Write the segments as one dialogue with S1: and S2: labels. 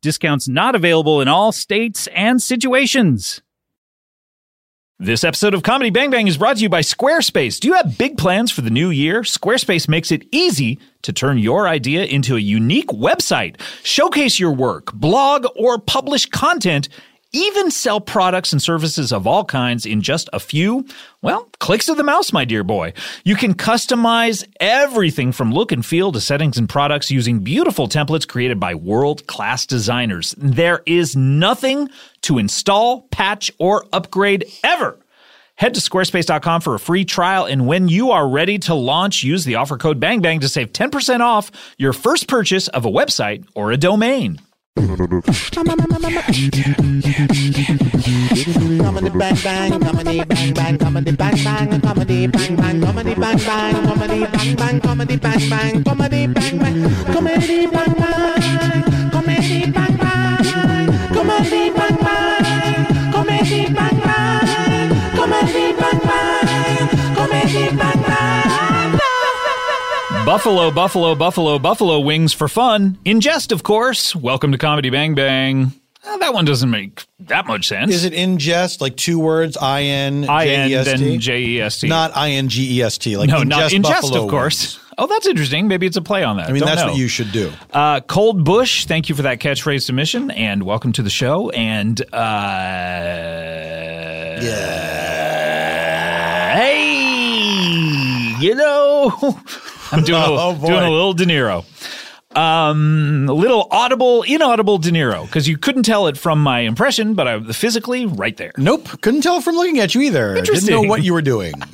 S1: discounts not available in all states and situations. This episode of Comedy Bang Bang is brought to you by Squarespace. Do you have big plans for the new year? Squarespace makes it easy to turn your idea into a unique website. Showcase your work, blog, or publish content, even sell products and services of all kinds in just a few, well, clicks of the mouse, my dear boy. You can customize everything from look and feel to settings and products using beautiful templates created by world class designers. There is nothing to install, patch, or upgrade ever. Head to squarespace.com for a free trial, and when you are ready to launch, use the offer code BANGBANG to save 10% off your first purchase of a website or a domain.
S2: Comedy bang bang, comedy bang bang, comedy bang bang, comedy bang bang, comedy bang bang, comedy bang bang, comedy bang bang, comedy bang bang, comedy bang bang, comedy bang bang, comedy bang bang, comedy bang bang, comedy bang bang, comedy bang bang.
S1: Buffalo, buffalo, buffalo, buffalo wings for fun. In jest, of course. Welcome to Comedy Bang Bang. Uh, that one doesn't make that much sense.
S3: Is it ingest like two words? I N
S1: I N
S3: J E S T?
S1: then J E S T.
S3: Not I N G E S T. Like
S1: no, not
S3: ingest
S1: ingest,
S3: buffalo
S1: of course.
S3: wings.
S1: Oh, that's interesting. Maybe it's a play on that.
S3: I mean, that's what you should do.
S1: Uh, Cold Bush, thank you for that catchphrase submission, and welcome to the show. And uh, hey, you know, I'm doing a,
S3: Oh, boy.
S1: doing a little De Niro, um, a little audible, inaudible De Niro, because you couldn't tell it from my impression, but I physically right there.
S3: Nope, couldn't tell Oh, from looking at you either. Didn't know
S1: Interesting.
S3: what you were doing.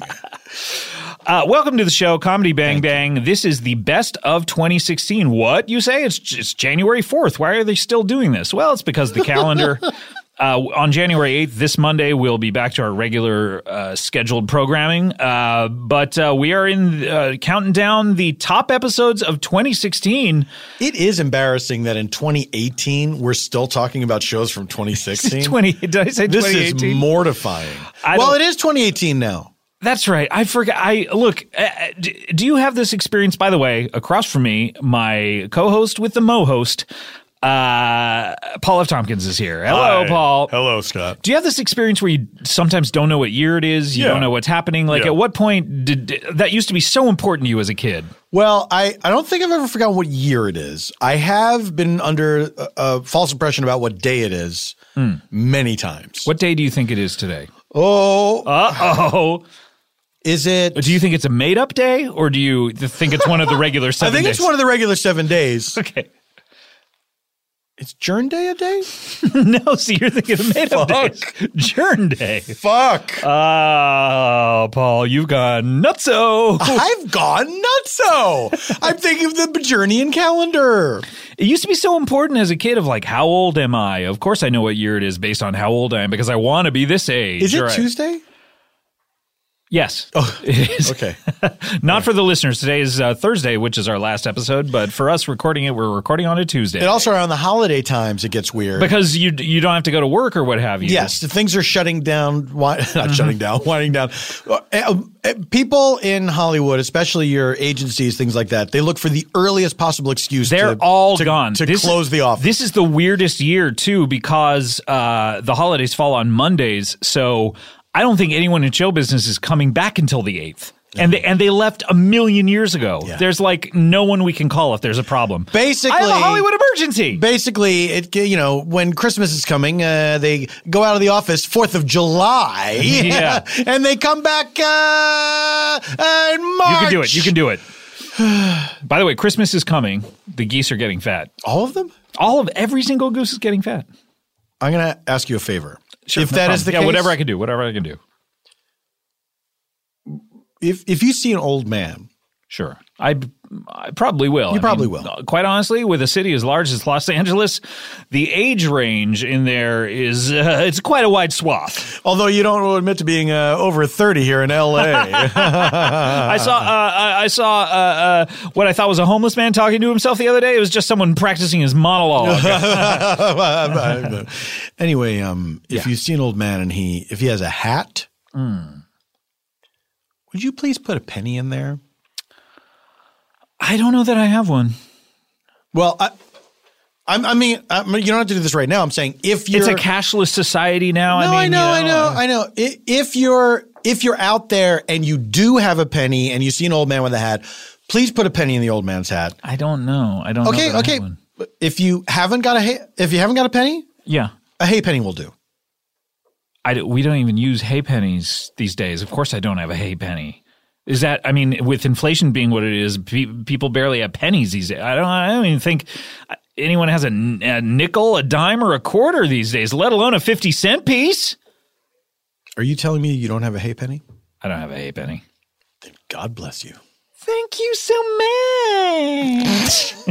S1: Uh, welcome to the show, Comedy Bang Bang. This is the best of 2016. What you say? It's, it's January 4th. Why are they still doing this? Well, it's because the calendar. Uh, on January 8th, this Monday, we'll be back to our regular uh, scheduled programming. Uh, but uh, we are in uh, counting down the top episodes of 2016.
S3: it is embarrassing that in 2018 we're still talking about shows from 2016.
S1: 20, did I say
S3: this
S1: 2018?
S3: is mortifying.
S1: I
S3: well,
S1: don't-
S3: it is 2018 now.
S1: That's right. I forgot. I look. uh, Uh, d- do you have this experience? By the way, across from me, my co-host with the mo-host, uh, Paul F. Tompkins is here. Hello, Paul.
S4: Hello, Scott.
S1: Do you have this experience where you sometimes don't know what year it is? You
S4: Yeah.
S1: don't know what's happening. Like,
S4: Yeah.
S1: at what point did did- that used to be so important to you as a kid?
S3: Well, I, I don't think I've ever forgotten what year it is. I have been under a, a false impression about what day it is many times.
S1: Hmm. What day do you think it is today?
S3: Oh,
S1: Uh oh.
S3: is it?
S1: Do you think it's a made-up day, or do you think it's one of the regular
S3: I
S1: seven?
S3: think it's one of the regular seven days.
S1: Okay.
S3: It's Jern Day a day?
S1: no, so you're thinking of made up days. Jern Day. Uh,
S3: Fuck.
S1: Ah, Paul, you've gone nutso.
S3: I've gone nutso. I'm thinking of the Bajernian calendar.
S1: It used to be so important as a kid of like, how old am I? Of course, I know what year it is based on how old I am because I want to be this age.
S3: Is it
S1: or I-
S3: Tuesday?
S1: Yes. Oh, it is.
S3: Okay.
S1: Not for the listeners. Today is uh, Thursday, which is our last episode, but for us recording it, we're recording on a Tuesday
S3: And also around the holiday times, it gets weird.
S1: because you you don't have to go to work or what have you. Mm-hmm.
S3: yes, the things are shutting down, wi- not shutting down, winding down. Uh, uh, uh, People in Hollywood, especially your agencies, things like that, they look for the earliest possible excuse.
S1: They're
S3: to,
S1: all
S3: to-
S1: gone.
S3: to
S1: This-
S3: close the office.
S1: This is the weirdest year too because uh, the holidays fall on Mondays, so I don't think anyone in show business is coming back until the eighth. And they, and they left a million years ago. There's like no one we can call if there's a problem. I have
S3: Basically-
S1: a Hollywood emergency.
S3: Basically, it you know when Christmas is coming, uh, they go out of the office Fourth of July,
S1: Yeah.
S3: and they come back uh, uh, in March.
S1: you can do it. You can do it. By the way, Christmas is coming. The geese are getting fat.
S3: all of them.
S1: All of every single goose is getting fat.
S3: I'm gonna ask you a favor. if
S1: that is
S3: that is the
S1: Uh, yeah,
S3: case,
S1: whatever I can do, whatever I can do.
S3: if if you see an old man
S1: Sure. I, I probably will. You
S3: probably will.
S1: Quite honestly, with a city as large as Los Angeles, the age range in there is uh, it's quite a wide swath.
S3: Although you don't admit to being uh, over 30 here in LA.
S1: I saw uh, I, I saw uh, uh, what I thought was a homeless man talking to himself the other day. It was just someone practicing his monologue.
S3: anyway, um, if
S1: Yeah.
S3: you see an old man and he if he has a hat,
S2: Hmm.
S3: would you please put a penny in there?
S1: I don't know that I have one.
S3: Well, I, I'm, I mean, I mean, you don't have to do this right now. I'm saying if you're
S1: It's a cashless society now.
S3: No,
S1: I
S3: I,
S1: mean,
S3: know,
S1: you
S3: I know, I know. I- If you're if you're out there and you do have a penny and you see an old man with a hat, please put a penny in the old man's hat.
S1: I don't know. I don't. know
S3: Okay,
S1: that I have
S3: okay.
S1: one.
S3: If you haven't got a hay, if you haven't got a penny,
S1: Yeah.
S3: a hay penny will do.
S1: I do- we don't even use hay pennies these days. Of course, I don't have a hay penny. Is that I mean, with inflation being what it is, pe- people barely have pennies these days. I don't. I don't even think uh, anyone has a, n- a nickel, a dime, or a quarter these days, let alone a fifty cent piece.
S3: Are you telling me you don't have a hay penny?
S1: I don't have a hay penny.
S3: God bless you.
S1: Thank you so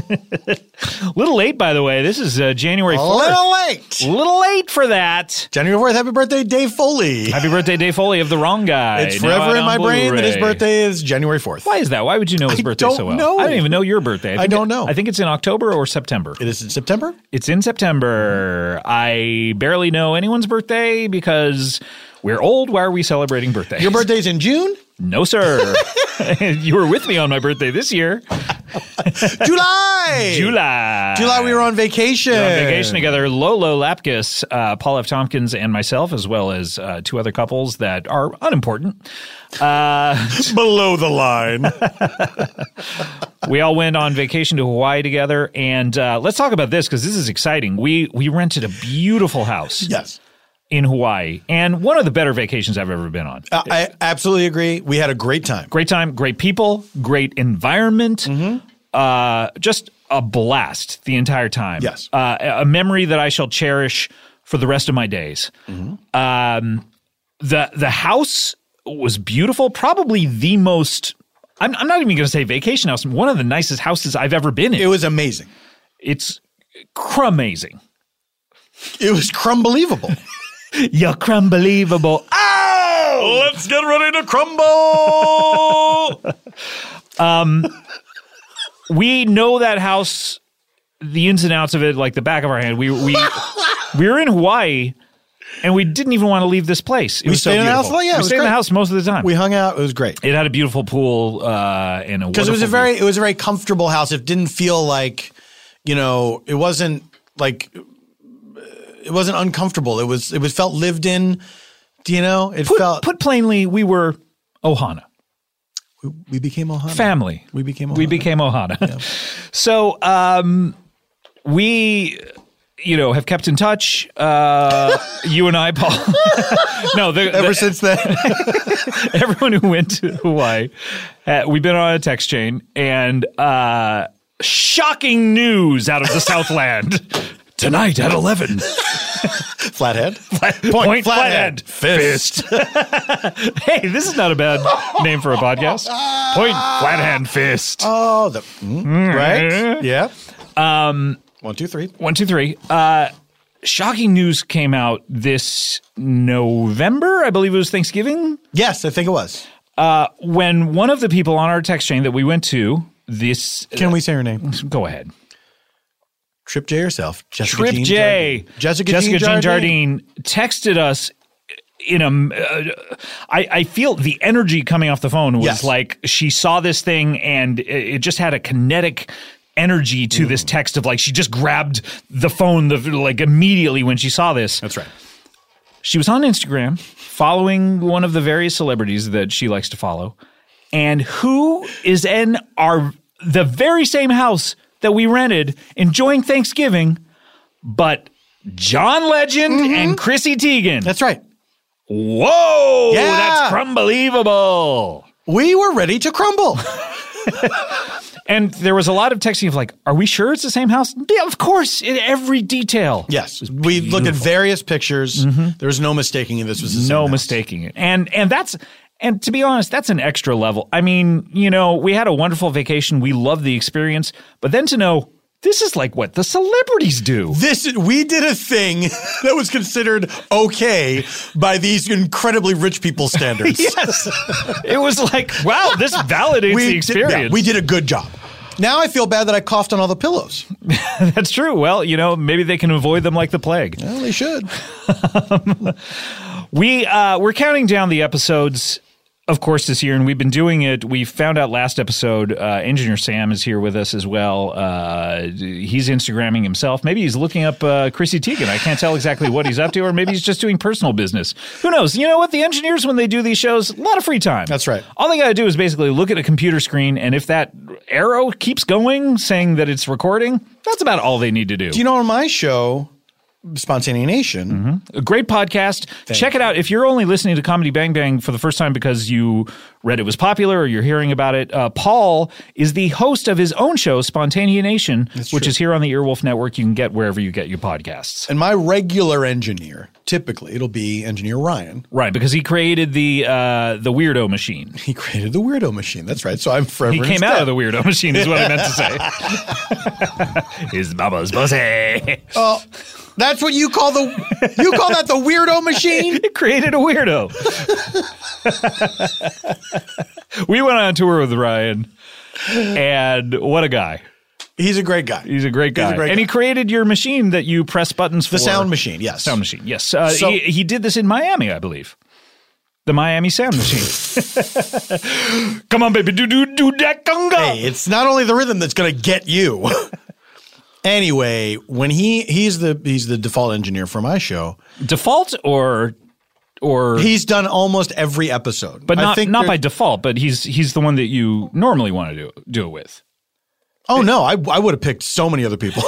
S1: much. little late, by the way. This is uh, January
S3: A
S1: fourth.
S3: little late.
S1: little late for that.
S3: January 4th, happy birthday, Dave Foley.
S1: Happy birthday, Dave Foley of the Wrong Guy.
S3: It's
S1: Now out
S3: forever in
S1: on
S3: my brain that his
S1: Blu-ray.
S3: birthday is January 4th.
S1: Why is that? Why would you know his
S3: I
S1: birthday so
S3: don't
S1: well?
S3: know.
S1: I don't even know your birthday.
S3: I
S1: think-
S3: don't know.
S1: I think it's in October or September.
S3: It is in September?
S1: It's in September. I barely know anyone's birthday because we're old. Why are we celebrating birthdays?
S3: Your birthday's in June?
S1: no, sir. you were with me on my birthday this year,
S3: July!
S1: July.
S3: July, we were on vacation.
S1: We were on vacation together. Lolo Lapkus, uh, Paul F. Tompkins, and myself, as well as uh, two other couples that are unimportant. Uh,
S3: Below the line.
S1: we all went on vacation to Hawaii together, and uh, let's talk about this because this is exciting. We we rented a beautiful house.
S3: yes.
S1: in Hawaii, and one of the better vacations I've ever been on.
S3: I, I absolutely agree. We had a great time.
S1: Great time, great people, great environment,
S3: Mm-hmm.
S1: uh, just a blast the entire time.
S3: Yes.
S1: uh, a memory that I shall cherish for the rest of my days. Um, the the house was beautiful, probably the most. I'm, I'm not even going to say vacation house. One of the nicest houses I've ever been in.
S3: It was amazing.
S1: it's crumazing.
S3: It was crumbelievable.
S1: You're crumbelievable.
S3: oh! Let's get ready to crumble!
S1: Um, we know that house, the ins and outs of it, like the back of our hand. We we we were in Hawaii, and we didn't even want to leave this place. It we was so
S3: stayed in the
S1: beautiful.
S3: house? Well, yeah, it
S1: we
S3: was
S1: stayed in the
S3: great.
S1: house most of the time.
S3: we hung out. It was great.
S1: it had a beautiful pool uh, and a
S3: because it was a
S1: wonderful
S3: very it was a very comfortable house. It didn't feel like you know it wasn't like uh, it wasn't uncomfortable. It was it was felt lived in. Do you know? It
S1: view. put,
S3: felt
S1: put plainly, we were Ohana
S3: we became Ohana.
S1: family.
S3: we became Ohana.
S1: we became Ohana. So um, we, you know, have kept in touch. Uh, you and I, Paul. no, the, the-
S3: ever since then.
S1: everyone who went to Hawaii, uh, we've been on a text chain, and uh, shocking news out of the Southland. Tonight at 11.
S3: Flathead.
S1: Point Flathead.
S3: Fist.
S1: hey, this is not a bad name for a podcast. Point Flathead Fist. Mm-hmm.
S3: Oh, the mm, right. Yeah. Um. One, two, three.
S1: One, two, three. Uh, shocking news came out this November. I believe it was Thanksgiving. Uh,
S3: Yes, I think it was.
S1: when one of the people on our text chain that we went to this
S3: Can we say her name?
S1: go ahead
S3: Trip J herself. Jessica
S1: trip
S3: Jean
S1: j
S3: Jardine. Jessica,
S1: jean
S3: Jean
S1: jardine texted us in a uh, I, I feel the energy coming off the phone was
S3: Yes.
S1: like she saw this thing and it, it just had a kinetic energy
S3: Mm.
S1: to this text of like she just grabbed the phone the, like immediately when she saw this
S3: That's right.
S1: she was on Instagram following one of the various celebrities that she likes to follow, and who is in our the very same house that we rented, enjoying Thanksgiving, but John Legend and Chrissy Teigen.
S3: Mm-hmm. That's right.
S1: Whoa,
S3: Yeah.
S1: that's unbelievable.
S3: We were ready to crumble.
S1: And there was a lot of texting of like, "Are we sure it's the same house?" Yeah, of course, in every detail. Mm-hmm.
S3: yes. We looked at various pictures. There was no mistaking this was the same
S1: no
S3: house.
S1: mistaking it. And and that's and to be honest, that's an extra level. I mean, you know, we had a wonderful vacation. We loved the experience, but then to know this is like what the celebrities do.
S3: This we did a thing that was considered okay by these incredibly rich people standards.
S1: Yes. it was like, wow, this validates the
S3: did- yeah,
S1: experience.
S3: we did a good job. Now I feel bad that I coughed on all the pillows.
S1: That's true. Well, you know, maybe they can avoid them like the plague.
S3: Well, they should.
S1: We uh, we're counting down the episodes, of course, this year, and we've been doing it. We found out last episode. Uh, Engineer Sam is here with us as well. Uh, he's Instagramming himself. Maybe he's looking up uh, Chrissy Teigen. I can't tell exactly what he's up to, or maybe he's just doing personal business. Who knows? You know what? The engineers, when they do these shows, a lot of free time.
S3: That's right.
S1: All they got to do is basically look at a computer screen, and if that arrow keeps going, saying that it's recording, that's about all they need to do.
S3: You know, on my show, Spontaneous Nation,
S1: Mm-hmm. A great podcast. Check it out. If you're only listening to Comedy Bang Bang for the first time because you read it was popular or you're hearing about it, uh, Paul is the host of his own show, Spontanea Nation, which is here on the Earwolf Network. You can get wherever you get your podcasts.
S3: and my regular engineer, typically it'll be engineer Ryan.
S1: Right, because he created the uh, the Weirdo Machine.
S3: He created the Weirdo Machine. That's right. So I'm forever.
S1: He
S3: in
S1: came
S3: his
S1: out
S3: debt.
S1: of the Weirdo Machine, is what I meant to say. his mama's pussy.
S3: Oh, that's what you call the you call that the Weirdo Machine.
S1: It created a weirdo. we went on tour with Ryan, and what a guy!
S3: He's a great guy.
S1: He's a great guy,
S3: great
S1: and he created your machine that you press buttons for.
S3: the Sound Machine. Yes.
S1: Sound machine. Yes, uh,
S3: So-
S1: he, he did this in Miami, I believe. The Miami Sound Machine. Come on, baby, do do do that conga.
S3: Hey, it's not only the rhythm that's going to get you. anyway, when he he's the he's the default engineer for my show.
S1: Default or or.
S3: He's done almost every episode,
S1: but
S3: I
S1: not,
S3: think
S1: not
S3: there-
S1: by default, but he's he's the one that you normally want to do, do it with.
S3: Oh no, I, I would have picked so many other people.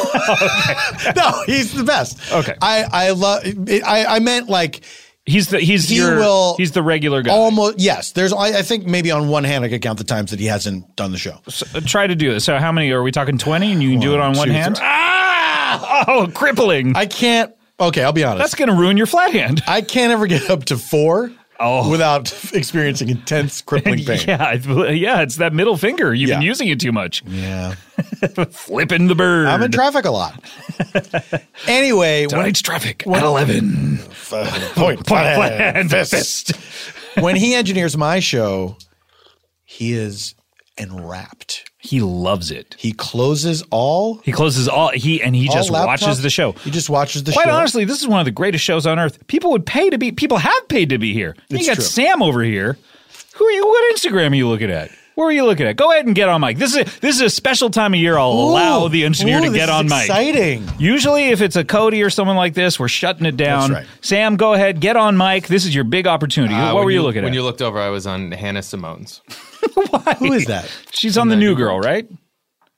S3: no, he's the best.
S1: Okay.
S3: I I love. I I meant like
S1: He's the he's
S3: He
S1: your,
S3: will
S1: he's the regular guy.
S3: almost yes. There's I, I think maybe on one hand I could count the times that he hasn't done the show.
S1: So, Uh, try to do this. So how many are we talking? Twenty, and you can do it on one
S3: two,
S1: hand.
S3: three.
S1: Ah! Oh, crippling!
S3: I can't. Okay, I'll be honest.
S1: That's going to ruin your flat hand.
S3: I can't ever get up to four
S1: Oh.
S3: without experiencing intense crippling pain.
S1: Yeah, I- yeah, it's that middle finger. You've been
S3: Yeah.
S1: using it too much.
S3: Yeah.
S1: Flipping the bird.
S3: I'm in traffic a lot. anyway, when,
S1: Tonight's traffic at eleven.
S3: point,
S1: Flat fist.
S3: when he engineers my show, he is enwrapped.
S1: He loves it.
S3: He closes all.
S1: He closes all he and he
S3: all
S1: just
S3: laptops.
S1: watches the show.
S3: He just watches the
S1: Quite
S3: show.
S1: honestly, this is one of the greatest shows on earth. People would pay to be. People have paid to be here. You
S3: It's
S1: got
S3: true.
S1: Sam over here. Who are you? What Instagram are you looking at? Where are you looking at? Go ahead and get on mic. This is a, this is a special time of year. I'll allow the engineer
S3: Ooh,
S1: to
S3: this
S1: get
S3: is
S1: on mic.
S3: Exciting.
S1: Usually, if it's a Cody or someone like this, we're shutting it down.
S3: That's right.
S1: Sam, go ahead, get on mic. This is your big opportunity.
S5: Uh,
S1: what
S5: when
S1: were you, looking
S5: When
S1: at?
S5: you looked over, I was on Hannah Simone's.
S3: Who is that?
S1: She's on the new girl, right?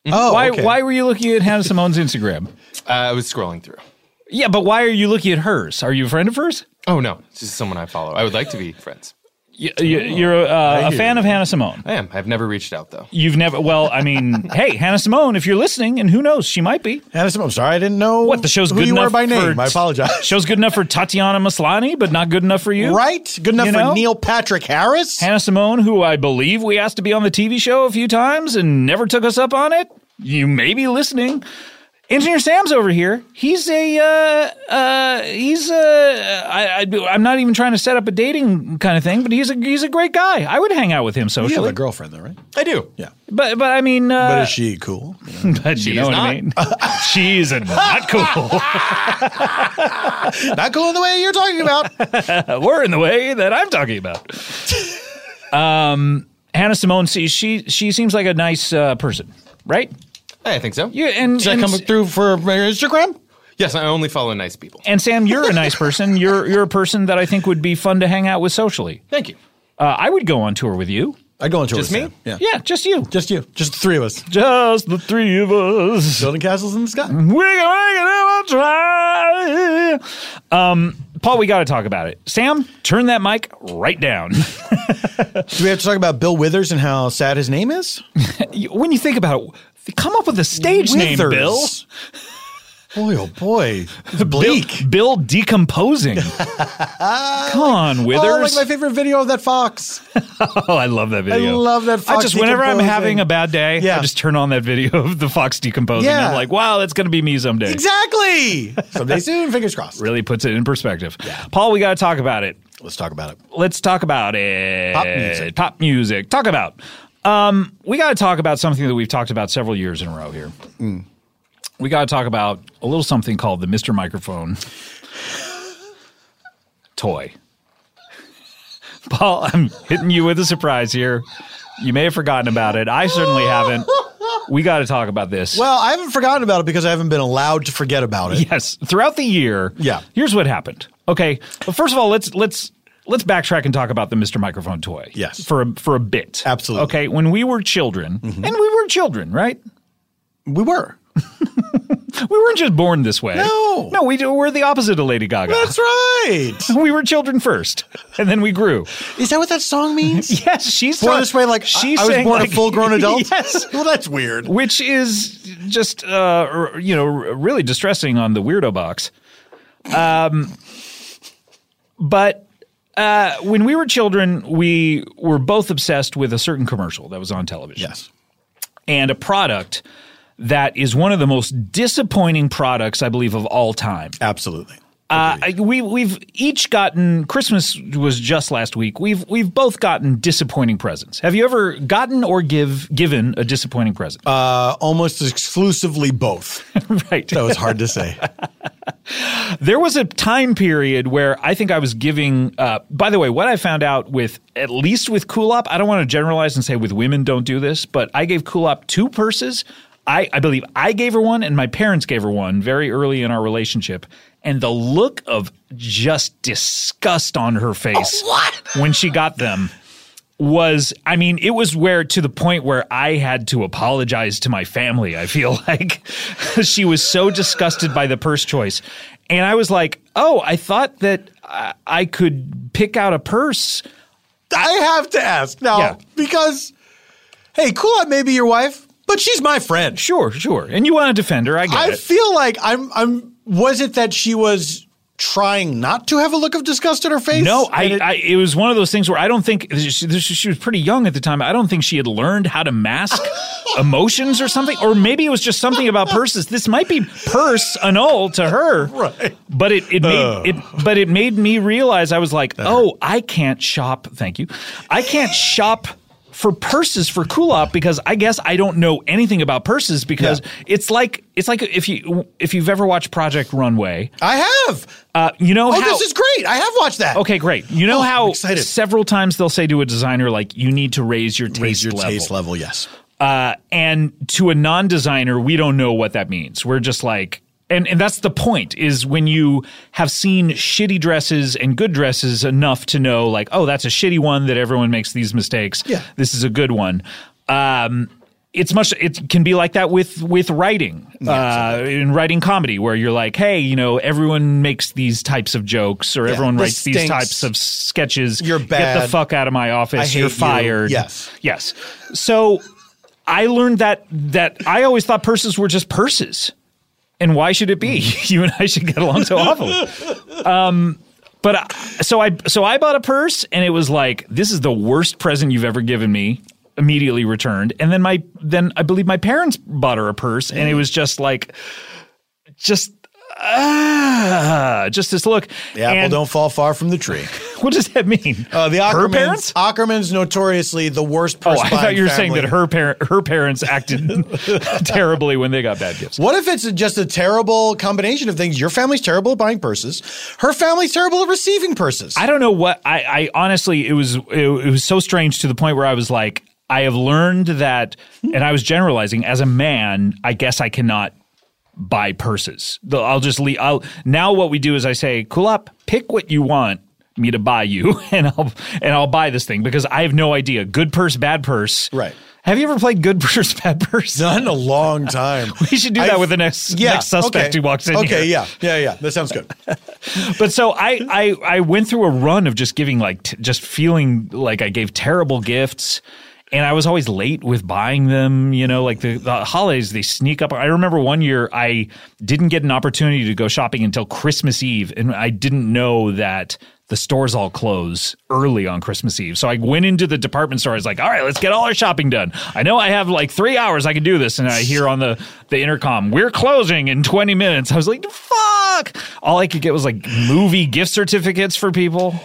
S3: Oh,
S1: Why?
S3: okay.
S1: Why were you looking at Hannah Simone's Instagram?
S5: Uh, I was scrolling through.
S1: Yeah, but why are you looking at hers? Are you a friend of hers?
S5: Oh no, this is someone I follow. I would like to be friends.
S1: You, you, you're uh, a fan of Hannah Simone.
S5: I am. I've never reached out though.
S1: You've never. Well, I mean, hey, Hannah Simone, if you're listening, and who knows, she might be.
S3: Hannah Simone. I'm sorry, I didn't know
S1: What the show's
S3: who
S1: good
S3: you were
S1: enough
S3: by name.
S1: for-
S3: I apologize.
S1: Show's good enough for Tatiana Maslany, but not good enough for you,
S3: right? Good enough
S1: You
S3: for
S1: know?
S3: Neil Patrick Harris.
S1: Hannah Simone, who I believe we asked to be on the TV show a few times and never took us up on it. You may be listening. Engineer Sam's over here. He's a, uh, uh, he's a, I, I, I'm not even trying to set up a dating kind of thing, but he's a, he's a great guy. I would hang out with him
S3: you have
S1: socially.
S3: a girlfriend though, right?
S5: I do.
S3: Yeah.
S1: But, but I mean, uh,
S3: But is she cool?
S1: but you know what I mean? She's not cool.
S3: Not cool in the way you're talking about.
S1: We're in the way that I'm talking about. um, Hannah Simone, she, she, she seems like a nice uh, person, right?
S5: I think so.
S1: You and,
S3: Should I
S1: and,
S3: come through for my Instagram?
S5: Yes, I only follow nice people.
S1: and Sam, you're a nice person. You're you're a person that I think would be fun to hang out with socially.
S5: Thank you.
S1: Uh, I would go on tour with you.
S3: I go on tour.
S5: Just
S3: with
S5: me?
S3: Sam. Yeah.
S1: Yeah, just you.
S3: Just you. Just the three of us.
S1: Just the three of us.
S3: Building castles in the sky.
S1: We can make it if I try. Um, Paul, we got to talk about it. Sam, turn that mic right down.
S3: Do we have to talk about Bill Withers and how sad his name is?
S1: You- when you think about it, come up with a stage name, Bill.
S3: Boy, oh boy. It's bleak.
S1: Bill decomposing. Come on, Withers.
S3: Oh, like my favorite video of that fox.
S1: Oh, I love that video.
S3: I love that
S1: I
S3: fox
S1: just whenever I'm
S3: decomposing.
S1: having a bad day,
S3: Yeah.
S1: I just turn on that video of the fox decomposing.
S3: Yeah.
S1: I'm like, wow, that's gonna be me someday.
S3: Exactly. Someday soon, fingers crossed.
S1: Really puts it in perspective. Paul, we gotta talk about it.
S3: Let's talk about it.
S1: Let's talk about it.
S3: Pop music.
S1: Pop music. Talk about. Um, we gotta talk about something that we've talked about several years in a row here.
S3: Mm.
S1: We gotta talk about a little something called the Mr. Microphone toy. Paul, I'm hitting you with a surprise here. You may have forgotten about it. I certainly haven't. We got to talk about this.
S3: Well, I haven't forgotten about it because I haven't been allowed to forget about it.
S1: yes, throughout the year.
S3: Yeah.
S1: Here's what happened. Okay. Well, first of all, let's let's let's backtrack and talk about the Mr. Microphone toy.
S3: Yes.
S1: For a, for a bit.
S3: Absolutely. Mm-hmm.
S1: Okay. When we were children, and we were children, right?
S3: We were.
S1: We weren't just born this way.
S3: No.
S1: No, we do- we're the opposite of Lady Gaga.
S3: That's right.
S1: we were children first, and then we grew.
S3: Is that what that song means?
S1: Yes, she's
S3: Born
S1: ta-
S3: this way, like
S1: she
S3: I, I was
S1: sang
S3: born
S1: like-
S3: a full grown adult.
S1: yes,
S3: Well, that's weird.
S1: which is just uh, r- you know r- really distressing on the weirdo box. Um, but uh, when we were children, we were both obsessed with a certain commercial that was on television
S3: Yes.
S1: and a product that is one of the most disappointing products I believe of all time.
S3: Absolutely.
S1: Uh, I- we we've each gotten Christmas was just last week. We've we've both gotten disappointing presents. Have you ever gotten or give given a disappointing present?
S3: Uh, almost exclusively both.
S1: right.
S3: That was hard to say.
S1: There was a time period where I think I was giving. Uh, by the way, what I found out with at least with Kulop, I don't want to generalize and say with women don't do this, but I gave Kulop two purses. I, I believe I gave her one and my parents gave her one very early in our relationship. And the look of just disgust on her face when she got them was I mean, it was where to the point where I had to apologize to my family. I feel like she was so disgusted by the purse choice. And I was like, oh, I thought that I, I could pick out a purse.
S3: I have to ask now
S1: Yeah.
S3: because, hey, cool, I may be your wife, but she's my friend.
S1: Sure, sure. And you want to defend her. I get
S3: I
S1: it.
S3: feel like I'm. I'm. Was it that she was trying not to have a look of disgust in her face?
S1: No, I,
S3: And it-
S1: I. It was one of those things where I don't think she, this- she was pretty young at the time. I don't think she had learned how to mask emotions or something, or maybe it was just something about purses. This might be purse annual to her,
S3: Right.
S1: But it it made
S3: Ugh.
S1: it. But it made me realize I was like, oh, I can't shop. Thank you. I can't shop. For purses for Kulop because I guess I don't know anything about purses because
S3: Yeah.
S1: it's like it's like if you if you've ever watched Project Runway,
S3: I have.
S1: uh, you know
S3: oh,
S1: how
S3: this is great. I have watched that.
S1: Okay, great. You know
S3: Oh, I'm
S1: how
S3: excited.
S1: several times they'll say to a designer, like, you need to raise your taste
S3: Raise your
S1: level.
S3: taste level. Yes.
S1: Uh, and to a non designer, we don't know what that means. We're just like, and, and that's the point is when you have seen shitty dresses and good dresses enough to know, like, oh, that's a shitty one that everyone makes these mistakes.
S3: Yeah.
S1: This is a good one. Um, it's much it can be like that with with writing uh, in writing comedy where you're like hey you know everyone makes these types of jokes or everyone
S3: this
S1: writes these
S3: stinks.
S1: types of sketches
S3: You're
S1: get the
S3: bad.
S1: fuck out of my office
S3: I hate
S1: you're
S3: you.
S1: fired
S3: Yes.
S1: yes so i learned that that i always thought purses were just purses and why should it be
S3: Mm.
S1: you and i should get along so awfully Um, but I, so I so I bought a purse and it was like this is the worst present you've ever given me. Immediately returned, and then my then I believe my parents bought her a purse, and it
S3: Mm.
S1: was just like, just ah, just this look.
S3: The apple
S1: And
S3: don't fall far from the tree.
S1: What does that mean?
S3: Uh, the
S1: her
S3: Ackermans,
S1: parents.
S3: Ackermans notoriously the worst
S1: Oh,
S3: purse
S1: I thought you were saying that
S3: family.
S1: her parent her parents acted terribly when they got bad gifts.
S3: What if it's just a terrible combination of things? Your family's terrible at buying purses. Her family's terrible at receiving purses.
S1: I don't know what I, I honestly it was it, it was so strange to the point where I was like I have learned that and I was generalizing as a man I guess I cannot buy purses. The- I'll just leave I'll now what we do is I say cool up pick what you want me to buy you and I'll and I'll buy this thing because I have no idea good purse bad purse.
S3: Right.
S1: Have you ever played good purse bad purse?
S3: Not in a long time.
S1: We should do that
S3: I've-
S1: with the next next suspect
S3: okay.
S1: who walks in
S3: Okay,
S1: here.
S3: yeah, yeah, yeah. That sounds good.
S1: But so I, I I went through a run of just giving like t- just feeling like I gave terrible gifts. And I was always late with buying them, you know, like the, the holidays, they sneak up. I remember one year I didn't get an opportunity to go shopping until Christmas Eve. And I didn't know that the stores all close early on Christmas Eve. So I went into the department store. I was like, all right, let's get all our shopping done. I know I have like three hours I can do this. And I hear on the, the intercom, we're closing in 20 minutes. I was like, fuck. All I could get was like movie gift certificates for people.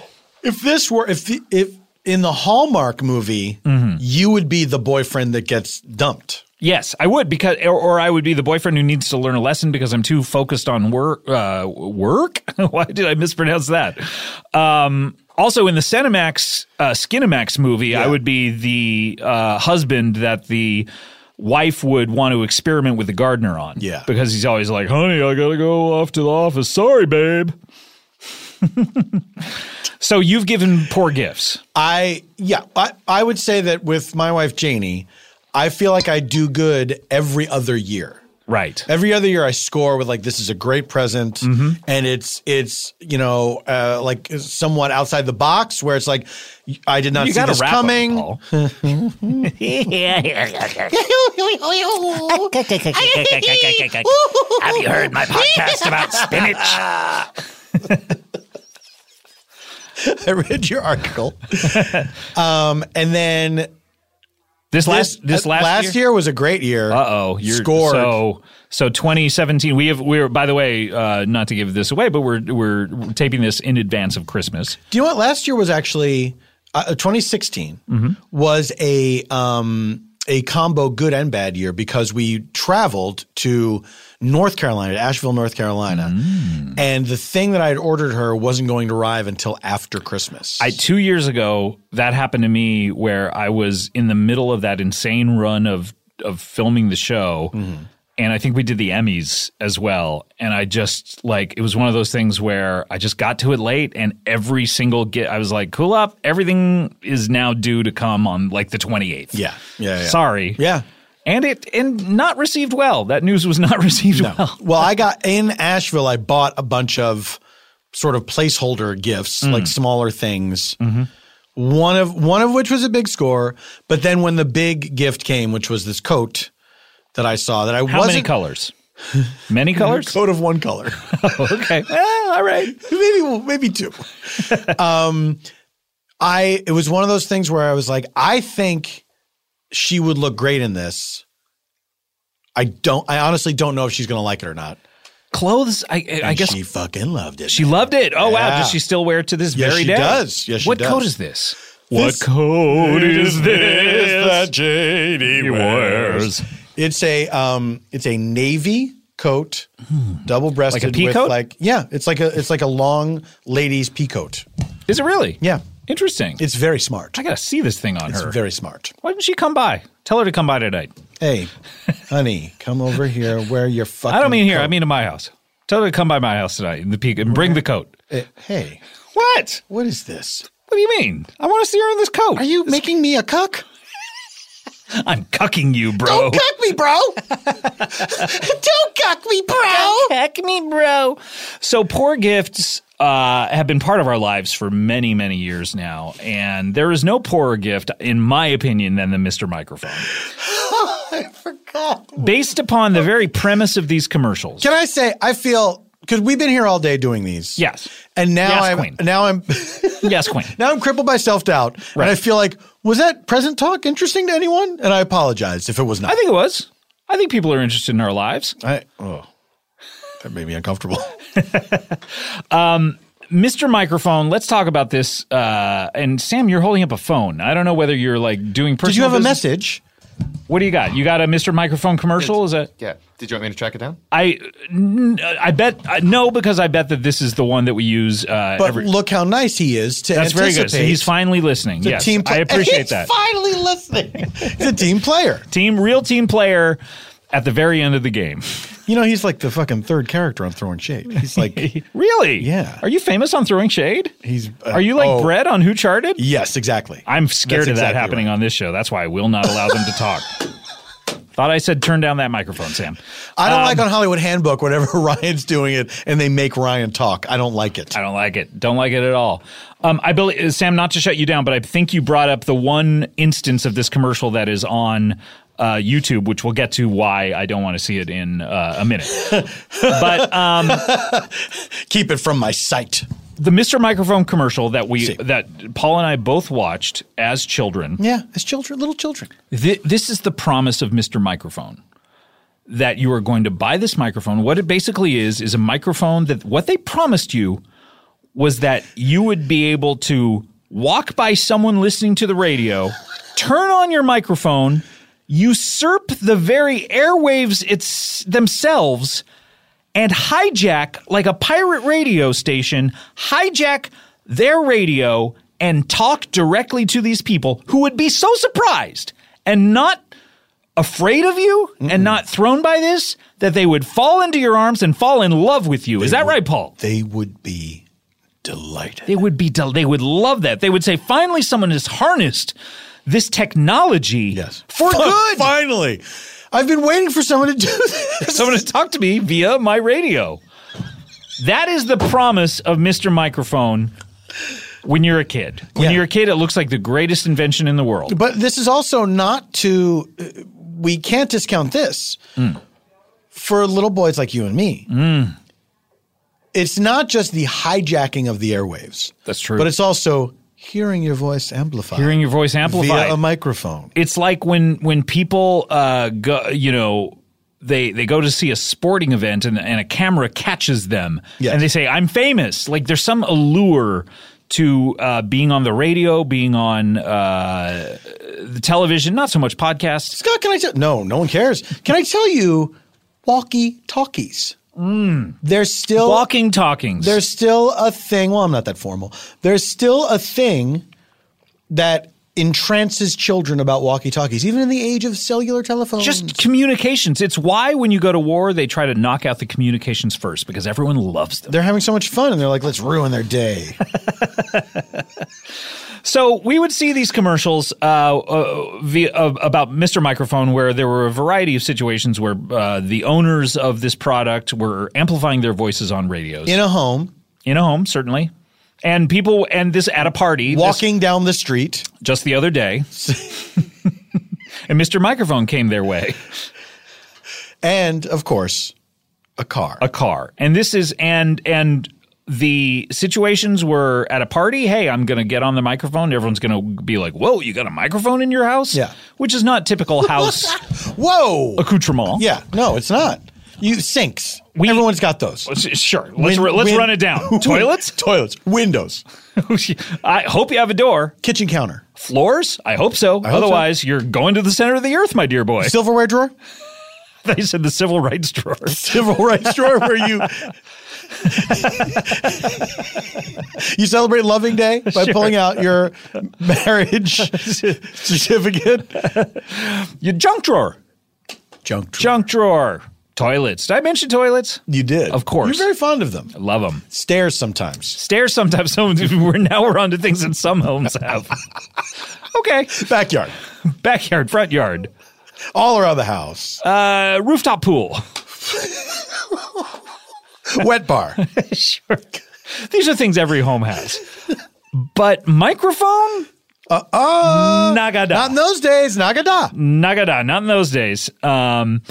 S3: If this were if the, if in the Hallmark movie,
S1: Mm-hmm.
S3: you would be the boyfriend that gets dumped.
S1: Yes, I would because, or, or I would be the boyfriend who needs to learn a lesson because I'm too focused on work. Uh, work? Why did I mispronounce that? Um, also, in the Cinemax, uh, Skinemax movie, I would be the uh, husband that the wife would want to experiment with the gardener on.
S3: Yeah.
S1: because he's always like, "Honey, I gotta go off to the office. Sorry, babe." so you've given poor gifts.
S3: I yeah, I, I would say that with my wife Janie, I feel like I do good every other year.
S1: Right. Mm-hmm.
S3: Every other year, I score with like this is a great present, and it's it's you know uh, like somewhat outside the box where it's like I did not
S1: You
S3: see
S1: got to
S3: this
S1: wrap
S3: coming.
S1: up, Paul.
S6: Have you heard my podcast about spinach?
S3: Ah, I read your article, um, and then uh,
S1: This last this last,
S3: year? was a great year.
S1: Uh oh, you're
S3: scored.
S1: So so 2017. We have we're by the way, uh, not to give this away, but we're we're taping this in advance of Christmas.
S3: Do you know what? Last year was actually uh, 2016 was a um, a combo good and bad year because we traveled to North Carolina, to Asheville, North Carolina, and the thing that I had ordered her wasn't going to arrive until after Christmas.
S1: I, two years ago, that happened to me where I was in the middle of that insane run of of filming the show,
S3: Mm-hmm.
S1: and I think we did the Emmys as well. And I just like it was one of those things where I just got to it late, and every single get I was like, "Cool up, everything is now due to come on like the twenty eighth.
S3: yeah, yeah, yeah.
S1: Sorry,
S3: yeah.
S1: and it and not received well. That news was not received well.
S3: Well, I got in Asheville. I bought a bunch of sort of placeholder gifts,
S1: Mm.
S3: like smaller things.
S1: Mm-hmm.
S3: One of one of which was a big score, but then when the big gift came, which was this coat that I saw that I
S1: How
S3: wasn't
S1: many colors? Many colors?
S3: coat of one color, Eh,
S1: okay. Ah, all right.
S3: maybe maybe two. um, I it was one of those things where I was like, I think she would look great in this. I don't. I honestly don't know if she's going to like it or not.
S1: Clothes. I I
S3: And
S1: guess
S3: she
S1: she,
S3: fucking loved it.
S1: loved it. Oh wow.
S3: Yeah.
S1: Does she still wear it to this
S3: Yes,
S1: very
S3: she
S1: day?
S3: does. Yes, she
S1: what
S3: does.
S1: coat is this?
S3: This-
S1: coat is
S3: JD It's a um, it's a navy coat, double breasted,
S1: Hmm. Like a pea coat?
S3: Like yeah, it's like a it's like a long lady's pea coat.
S1: Is it really?
S3: Yeah,
S1: Interesting.
S3: it's very smart.
S1: I gotta see this thing on
S3: It's
S1: her.
S3: very smart.
S1: Why didn't she come by? Tell her to come by tonight.
S3: Hey, honey, come over here. Wear your fucking.
S1: I don't mean here.
S3: coat.
S1: I mean to my house. Tell her to come by my house tonight in the peak and bring the coat.
S3: Eh, hey,
S1: What?
S3: what is this?
S1: What do you mean? I want to see her in this coat.
S3: Are you making me a cuck?
S1: I'm cucking you, bro.
S7: Don't cuck me, bro. Don't cuck me, bro.
S1: Heck me, bro. So poor gifts uh, have been part of our lives for many, many years now, and there is no poorer gift, in my opinion, than the Mr. Microphone.
S3: I forgot.
S1: Based upon the very premise of these commercials.
S3: Can I say I feel because we've been here all day doing these.
S1: Yes.
S3: And now
S1: Yes,
S3: I'm
S1: queen.
S3: now I'm
S1: Yes, Queen.
S3: now I'm crippled by self doubt,
S1: Right.
S3: and I feel like was that present talk interesting to anyone? And I apologize if it was not.
S1: I think it was. I think people are interested in our lives.
S3: I, oh, that made me uncomfortable.
S1: Mr. Um, Microphone, let's talk about this. Uh, and Sam, you're holding up a phone. I don't know whether you're like doing personal.
S3: Did you have a
S1: business-
S3: message?
S1: What do you got? You got a Mr. Microphone commercial? Is that
S5: Yeah. Did you want me to track it down?
S1: I? n- I bet I, no, because I bet that this is the one that we use. Uh,
S3: But
S1: every,
S3: look how nice he is to
S1: that's very good. So
S3: anticipate
S1: he's finally listening. Yes,
S3: team pla-
S1: I appreciate
S3: He's
S1: that.
S3: Finally listening. he's a team player.
S1: Team, real team player at the very end of the game.
S3: You know, he's like the fucking third character on Throwing Shade. He's like,
S1: really?
S3: Yeah.
S1: Are you famous on throwing shade?
S3: he's. uh,
S1: Are you like
S3: oh,
S1: Brett on Who Charted?
S3: Yes, exactly.
S1: I'm scared
S3: That's
S1: of that
S3: exactly
S1: happening
S3: right.
S1: on this show. That's why I will not allow them to talk. Thought I said turn down that microphone, Sam. Um,
S3: I don't like on Hollywood Handbook whenever Ryan's doing it and they make Ryan talk. I don't like it.
S1: I don't like it. Don't like it at all. Um, I believe Sam, not to shut you down, but I think you brought up the one instance of this commercial that is on uh, YouTube, which we'll get to why I don't want to see it in uh, a minute. but um,
S3: Keep it from my sight.
S1: the Mr. Microphone commercial that we that Paul and I both watched as children.
S3: Yeah, as children, little children.
S1: Th- this is the promise of Mr. Microphone that you are going to buy this microphone. What it basically is is a microphone that what they promised you was that you would be able to walk by someone listening to the radio, turn on your microphone, usurp the very airwaves it's themselves and hijack like a pirate radio station, hijack their radio and talk directly to these people who would be so surprised and not afraid of you and not thrown by this that they would fall into your arms and fall in love with you. Is that right, Paul?
S3: They would be delighted.
S1: They would be del- they would love that. They would say finally someone has harnessed this technology
S3: yes.
S1: for
S3: Fi-
S1: good.
S3: Finally. I've been waiting for someone to do this.
S1: someone to talk to me via my radio. That is the promise of Mr. Microphone when you're a kid. When
S3: Yeah.
S1: you're a kid, it looks like the greatest invention in the world.
S3: But this is also not to, uh, we can't discount this
S1: Mm.
S3: for little boys like you and me. It's not just the hijacking of the airwaves,
S1: That's true.
S3: but it's also hearing your voice amplified.
S1: hearing your voice amplified.
S3: Via a microphone.
S1: it's like when when people uh go you know they they go to see a sporting event and, and a camera catches them
S3: Yes.
S1: and they say i'm famous like there's some allure to uh, being on the radio being on uh, the television not so much podcasts
S3: Scott, can I tell? No, no one cares. Can I tell you, walkie talkies? They're still
S1: Hmm. walking talkings
S3: There's still a thing. Well, I'm not that formal. There's still a thing that entrances children about walkie talkies, even in the age of cellular telephones.
S1: just communications it's why when you go to war they try to knock out the communications first because everyone loves them
S3: they're having so much fun, and they're like, "Let's ruin their day."
S1: So we would see these commercials uh, uh, via, uh, about Mr. Microphone, where there were a variety of situations where uh, the owners of this product were amplifying their voices on radios
S3: in a home,
S1: in a home, certainly, and people and this at a party. this-
S3: walking down the street.
S1: just the other day, and Mr. Microphone came their way.
S3: and of course, a car.
S1: a car. And this is and and the situations were at a party. Hey, I'm going to get on the microphone. Everyone's going to be like, "Whoa, you got a microphone in your house?"
S3: Yeah.
S1: which is not typical house
S3: Whoa!
S1: accoutrement.
S3: yeah, no, it's not. You sinks.
S1: We-
S3: Everyone's got those.
S1: Let's- Sure. Let's,
S3: Win-
S1: ru- let's
S3: win-
S1: run it down. Toilets?
S3: toilets, windows,
S1: I hope you have a door.
S3: kitchen counter,
S1: Floors? I hope so.
S3: hope so.
S1: Otherwise, you're going to the center of the earth, my dear boy.
S3: silverware drawer,
S1: they said the civil rights drawer.
S3: civil rights drawer where you you celebrate Loving Day by pulling out your marriage certificate,
S1: Your junk drawer.
S3: junk drawer.
S1: Junk drawer. Toilets. Did I mention toilets?
S3: You did,
S1: Of course.
S3: You're very fond of them.
S1: Love them.
S3: Stairs sometimes.
S1: Stairs sometimes. Some, we're now we're onto things that some homes have. Okay.
S3: Backyard,
S1: Backyard, front yard,
S3: all around the house,
S1: uh, rooftop pool.
S3: wet bar.
S1: sure. These are things every home has. But microphone?
S3: Oh,
S1: Nagada.
S3: not in those days. Nagada.
S1: Nagada, not in those days. Um,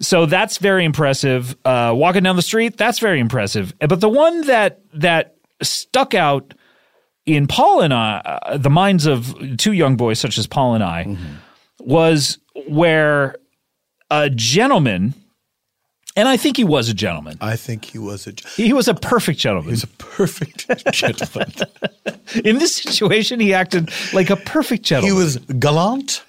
S1: so that's very impressive. Uh, walking down the street, that's very impressive. But the one that that stuck out in Paul and I, uh, the minds of two young boys such as Paul and I,
S3: Mm-hmm.
S1: was where a gentleman, and I think he was a gentleman.
S3: I think he was a he
S1: He was a perfect gentleman.
S3: was a perfect gentleman.
S1: In this situation, he acted like a perfect
S3: He
S1: gentleman.
S3: was gallant,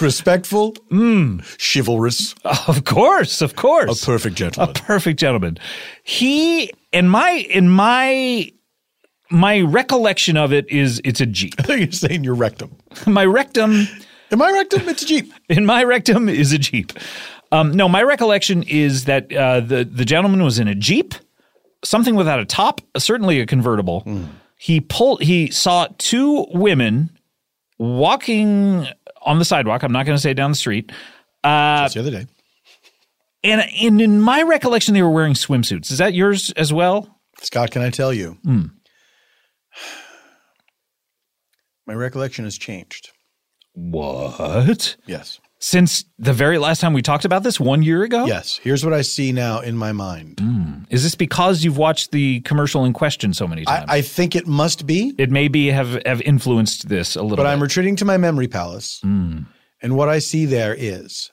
S3: respectful,
S1: Hmm.
S3: chivalrous,
S1: of course, of
S3: a
S1: course.
S3: perfect gentleman.
S1: perfect gentleman. He in my in my my recollection of it is it's a Jeep.
S3: You're saying your rectum.
S1: my rectum
S3: Am I rectum? It's a Jeep.
S1: in my rectum is a Jeep. Um, no, my recollection is that uh, the the gentleman was in a Jeep, something without a top, certainly a convertible.
S3: Hmm.
S1: He pulled. He saw two women walking on the sidewalk. I'm not going to say down the street. Uh,
S3: That's the other day.
S1: And, and in my recollection, they were wearing swimsuits. Is that yours Hmm. as well?
S3: Scott, can I tell you? My recollection has changed.
S1: What?
S3: Yes.
S1: Since the very last time we talked about this, one year ago?
S3: Yes. Here's what I see now in my mind.
S1: Is this because you've watched the commercial in question so many times?
S3: I, I think it must be,
S1: it may be have, have influenced this a little
S3: but
S1: bit. Mm.
S3: I'm retreating to my memory palace. And what I see there is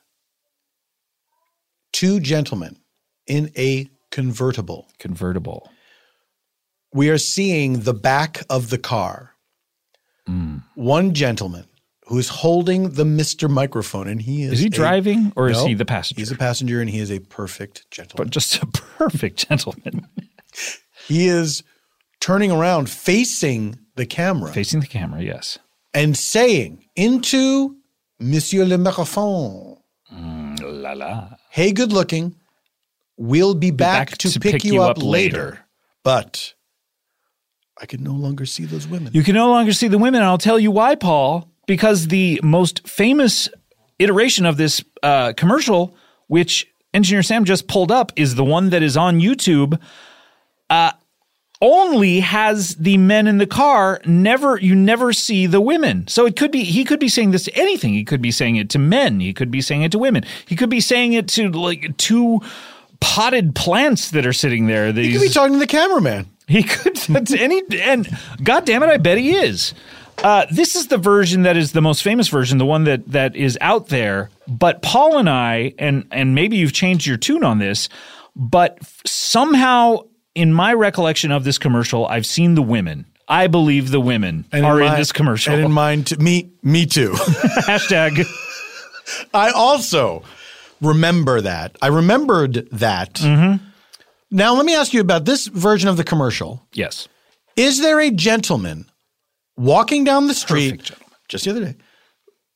S3: two gentlemen in a convertible.
S1: Convertible.
S3: we are seeing the back of the car.
S1: Mm.
S3: One gentleman who is holding the Mr. Microphone, and he is.
S1: Is he
S3: a-
S1: driving or is
S3: No,
S1: he the passenger?
S3: He's a passenger, and he is a perfect gentleman.
S1: but just a perfect gentleman
S3: he is turning around, facing the camera,
S1: facing the camera, yes.
S3: and saying into Monsieur le Microphone,
S1: La la.
S3: "Hey, good looking. We'll be back, to, pick, you up later. But I can no longer see those women.
S1: You can no longer see the women, and I'll tell you why, Paul. Because the most famous iteration of this uh, commercial, which engineer Sam just pulled up, is the one that is on YouTube. Uh, only has the men in the car. Never, you never see the women. So it could be he could be saying this to anything. He could be saying it to men. He could be saying it to women. He could be saying it to like two potted plants that are sitting there. These,
S3: he could be talking to the cameraman."
S1: he could. That's any. And God damn it, I bet he is. Uh, this is the version that is the most famous version, the one that that is out there. But Paul and I, and and maybe you've changed your tune on this, but somehow in my recollection of this commercial, I've seen the women. I believe the women
S3: And
S1: are in
S3: my-
S1: this commercial.
S3: And in mine, t- me, me too.
S1: Hashtag.
S3: I also remember that. I remembered that.
S1: Mm-hmm.
S3: Now, let me ask you about this version of the commercial.
S1: yes.
S3: Is there a gentleman walking down the street
S1: Perfect gentleman.
S3: just the other day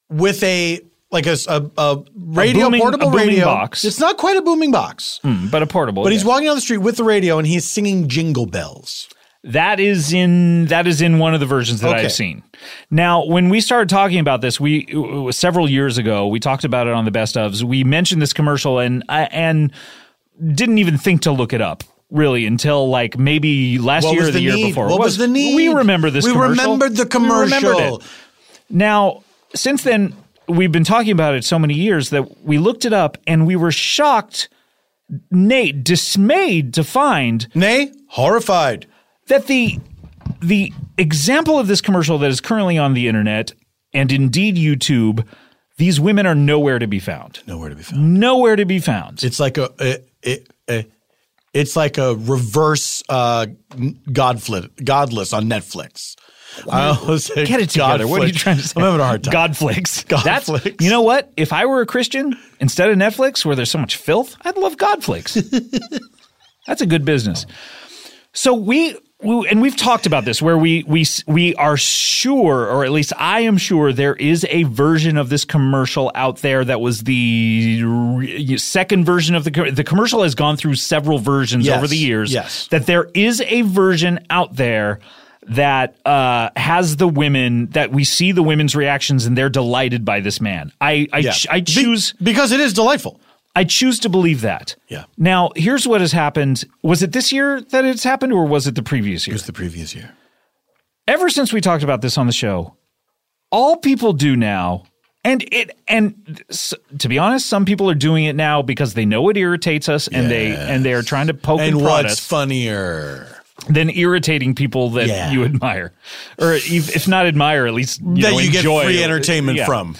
S3: with a like a, s- a- a radio
S1: booming-
S3: portable
S1: a booming
S3: radio?
S1: box. Hmm,
S3: It's not quite a booming box,
S1: But a portable.
S3: but he's
S1: yes.
S3: walking down the street with the radio and he's singing Jingle Bells.
S1: That is in that is in one of the versions that
S3: Okay.
S1: I've seen. Now, when we started talking about this, we it was several years ago we talked about it on the best ofs. We mentioned this commercial and I- and didn't even think to look it up really until like maybe last
S3: What
S1: year or
S3: was
S1: the,
S3: the
S1: year
S3: need?
S1: before.
S3: What
S1: It
S3: was the need?
S1: We remember this.
S3: We
S1: commercial.
S3: remembered the
S1: We remembered
S3: commercial.
S1: it. Now, since then, we've been talking about it so many years that we looked it up and we were shocked, Nate, dismayed to find
S3: Nay, horrified.
S1: that the the example of this commercial that is currently on the internet and indeed YouTube, these women are nowhere to be found.
S3: Nowhere to be found.
S1: Nowhere to be found.
S3: It's like a, it it it- it's like a reverse uh, Godflip, Godless on Netflix. I always say
S1: Get it together. What are you
S3: Godflix.
S1: trying to say?
S3: I'm having a hard time.
S1: Godflix. That's-
S3: Godflix.
S1: You know what? If I were a Christian, instead of Netflix, where there's so much filth, I'd love Godflix. That's a good business. So we, we and we've talked about this where we we s- we are sure or at least I am sure there is a version of this commercial out there that was the re- second version of the co- the commercial has gone through several versions
S3: Yes,
S1: over the years
S3: yes.
S1: that there is a version out there that uh, has the women that we see the women's reactions and they're delighted by this man. I I, ch- I
S3: Be-
S1: choose
S3: because it is delightful.
S1: I choose to believe that.
S3: Yeah.
S1: Now here's what has happened. Was it this year that it's happened, or was it the previous year?
S3: It's the previous year.
S1: ever since we talked about this on the show, all people do now, and it and s to be honest, some people are doing it now because they know it irritates us, and they and they are trying to poke and,
S3: And
S1: prod
S3: what's
S1: us
S3: funnier?
S1: than irritating people that
S3: Yeah.
S1: you admire, or if, if not admire, at least you
S3: that
S1: know,
S3: you get
S1: enjoy
S3: free entertainment
S1: Yeah.
S3: from.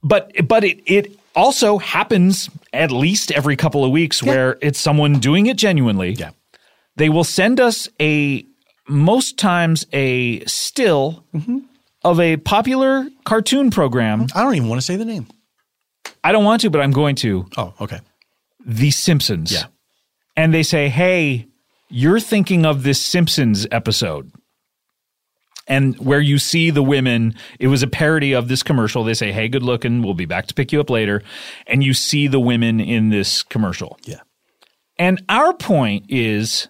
S1: But but it it also happens at least every couple of weeks where it's someone doing it genuinely.
S3: Yeah.
S1: they will send us a most times a still of a popular cartoon program.
S3: Mm-hmm. I don't even want to say the name.
S1: I don't want to, but I'm going to.
S3: Oh, okay.
S1: The Simpsons.
S3: Yeah.
S1: And they say, hey, you're thinking of this Simpsons episode. And where you see the women, it was a parody of this commercial. They say, hey, good looking, we'll be back to pick you up later. And you see the women in this commercial.
S3: Yeah.
S1: And our point is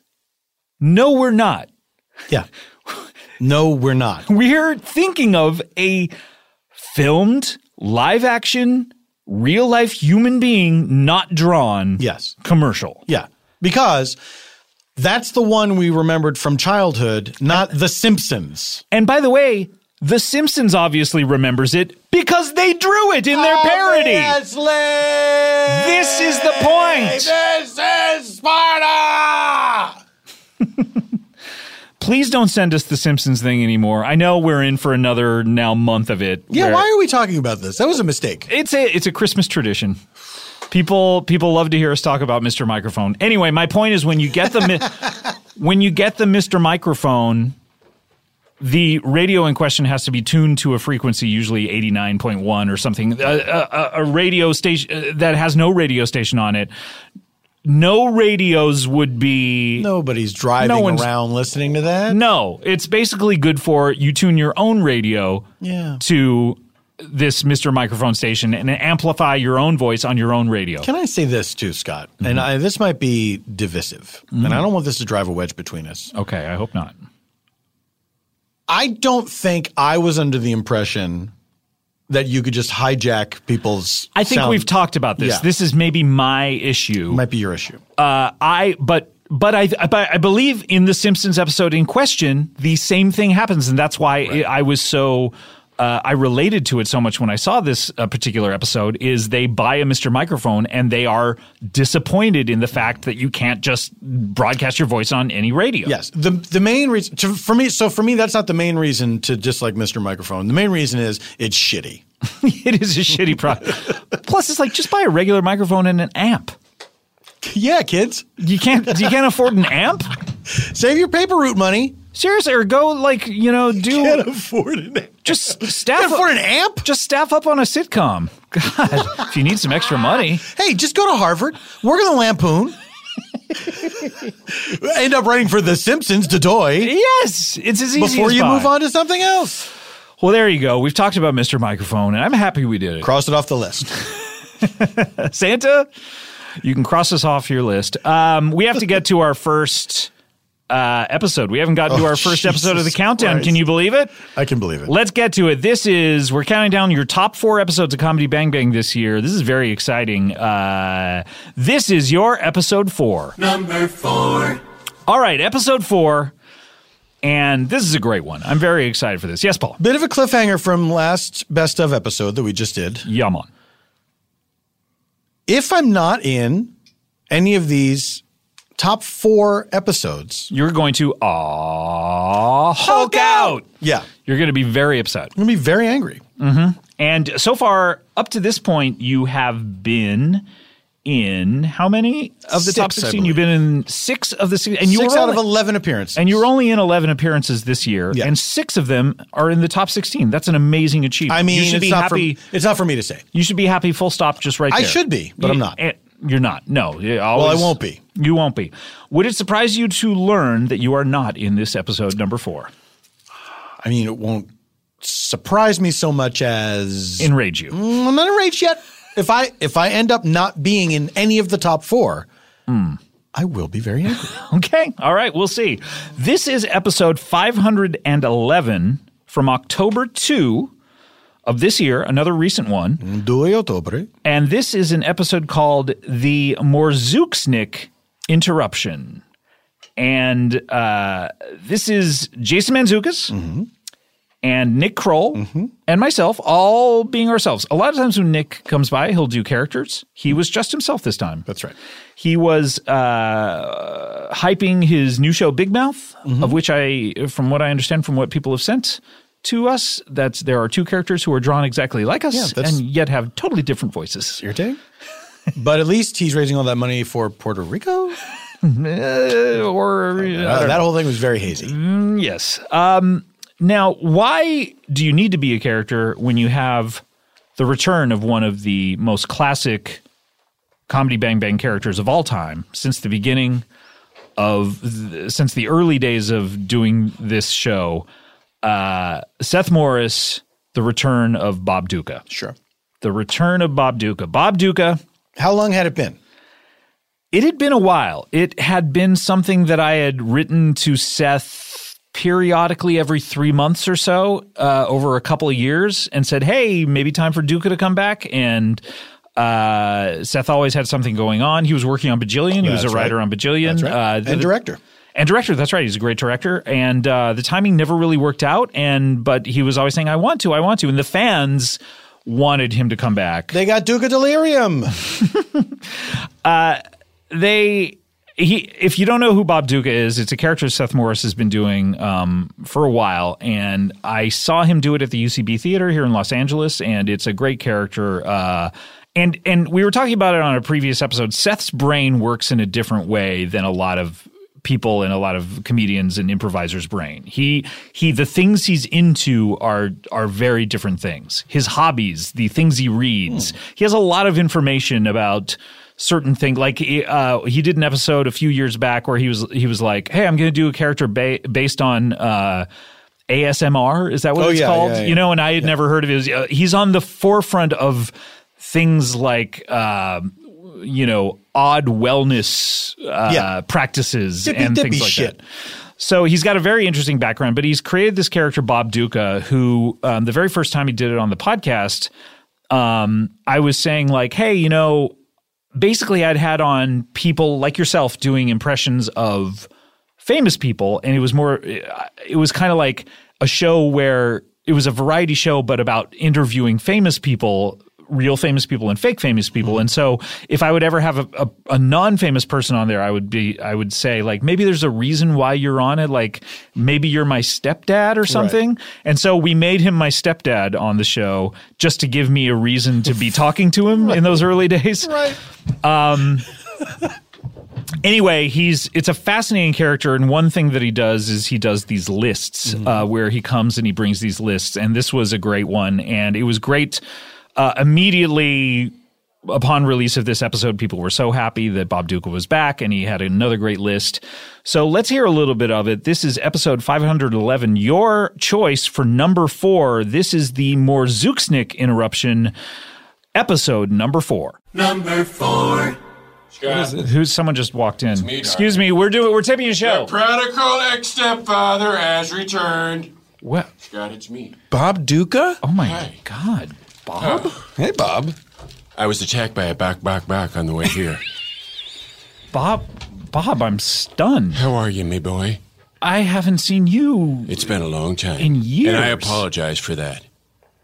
S1: no, we're not.
S3: Yeah. No, we're not.
S1: we're thinking of a filmed live action real life human being not drawn
S3: Yes.
S1: commercial
S3: Yeah. Because that's the one we remembered from childhood, not The Simpsons.
S1: and by the way the simpsons obviously remembers it because they drew it in their
S3: Oh,
S1: parody this is the point
S5: This is Sparta!
S1: please don't send us the simpsons thing anymore i know we're in for another now month of it
S3: Yeah,
S1: where-
S3: why are we talking about this? That was a mistake.
S1: it's a it's a Christmas tradition. People people love to hear us talk about Mr. Microphone. Anyway, my point is when you get the mi- when you get the Mr. Microphone, the radio in question has to be tuned to a frequency, usually eighty nine point one or something, a, a, a- a radio station uh, that has no radio station on it. No radios would be
S3: Nobody's driving
S1: No one's-
S3: around listening to that.
S1: no, it's basically good for you tune your own radio
S3: Yeah.
S1: to this Mr. Microphone station and amplify your own voice on your own radio. Mm-hmm.
S3: Can I say this too, Scott? And I, this might be divisive, and I don't want this to drive a wedge between us.
S1: Mm. okay, I hope not.
S3: I don't think I was under the impression that you could just hijack people's.
S1: I think
S3: sound-
S1: we've talked about this.
S3: Yeah.
S1: This is maybe my issue.
S3: Might be your issue.
S1: uh, I but but I but I believe in the Simpsons episode in question, the same thing happens, and that's why I I was so. Uh, I related to it so much when I saw this uh, particular episode. Is they buy a Mr. Microphone and they are disappointed in the fact that you can't just broadcast your voice on any radio.
S3: Yes. The the main reason to, for me so for me that's not the main reason to dislike Mr. Microphone. The main reason is it's shitty.
S1: it is a shitty product. Plus, it's like just buy a regular microphone and an amp.
S3: yeah, kids.
S1: You can't you can't afford an amp.
S3: Save your paper route money.
S1: Seriously, or go like you know do
S3: Can't afford it.
S1: just
S3: Can't
S1: staff
S3: afford an amp?
S1: Just staff up on a sitcom. God, if you need some extra money,
S3: Hey, just go to Harvard, work in the Lampoon. End up writing for The Simpsons, Dedoy,
S1: yes, it's as easy
S3: before
S1: as
S3: you
S1: pie.
S3: move on to something else.
S1: Well, there you go. We've talked about Mr. Microphone, and I'm happy we did it.
S3: Cross it off the list.
S1: Santa, you can cross us off your list. Um, we have to get to our first uh, episode. We haven't gotten to
S3: Oh,
S1: our first episode of the
S3: Jesus
S1: countdown.
S3: Christ.
S1: Can you believe it?
S3: I can believe it.
S1: Let's get to it. This is we're counting down your top four episodes of Comedy Bang Bang this year. This is very exciting. Uh, this is your episode four. Number four. All right, episode four, and this is a great one. I'm very excited for this. Yes, Paul.
S3: Bit of a cliffhanger from last best of episode that we just did.
S1: Yaman.
S3: If I'm not in any of these top four episodes,
S1: You're going to ah Hulk out.
S3: yeah,
S1: You're going to be very upset.
S3: I'm gonna be very angry.
S8: Mm-hmm.
S1: And so far, up to this point, you have been in how many of the top
S3: Six, I
S1: 16? You've been in six of the 16. And you
S3: Six
S1: were
S3: out
S1: only-
S3: of eleven appearances,
S1: And you were only in 11 appearances this year,
S3: Yeah.
S1: and six of them are in the top 16. That's an amazing achievement.
S3: I mean,
S1: you should
S3: it's
S1: be
S3: not
S1: happy.
S3: for it's not for me to say.
S1: you should be happy. Full stop. Just right
S3: I
S1: there.
S3: should be, but
S1: You-
S3: I'm not.
S1: eh, You're not. No. you
S3: Well, I
S1: always-
S3: won't be.
S1: You won't be. Would it surprise you to learn that you are not in this episode number four?
S3: I mean, it won't surprise me so much as
S1: Enrage you.
S3: Mm, I'm not
S1: Hmm.
S3: enraged yet. If I if I end up not being in any of the top four, I will be very angry.
S1: Okay. All right. We'll see. This is episode 511 from October 2 of this year, another recent one.
S3: Due ottobre.
S1: And this is an episode called The Morzuksnik Interruption. And uh, this is Jason Manzukas.
S3: Mm-hmm.
S1: And Nick Kroll and myself all being ourselves. A lot of times when Nick comes by, he'll do characters. He was just himself this time.
S3: That's right.
S1: He was uh, hyping his new show, Big Mouth,
S3: Mm-hmm.
S1: of which I, from what I understand, from what people have sent to us, that's there are two characters who are drawn exactly like us
S3: that's-
S1: and yet have totally different voices.
S3: Irritating. but at least he's raising all that money for Puerto Rico.
S1: Uh, or
S3: Uh, that whole thing was very hazy.
S1: yes. Um, now, why do you need to be a character when you have the return of one of the most classic comedy bang bang characters of all time since the beginning of th- since the early days of doing this show? Uh, Seth Morris, the return of Bob Duca,
S3: Sure.
S1: the return of Bob Duca, Bob Duca.
S3: How long had it been?
S1: It had been a while. It had been something that I had written to Seth periodically every three months or so uh, over a couple of years and said, hey, maybe time for Duca to come back. And uh, Seth always had something going on. He was working on Bajillion. He was a
S3: That's right.
S1: writer on Bajillion.
S3: That's right.
S1: Uh, the-
S3: and director.
S1: and director. That's right. He's a great director. And uh, the timing never really worked out. And but he was always saying, I want to, I want to. And the fans wanted him to come back.
S3: They got Duca Delirium.
S1: Uh, they he if you don't know who Bob Duca is, it's a character Seth Morris has been doing um, for a while, and I saw him do it at the UCB Theater here in Los Angeles, and it's a great character. Uh, and and we were talking about it on a previous episode. Seth's brain works in a different way than a lot of people and a lot of comedians and improvisers brain. He he the things he's into are are very different things. His hobbies, the things he reads.
S3: Hmm.
S1: He has a lot of information about certain things like uh, he did an episode a few years back where he was he was like, "Hey, I'm going to do a character ba- based on uh ASMR, is that what
S3: Oh,
S1: it's
S3: yeah,
S1: called?
S3: yeah, yeah.
S1: You know, and I had never heard of it. It was, uh, he's on the forefront of things like uh, you know, odd wellness uh,
S3: Yeah.
S1: practices
S3: Dippy
S1: and
S3: dippy
S1: things like
S3: shit.
S1: that. So he's got a very interesting background, but he's created this character Bob Duca, who um, the very first time he did it on the podcast, um, I was saying like, hey, you know, basically I'd had on people like yourself doing impressions of famous people, and it was more, it was kind of like a show where it was a variety show, but about interviewing famous people. Real famous people and fake famous people, and so if I would ever have a, a, a non-famous person on there, I would be, I would say like maybe there's a reason why you're on it, like maybe you're my stepdad or something. And so we made him my stepdad on the show just to give me a reason to be talking to him in those early days Um, anyway, he's it's a fascinating character, and one thing that he does is he does these lists uh, where he comes and he brings these lists, and this was a great one, and it was great. Uh, immediately upon release of this episode, people were so happy that Bob Duca was back, and he had another great list. So let's hear a little bit of it. This is episode 511. Your choice for number four. This is the Morzuksnik interruption. Episode number four.
S9: Number four.
S1: Who's someone just walked in?
S9: me,
S1: Excuse me, we're doing we're taping a show.
S9: Prodigal ex stepfather has returned.
S1: What?
S9: Scott, it's me.
S10: Bob Duca?
S1: Oh my
S9: Hi. Oh.
S1: God, Bob!
S10: Hey, Bob.
S9: I was attacked by a back, back, back on the way here.
S1: Bob, Bob! I'm stunned.
S9: How are you, me boy?
S1: I haven't seen you,
S9: It's been a long time.
S1: In years.
S9: And I apologize for that.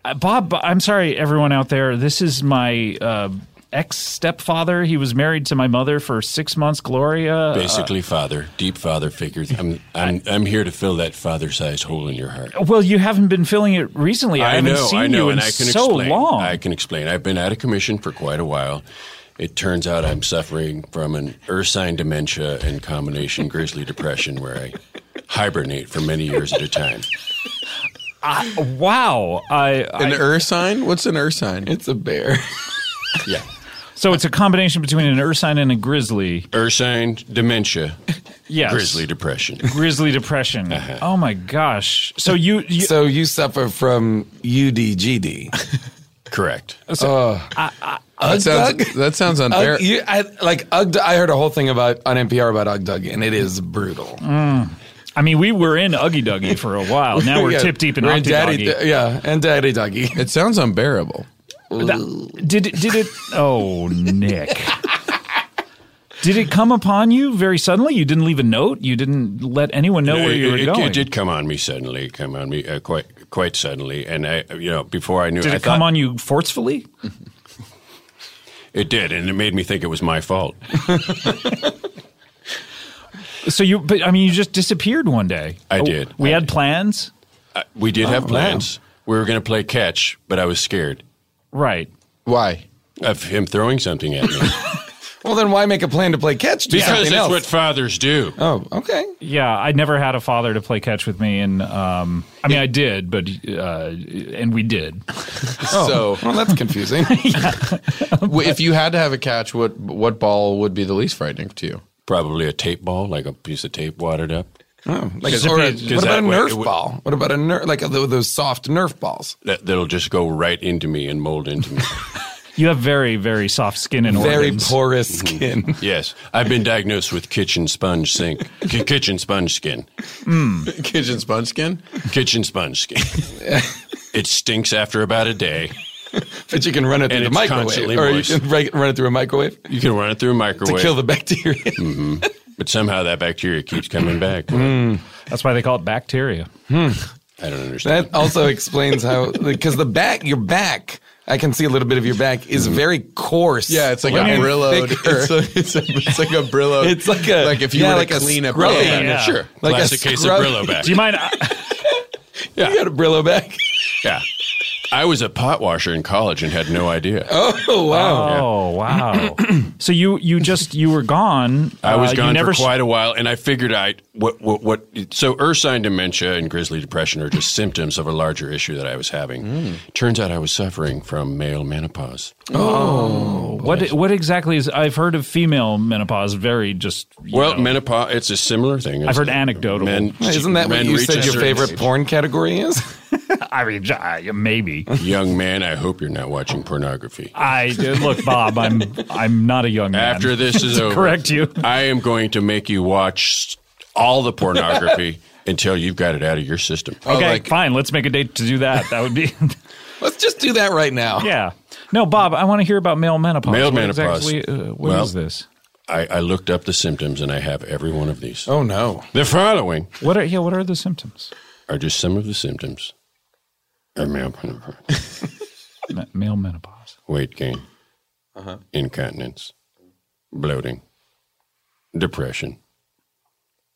S1: Uh, Bob. I'm sorry, everyone out there. This is my uh, ex stepfather. He was married to my mother for six months, Gloria.
S9: Basically, father, deep father figures. I'm, I'm, I'm here to fill that father-sized hole in your heart.
S1: Uh, Well, you haven't been filling it recently. I, haven't
S9: know,
S1: seen
S9: I know,
S1: you in
S9: and I can
S1: so
S9: explain.
S1: long.
S9: I can explain. I've been out of commission for quite a while. It turns out I'm suffering from an ursine dementia and combination grizzly depression where I hibernate for many years at a time.
S1: wow. I, I-
S10: An ursine? What's an ursine? It's a bear.
S9: Yeah.
S1: so it's a combination between an ursine and a grizzly.
S9: Ursine dementia,
S1: Yes,
S9: grizzly depression.
S1: grizzly depression.
S9: Uh-huh.
S1: Oh my gosh. So you, you
S10: so you suffer from UDGD.
S1: Uh,
S9: Correct.
S10: Oh, That sounds,
S11: Ugg?
S10: that sounds unfair.
S11: Ugg, you, I, like Ugg, I heard a whole thing about on NPR about Ugg Dugg, and it is brutal.
S1: mm. I mean, we were in Uggy Duggy for a while. Oh, Now we're
S11: Yeah.
S1: tip deep in
S11: We're
S1: Humpty
S11: Daddy,
S1: Duggy.
S11: D- yeah, and Daddy Duggy.
S10: it sounds unbearable.
S1: That- did it, did it? Oh, Nick. Did it come upon you very suddenly? You didn't leave a note. You didn't let anyone know
S9: No,
S1: where
S9: it,
S1: you were
S9: it- it
S1: going.
S9: did come on me suddenly. It Come on me uh, quite quite suddenly, and I you know before I knew
S1: Did
S9: I
S1: it come
S9: thought-
S1: on you forcefully?
S9: It did, and it made me think it was my fault.
S1: So you, but I mean, you just disappeared one day.
S9: I
S1: Oh,
S9: did.
S1: We
S9: I
S1: had plans,
S9: I- Uh, we
S1: Oh,
S9: did have plans. We were going to play catch, but I was scared
S1: right?
S10: Why?
S9: of him throwing something at me
S11: Well, then why make a plan to play catch? Do
S9: because
S11: something
S9: that's
S11: else.
S9: what fathers do.
S11: Oh, okay.
S1: Yeah, I never had a father to play catch with me, and um, I mean, I did, but uh, and we did.
S10: So
S11: Oh, Well, that's confusing.
S10: w- if you had to have a catch, what what ball would be the least frightening to you?
S9: Probably a tape ball, like a piece of tape wadded up.
S11: Oh, like,
S9: Because
S11: or a,
S9: if you-
S11: what
S9: 'cause
S11: about
S9: that
S11: a
S9: way
S11: Nerf
S9: it would-
S11: ball? What about a Nerf, like a, oh, those soft Nerf balls?
S9: That, that'll just go right into me and mold into me.
S1: You have very, very soft skin and
S11: Very
S1: organs.
S11: porous skin.
S9: Mm-hmm. yes, I've been diagnosed with kitchen sponge sink, ki- kitchen sponge skin,
S8: Mm-hmm.
S10: Kitchen sponge skin.
S9: kitchen sponge skin. it stinks after about a day.
S11: but you can run it through
S9: And
S11: the
S9: it's
S11: microwave,
S9: constantly
S11: or
S9: moist.
S11: you can re- run it through a microwave
S9: You can run it through a
S11: to
S9: microwave, Mm-hmm.
S11: kill the bacteria.
S9: but somehow that bacteria keeps coming back.
S1: Mm. That's why they call it bacteria.
S9: I don't understand.
S11: Hmm. that also explains how because the back, your back, I can see a little bit of your back is very coarse.
S10: Mm-hmm. Yeah, it's like a
S11: and
S10: Brillo.
S11: thicker.
S10: It's, a- it's, a- it's like a Brillo.
S11: It's like a-
S10: like if you
S11: yeah,
S10: were
S11: like
S10: to
S11: a
S10: clean a
S11: scrubbing.
S10: Brillo.
S1: Yeah.
S10: Sure.
S11: like
S9: Classic
S11: a
S9: case
S11: scrub-
S9: of Brillo back.
S1: Do you mind? uh,
S11: You got a Brillo back.
S9: Yeah. I was a pot washer in college and had no idea.
S11: Oh wow!
S1: Oh wow! so you you just you were gone.
S9: I
S1: Uh,
S9: was
S1: you
S9: gone
S1: never
S9: for quite a while, and I figured I what what what. So Ursine dementia and grizzly depression are just symptoms of a larger issue that I was having.
S1: Hmm.
S9: Turns out I was suffering from male menopause.
S1: Oh. What what exactly is? I've heard of female menopause. Very just. you
S9: Well,
S1: know.
S9: menopause it's a similar thing.
S1: I've heard anecdotal.
S11: Isn't that what
S9: men
S11: you
S9: reach a
S11: said your
S9: certain
S11: favorite
S9: age.
S11: porn category is?
S1: I mean, uh, maybe.
S9: Young man, I hope you're not watching pornography.
S1: I look, Bob. I'm I'm not a young man.
S9: After this is over,
S1: correct you.
S9: I am going to make you watch all the pornography until you've got it out of your system.
S1: Okay,
S10: like-
S1: fine. Let's make a date to do that. That would be.
S11: Oh, Let's just do that right now.
S1: yeah. No, Bob. I want to hear about male menopause.
S9: Male
S1: What
S9: menopause.
S1: Exactly, uh, what
S9: Well-
S1: is this?
S9: I, I looked up the symptoms, and I have every one of these.
S11: Oh no!
S9: The following
S1: What are yeah? What are the symptoms?
S9: are just some of the symptoms. of male menopause.
S1: Me- male menopause.
S9: Weight gain,
S10: Uh-huh.
S9: incontinence, bloating, depression,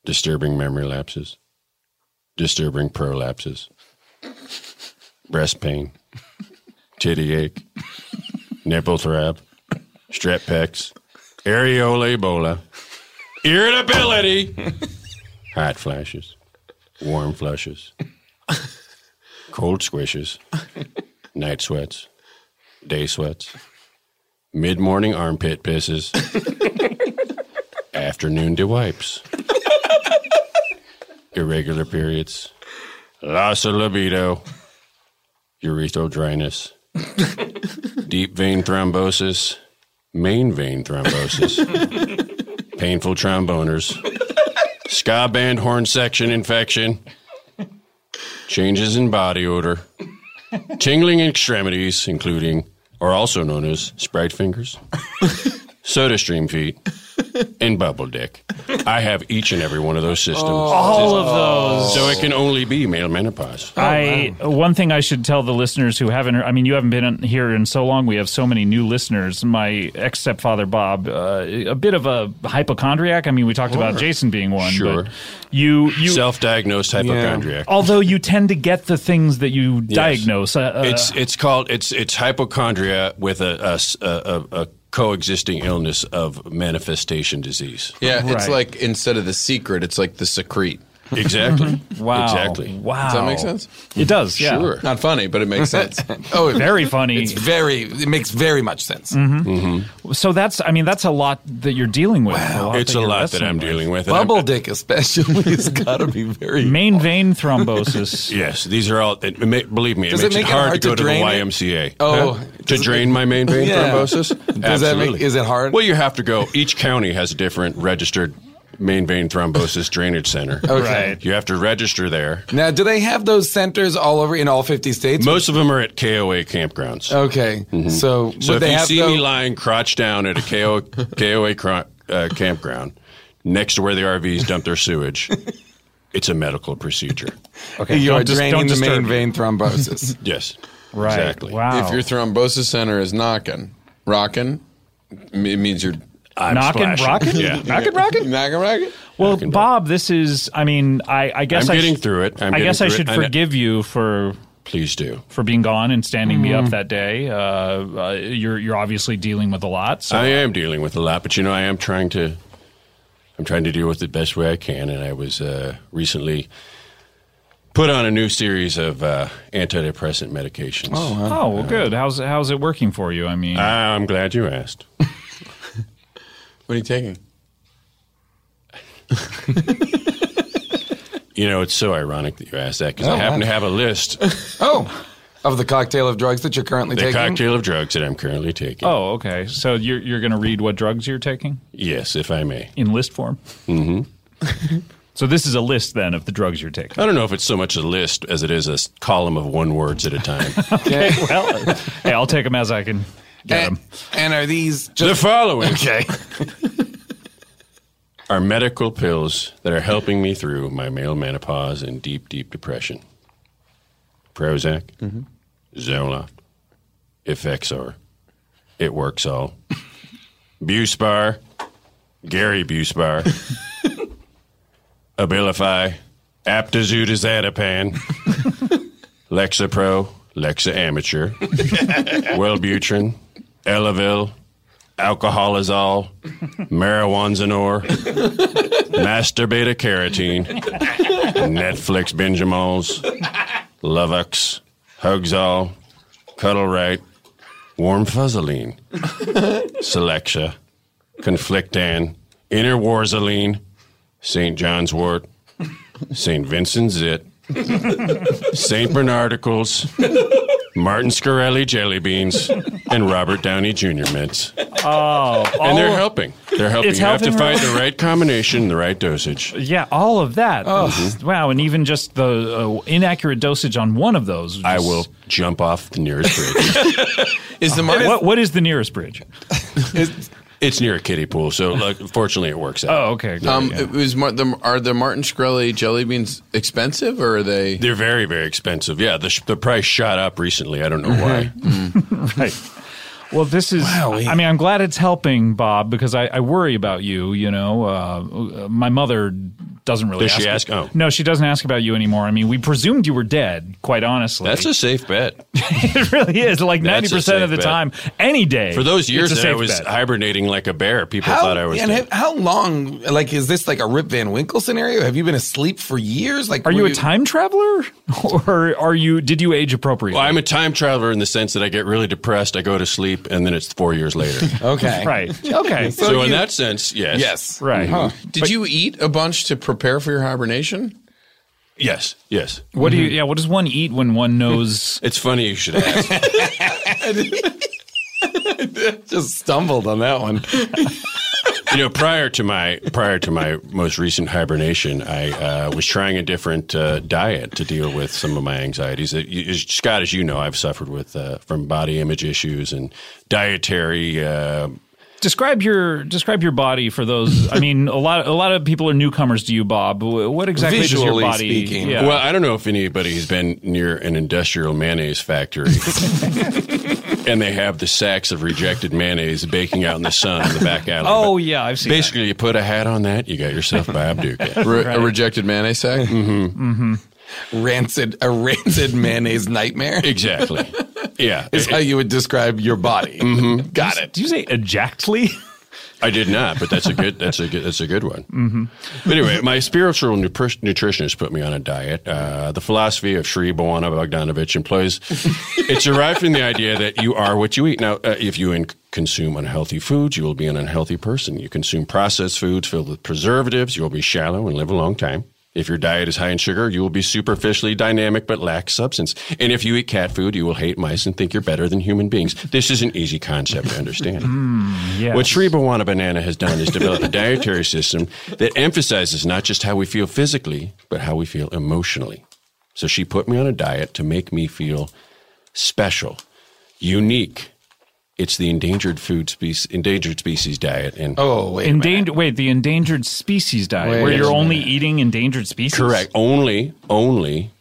S9: disturbing memory lapses, disturbing prolapses, breast pain, titty ache, nipple throb, strep pecs, areola ebola, irritability, hot flashes, warm flushes, cold squishes, night sweats day sweats, mid morning armpit pisses, afternoon de wipes, irregular periods, loss of libido, urethral dryness, deep vein thrombosis, main vein thrombosis, painful tromboners, ska band horn section infection, changes in body odor. Tingling extremities, including, or also known as Sprite fingers, soda stream feet, and bubble dick. I have each and every one of those systems.
S1: Oh, All of those. Oh,
S9: So it can only be male menopause.
S5: Oh,
S1: I one thing I should tell the listeners who haven't. I mean, you haven't been in- here in so long. We have so many new listeners. My ex stepfather Bob, uh, a bit of a hypochondriac. I mean, we talked about Jason being one.
S9: Sure.
S1: But you you.
S9: Self diagnosed hypochondriac.
S1: although you tend to get the things that you diagnose. Uh, uh,
S9: It's it's called it's it's hypochondria with a a s- a- a- a coexisting illness of manifestation disease.
S10: Yeah, it's
S1: Right.
S10: like instead of the secret, it's like the secrete.
S9: Exactly.
S1: Mm-hmm. Wow.
S9: Exactly.
S1: Wow.
S5: Does that make sense?
S1: It does. Yeah.
S9: Sure.
S5: Not funny, but it makes sense. oh, it-
S1: Very funny. Mm.
S5: It's very. It makes very much sense.
S1: Mm-hmm.
S9: Mm-hmm.
S1: so that's, I mean, that's a lot that you're dealing with. lot
S9: It's
S1: that
S9: a
S1: you're
S9: lot that
S1: wrestling
S9: I'm
S1: with.
S9: dealing with. and I'm-
S5: Bubble dick, especially, has got to be very.
S1: Main vein thrombosis.
S9: Yes, these are all. It, ma- believe me, it
S5: Does
S9: makes it, hard, to go to the
S5: drain it?
S9: YMCA.
S5: Oh,
S9: to
S5: does it
S9: drain my main vein
S5: Yeah. Does
S9: thrombosis.
S5: that make-
S9: Absolutely.
S5: is it hard?
S9: Well, you have to go. Each county has a different registered main vein thrombosis drainage center.
S5: Okay.
S9: You have to register there.
S5: Now, do they have those centers all over in all fifty states?
S9: Most of them are at KOA campgrounds. Mm-hmm.
S5: okay, so
S9: so
S5: would
S9: if
S5: they
S9: you
S5: have
S9: see
S5: tho-
S9: me lying crotch down at a KO, KOA cro- uh, campground next to where the RVs dump their sewage, it's a medical procedure.
S5: you are
S1: don't dis-
S5: draining
S1: don't
S5: the main
S1: disturb me.
S5: vein thrombosis.
S9: Yes.
S1: Right.
S9: Exactly.
S1: Wow.
S10: If your thrombosis center is knocking, rocking, m- it means you're
S9: I'm
S1: Knocking,
S9: splashing.
S1: rocking?
S9: Yeah.
S1: Knocking, rocking?
S10: knocking, rocking.
S1: Well, Bob, this is. I mean, I, I guess
S9: I'm
S1: I
S9: getting through it. I'm
S1: I guess
S9: getting
S1: I
S9: through
S1: should
S9: it. I know.
S1: forgive you for
S9: Please do.
S1: for being gone and standing me up that day. Uh, uh, you're you're obviously dealing with a lot. So
S9: I am dealing with a lot, but you know, I am trying to. I'm trying to deal with it the best way I can, and I was uh, recently put on a new series of uh, antidepressant medications. Oh,
S1: oh, well, good. How's how's it working for you? I mean,
S9: Ah, I'm glad you asked.
S10: What are you taking?
S9: You know, it's so ironic that you asked that because I happen to have a list,
S5: oh, of Oh, the cocktail of drugs that you're currently
S9: the
S5: taking.
S9: cocktail of drugs that I'm currently taking.
S1: oh, okay. So you're you're going to read what drugs you're taking
S9: Yes, if I may.
S1: in list form. Mm-hmm. so this is a list then of the drugs you're taking.
S9: I don't know if it's so much a list as it is a s- column of one words at a time.
S1: well, hey, I'll take them as I can get
S5: And,
S1: them.
S5: and are these
S9: the
S5: just
S9: following
S5: okay?
S9: are medical pills that are helping me through my male menopause and deep, deep depression. Prozac, Zoloft, Effexor, It Works All, Buspar, Gary Buspar, Abilify, Aptazudazadapan, Lexapro, Lexa Amateur, Wellbutrin, Elavil, Alcoholazole, Marijuanzanor, Master Beta Carotene, Netflix Benjamins, Lovux, Hugs All, Cuddle Right, Warm Fuzzoline, Selectia, Conflictan, Inner Warzoline, St. John's Wort, St. Vincent's Zit, St. Bernardicles, Martin Scarelli Jelly Beans, and Robert Downey Jr. mints. And they're helping. They're helping.
S1: Oh, It's
S9: you have to
S1: helping,
S9: find the right combination, the right dosage.
S1: Yeah, all of that.
S9: Oh.
S1: Wow, and even just the uh, inaccurate dosage on one of those. was
S9: I
S1: just-
S9: will jump off the nearest bridge.
S5: Is the
S1: What what is the nearest bridge?
S9: it's near a kiddie pool, so like, fortunately it works out.
S1: Oh, okay.
S10: Um, it was Mar- the, are the Martin Shkreli jelly beans expensive or are they?
S9: They're very, very expensive. Yeah, the, sh- the price shot up recently. I don't know why.
S1: right. Well, this is. I mean, I'm glad it's helping, Bob, because I, I worry about you. You know, uh, uh, my mother doesn't really.
S9: Does she ask? Oh.
S1: no, she doesn't ask about you anymore. I mean, we presumed you were dead. Quite honestly,
S9: That's a safe bet.
S1: it really is. Like
S9: That's a
S1: ninety percent of the
S9: safe bet.
S1: time, any day
S9: For those years
S1: it's a
S9: that I
S1: safe
S9: was
S1: bet.
S9: hibernating like a bear, people
S5: How,
S9: thought I was
S5: and
S9: dead.
S5: have- how long? Like, is this like a Rip Van Winkle scenario? Have you been asleep for years? Like,
S1: Are
S5: were
S1: you a time traveler, or are you? Did you age appropriately?
S9: Well, I'm a time traveler in the sense that I get really depressed, I go to sleep, and then it's four years later.
S5: Okay,
S1: right. Okay.
S9: so, in
S5: you-
S9: that sense, yes. Mm-hmm.
S5: Yes.
S1: right.
S10: Did you eat a bunch to prepare for your hibernation?
S9: Yes. Yes.
S1: What do you? Yeah. What does one eat when one knows?
S9: It's funny you should ask.
S5: Just stumbled on that one.
S9: you know, prior to my prior to my most recent hibernation, I uh, was trying a different uh, diet to deal with some of my anxieties. It, you- as- Scott, as you know, I've suffered with uh, from body image issues and dietary. Uh,
S1: describe your describe your body for those. I mean, a lot a lot of people are newcomers to you, Bob. Wh- What exactly does your
S5: Visually
S1: body?
S5: speaking.
S1: yeah.
S9: Well, I don't know if anybody has been near an industrial mayonnaise factory. And they have the sacks of rejected mayonnaise baking out in the sun in the back alley.
S1: oh
S9: But
S1: yeah, I've seen. that.
S9: Basically, you put a hat on that, you got yourself Mm-hmm. Bob Duke.
S10: Re- A rejected mayonnaise sack?
S5: Rancid, a rancid mayonnaise nightmare
S9: Exactly. Yeah. Mm-hmm.
S5: is how you would describe your body. Got it.
S1: Did you say exactly?
S9: I did not, but that's a good that's a good that's a good one. Mm-hmm. But anyway, my spiritual nutri- nutritionist put me on a diet. Uh, the philosophy of Sri Bhawana Bogdanovich employs it's derived from the idea that you are what you eat. Now, uh, if you in- consume unhealthy foods, you will be an unhealthy person. You consume processed foods filled with preservatives, you will be shallow and live a long time. If your diet is high in sugar, you will be superficially dynamic but lack substance. And if you eat cat food, you will hate mice and think you're better than human beings. This is an easy concept to understand.
S1: Hmm,
S9: What Sri Bhawana Banana has done is develop a dietary system that emphasizes not just how we feel physically, but how we feel emotionally. So she put me on a diet to make me feel special, unique. It's the endangered food species, endangered species diet, and
S11: Oh wait,
S1: Endangered. Wait, the endangered species diet,
S11: Wait
S1: where
S11: a
S1: you're only eating endangered species.
S9: correct only, only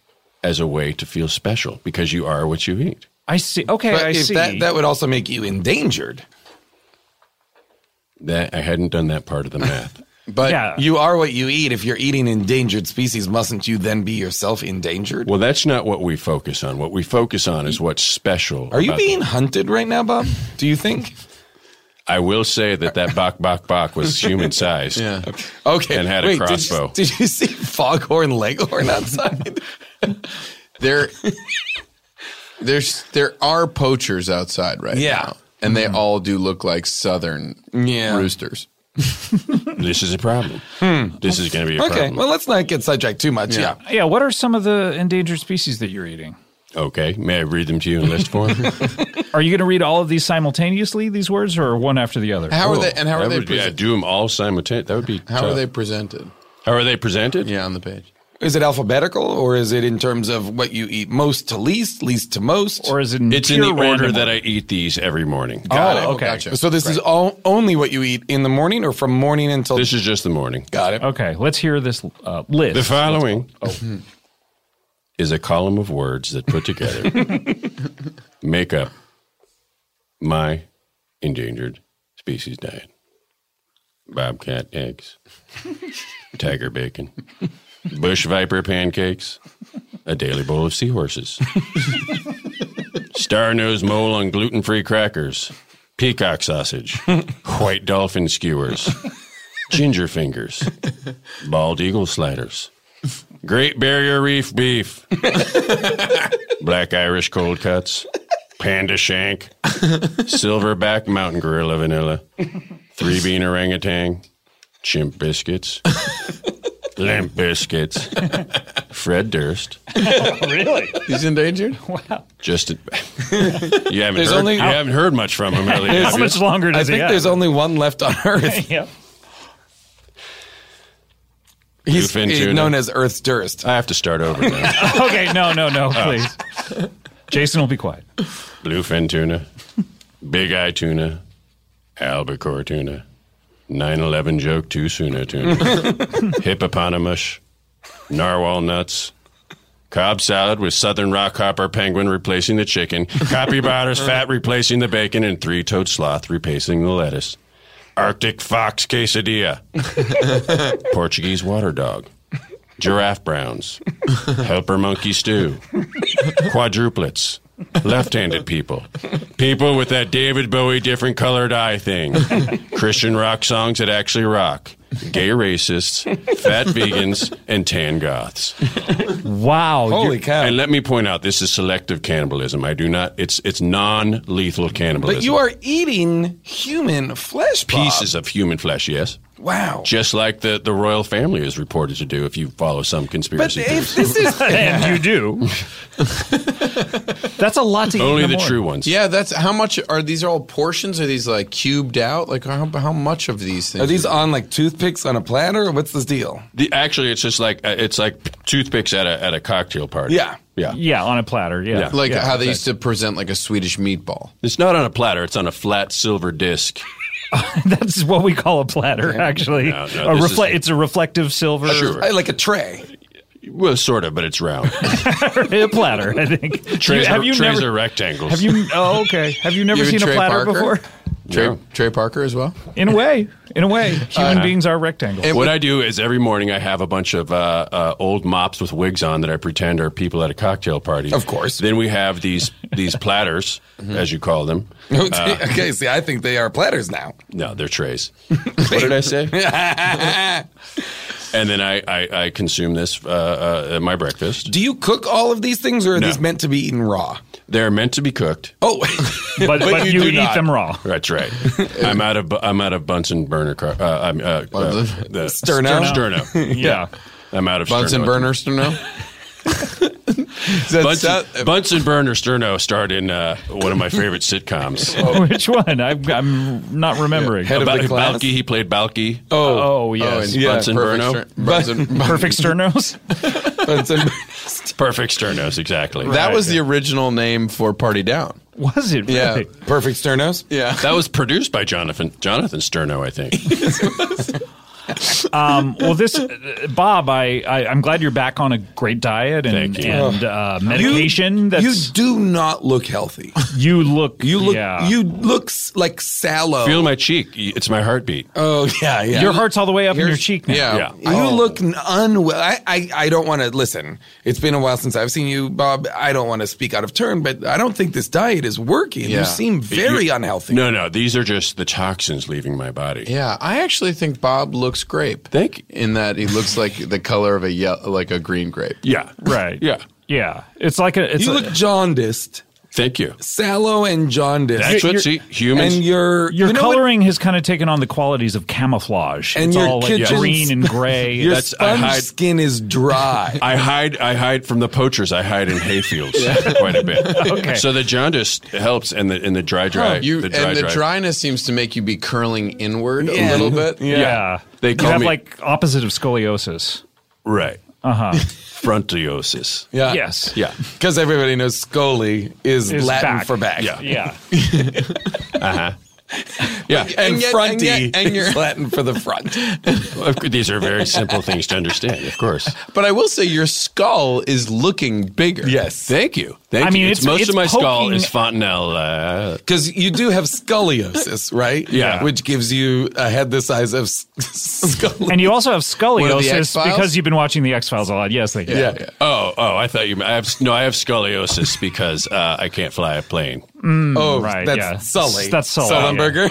S9: as a way to feel special because you are what you eat.
S1: I see. Okay,
S11: but
S1: I
S11: if
S1: see.
S11: that that would also make you endangered.
S9: That I hadn't done that part of the math.
S11: But
S1: Yeah.
S11: you are what you eat. If you're eating endangered species, mustn't you then be yourself endangered?
S9: well, that's not what we focus on. What we focus on is what's special.
S11: Are you
S9: about the-
S11: being hunted right now, Bob? Do you think?
S9: I will say that that bok bok bok was human sized.
S10: Yeah.
S11: Okay.
S9: And had a
S11: Wait, did you-
S9: crossbow.
S11: Did you, see Foghorn Leghorn outside?
S10: There, there's there are poachers outside right
S11: Yeah. Mm-hmm.
S10: now, and they all do look like southern
S11: Yeah. Hmm.
S10: roosters.
S9: This is a problem. This is going to be a
S11: okay.
S9: problem.
S11: Well, let's not get sidetracked too much. Yeah.
S1: yeah. What are some of the endangered species that you're eating?
S9: okay. May I read them to you in list form?
S1: Are you going to read all of these simultaneously? These words, or one after the other?
S10: How are they? And how are
S9: That
S10: they?
S9: would be- I
S10: Present,
S9: do them all simultaneously. That would be.
S10: how are
S9: tough.
S10: they presented?
S9: How are they presented?
S10: Yeah, on the page.
S11: Is it alphabetical or is it in terms of what you eat most to least, least to most?
S1: Or is it in
S9: It's in the
S1: pure
S9: order
S1: random
S9: that I eat these every morning.
S11: Got
S1: Oh,
S11: it.
S1: okay.
S11: So this is all only what you eat in the morning or from morning until
S9: This is just the morning.
S11: got it.
S1: Okay, let's hear this uh, list. Oh.
S9: The following Oh. is a column of words that put together make up my endangered species diet bobcat eggs, tiger bacon, bush viper pancakes, a daily bowl of seahorses, star nosed mole on gluten free crackers, peacock sausage, white dolphin skewers, ginger fingers bald eagle sliders, Great Barrier Reef beef, black Irish cold cuts, panda shank, silverback mountain gorilla vanilla, three bean orangutan, chimp biscuits, limp biscuits, Fred Durst.
S10: He's endangered.
S9: Just you haven't
S11: There's
S9: heard,
S11: only-
S9: you haven't heard much from him really. have
S1: How
S9: you?
S1: much longer
S11: I
S1: does
S11: think
S1: he have?
S11: there's only one left on Earth.
S1: yeah.
S11: He's
S9: Bluefin
S11: eh,
S9: tuna.
S11: known as Earth's Durst.
S9: I have to start over now.
S1: Okay, no, no, no,
S9: Oh.
S1: please. Jason will be quiet.
S9: Bluefin tuna, big eye tuna, albacore tuna, 9-11 joke too soon tuna, hippopotamus, narwhal nuts, cob salad with southern rockhopper penguin replacing the chicken, capybara's fat replacing the bacon, and three-toed sloth replacing the lettuce, arctic fox quesadilla, Portuguese water dog, giraffe browns, helper monkey stew, quadruplets, left handed people, people with that David Bowie different colored eye thing, Christian rock songs that actually rock, gay racists, fat vegans, and tan goths.
S1: Wow.
S11: Holy cow.
S9: And let me point out this is selective cannibalism. I do not, it's, it's non lethal cannibalism.
S11: But you are eating human flesh, Bob.
S9: pieces of human flesh, yes?
S11: Wow.
S9: Just like the, the royal family is reported to do if you follow some
S11: But
S9: conspiracy
S11: if
S9: theories.
S11: this is
S1: and you do. That's a lot to eat.
S9: Only
S1: in
S9: the
S1: morning.
S9: true ones.
S10: Yeah, that's how much are these all portions? Are these like cubed out? Like how, how much of these things?
S11: are these on like toothpicks on a platter? What's the deal?
S9: The, actually, it's just like uh, it's like toothpicks at a at a cocktail party.
S11: Yeah.
S9: yeah.
S1: Yeah, on a platter. Yeah.
S9: Yeah.
S10: like how they used to present like a Swedish meatball.
S9: It's not on a platter. It's on a flat silver disc.
S1: That's what we call a platter, actually.
S9: No, no,
S1: a
S9: this
S1: refle-
S9: is-
S1: it's a reflective silver
S9: Sure.
S11: Uh, Like a tray.
S9: Well, sort of, but it's round.
S1: platter, I think.
S9: Trays,
S1: You- have
S9: are,
S1: you
S9: trays
S1: never
S9: are rectangles.
S1: have you oh, okay. Have you never
S10: You ever
S1: seen a
S10: Trey
S1: platter
S10: Parker?
S1: before?
S10: Trey, Trey Parker as well.
S1: In a way, in a way,
S10: Uh-huh.
S1: human beings are rectangles.
S9: what I do is every morning I have a bunch of uh, uh, old mops with wigs on that I pretend are people at a cocktail party.
S10: Of course. Mm-hmm.
S9: Then we have these these platters, as you call them. Uh.
S10: okay, see, I think they are platters now.
S9: No, they're trays. what did I say? and then I, I, I consume this uh, uh, at my breakfast.
S10: Do you cook all of these things, or are
S9: No.
S10: these meant to be eaten raw?
S9: They're meant to be cooked.
S10: Oh,
S1: but, but, you,
S10: do
S1: eat
S10: not.
S1: them raw.
S9: That's right. I'm out of Bu- I'm out of Bunsen burner. Car, uh, I'm uh, uh,
S10: the-
S9: the
S10: Sterno?
S9: Sterno.
S1: Yeah.
S9: I'm out of
S10: Bunsen
S9: Sterno.
S10: burners to know.
S9: Bunsen, Bunsen burner Sterno starred in uh, one of my favorite sitcoms.
S10: Oh,
S1: Which one? I'm, I'm not remembering.
S10: Head of
S9: Ba-
S10: the class.
S9: Balky, he played Balky.
S1: oh,
S10: Oh,
S1: yes.
S10: and yeah,
S9: Bunsen
S10: perfect
S9: burno.
S10: stir- Bunsen,
S1: Perfect sternos.
S10: Bunsen burner.
S9: Perfect Sternos, exactly.
S10: That
S9: Right.
S10: was the original name for Party Down.
S1: Was it?
S10: Yeah.
S1: Really?
S5: Perfect sternos.
S10: Yeah.
S9: that was produced by Jonathan Jonathan Sterno, I think.
S1: Um, well, this, uh, Bob, I, I, I'm glad you're back on a great diet and,
S9: Thank you.
S1: and uh, medication.
S5: You
S1: that's,
S5: do not look healthy.
S1: you, look.
S5: You look
S1: yeah.
S5: you look s- like sallow.
S9: Feel my cheek; it's my heartbeat.
S5: oh yeah, yeah.
S1: Your heart's all the way up in your
S5: Here's-
S1: cheek now.
S5: Yeah.
S9: Yeah.
S5: You look n- unwell. I, I, I don't want to listen. It's been a while since I've seen you, Bob. I don't want to speak out of turn, but I don't think this diet is working.
S10: Yeah.
S5: You seem very
S9: You-
S5: unhealthy.
S9: No, no, these are just the toxins leaving my body.
S10: Yeah, I actually think Bob looks grape.
S9: Thank you.
S10: In that he looks like the color of a ye- like a green grape.
S9: Yeah,
S1: Right.
S9: Yeah,
S1: Yeah. It's like a. It's
S5: You
S1: a-
S5: look jaundiced,
S9: thank you.
S5: sallow and jaundiced.
S9: That's what see
S5: and
S9: humans.
S5: your
S1: your
S5: you know what?
S1: coloring has kind of taken on the qualities of camouflage.
S5: And
S1: it's
S5: your
S1: all like
S5: kitchen's-
S1: green and gray.
S5: Your
S9: that's- I
S5: sponge
S9: hide-
S5: skin is dry.
S9: I hide. I hide from the poachers. I hide in hayfields quite a bit.
S1: Okay.
S9: So the jaundice helps, and the and the dry dry.
S10: You
S9: the dry,
S10: and the
S9: dry.
S10: dryness seems to make you be curling inward a
S5: Yeah.
S10: little bit.
S1: yeah.
S9: They
S1: you
S9: call
S1: have
S9: me-
S1: like opposite of scoliosis. Uh-huh.
S9: right. Uh huh. Frontiosis.
S5: yeah.
S1: yes.
S9: Yeah.
S5: Because everybody knows scoli is,
S1: Is
S5: Latin
S1: back.
S5: for back.
S9: Yeah.
S1: Yeah.
S9: Yeah.
S5: Uh-huh. And,
S10: yet- and
S5: fronty
S10: yet- and
S5: is
S10: you're-
S5: Latin for the front.
S9: Of course, These are very simple things to understand, of course.
S10: But I will say your skull is looking bigger.
S5: Yes.
S9: Thank you. Thank
S1: I mean,
S9: you.
S1: it's-
S9: most
S1: it's
S9: of my skull
S1: poking-
S9: is fontanelle. Uh,
S5: Because you do have scoliosis, right?
S9: Yeah.
S5: Which gives you a head the size of s- skull.
S1: And you also have
S10: are the
S1: scoliosis
S10: X-Files?
S1: because you've been watching the X Files a lot. Yes, they do.
S5: yeah.
S9: oh, oh, I thought you. I have no. I have scoliosis because uh, I can't fly a plane.
S5: Oh,
S1: Mm, right,
S5: That's
S1: yeah.
S5: Sully.
S1: That's Sully,
S5: Sullenberger.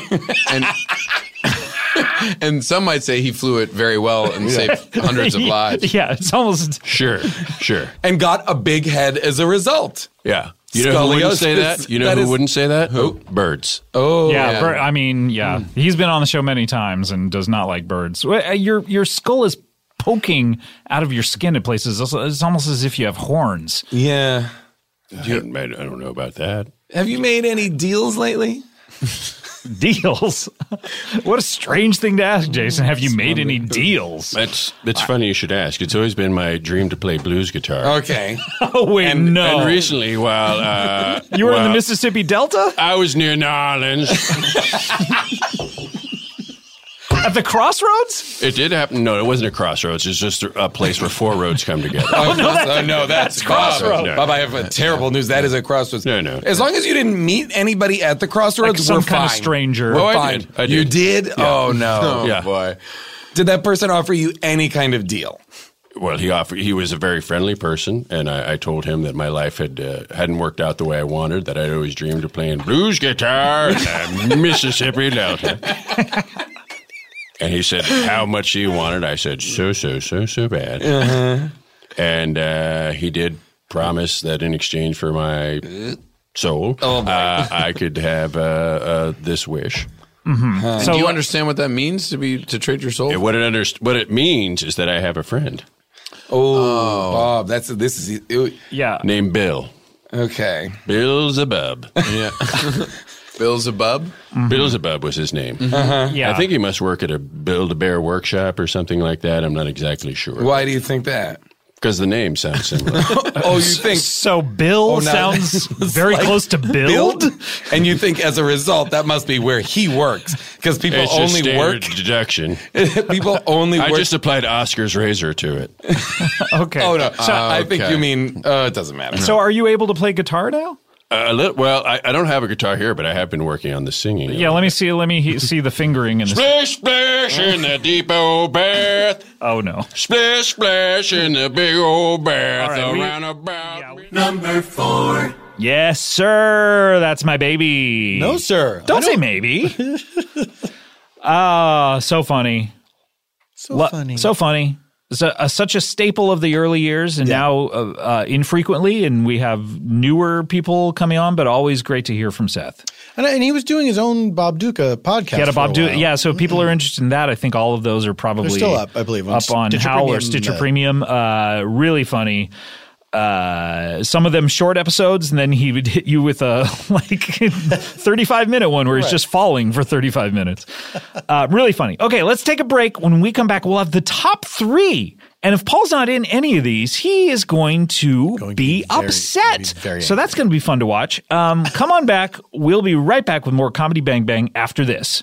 S10: And and some might say he flew it very well and saved hundreds of lives.
S1: Yeah, it's almost
S9: Sure, sure.
S5: and got a big head as a result.
S9: Yeah. You know who wouldn't say that?
S5: Scoliosis.
S9: You know
S5: That
S9: who
S5: is-
S9: wouldn't say that? Who? Birds.
S5: Oh,
S1: yeah,
S10: yeah.
S1: bir- I mean, yeah,
S9: Hmm.
S1: he's been on the show many times and does not like birds. Well, uh, Your your skull is poking out of your skin at places. It's it's almost as if you have horns.
S5: yeah.
S9: I, don't, I don't know about that.
S5: Have you made any deals lately?
S1: Deals. what a strange thing to ask, Jason. Have you made any deals?
S9: That's that's funny you should ask. It's always been my dream to play blues guitar.
S5: Okay.
S1: Oh wait, no.
S9: And recently, while uh,
S1: you were in the
S9: while
S1: Mississippi Delta
S9: I was near New Orleans.
S1: at the crossroads.
S9: It did happen. No, it wasn't a crossroads. It's just a place where four roads come together.
S5: Oh, no, that's, crossroads.
S9: No.
S5: Bob, I have a terrible news. That is a crossroads.
S9: No, no.
S5: As long as you didn't meet anybody at the crossroads,
S1: Like some
S5: we're
S1: kind of
S5: fine.
S1: stranger.
S5: We're
S1: Oh,
S9: I
S5: fine.
S9: did. I
S5: You
S9: did.
S5: did? Oh no.
S10: Oh
S9: Yeah.
S10: boy.
S5: Did that person offer you any kind of deal?
S9: Well, he offered. He was a very friendly person, and I, I told him that my life had uh, hadn't worked out the way I wanted. That I'd always dreamed of playing blues guitar in the Mississippi Delta. and he said how much he wanted. I said so, so, so, so bad.
S5: Uh-huh.
S9: And uh, he did promise that in exchange for my soul,
S5: Oh,
S9: uh, I could have uh, uh, this wish.
S1: Mm-hmm. so
S10: Do you understand what that means to be to trade your soul?
S9: And what it under- what it means is that I have a friend
S5: Oh, Bob, that's this is it-
S1: yeah,
S9: Uh, named Bill.
S5: okay.
S9: Beelzebub.
S10: yeah. Beelzebub?
S9: Beelzebub Mm-hmm. was his name.
S5: Mm-hmm. Uh-huh.
S1: yeah.
S9: I think he must work at a Build a Bear workshop or something like that. I'm not exactly sure
S5: Why do you think that?
S9: because the name sounds similar.
S5: Oh, you think
S1: so. Bill
S5: Oh, no.
S1: sounds very
S5: like
S1: close to build.
S5: build? And you think as a result that must be where he works because people
S9: it's just
S5: only work
S9: standard deduction.
S5: people only
S9: I
S5: work
S9: just applied Oscar's razor to it.
S1: Okay.
S5: Oh no! I think
S10: okay.
S5: you mean uh, it doesn't matter.
S1: So are you able to play guitar now?
S9: A little, well, I, I don't have a guitar here, but I have been working on the singing.
S1: Yeah, let me see. Let me he- see the fingering in this.
S9: Splish, splash in the deep old bath.
S1: Oh no.
S9: Splish, splash in the big old bath.
S1: All right, we-
S9: around about.
S5: Number four.
S1: Yes, sir. That's my baby.
S3: No, sir.
S1: Don't say maybe. Ah, so funny.
S3: So
S1: Lo-
S3: funny.
S1: So funny. It's a, a- such a staple of the early years, and now uh, uh, infrequently. And we have newer people coming on, but always great to hear from Seth.
S3: and, and he was doing his own Bob Duca podcast.
S1: Yeah, to
S3: for
S1: Bob
S3: a
S1: Do.
S3: while. Mm-hmm.
S1: Yeah, so if people are interested in that. I think all of those are probably
S3: still up, I believe, on
S1: up on
S3: Stitcher
S1: Howl or
S3: Premium,
S1: Stitcher
S3: uh,
S1: Premium. Uh, really funny. Uh, some of them short episodes, and then he would hit you with a like thirty-five minute one where he's just falling for thirty-five minutes. Uh, really funny. Okay, let's take a break. When we come back, we'll have the top three. And if Paul's not in any of these, he is going to
S3: Going to
S1: be,
S3: be very-
S1: upset.
S3: be very
S1: so that's going to be fun to watch. Um, come on back. We'll be right back with more Comedy Bang Bang after this.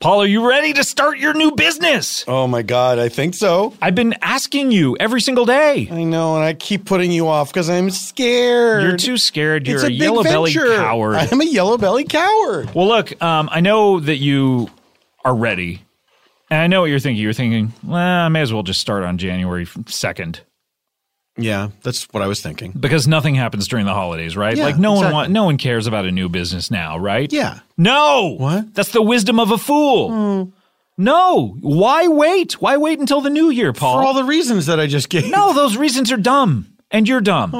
S1: Paul, are you ready to start your new business?
S3: Oh my God, I think so.
S1: I've been asking you every single day.
S3: I know, and I keep putting you off because I'm scared.
S1: You're too scared. You're
S3: It's
S1: a,
S3: big
S1: yellow bellied
S3: venture.
S1: coward.
S3: I'm a yellow bellied coward.
S1: well, look, um, I know that you are ready. And I know what you're thinking. You're thinking, well, I may as well just start on January 2nd.
S3: Yeah, that's what I was thinking.
S1: because nothing happens during the holidays, right?
S3: Yeah,
S1: like no one
S3: exactly.
S1: want, no one cares about a new business now, right?
S3: Yeah.
S1: No.
S3: What? Hmm.
S1: That's the wisdom of a fool. No. Why wait? Why wait until the new year, Paul?
S3: For all the reasons that I just gave. Oh,
S1: no, those reasons are dumb. And you're dumb.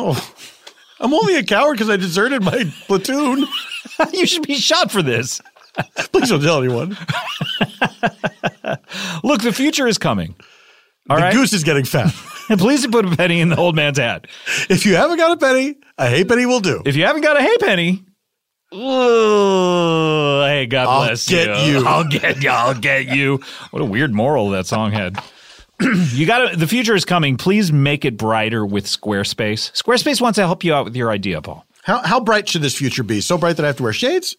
S3: I'm only a coward because I deserted my platoon.
S1: you should be shot for this.
S3: Please don't tell anyone.
S1: Look, the future is coming. All
S3: the
S1: right.
S3: goose is getting fat.
S1: Please put a penny in the old man's hat.
S3: if you haven't got a penny, a hay penny will do.
S1: If you haven't got a hay penny, ugh, Oh, hey, God
S3: I'll
S1: bless
S3: get you.
S1: I'll get you. I'll get you. What a weird moral that song had. you got to the future is coming. Please make it brighter with Squarespace. Squarespace wants to help you out with your idea, Paul.
S3: How, how bright should this future be? So bright that I have to wear shades?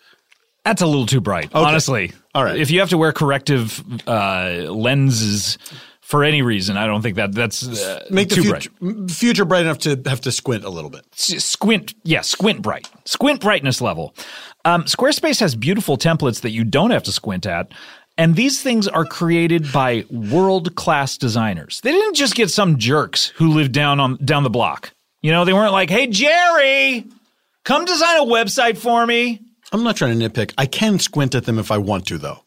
S1: That's a little too bright, honestly.
S3: All right.
S1: If you have to wear corrective uh, lenses for any reason, I don't think that that's uh,
S3: Make the
S1: too
S3: future
S1: bright.
S3: m- future bright enough to have to squint a little bit.
S1: s- squint yeah squint bright squint brightness level um, squarespace has beautiful templates that you don't have to squint at and these things are created by world-class designers they didn't just get some jerks who live down on down the block you know they weren't like hey jerry come design a website for me
S3: I'm not trying to nitpick. I can squint at them if I want to, though.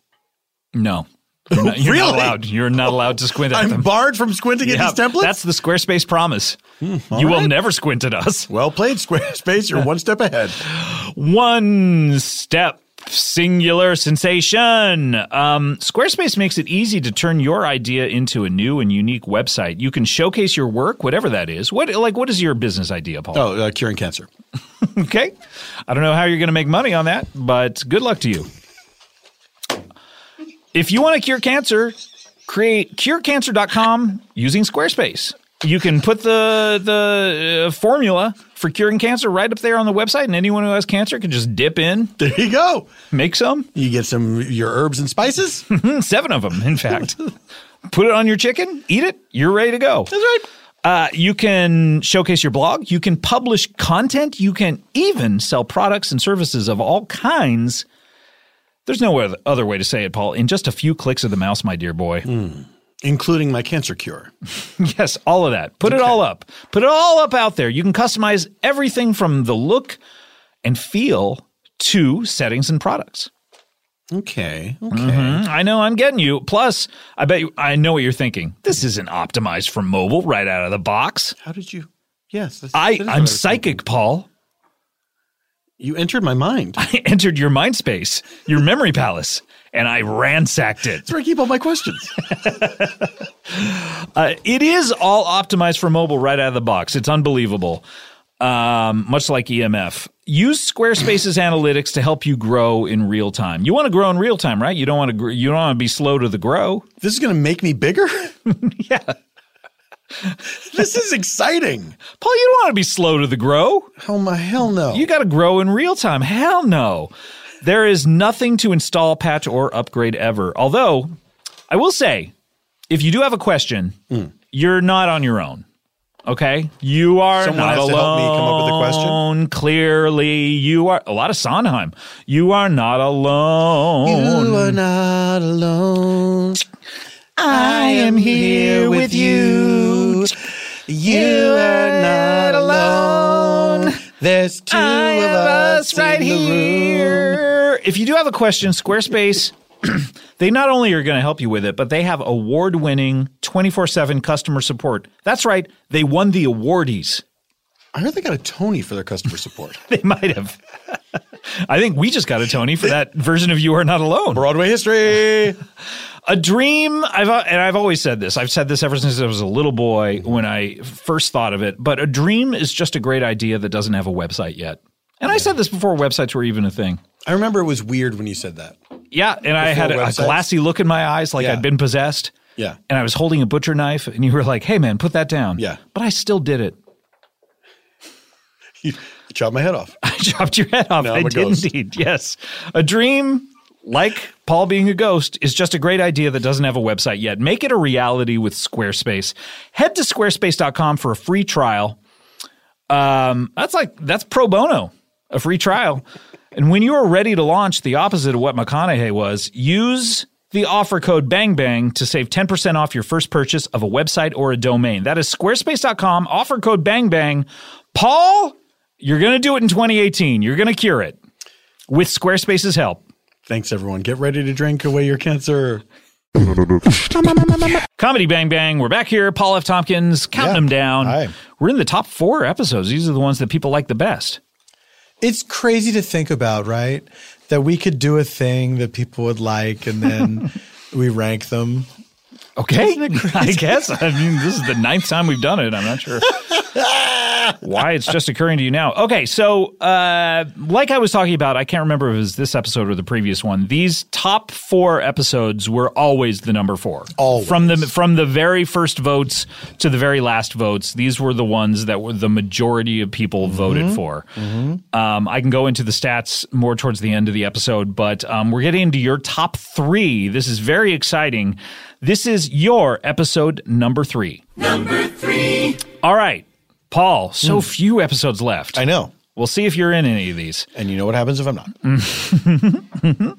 S1: no you're not, you're not
S3: Really?
S1: allowed you're not allowed to squint at
S3: I'm
S1: them
S3: barred from squinting
S1: Yeah,
S3: at these templates? Hmm,
S1: that's the squarespace promise you will
S3: right.
S1: never squint at us
S3: well played, Squarespace. You're one step ahead.
S1: one step singular sensation. Um, Squarespace makes it easy to turn your idea into a new and unique website. You can showcase your work, whatever that is. What like what is your business idea, Paul?
S3: Oh, uh, curing cancer.
S1: Okay, I don't know how you're going to make money on that, but good luck to you. If you want to cure cancer, create curecancer.com using Squarespace. You can put the the uh, formula for curing cancer right up there on the website, and anyone who has cancer can just dip in,
S3: There you go.
S1: make some
S3: You get some your herbs and spices. That's
S1: seven of them in fact put it on your chicken eat it you're ready to go
S3: right.
S1: uh, you can showcase your blog you can publish content you can even sell products and services of all kinds there's no oth- other way to say it paul in just a few clicks of the mouse my dear boy
S3: Hmm. Including my cancer cure.
S1: yes all of that put it all up put it all up out there you can customize everything from the look and feel to settings and products Mm-hmm.
S3: Okay. Okay.
S1: I know I'm getting you. Plus, I bet you I know what you're thinking. This isn't optimized for mobile right out of the box.
S3: How did you? Yes. that's-
S1: I,
S3: that is what
S1: I'm
S3: was thinking.
S1: psychic, Paul.
S3: You entered my mind. That's
S1: I entered your mind space, your memory palace, and I ransacked it.
S3: where I keep all my questions.
S1: Uh, it is all optimized for mobile right out of the box. It's unbelievable. Um, much like EMF. Use Squarespace's analytics to help you grow in real time. You want to grow in real time, right? You don't want to gr- you don't want to be slow to the grow.
S3: this is going to make me bigger.
S1: Yeah.
S3: this is exciting.
S1: Paul, you don't want to be slow to the grow.
S3: Oh my hell no.
S1: You got to grow in real time. Hell no. There is nothing to install, patch, or upgrade ever.
S12: Hmm.
S1: Although, I will say, if you do have a question, you're not on your own. Okay, you are
S12: Someone
S1: not
S12: has to help me come up with a question?
S1: alone. Clearly, you are a lot of Sondheim. You are not alone.
S3: You are not alone.
S1: I am here with you.
S3: You are not alone. There's two of us right here.
S1: here. If you do have a question, Squarespace, they not only are going to help you with it, but they have award winning 24 7 customer support. That's right, they won the awardees.
S3: I heard they got a Tony for their customer support.
S1: they might have. I think we just got a Tony for that version of You Are Not Alone.
S3: Broadway history.
S1: a dream, I've uh, and I've always said this. I've said this ever since I was a little boy when I first thought of it, but a dream is just a great idea that doesn't have a website yet. And I said this before websites were even a thing.
S12: I remember it was weird when you said that.
S1: Yeah, and I
S12: Before
S1: had a, a
S12: websites?
S1: glassy look in my eyes, like
S12: Yeah.
S1: I'd been possessed.
S12: Yeah.
S1: And I was holding a butcher knife, and you were like, "Hey, man, put that down."
S12: Yeah.
S1: But I still did it.
S12: Chop my head off.
S1: I chopped your head off.
S12: Now
S1: I
S12: I'm a
S1: did
S12: ghost.
S1: indeed. Yes, a dream like Paul being a ghost is just a great idea that doesn't have a website yet. Make it a reality with Squarespace. Head to squarespace.com for a free trial. Um, that's like that's pro bono, a free trial. and when you are ready to launch, the opposite of what McConaughey was, use the offer code BANGBANG to save 10% off your first purchase of a website or a domain. That is squarespace.com, offer code BANGBANG. Paul, you're going to do it in 2018. You're going to cure it with Squarespace's help.
S12: Thanks, everyone. Get ready to drink away your cancer.
S1: Comedy Bang Bang. We're back here. Paul F. Tompkins, counting
S12: Yeah.
S1: them down.
S12: Hi.
S1: We're in the top four episodes. These are the ones that people like the best.
S12: It's crazy to think about, right? That we could do a thing that people would like and then we rank them.
S1: Okay. I guess. I mean, this is the ninth time we've done it. I'm not sure why it's just occurring to you now. Okay. So, uh, like I was talking about, I can't remember if it was this episode or the previous one. These top four episodes were always the number four.
S12: Always.
S1: From the, from the very first votes to the very last votes, these were the ones that were the majority of people voted for. Um, I can go into the stats more towards the end of the episode, but um, we're getting into your top three. This is very exciting. This is your episode number three. Number three. All right, Paul, so few episodes left.
S12: Hmm. I know.
S1: We'll see if you're in any of these.
S12: And you know what happens if I'm not.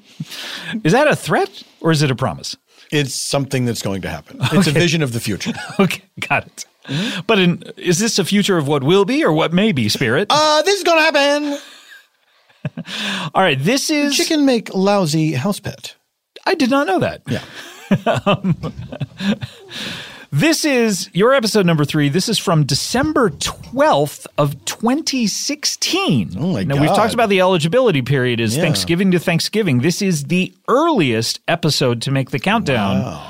S1: Is that a threat or is it a promise?
S12: It's something that's going to happen. It's a vision of the future.
S1: Okay, got it. But in, is this a future of what will be or what may be, Spirit?
S12: Uh, this is going to happen.
S1: All right, this is.
S12: Chicken make lousy house pet.
S1: I did not know that. Um,
S12: Yeah.
S1: This is your episode number three. This is from December 12th of 2016. Oh
S12: my
S1: now, We've talked
S12: God.
S1: about the eligibility period is
S12: Yeah.
S1: Thanksgiving to Thanksgiving. This is the earliest episode to make the countdown.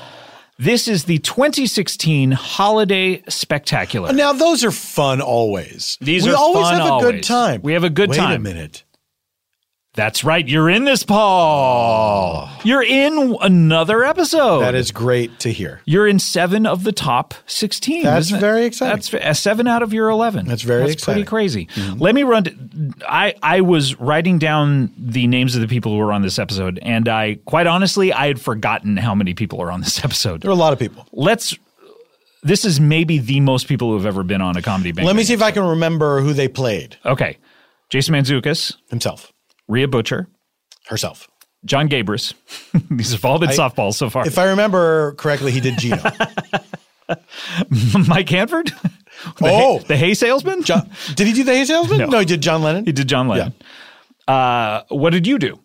S1: This is the 2016 Holiday Spectacular.
S12: Now those are fun always.
S1: These
S12: we
S1: are
S12: always
S1: fun
S12: have a
S1: always.
S12: good time.
S1: We have a good
S12: Wait
S1: time.
S12: Wait a minute.
S1: That's right. You're in this, Paul. You're in another episode.
S12: That is great to hear.
S1: You're in seven of the top 16.
S12: That's
S1: isn't it?
S12: very exciting.
S1: That's uh, seven out of your 11.
S12: That's very
S1: That's pretty
S12: exciting. Mm-hmm.
S1: crazy. Let me run. To, I, I was writing down the names of the people who were on this episode, and I, quite honestly, I had forgotten how many people are on this episode.
S12: There are a lot of people.
S1: Let's. This is maybe the most people who have ever been on a comedy bank.
S12: Let me see if I can remember who they played.
S1: Okay. Jason Manzukis,
S12: Himself.
S1: Rhea Butcher,
S12: Herself.
S1: John Gabris. These have all been softballs so far.
S12: If I remember correctly, he did Gino.
S1: Mike Hanford? The hay-
S12: oh.
S1: the hay salesman?
S12: John, did he do the Hay Salesman?
S1: No.
S12: No. he did John Lennon.
S1: He did John Lennon. Uh, what did you do?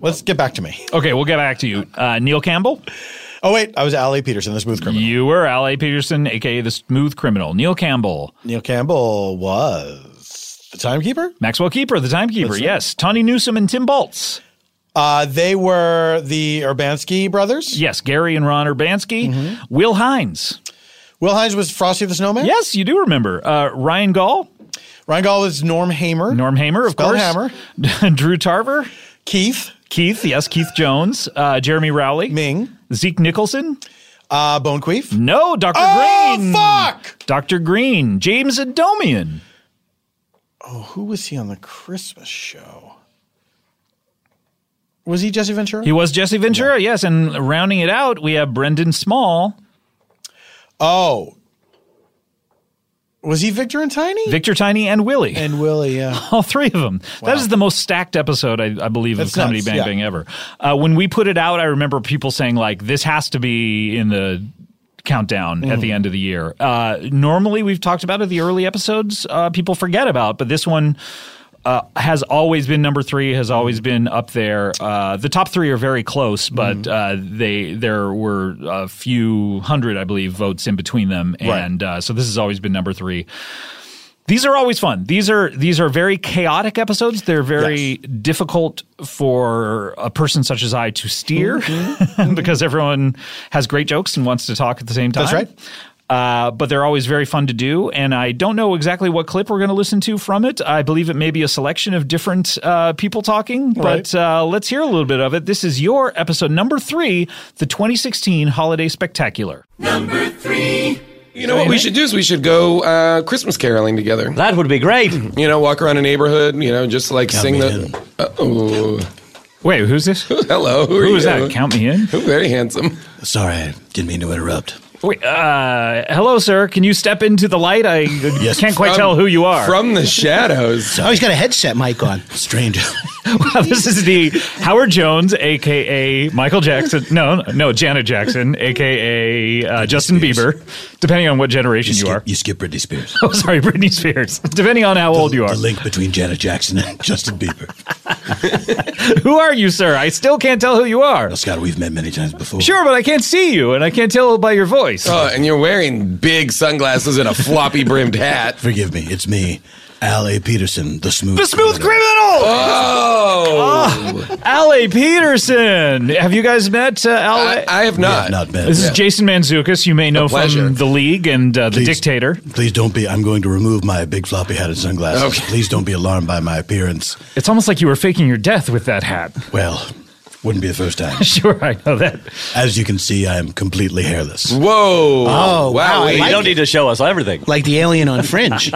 S12: Let's get back to me.
S1: Okay, we'll get back to you. Uh, Neil Campbell,
S12: Oh wait, I was Allie Peterson, the smooth criminal.
S1: you were L.A. Peterson, aka the Smooth Criminal. Neil Campbell,
S12: Neil Campbell was the timekeeper.
S1: Maxwell Keeper, the Timekeeper.
S12: That's right.
S1: Yes, Tawny Newsom and Tim Baltz.
S12: Uh, they were the Urbanski brothers. Mm-hmm.
S1: Yes, Gary and Ron Urbanski. Will Hines.
S12: Will Hines was Frosty the Snowman.
S1: Yes, you do remember. Uh, Ryan Gall,
S12: Ryan Gall was Norm Hamer.
S1: Norm Hamer, of
S12: Spelled
S1: course. Drew Tarver,
S12: Keith
S1: Keith. Yes, Keith Jones. Uh, Jeremy Rowley,
S12: Ming.
S1: Zeke Nicholson.
S12: Uh, Bone Queef.
S1: No, Doctor
S12: Oh,
S1: Green.
S12: fuck!
S1: Doctor Green, James Adomian.
S12: Oh, Who was he on the Christmas show? Was he Jesse Ventura?
S1: He was Jesse Ventura, yes. And rounding it out, we have Brendan Small,
S12: Oh. Was he Victor and Tiny?
S1: Victor Tiny and Willie.
S12: And Willie, yeah.
S1: All three of them. That is the most stacked episode, I, I believe,
S12: That's
S1: of Comedy
S12: nuts,
S1: Bang
S12: yeah.
S1: Bang ever. Uh, when we put it out, I remember people saying, like, this has to be in the countdown at the end of the year. Uh, normally, we've talked about it the early episodes, uh, people forget about, but this one. Uh, has always been number three. Has always been up there. Uh, the top three are very close, but uh, they there were a few hundred, I believe, votes in between them,
S13: Right.
S1: and uh, so this has always been number three. These are always fun. These are these are very chaotic episodes. They're very difficult for a person such as I to steer
S12: Mm-hmm.
S1: because everyone has great jokes and wants to talk at the same time.
S12: That's right.
S1: Uh, but they're always very fun to do, and I don't know exactly what clip we're going to listen to from it. I believe it may be a selection of different uh, people talking, but uh, let's hear a little bit of it. This is your episode number three, the 2016 Holiday Spectacular.
S10: You know what we should do is we should go uh, Christmas caroling together. That would be great. You know, walk around a neighborhood. You know, just like sing the. Oh,
S1: wait, who's this?
S12: Oh,
S10: Hello, who,
S1: Who
S10: are
S1: is
S10: you?
S1: that? Count me in.
S10: Very handsome.
S8: Sorry, didn't mean to interrupt.
S1: Wait, uh, hello, sir. Can you step into the light? I can't quite
S8: from-
S1: tell who you are.
S8: from the
S10: shadows.
S8: Oh, he's got a headset mic on. Strange.
S1: Wow, this is the Howard Jones, aka Michael Jackson. No, no, Janet Jackson, aka uh, Justin Bieber, depending on what generation you, are.
S8: You skip Britney Spears.
S1: Oh, sorry, Britney Spears. Depending on how old you are.
S8: The link between Janet Jackson and Justin Bieber.
S1: who are you, sir? I still can't tell who you are.
S8: Scott, we've met many times before.
S1: Sure, but I can't see you, and I can't tell by your voice.
S10: Oh, and you're wearing big sunglasses and a floppy brimmed hat.
S8: Forgive me, it's me, Al A. Peterson, the smooth.
S1: The smooth criminal. Oh, Ale Peterson. Have you guys met uh, Ale?
S10: I, have
S8: not. not met.
S1: This
S8: Yeah.
S1: is Jason Manzukis. You may know
S8: pleasure.
S1: from the League and uh, the
S8: Please-
S1: Dictator.
S8: Please don't be. I'm going to remove my big floppy hat and sunglasses.
S1: Okay.
S8: Please don't be alarmed by my appearance.
S1: It's almost like you were faking your death with that hat.
S8: Well, wouldn't be the first time.
S1: sure, I know that.
S8: As you can see, I am completely hairless.
S10: Whoa!
S8: Oh, wow. I
S14: you
S8: like
S14: don't
S8: it.
S14: need to show us everything.
S8: Like the alien on Fringe.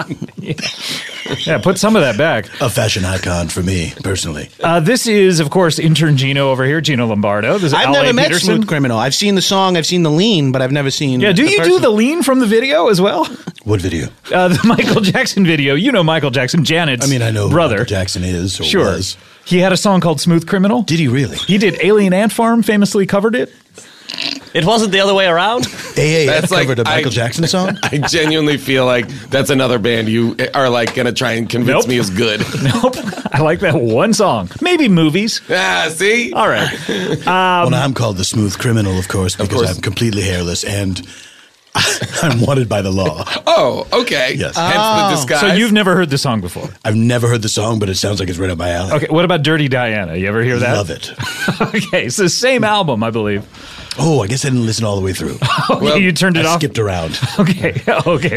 S1: yeah, put some of that back.
S8: A fashion icon for me personally.
S1: Uh, this is, of course, intern Gino over here, Gino Lombardo. This is
S8: I've
S1: Ale
S8: never met
S1: Peterson.
S8: Smooth
S14: Criminal. I've seen the song, I've seen the lean, but I've never seen.
S1: Yeah, do you do the lean from the video as well?
S8: What video?
S1: Uh, the Michael Jackson video. You know Michael Jackson, Janet's. I mean, I know brother.
S8: Jackson is or
S1: sure.
S8: was.
S1: He had a song called "Smooth Criminal." Did
S8: he really?
S1: He did. Alien Ant Farm famously covered it.
S14: It wasn't the other way around.
S8: AAF
S10: That's like-
S8: covered a Michael
S10: I-
S8: Jackson song.
S10: I genuinely feel like that's another band you are like going to try and convince me is good.
S1: Nope. I like that one song. Maybe movies.
S10: Ah, see?
S1: All right. Um,
S8: well, I'm called the smooth criminal, of course, because
S10: course.
S8: I'm completely hairless and I'm wanted by the law.
S10: Oh, okay.
S8: Yes.
S14: Oh.
S10: Hence the disguise.
S1: Oh. So you've never heard the song before.
S8: I've never heard the song, but it sounds like it's right up my alley.
S1: Okay, what about Dirty Diana? You ever hear that?
S8: Love it.
S1: okay, it's the same album, I believe.
S8: Oh, I guess I didn't listen all the way through.
S1: Okay, you turned it
S8: I
S1: off.
S8: Skipped around.
S1: Okay, okay.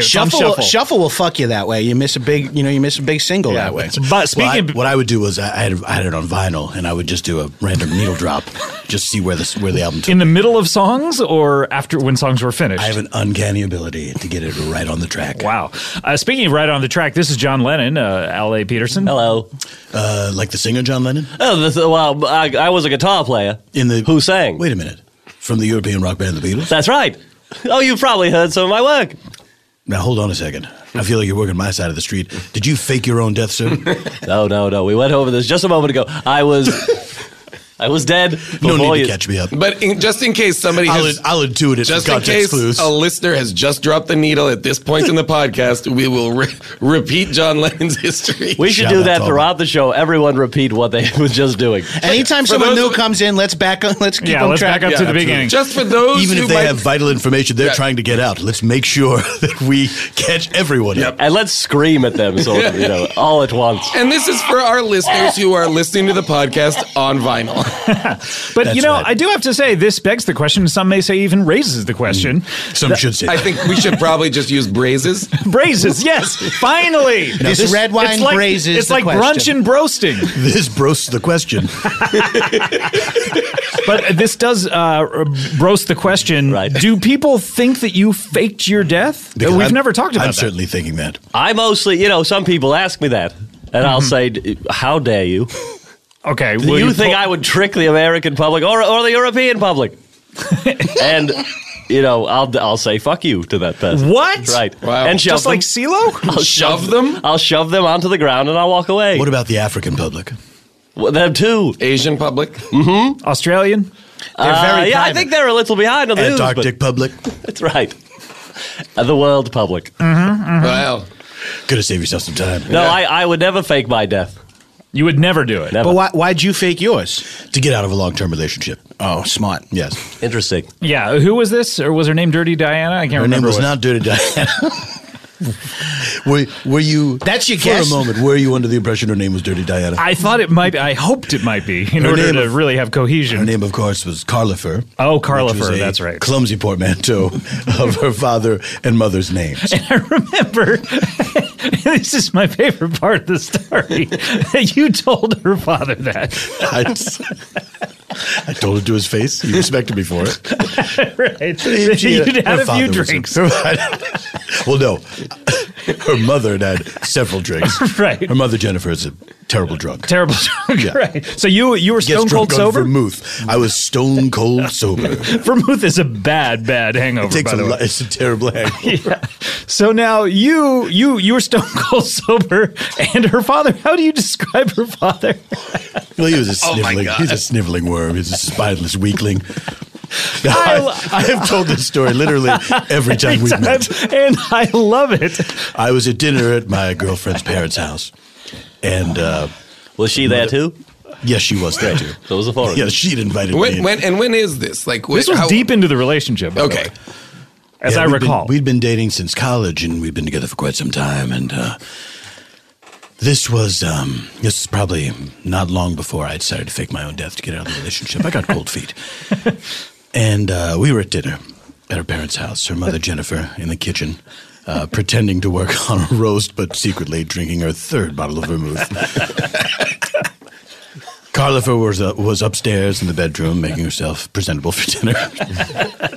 S8: Shuffle-
S14: Shuffle,
S8: shuffle.
S14: shuffle. will fuck you that way. You miss a big, you know, you miss a big single that way.
S1: But
S8: Well, I- what I would do was I I had, I had it on vinyl, and I would just do a random needle drop, just see where the where the album. Took.
S1: In the middle of songs or after when songs were finished?
S8: I have an uncanny ability to get it right on the track.
S1: Wow. Uh, speaking of right on the track, this is John Lennon, uh, L.A. Peterson.
S14: Hello.
S8: Uh, like the singer John Lennon
S14: Oh, this, well, I, I was a guitar player.
S8: in the
S14: Who sang?
S8: Wait a minute, from the European rock band The Beatles.
S14: That's right. Oh, you've probably heard some of my work.
S8: Now hold on a second. I feel like you're working my side of the street. Did you fake your own death, sir?
S14: No, no, no. We went over this just a moment ago. I was, I was dead.
S8: no
S14: before
S8: need
S14: you-
S8: to catch me up.
S10: But in, just in case somebody
S8: I'll,
S10: has,
S8: I'll intuit it.
S10: just
S8: from
S10: in
S8: context
S10: case
S8: clues.
S10: a listener has just dropped the needle at this point in the podcast, we will re- repeat John Lennon's history.
S14: We should do that throughout the show. Everyone repeat what they were just doing.
S10: Anytime
S14: For
S10: someone
S14: those
S10: new
S14: of-
S8: comes in, let's back up. Let's
S14: keep on track.
S10: Just for those
S8: even
S10: who
S8: if they
S10: might-
S8: have vital information they're trying to get out, let's make sure that we catch everyone. up.
S14: And let's scream at them, so you know, all at once.
S10: And this is for our listeners who are listening to the podcast on vinyl.
S1: But you know, I do have to say, this begs the question. Some may say even raises the question.
S8: Mm. Some should say
S10: I think we should probably just use braises.
S1: Braises, yes. Finally,
S8: Now, This this- red wine
S1: it's like,
S8: braises
S1: It's
S8: the
S1: like brunch
S8: question.
S1: and broasting.
S8: This broasts the question.
S1: But this does uh, roast the question. Do people think that you faked your death?
S14: Because
S1: We've
S14: I'm-
S1: never talked about
S14: I'm
S1: that.
S14: certainly
S8: thinking that.
S14: I mostly, you know, some people ask me that, and I'll
S1: Mhm.
S14: say, "D- "How dare you?"
S1: Okay,
S14: Do
S1: will
S14: you,
S1: you
S14: think
S1: pull-
S14: I would trick the American public or or the European public? and you know, I'll I'll say fuck you to that person.
S1: What?
S14: Right.
S1: Wow.
S14: And shove
S1: Just
S14: them.
S1: like CeeLo?
S14: I'll shove them. I'll shove them onto the ground and I'll walk away. What
S8: about the African public?
S14: Well, them too.
S5: Asian public.
S14: Mm-hmm. Uh,
S1: Australian.
S8: They're very
S14: yeah, I
S8: private.
S14: think they're a little behind on the news, but-
S8: Antarctic public.
S14: That's right. Uh, the world public.
S5: Wow.
S8: Could have saved yourself some time.
S14: No, I, I would never fake my death.
S1: You would never do it.
S8: But why, why'd you fake yours? To get out of a long term relationship. Oh, smart. Yes.
S14: Interesting.
S1: Yeah, who was this? Or was her name Dirty Diana? I can't
S8: Her name
S1: remember.
S8: was
S1: what-
S8: not Dirty Diana. were, were you?
S1: That's your
S8: for a
S1: guess?
S8: moment. Were you under the impression her name was Dirty Diana?
S1: I thought it might. I hoped it might be in
S8: Her
S1: order
S8: name
S1: to
S8: of-
S1: really have cohesion.
S8: Her name, of course, was Carlifer.
S1: Oh,
S8: which was
S1: Carlifer,
S8: a
S1: that's right.
S8: Clumsy portmanteau of her father and mother's names.
S1: this is my favorite part of the story. that you told her father that.
S8: I, I told it to his face. He respected me for it.
S1: right.
S8: She- she-
S1: You'd
S8: her
S1: had a
S8: father
S1: few
S8: was
S1: drinks.
S8: well, no. Her mother had had several drinks.
S1: Right.
S8: Her mother, Jennifer, is a terrible drunk.
S1: Terrible drunk, right. So you you were stone cold sober?
S8: Vermouth. I was stone cold sober.
S1: Vermouth is a bad, bad hangover.
S8: It takes
S1: by the
S8: a
S1: way.
S8: lot- it's a terrible hangover.
S1: Yeah. So now you you you were stone cold sober, and her father. How do you describe her father?
S8: Well, he was a
S1: Oh my
S8: sniveling.
S1: God.
S8: he's a sniveling worm. He's a spineless weakling.
S1: I
S8: I,
S1: lo-
S8: I have told this story literally every time
S1: Every
S8: we've
S1: time,
S8: met,
S1: and I love it.
S8: I was at dinner at my girlfriend's parents' house, and uh,
S14: was she there too?
S8: Yes, she was there too.
S14: That was a forum.
S8: Yeah, she'd invited me.
S5: When,
S8: in.
S5: when and when is this? Like wh-
S8: This was
S5: how-
S8: deep
S1: into the relationship.
S5: Okay.
S8: Yeah,
S5: I
S8: we'd been-
S5: recall.
S8: we'd been dating since college, and we'd been together for quite some time. And uh, this was um, this is probably not long before I decided to fake my own death to get out of the relationship. I got cold feet, and uh, we were at dinner at her parents' house. Her mother Jennifer in the kitchen. Uh, pretending to work on a roast, but secretly drinking her third bottle of vermouth. Carlifer was uh, was upstairs in the bedroom making herself presentable for dinner.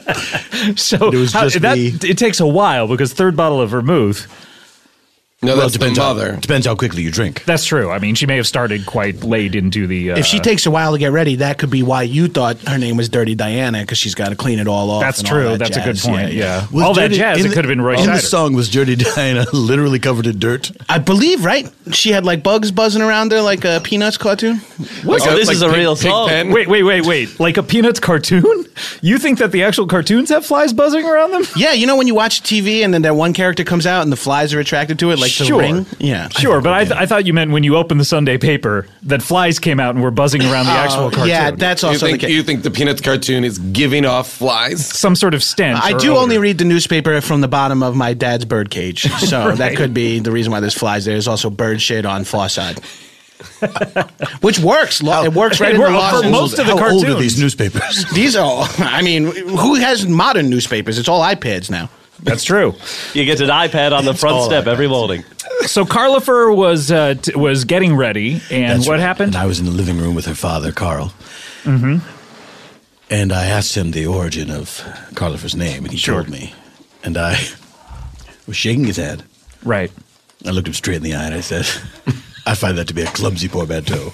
S1: So
S8: it was
S1: how-
S8: just
S1: that,
S8: me.
S1: It takes a while because third bottle of vermouth.
S5: No,
S8: that's the depends how- mother. depends how quickly you drink.
S1: That's true. I mean, she may have started quite late into the. Uh,
S13: if she takes a while to get ready, that could be why you thought her name was Dirty Diana because she's got to clean it all off.
S1: That's
S13: and all
S1: true.
S13: that
S1: That's a
S13: jazz.
S1: good point, yeah.
S8: Was
S1: All that
S8: Dirty-
S1: jazz,
S8: in
S1: it
S8: the-
S1: could have been Roy
S8: In the
S1: Scheider.
S8: song was Dirty Diana literally covered in dirt.
S13: I believe, right? She had like bugs buzzing around her like a Peanuts cartoon.
S8: Oh,
S1: What's- Wait, wait, wait, wait! Like a Peanuts cartoon? You think that the actual cartoons have flies buzzing around them?
S13: Yeah, you know when you watch TV and then that one character comes out and the flies are attracted to it, like the
S1: sure.
S13: ring. Yeah,
S1: sure. but I, th- I thought you meant when you opened the Sunday paper that flies came out and were buzzing around the
S14: Oh,
S8: Oh,
S1: actual cartoon.
S5: you think, You think the Peanuts cartoon is giving off flies?
S1: Some sort of stench.
S13: I
S1: or
S13: do
S1: odor.
S13: only read the newspaper from the bottom of my dad's bird cage, so that
S1: Right.
S13: could be the reason why there's flies there. There's also bird shit on Fosside. Which works. Lo- it works right
S8: It
S13: in
S8: works
S13: the law
S8: for
S13: school.
S8: most of the How old are cartoons. these newspapers?
S13: These are. All, I mean, who has modern newspapers? It's all iPads now.
S1: That's true.
S14: You get an iPad on the front step every morning.
S1: So Carlifer was uh, t- was getting ready, and
S8: That's
S1: what
S8: right.
S1: happened?
S8: And I was in the living room with her father, Carl,
S1: Mm-hmm.
S8: and I asked him the origin of Carlifer's name, and he told me. And I was shaking his head.
S1: Right.
S8: I looked him straight in the eye and I said, I find that to be a clumsy portmanteau.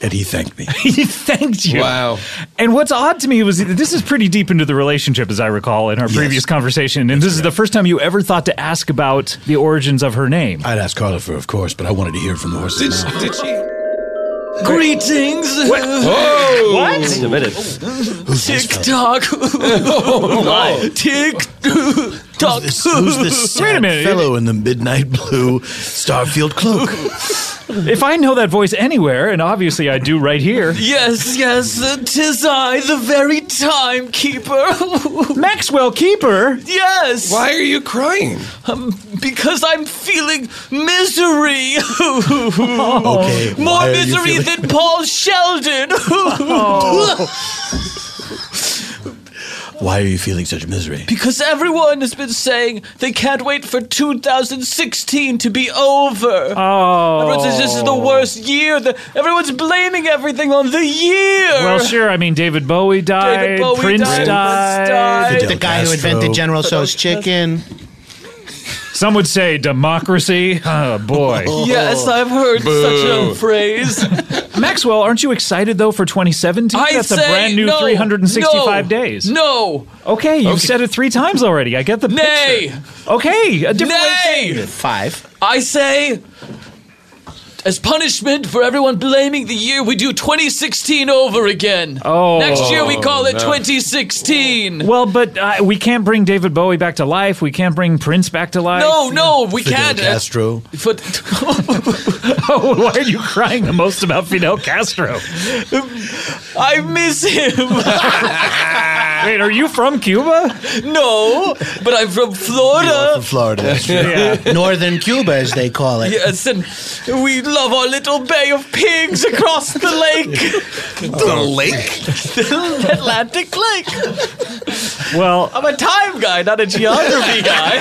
S8: and he thanked me.
S1: he thanked you.
S8: Wow.
S1: And what's odd to me was that this is pretty deep into the relationship, as I recall in our previous conversation, and this is the first time you ever thought to ask about the origins of her name.
S8: I'd ask Carlifer, of course, but I wanted to hear it from the horses.
S5: Did she?
S6: Greetings. What?
S8: Whoa.
S6: what?
S8: Wait a minute.
S6: TikTok.
S8: Oh, my.
S6: TikTok.
S8: This- who's this sad fellow in the midnight blue starfield cloak?
S1: If I know that voice anywhere, and obviously I do right here.
S6: Yes, yes, uh, tis I, the very timekeeper.
S1: Maxwell Keeper?
S6: Yes.
S5: Why are you crying?
S6: Um, because I'm feeling misery. okay. More
S8: why are you
S6: misery
S8: feeling-
S6: than Paul Sheldon.
S8: Why are you feeling such misery?
S6: Because everyone has been saying they can't wait for 2016 to be over.
S1: Oh.
S6: Everyone says this is the worst year. The, everyone's blaming everything on the year.
S1: Well, sure. I mean, David Bowie died.
S6: David Bowie
S1: Prince
S6: died,
S1: died.
S6: Prince died.
S13: the guy who invented General So's chicken.
S1: Some would say democracy. Oh boy.
S6: Yes, I've heard such
S1: Oh. Boo.
S6: a phrase.
S1: Maxwell, aren't you excited though for 2017?
S6: I
S1: That's
S6: say
S1: a brand new
S6: no,
S1: 365
S6: no,
S1: days.
S6: No.
S1: Okay, you've said it three times already. I get the
S6: Nay.
S1: picture. Okay, a different way of saying it.
S6: Five. I say, as punishment for everyone blaming the year, we do 2016 over again.
S1: Oh,
S6: Next year we call it
S1: no.
S6: 2016.
S1: Well, but uh, we can't bring David Bowie back to life. We can't bring Prince back to life.
S6: No, no, we
S1: Fidel
S6: can't.
S1: Castro.
S6: But
S1: oh, why are you crying the most about Fidel Castro?
S6: I miss him.
S1: Wait, are you from Cuba?
S6: No, but I'm from Florida.
S13: Florida. That's right. Northern Cuba, as they call it.
S6: Yes, and we love our little bay of pigs across the lake.
S13: lake?
S6: the Atlantic Lake.
S1: Well,
S6: I'm a time guy, not a geography guy.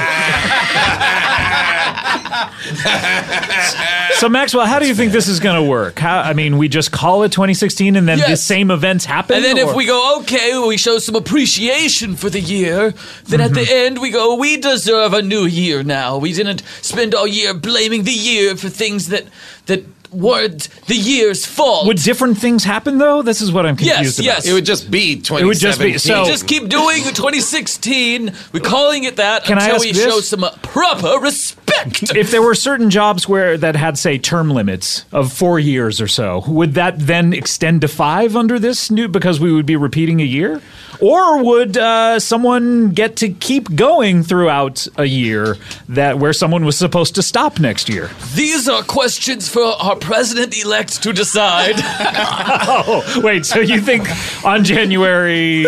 S1: So Maxwell, how do you think this is going to work? How, I mean, we just call it 2016, and then the
S6: Yes.
S1: same events happen.
S6: And then
S1: or-
S6: if we go, okay, we show some appreciation for the year, then at the
S1: Mm-hmm.
S6: end we go, we deserve a new year now. We didn't spend all year blaming the year for things that that weren't the year's fault.
S1: would different things happen though? This is what I'm confused
S6: Yes,
S1: about.
S6: yes.
S5: just be
S1: It would just be- so-
S6: We just keep doing the 2016. We're calling it that
S1: Can I
S6: until
S1: ask
S6: we
S1: this?
S6: show some uh, proper respect.
S1: if there were certain jobs where that had say term limits of four years or so, would that then extend to five under this new because we would be repeating a year, or would uh, someone get to keep going throughout a year that where someone was supposed to stop next year?
S6: These are questions for our president elect to decide.
S1: oh, wait. So you think on January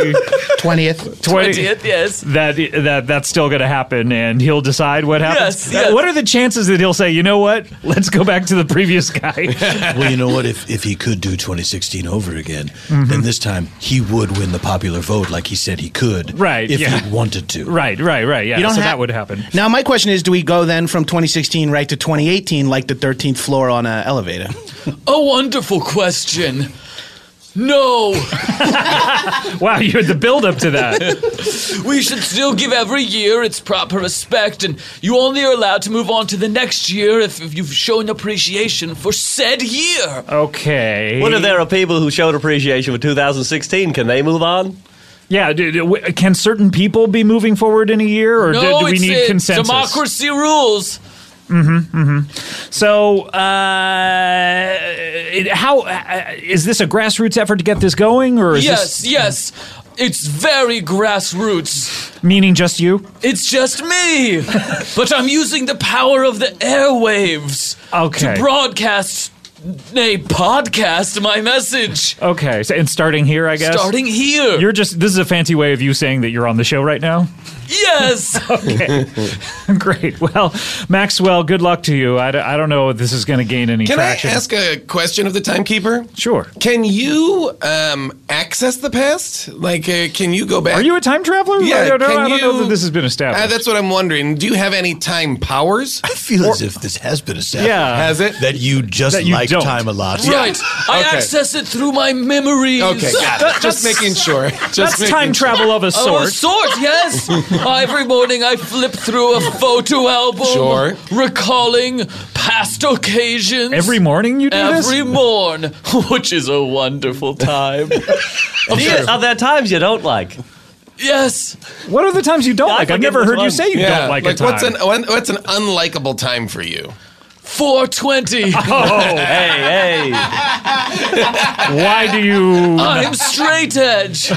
S13: twentieth,
S1: twentieth,
S6: yes,
S1: that that that's still going to happen, and he'll decide what happens.
S13: Yes, yes.
S1: Uh, What are the chances that he'll say, you know what, let's go back to the previous guy?
S8: well, you know what? If if he could do 2016 over again,
S1: Mm-hmm.
S8: then this time he would win the popular vote, like he said he could.
S1: Right,
S8: If
S1: yeah.
S8: he wanted to.
S1: Right, right, right. Yeah.
S13: You don't
S1: so
S13: have-
S1: that would happen.
S13: Now, my question is do we go then from 2016 right to 2018 like the 13th floor on an elevator?
S6: A wonderful question. No.
S1: wow, you had the build up to that.
S6: we should still give every year its proper respect, and you only are allowed to move on to the next year if, if you've shown appreciation for said year.
S1: Okay.
S14: What if there are people who showed appreciation for 2016? Can they move on?
S1: Yeah, do, do- w- can certain people be moving forward in a year, or do-
S6: no,
S1: do, we
S6: it's
S1: need
S6: it.
S1: consensus?
S6: Democracy rules.
S1: hmm hmm So, uh, it, how uh, is this a grassroots effort to get this going, or is
S6: yes,
S1: this
S6: yes. It's very grassroots.
S1: meaning just you?
S6: It's just me. but I'm using the power of the airwaves
S1: Okay.
S6: to broadcast, nay, podcast my message.
S1: Okay, so, and starting here, I guess.
S6: Starting here.
S1: You're just this is a fancy way of you saying that you're on the show right now.
S6: Yes.
S1: okay. Great. Well, Maxwell, good luck to you. I, d- I don't know if this is going to gain any
S5: Can I
S1: traction.
S5: ask a question of the timekeeper?
S1: Sure.
S5: Can you um, access the past? Like, uh, can you go back? Are you
S1: a time traveler?
S5: Yeah.
S1: I don't know-
S5: can
S1: I don't know
S5: you-
S1: that this has been established.
S5: Uh, that's what I'm wondering. Do you have any time powers? I
S8: feel as if this has been established.
S5: Yeah. Has it?
S8: That you just
S5: That you
S8: like
S5: don't.
S8: time a lot.
S6: Right. I access it through my memories.
S8: Okay, got it. Just making sure. Just That's making time sure. travel of a
S6: Of
S8: sort.
S6: a sort, yes. Every morning I flip through a photo album,
S1: Sure.
S6: recalling past occasions.
S1: Every morning you do this?
S6: Every morn, which is a wonderful time.
S14: Are there- are there times you don't like?
S6: Yes.
S1: What are the times you don't like? I've never heard you say you don't like, a time.
S5: What's an when- what's an unlikable time for you?
S6: 420.
S1: Oh.
S14: hey, hey.
S1: Why do
S5: Oh,
S1: you?
S6: I'm straight edge.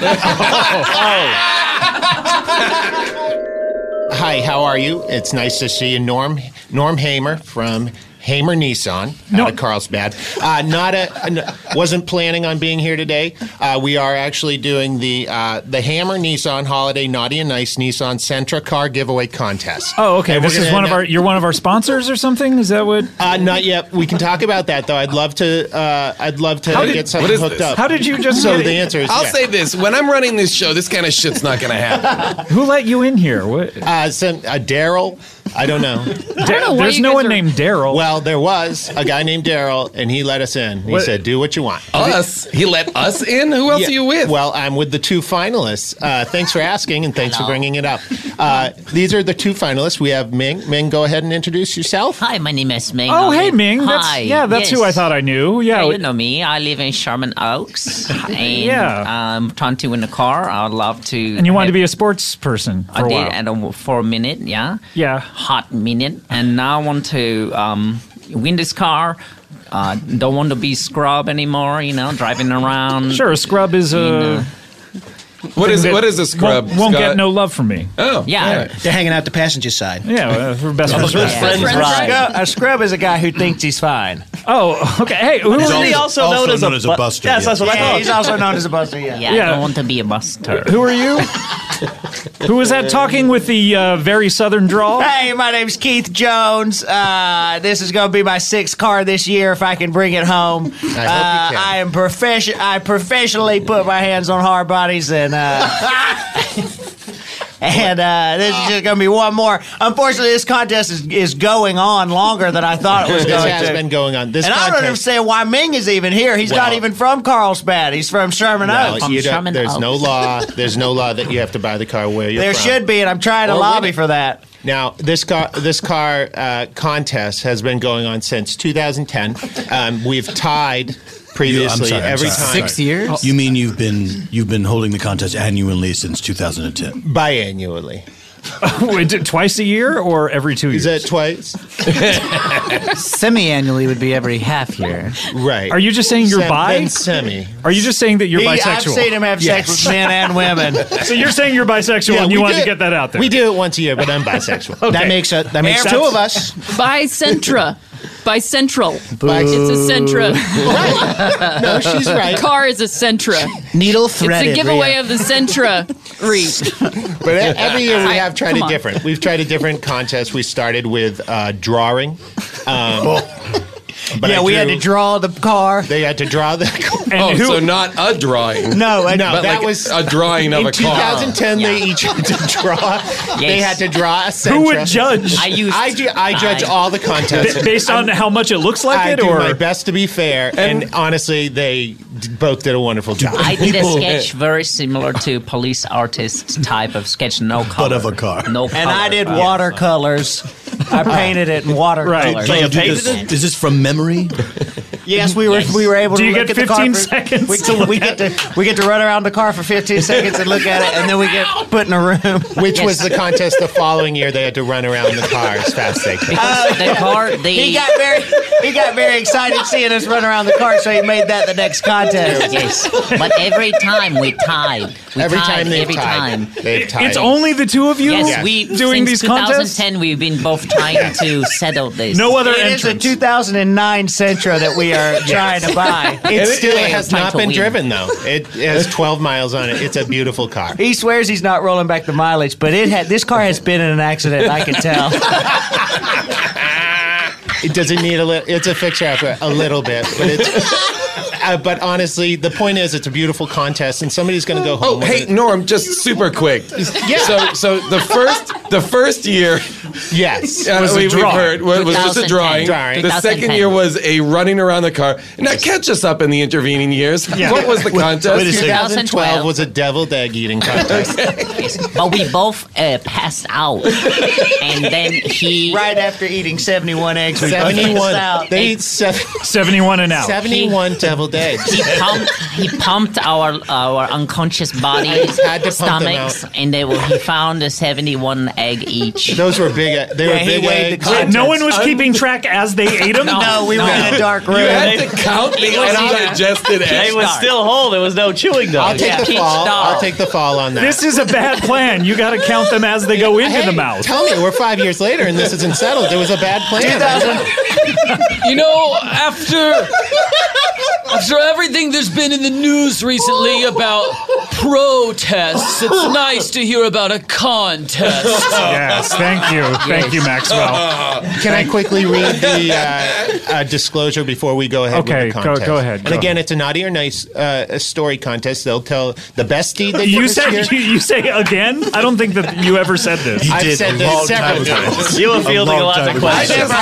S15: Hi, how are you? It's nice to see you, Norm. Norm Hamer from Hamer Nissan out of Carlsbad. Uh, not a n- wasn't planning on being here today. Uh, we are actually doing the uh, the Hamer Nissan Holiday Naughty and Nice Nissan Sentra Car Giveaway Contest.
S1: Oh, okay.
S15: And
S1: This
S15: we're
S1: is
S15: gonna
S1: one of
S15: end
S1: our. You're one of our sponsors or something. Is that what?
S15: Uh, not yet. We can talk about that though. I'd love to. Uh, I'd love to
S5: How did-
S15: get something
S5: what is
S15: hooked
S5: this?
S15: up. So the answer is
S5: I'll
S15: yes.
S5: say this: when I'm running this show, this kind of shit's not going to happen.
S1: Who let you in here? What?
S15: Uh, some uh, Daryl. I don't know.
S1: don't know why there's you no guys one are- named Daryl.
S15: Well, there was a guy named Daryl, and he let us in. He
S5: What-
S15: said, "Do what you want."
S5: Us? He let us in? Who else are you with?
S15: Well, I'm with the two finalists. Uh, thanks for asking, and thanks for bringing it up. Uh, these are the two finalists. We have Ming. Ming, go ahead and introduce yourself.
S16: Hi, my name is Ming.
S15: Oh,
S16: I
S15: hey,
S16: live-
S15: Ming. That's-
S16: Hi.
S15: yeah, that's who I thought I
S1: knew. Yeah.
S16: you know me. I live in Sherman Oaks. and
S1: Yeah.
S16: I'm trying to win a car. I'd love to.
S1: And you wanted to be a sports person for
S16: I
S1: a
S16: did
S1: while.
S16: at a, for a minute, yeah.
S1: Yeah.
S16: Hot minute. And now I want to um, win this car. Uh, don't want to be scrub anymore, you know, driving around.
S1: Sure, a scrub is a.
S16: What is-
S1: thing that
S16: what is a scrub,
S1: Won't, won't
S16: Scott?
S1: get no love from me.
S16: Oh,
S13: Yeah. They're hanging out the passenger side.
S1: Yeah, well, we're best friends.
S17: Friends, right. Scrub- a scrub is a guy who thinks he's fine.
S1: Oh, okay. Hey,
S17: who- Isn't he also known as a bu- Yes, that's what I thought.
S16: Yeah,
S1: Yeah.
S16: I don't want to be a buster.
S1: Who are you? Who was that talking with the uh, very southern drawl?
S17: Hey, my name's Keith Jones. Uh, this is going to be my sixth car this year if I can bring it home. I, hope you
S1: can.
S17: I am profession. I professionally put my hands on hard bodies and. Uh, And uh, this is just going to be one more. Unfortunately, this contest is, is going on longer than I thought it was
S15: this
S17: going
S15: has
S17: to.
S15: been going on. This
S17: and I don't
S15: contest-
S17: understand why Ming is even here. He's not
S15: Well-
S17: even from Carlsbad. He's from Sherman
S15: Well,
S17: Oaks.
S15: you don't- there's no law. There's no law that you have to buy the car where you're
S17: There
S15: from.
S17: should be, and I'm trying to
S15: Or win
S17: lobby
S15: it.
S17: for that.
S15: Now, this car, this car uh, contest has been going on since 2010. Um, we've tied previously
S8: You- I'm sorry, I'm
S15: every
S8: sorry,
S15: time. Oh.
S8: I'm sorry. You mean you've been you've been holding the contest annually since 2010?
S15: Biannually.
S1: twice a year or every two years?
S15: Is that twice?
S17: Semi-annually would be every half year.
S15: Right.
S1: Are you just saying you're
S17: Sem-
S1: bi?
S17: then
S15: semi.
S1: Are you just saying that you're
S17: He- I've
S1: bisexual?
S17: seen him have sex with men and women.
S1: so you're saying you're bisexual
S15: Yeah,
S1: and you
S15: we
S1: wanted to
S15: do it-
S1: get that out there.
S15: We do it once a year, but I'm bisexual.
S1: Okay.
S15: That makes a, that makes
S1: Air-
S15: two of us.
S7: By Centra. By Central.
S15: Boo.
S7: It's a Centra.
S15: Right. No, she's right.
S7: Car is a Centra.
S15: Needle
S7: it's a giveaway of the Centra reach.
S15: But e- every year we
S7: I-
S15: have tried
S7: come
S15: a
S7: on.
S15: different. We've tried a different contest. We started with uh, drawing. Um, but
S17: Yeah, we had to draw the car.
S15: They had to draw the car.
S5: oh, so not a drawing.
S15: No,
S5: no,
S15: a-
S5: that
S15: but like
S5: was a drawing of
S15: in
S5: a car.
S15: 2010, they each had to draw. They
S5: Yes.
S15: had to draw a Sentra.
S1: Who would judge?
S15: I
S1: I
S15: use.
S1: used
S15: I, ju- I judge
S1: mine.
S15: all the contests
S1: Ba- based on how much it looks like
S15: I
S1: it,
S15: do
S1: or-
S15: my best to be fair. And, honestly, they d- both did a wonderful job.
S16: I did a sketch very similar to police artist type of sketch, no color. But of a car. No color.
S17: And I did
S16: Yeah.
S17: watercolors. I painted it in watercolors.
S8: Do you do this- Is this from memory?
S17: Yes, we were we were able
S8: Do
S17: to
S8: you
S17: look
S8: get
S17: at the car
S8: 15
S17: for-
S8: seconds
S17: We,
S8: to look
S17: we
S8: at
S17: get to we get to run around the car for 15 seconds and look at it, and then we get put in a room.
S15: Which was the contest the following year? They had to run around the car as fast as they could. Uh,
S17: the car, he got very he got very excited seeing us run around the car, so he made that the next contest.
S16: Yes, but every time we tied, we
S17: Every
S16: tied,
S17: time they've
S16: every
S17: tied.
S16: time.
S15: They've
S1: tied. It's only the two of you
S16: Yes,
S1: Yes.
S16: we
S1: doing these
S16: since
S1: contests?
S16: 2010, we've been both trying to settle this.
S17: It is a 2009 Sentra that we are trying to buy.
S15: It still has not been driven though. It has 12 miles on it. It's a beautiful car.
S17: He swears he's not rolling back the mileage, but it had this car has been in an accident. I can tell.
S15: It doesn't need a little. It's a fixture after a little bit, but it's. Uh, but honestly, the point is, it's a beautiful contest, and somebody's going to go home.
S5: Oh, hey, Norm, just super quick. So, so the first, the first year,
S15: yes,
S5: uh,
S15: Was a
S5: we, we've
S15: drawing.
S5: heard was, was just a drawing.
S15: 2010. Drawing.
S5: The second
S15: 2010.
S5: year was a running around the car. Now catch us up in the intervening years.
S15: Yeah.
S5: What was the
S15: Wait-
S5: contest?
S15: wait a second. 2012 was a deviled egg eating contest.
S16: but we both uh, passed out, and then he
S17: right after eating 71 eggs, we both
S15: 71.
S17: out.
S15: They eat seven,
S1: 71 an hour.
S15: 71 deviled eggs.
S16: He pumped, he pumped our our unconscious bodies,
S15: Had to pump them
S16: stomachs, and they were, he found a seventy-one egg each.
S15: Those were big. They
S1: were Yeah, he big weighed the eggs. contents. No one was keeping track as they ate 'em? No, we were in a dark
S5: You had to count the undigested
S17: They
S5: eggs.
S17: was still
S5: whole. There was no chewing
S15: I'll take the fall. I'll take the fall on that.
S1: This is a bad plan. You got to count them as they go into
S15: Hey,
S1: the mouth.
S15: Tell me, we're five years later and this isn't settled. It was a bad plan.
S6: 2000.
S15: you know,
S6: after after everything there's been in the news recently about protests, it's nice to hear about a contest.
S1: Yes, thank you. Thank you, Maxwell.
S15: Can I quickly read the uh, uh, disclosure before we go ahead
S1: Okay,
S15: with the
S1: go-
S15: contest?
S1: go ahead,
S15: And
S1: go
S15: again, it's a naughty or nice uh, a story contest. They'll tell the best deed they did
S1: You
S15: this year.
S1: say you, you say again? I don't think that you ever said this.
S15: I've said this several times.
S5: I never,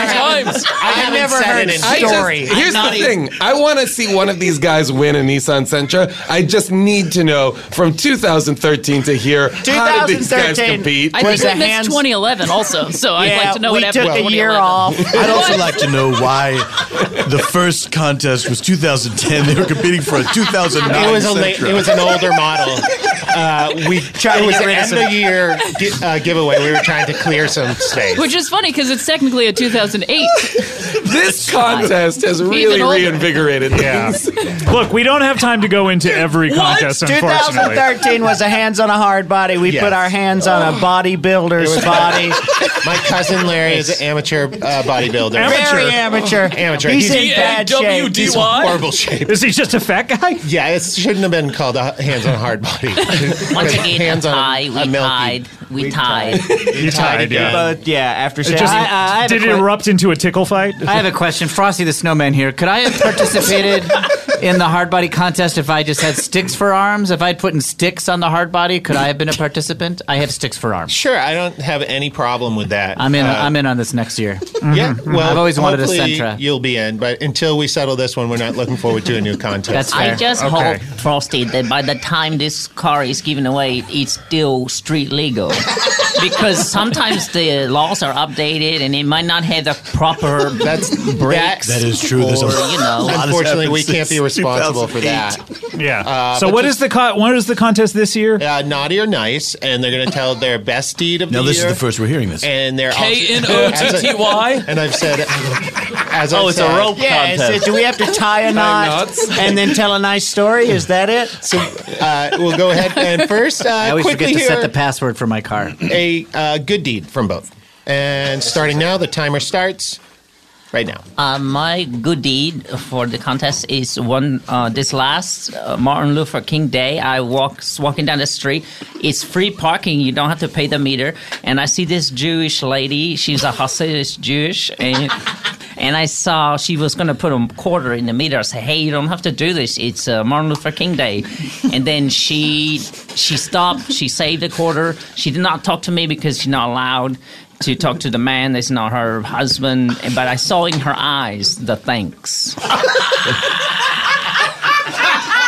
S15: I haven't said it in
S5: I just-
S15: story.
S5: here's the thing. I want to see one of these guys win a Nissan Sentra? I just need to know from 2013 to here. How did these guys
S7: 2013.
S5: compete?
S7: I think we missed 2011 also, so I'd like to know what happened in 2011.
S8: I'd also like to know why the first contest was 2010. They were competing for a 2009.
S15: It was a late,
S8: Sentra.
S15: it was an older model. Uh, we
S8: to
S15: it was
S8: get rid
S15: an
S8: of
S15: end
S8: some-
S15: of year gi- uh, giveaway. We were trying to clear some space.
S7: Which is funny because it's technically a 2008.
S5: This contest has
S7: Even
S5: really
S7: older.
S5: reinvigorated things.
S1: Look, we don't have time to go into every contest, unfortunately.
S17: 2013 was a hands on a hard body. We
S1: Yes.
S17: put our hands on a
S15: It
S17: bodybuilder's
S15: was-
S17: body.
S15: My cousin Larry is an amateur uh, bodybuilder.
S17: Amateur. Very amateur.
S15: Amateur.
S17: He's in bad shape.
S15: He's in
S17: DNWDY?
S15: horrible shape.
S1: Is he just a fat guy?
S15: Yeah, it shouldn't have been called a h- hands on hard body.
S16: Once again,
S15: hands
S16: a
S15: on
S16: tie, we tied, we tied.
S1: You
S15: tied, yeah.
S1: But,
S18: yeah, after
S1: It just-
S18: uh,
S1: did it erupt into a tickle fight?
S18: I have a question. Frosty the Snowman here. Could I have participated in the hard body contest if I just had sticks for arms? If I'd put in sticks on the hard body, could I have been a participant? I have sticks for arms.
S15: Sure, I don't have any problem with that.
S18: I'm in.
S15: Uh,
S18: I'm in on this next year.
S17: Mm.
S15: Yeah, well,
S18: I've always wanted a
S15: hopefully
S18: Sentra.
S15: You'll be in, but until we settle this one, we're not looking forward to a new contest.
S16: I just hope, Frosty, that by the time this car is given away, it's still street legal. because sometimes the laws are updated and it might not have the proper
S15: That's
S16: brakes.
S15: That is true. There's a
S16: or, you know,
S15: lot Unfortunately, we can't be responsible for that.
S1: Yeah.
S15: Uh,
S1: so
S15: but
S1: what
S15: just-
S1: is the con- what is the contest this year?
S15: Uh, naughty or nice, and they're going to tell their best deed of
S8: Now,
S15: the
S8: this is
S15: year.
S8: the first we're hearing this.
S15: And they're
S6: K-N-O-T-T-Y?
S15: as I- And I've said, as
S17: Oh,
S15: I've
S17: it's a
S15: said-
S17: rope Yeah, it's- contest. do we have to tie a knot and then tell a nice story? Is that it?
S15: So uh, we'll go ahead and first uh,
S18: I always
S15: quickly
S18: forget to
S15: here,
S18: set the password for my car.
S15: a uh, good deed from both. And starting now, the timer starts right now.
S16: Uh, my good deed for the contest is one. Uh, this last uh, Martin Luther King Day, I walks walking down the street. It's free parking; you don't have to pay the meter. And I see this Jewish lady. She's a Hasidic Jewish, and and I saw she was going to put a quarter in the meter. I said, "Hey, you don't have to do this. It's uh, Martin Luther King Day." and then she she stopped. She saved a quarter. She did not talk to me because she's not allowed to talk to the man that's not her husband, but I saw in her eyes the thanks.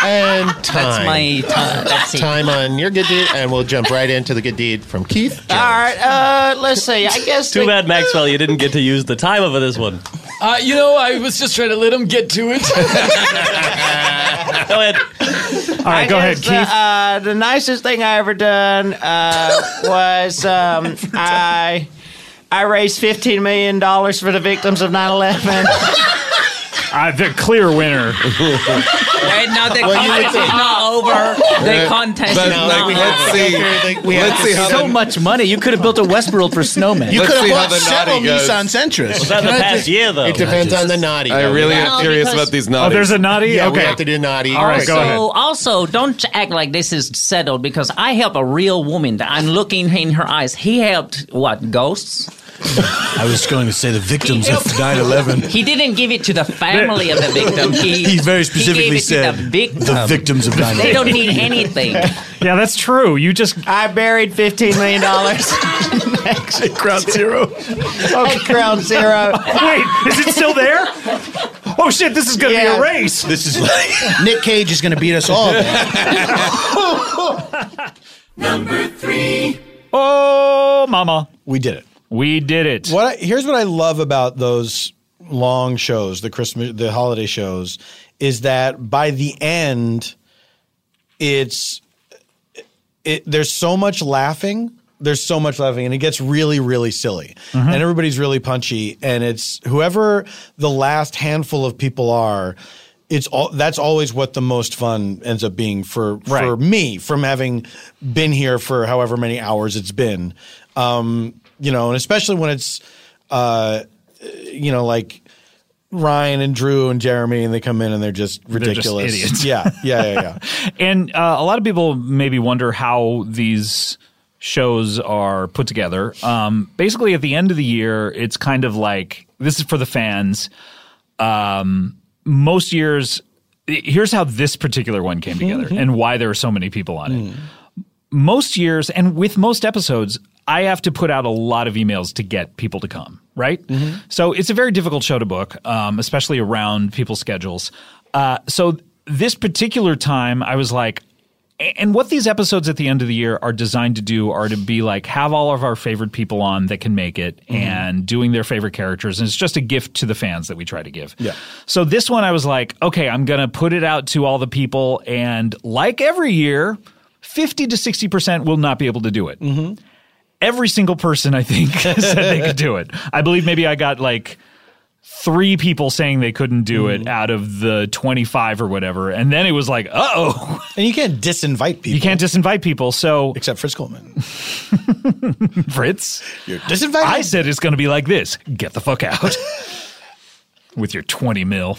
S15: And time.
S16: That's my time. That's it.
S15: time on your good deed, and we'll jump right into the good deed from Keith.
S17: All right. Uh, let's see. I guess.
S14: Too bad, Maxwell, you didn't get to use the time of this one.
S6: Uh, you know, I was just trying to let him get to it.
S14: Go ahead.
S17: All
S6: right, go ahead,
S17: The, uh, the nicest thing I ever done uh, was um, I I raised fifteen million dollars for the victims of 9-11.
S1: Uh, the clear winner.
S16: Wait, no, the
S17: Well, you would
S16: contest is
S17: think-
S16: not over. The
S17: Yeah.
S16: contest
S17: But
S16: is
S17: like,
S16: not
S17: let's
S16: over.
S17: see.
S15: We have
S18: Let's see how so
S15: the-
S18: much money. You could have built a Westworld for snowmen.
S15: You Let's could have see how bought the several naughty goes.
S18: Nissan
S15: Nissan
S18: Sentras.
S15: Was that the past year, though? It depends on the naughty.
S5: I
S15: though.
S5: really
S15: We
S5: am
S15: have-
S5: curious about these naughties.
S15: Oh, there's a naughty? Yeah, we Okay. have to do naughty. All right,
S16: also,
S15: go ahead.
S16: also, don't act like this is settled because I help a real woman that I'm looking in her eyes. He helped what ghosts?
S8: I was going to say the victims of 9 11.
S16: He didn't give it to the family of the victim. He,
S8: He very
S16: he
S8: specifically
S16: gave it
S8: said
S16: to the victim.
S8: victims of 9
S16: They don't need anything.
S1: Yeah, that's true. You just
S17: I buried fifteen million dollars. At
S8: Ground Zero.
S17: At Ground Zero.
S1: Wait, is it still there? Oh shit! This is gonna
S17: Yeah.
S1: be a race.
S8: This is like
S13: Nick Cage is going to beat us all.
S1: Oh, mama.
S3: We did it.
S1: We did it.
S3: What I, here's what I love about those long shows, the Christmas the holiday shows, is that by the end it's it, there's so much laughing. There's so much laughing, and it gets really, really silly.
S1: Mm-hmm.
S19: Mhm.
S3: And everybody's really punchy, and it's whoever the last handful of people are. It's all that's always what the most fun ends up being for for me from having been here for however many hours it's been, um, you know, and especially when it's, uh, you know, like Ryan and Drew and Jeremy, and they come in and they're just
S1: They're just
S3: ridiculous.
S1: idiots.
S3: Yeah, yeah, yeah, yeah.
S1: and uh, a lot of people maybe wonder how these shows are put together. Um, basically, at the end of the year, it's kind of like this is for the fans. Um, most years, i- here's how this particular one came together
S3: Mm-hmm.
S20: Mhm.
S1: and why there are so many people on
S3: Mm.
S1: it. Most years, and with most episodes, I have to put out a lot of emails to get people to come, right? So it's a very difficult show to book, um, especially around people's schedules. Uh, so this particular time, I was like, and what these episodes at the end of the year are designed to do are to be like have all of our favorite people on that can make it
S3: Mm-hmm.
S1: and doing their favorite characters and it's just a gift to the fans that we try to give
S7: Yeah.
S1: so this one i was like okay i'm gonna put it out to all the people and like every year 50 to 60% will not be able to do it
S3: Mm-hmm.
S1: every single person i think said they could do it i believe maybe i got like three people saying they couldn't do it
S3: Mm-hmm.
S1: out of the 25 or whatever. And then it was like, uh oh.
S3: And you can't disinvite people.
S1: You can't disinvite people. So,
S3: except Fritz Coleman.
S1: Fritz, you're
S3: disinvited.
S1: I said it's going to be like this get the fuck out with your 20 mil.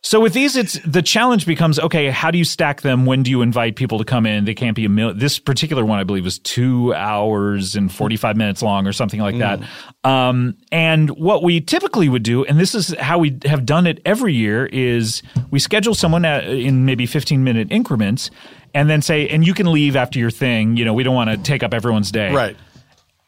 S1: So with these, it's the challenge becomes okay. How do you stack them? When do you invite people to come in? They can't be a mil. This particular one, I believe, was two hours and forty five minutes long, or something like that. Um, and what we typically would do, and this is how we have done it every year, is we schedule someone at, in maybe fifteen minute increments, and then say, and you can leave after your thing. You know, we don't want to take up everyone's day, right?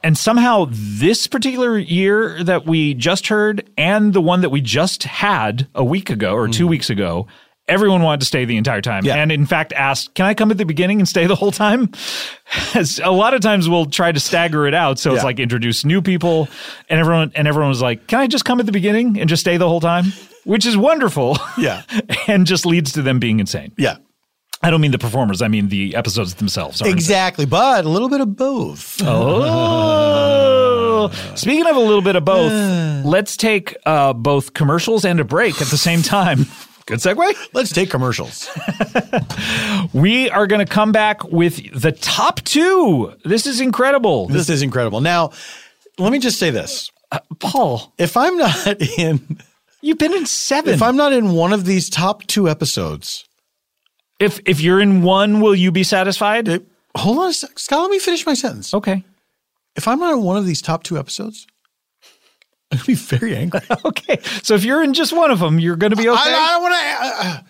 S1: And somehow this particular year that we just heard and the one that we just had a week ago or
S3: Mm-hmm.
S1: two weeks ago, everyone wanted to stay the entire time. And in fact asked, Can I come at the beginning and stay the whole time? As a lot of times we'll try to stagger it out. So it's
S17: Yeah.
S1: like introduce new people and everyone and everyone was like, Can I just come at the beginning and just stay the whole time? Which is wonderful.
S3: Yeah.
S1: and just leads to them being insane.
S3: Yeah.
S1: I don't mean the performers, I mean the episodes themselves. are insane.
S3: Exactly, but a little bit of both.
S1: Oh. Speaking of a little bit of both, let's take uh, both commercials and a break at the same time. Good segue.
S3: Let's take commercials.
S1: we are going to come back with the top two. This is incredible. Uh,
S3: This is incredible. Now, let me just say this,
S1: Paul.
S3: If I'm not in,
S1: you've been in seven.
S3: If I'm not in one of these top two episodes,
S1: if if you're in one, will you be satisfied?
S3: hold on, a sec, Scott. Let me finish my sentence.
S1: Okay.
S3: If I'm not in one of these top two episodes, I'm gonna be very angry.
S1: okay. So if you're in just one of them, you're going to be okay.
S3: I, I don't want to.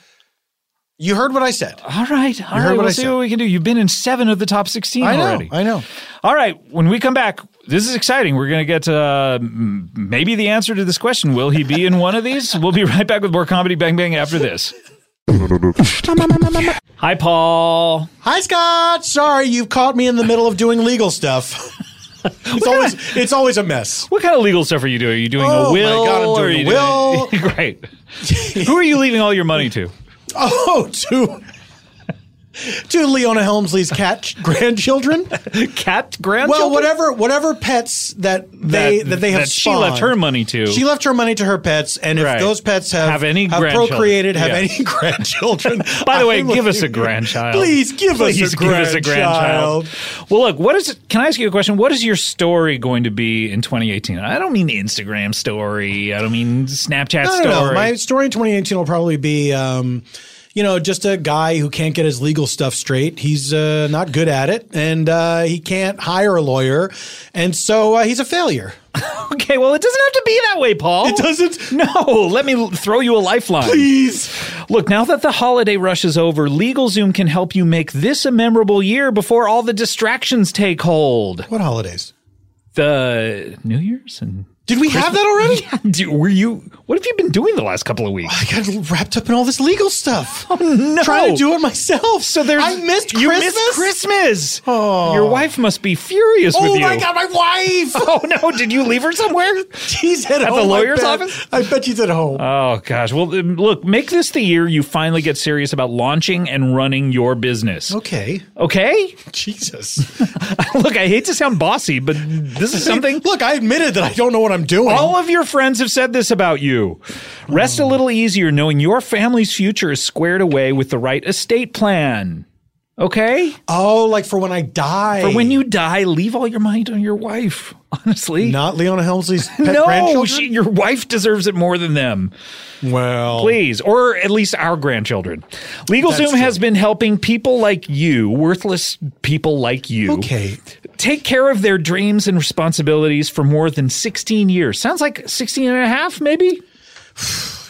S3: you heard what I said.
S1: All right. All
S3: You heard
S1: right,
S3: what
S1: we'll
S3: I
S1: see
S3: said.
S1: what we can do. You've been in seven of the top 16
S3: I know,
S1: already.
S3: I know.
S1: All right. When we come back, this is exciting. We're going to get uh, m- maybe the answer to this question. Will he be in one of these? We'll be right back with more Comedy Bang Bang after this. Hi, Paul.
S3: Hi, Scott. Sorry, you've caught me in the middle of doing legal stuff. It's always it's always a mess.
S1: What kind of legal stuff are you doing? Are you doing a
S3: Oh, my
S1: will?
S3: God, I'm
S1: or are
S3: doing a
S1: you
S3: will.
S1: Great. Who are you leaving all your money to?
S3: Oh, to to Leona Helmsley's cat grandchildren,
S1: cat
S3: Well,
S1: grandchildren?
S3: whatever whatever pets that they that, they have
S1: that she left
S3: spawned.
S1: her money to.
S3: She left her money to her pets, and if those pets have
S1: Have any grandchildren.
S3: procreated, have
S1: Yeah.
S3: any grandchildren.
S1: By the way,
S3: I'm
S1: give us a
S3: looking-
S1: grandchild.
S3: Please give us a
S1: Please give us a
S3: grandchild.
S1: grandchild. Well, look, what is? Can I ask you a question? What is your story going to be in 2018? I don't mean Instagram story. I don't mean Snapchat
S3: No,
S1: story.
S3: no, no. My story in 2018 will probably be, um, you know, just a guy who can't get his legal stuff straight. He's uh, not good at it, and uh, he can't hire a lawyer, and so uh, he's a failure.
S1: okay, well, it doesn't have to be that way, Paul.
S3: It doesn't.
S1: No, let me l- throw you a lifeline.
S3: Please.
S1: Look, now that the holiday rush is over, LegalZoom can help you make this a memorable year before all the distractions take hold.
S3: What holidays?
S1: The New Year's and
S3: Did we have that already?
S1: Yeah, do, were you? What have you been doing the last couple of weeks?
S3: I got wrapped up in all this legal stuff. Oh
S1: no!
S3: Trying to do it myself.
S1: So there's
S3: I missed
S1: you
S3: Christmas.
S1: missed Christmas.
S3: Oh,
S1: Your wife must be furious
S3: Oh
S1: with you.
S3: my god, my wife!
S1: Oh no, did you leave her somewhere?
S3: She's at,
S1: At the
S3: home, I
S1: lawyer's
S3: bet.
S1: office?
S3: I bet she's at home.
S1: Oh gosh. Well, um, look, make this the year you finally get serious about launching and running your business.
S3: Okay.
S1: Okay?
S3: Jesus.
S1: look, I hate to sound bossy, but this is something.
S3: Look, I admitted that I don't know what I'm doing.
S1: All of your friends have said this about you. Rest a little easier knowing your family's future is squared away with the right estate plan. Okay?
S3: Oh, like for when I die.
S1: For when you die, leave all your money to your wife. Honestly,
S3: not Leona Helmsley's pet
S1: no,
S3: grandchildren?
S1: she, your wife deserves it more than them.
S3: Well,
S1: please, or at least our grandchildren. LegalZoom has been helping people like you, worthless people like you,
S3: okay,
S1: take care of their dreams and responsibilities for more than 16 years. Sounds like 16 and a half, maybe?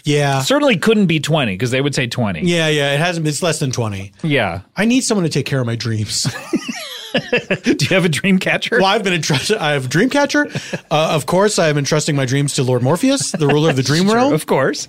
S3: Yeah.
S1: Certainly couldn't be 20 because they would say 20.
S3: Yeah, yeah. It hasn't. It's less than twenty.
S1: Yeah.
S3: I need someone to take care of my dreams.
S1: Do you have a dream catcher?
S3: Well, I've been entrusted. I have a dream catcher. Uh, of course, I am entrusting my dreams to Lord Morpheus, the ruler of the dream realm.
S1: Of course.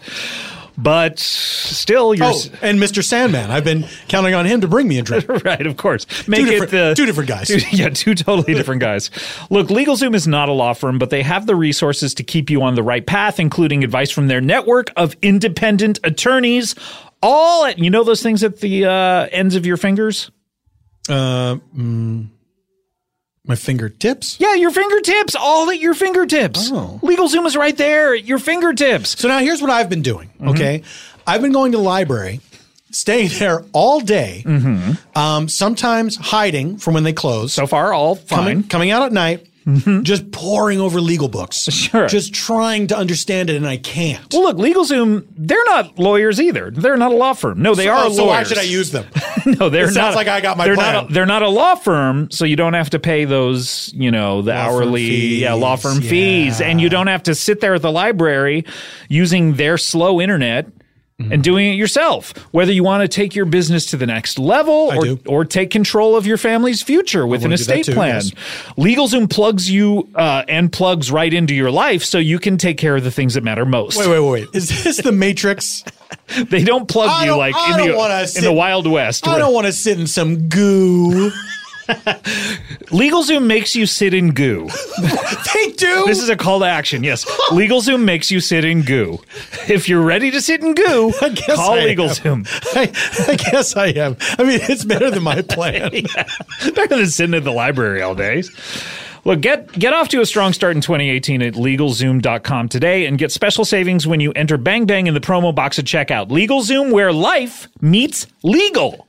S1: But still, you're.
S3: Oh, and Mr. Sandman. I've been counting on him to bring me a drink.
S1: right, of course. Make
S3: two
S1: it
S3: different-
S1: the
S3: two different guys.
S1: two- yeah, two totally different guys. Look, LegalZoom is not a law firm, but they have the resources to keep you on the right path, including advice from their network of independent attorneys. All at you know those things at the uh, ends of your fingers.
S3: Uh, mm, my fingertips.
S1: Yeah, your fingertips, all at your fingertips. LegalZoom is right there at your fingertips.
S3: Oh.
S1: Mm-hmm.
S3: So now here's what I've been doing. Okay, I've been going to the library, staying there all day. Um, sometimes hiding from when they close. So
S1: far, all Mm-hmm.
S3: Coming, coming out at night, just poring over legal books. Sure. Just trying to understand it, and I can't.
S1: Well, look, LegalZoom, they're not lawyers either. They're not a law firm. No, they
S3: So- uh,
S1: are lawyers.
S3: So why should I use them?
S1: no, they're
S3: It
S1: not.
S3: sounds like I got my
S1: they're
S3: plan.
S1: Not a, they're not a law firm, so you don't have to pay those, you know, the hourly yeah, law firm fees, and you don't have to sit there at the library using their slow internet.
S3: Mm-hmm.
S1: And doing it yourself, whether you want to take your business to the next level or, or take control of your family's future with an
S21: wanna do that
S1: estate
S21: too,
S1: plan.
S21: yes.
S1: LegalZoom plugs you uh, and plugs right into your life so you can take care of the things that matter most.
S3: Wait, wait, wait. Is this the Matrix?
S1: they don't plug
S3: I
S1: you
S3: don't-
S1: like
S3: I
S1: in
S3: don't wanna
S1: the, in the
S3: sit-
S1: Wild West.
S3: I
S1: where-
S3: don't want to sit in some goo.
S1: LegalZoom makes you sit in goo.
S3: they do.
S1: This is a call to action. Yes, LegalZoom makes you sit in goo. If you're ready to sit in goo, call
S3: I am.
S1: LegalZoom.
S3: I, I guess I am. I mean, it's better than my plan.
S1: Better than sitting in the library all day. Look, get get off to a strong start in 2018 at LegalZoom.com today, and get special savings when you enter Bang Bang in the promo box at checkout. LegalZoom, where life meets legal.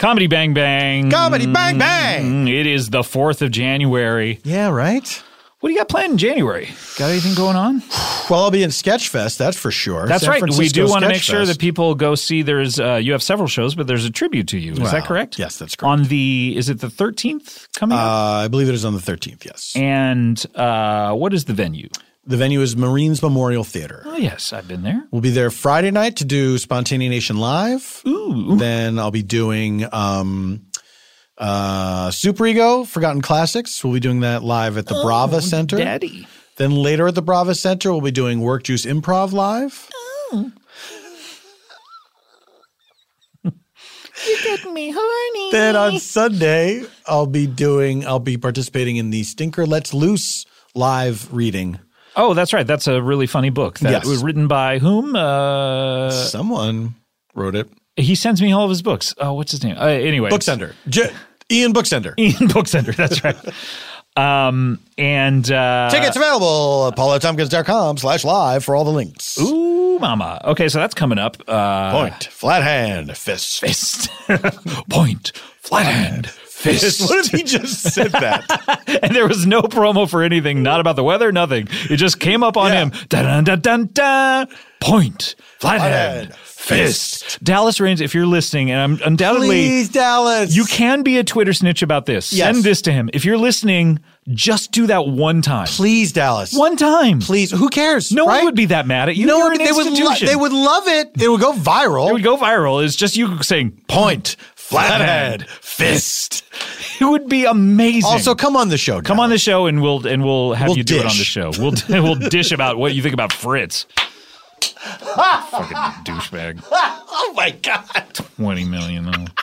S1: Comedy Bang Bang. Comedy Bang Bang. It is the 4th of January.
S3: Yeah, right?
S1: What do you got planned in January? Got anything going on?
S3: Well, I'll be in Sketchfest, that's for sure.
S1: That's
S3: San
S1: right. we
S3: Francisco
S1: do want to
S3: Sketch
S1: make sure
S3: Fest.
S1: that people go see. There's uh, you have several shows, but there's a tribute to you. Is
S3: Well,
S1: that correct?
S3: Yes, that's
S1: correct. On the is it the 13th coming? up?
S3: Uh, I believe it is on the 13th, yes.
S1: And uh, what is the venue?
S3: The venue is Marines Memorial Theater.
S1: Oh yes, I've been there.
S3: We'll be there Friday night to do Spontanea Nation Live.
S1: Ooh.
S3: Then I'll be doing um, uh, Super Ego, Forgotten Classics. We'll be doing that live at the Brava Center.
S1: Oh, Daddy.
S3: Then later at the Brava Center, we'll be doing Work Juice Improv Live.
S2: You get me horny.
S3: Then on Sunday, I'll be doing, I'll be participating in the Stinker Let's Loose live reading.
S1: Oh, that's right. That's a really funny book that
S3: Yes.
S1: was written by whom? Uh,
S3: Someone wrote it.
S1: He sends me all of his books. Oh, what's his name? Uh, anyway,
S3: Booksender. J- Ian Booksender.
S1: Ian Booksender. That's right. um, and uh,
S3: Tickets available at paulotompkins.com slash live for all the links.
S1: Ooh, mama. Okay, so that's coming up. Uh,
S3: Point, flat hand, fist.
S1: Fist. Point, flat hand, fist.
S3: What if he just said that?
S1: and there was no promo for anything, not about the weather, nothing. It just came up on him. Dun, dun, dun, dun, dun. Point, flat hand, fist. Dallas Reigns, if you're listening, and I'm undoubtedly.
S3: Please, Dallas.
S1: You can be a Twitter snitch about this.
S3: Yes.
S1: Send this to him. If you're listening, just do that one time.
S3: Please, Dallas.
S1: One time.
S3: Please. Who cares?
S1: No one would be that mad at you.
S3: No,
S1: You're an
S3: they would lo-
S1: institution.
S3: they would love it. It would go viral.
S1: It would go viral. It's just you saying
S3: point, flathead, fist.
S1: It would be amazing.
S3: Also, come on the show.
S1: Come on the show, and we'll and we'll have
S3: We'll
S1: you do it on the
S3: dish.
S1: show. We'll we'll dish about what you think about Fritz. Fucking douchebag.
S3: oh my god.
S1: Twenty million. Though.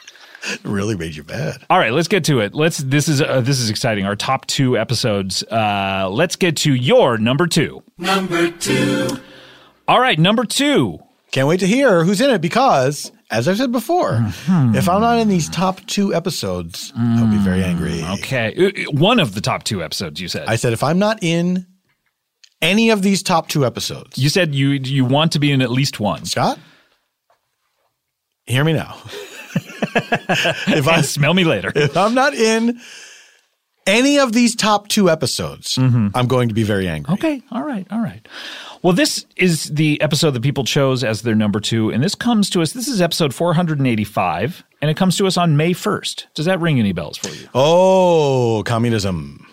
S3: Really made you bad.
S1: All right, let's get to it. Let's. This is uh, this is exciting. Our top two episodes. Uh, let's get to your number two.
S2: Number two.
S1: All right, number two.
S3: Can't wait to hear who's in it because, as I've said before,
S1: Mm-hmm.
S3: if I'm not in these top two episodes, I'll be very angry.
S1: Okay, Uh, uh, one of the top two episodes. You said.
S3: I said if I'm not in any of these top two episodes,
S1: you said you you want to be in at least one.
S3: Scott, hear me now. if
S1: I smell me later,
S3: if I'm not in any of these top two episodes,
S1: Mm-hmm.
S3: I'm going to be very angry.
S1: Okay. All right. All right. Well, this is the episode that people chose as their number two, and this comes to us. This is episode 485, and it comes to us on May 1st. Does that ring any bells for you?
S3: Oh, communism.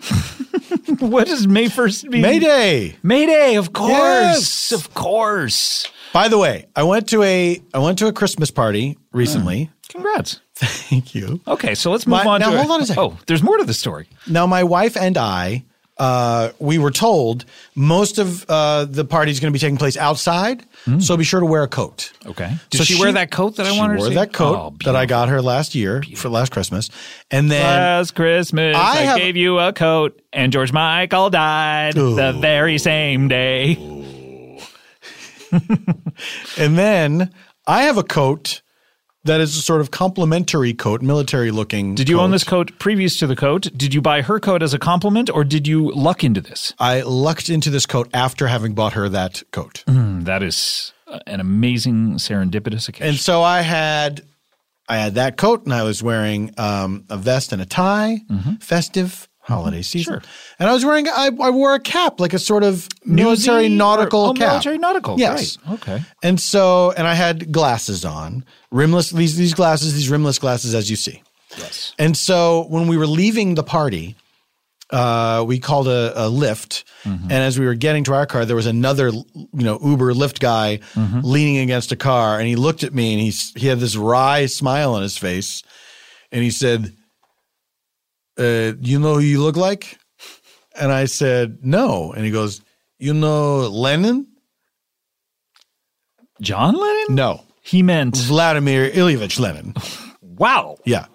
S1: what does May 1st mean?
S3: Mayday.
S1: Mayday, of course.
S3: Yes.
S1: Of course.
S3: By the way, I went to a I went to a Christmas party recently.
S1: Congrats.
S3: Thank you.
S1: Mm. Okay, so let's move
S3: My-
S1: on
S3: now
S1: to
S3: hold on a second.
S1: Oh, there's more to the story.
S3: Now, my wife and I uh, we were told most of uh, the party is going to be taking place outside, so be sure to wear a coat.
S1: Mm. Okay. Did
S3: So
S1: she, wear that coat that I
S3: she
S1: wanted?
S3: wore
S1: to see?
S3: that coat
S1: Oh,
S3: that I got her last year for last Christmas, and then
S1: last Christmas,
S3: I
S1: I,
S3: have-
S1: gave you a coat, and George Michael died the very same day.
S3: and then I have a coat that is a sort of complimentary coat, military looking.
S1: Did you own this coat previous to the coat? Did you buy her coat as a compliment, or did you luck into this?
S3: I lucked into this coat after having bought her that coat.
S1: Mm, that is uh, an amazing serendipitous occasion.
S3: And so I had I had that coat and I was wearing um, a vest and a tie,
S1: Mm-hmm.
S3: festive holiday season. And I was wearing I, I wore a cap, like a sort of military
S1: Navy or-
S3: nautical
S1: oh,
S3: cap.
S1: military nautical,
S3: Yes.
S1: great. Okay.
S3: And so and I had glasses on, rimless these these glasses, these rimless glasses as you see. Yes. And so when we were leaving the party, uh, we called a, a lift,
S1: Mm-hmm.
S3: and as we were getting to our car, there was another, you know, Uber lift guy
S1: Mm-hmm.
S3: leaning against a car, and he looked at me, and he s- he had this wry smile on his face, and he said, uh, "You know who you look like?" And I said, "No," and he goes, "You know Lenin?"
S1: John Lennon?
S3: No,
S1: he meant
S3: Vladimir Ilyevich Lenin.
S1: wow.
S3: Yeah.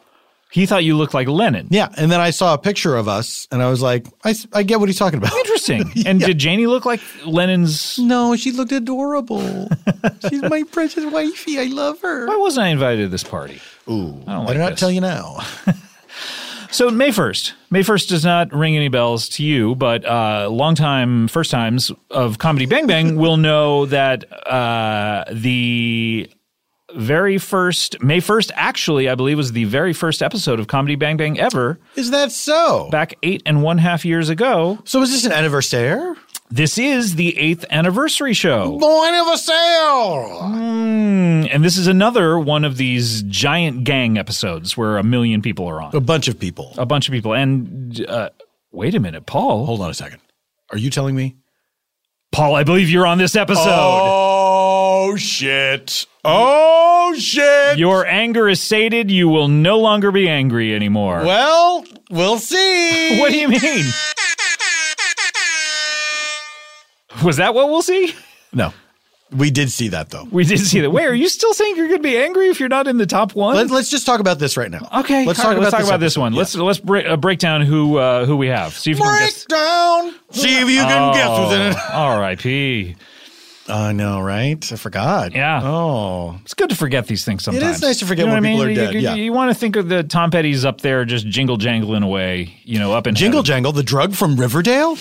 S1: He thought you looked like Lennon.
S3: Yeah, and then I saw a picture of us, and I was like, I, s- I get what he's talking about.
S1: Interesting. And did Janie look like Lennon's?
S3: No, she Oh, looked adorable. She's my precious wifey. I love her.
S1: Why wasn't I invited to this party?
S3: Ooh,
S1: I don't
S3: Better
S1: like
S3: not
S1: this.
S3: tell you now.
S1: So May first, May first does not ring any bells to you, but uh, long time first times of comedy Bang Bang will know that uh, the very first May first actually I believe was the very first episode of Comedy Bang Bang ever.
S3: Is that so?
S1: Back eight and one half years ago.
S3: So is this an anniversaire?
S1: This is the eighth anniversary show.
S3: Anniversary.
S1: Mm, and this is another one of these giant gang episodes where a million people are on. A
S3: bunch of people.
S1: A bunch of people. And uh, wait a minute, Paul.
S3: Hold on a second. Are you telling me?
S1: Paul, I believe you're on this episode.
S2: Oh shit. Oh shit.
S1: Your anger is sated. You will no longer be angry anymore.
S3: Well, we'll see.
S1: What do you mean? Was that what we'll see?
S3: No. We did see that though.
S1: We did see that. Wait, are you still saying you're going to be angry if you're not in the top one?
S3: Let, us just talk about this right now.
S1: Okay,
S3: Let's
S1: all
S3: talk
S1: right, let's
S3: about
S1: talk
S3: this
S1: about this
S3: episode.
S1: one. Let's let's break, uh, break down who uh, who we have. See if you can guess.
S3: down. See if you can
S1: Oh.
S3: guess within it.
S1: R.I.P.
S3: I know, right? I forgot.
S1: Yeah.
S3: Oh,
S1: it's good to forget these things sometimes.
S3: nice to forget
S1: what
S3: when
S1: I mean?
S3: people are
S1: You-
S3: dead,
S1: You,
S3: yeah.
S1: want to think of the Tom Petty's up there just jingle jangling away, you know, up in
S3: Jingle Jangle, the drug from Riverdale?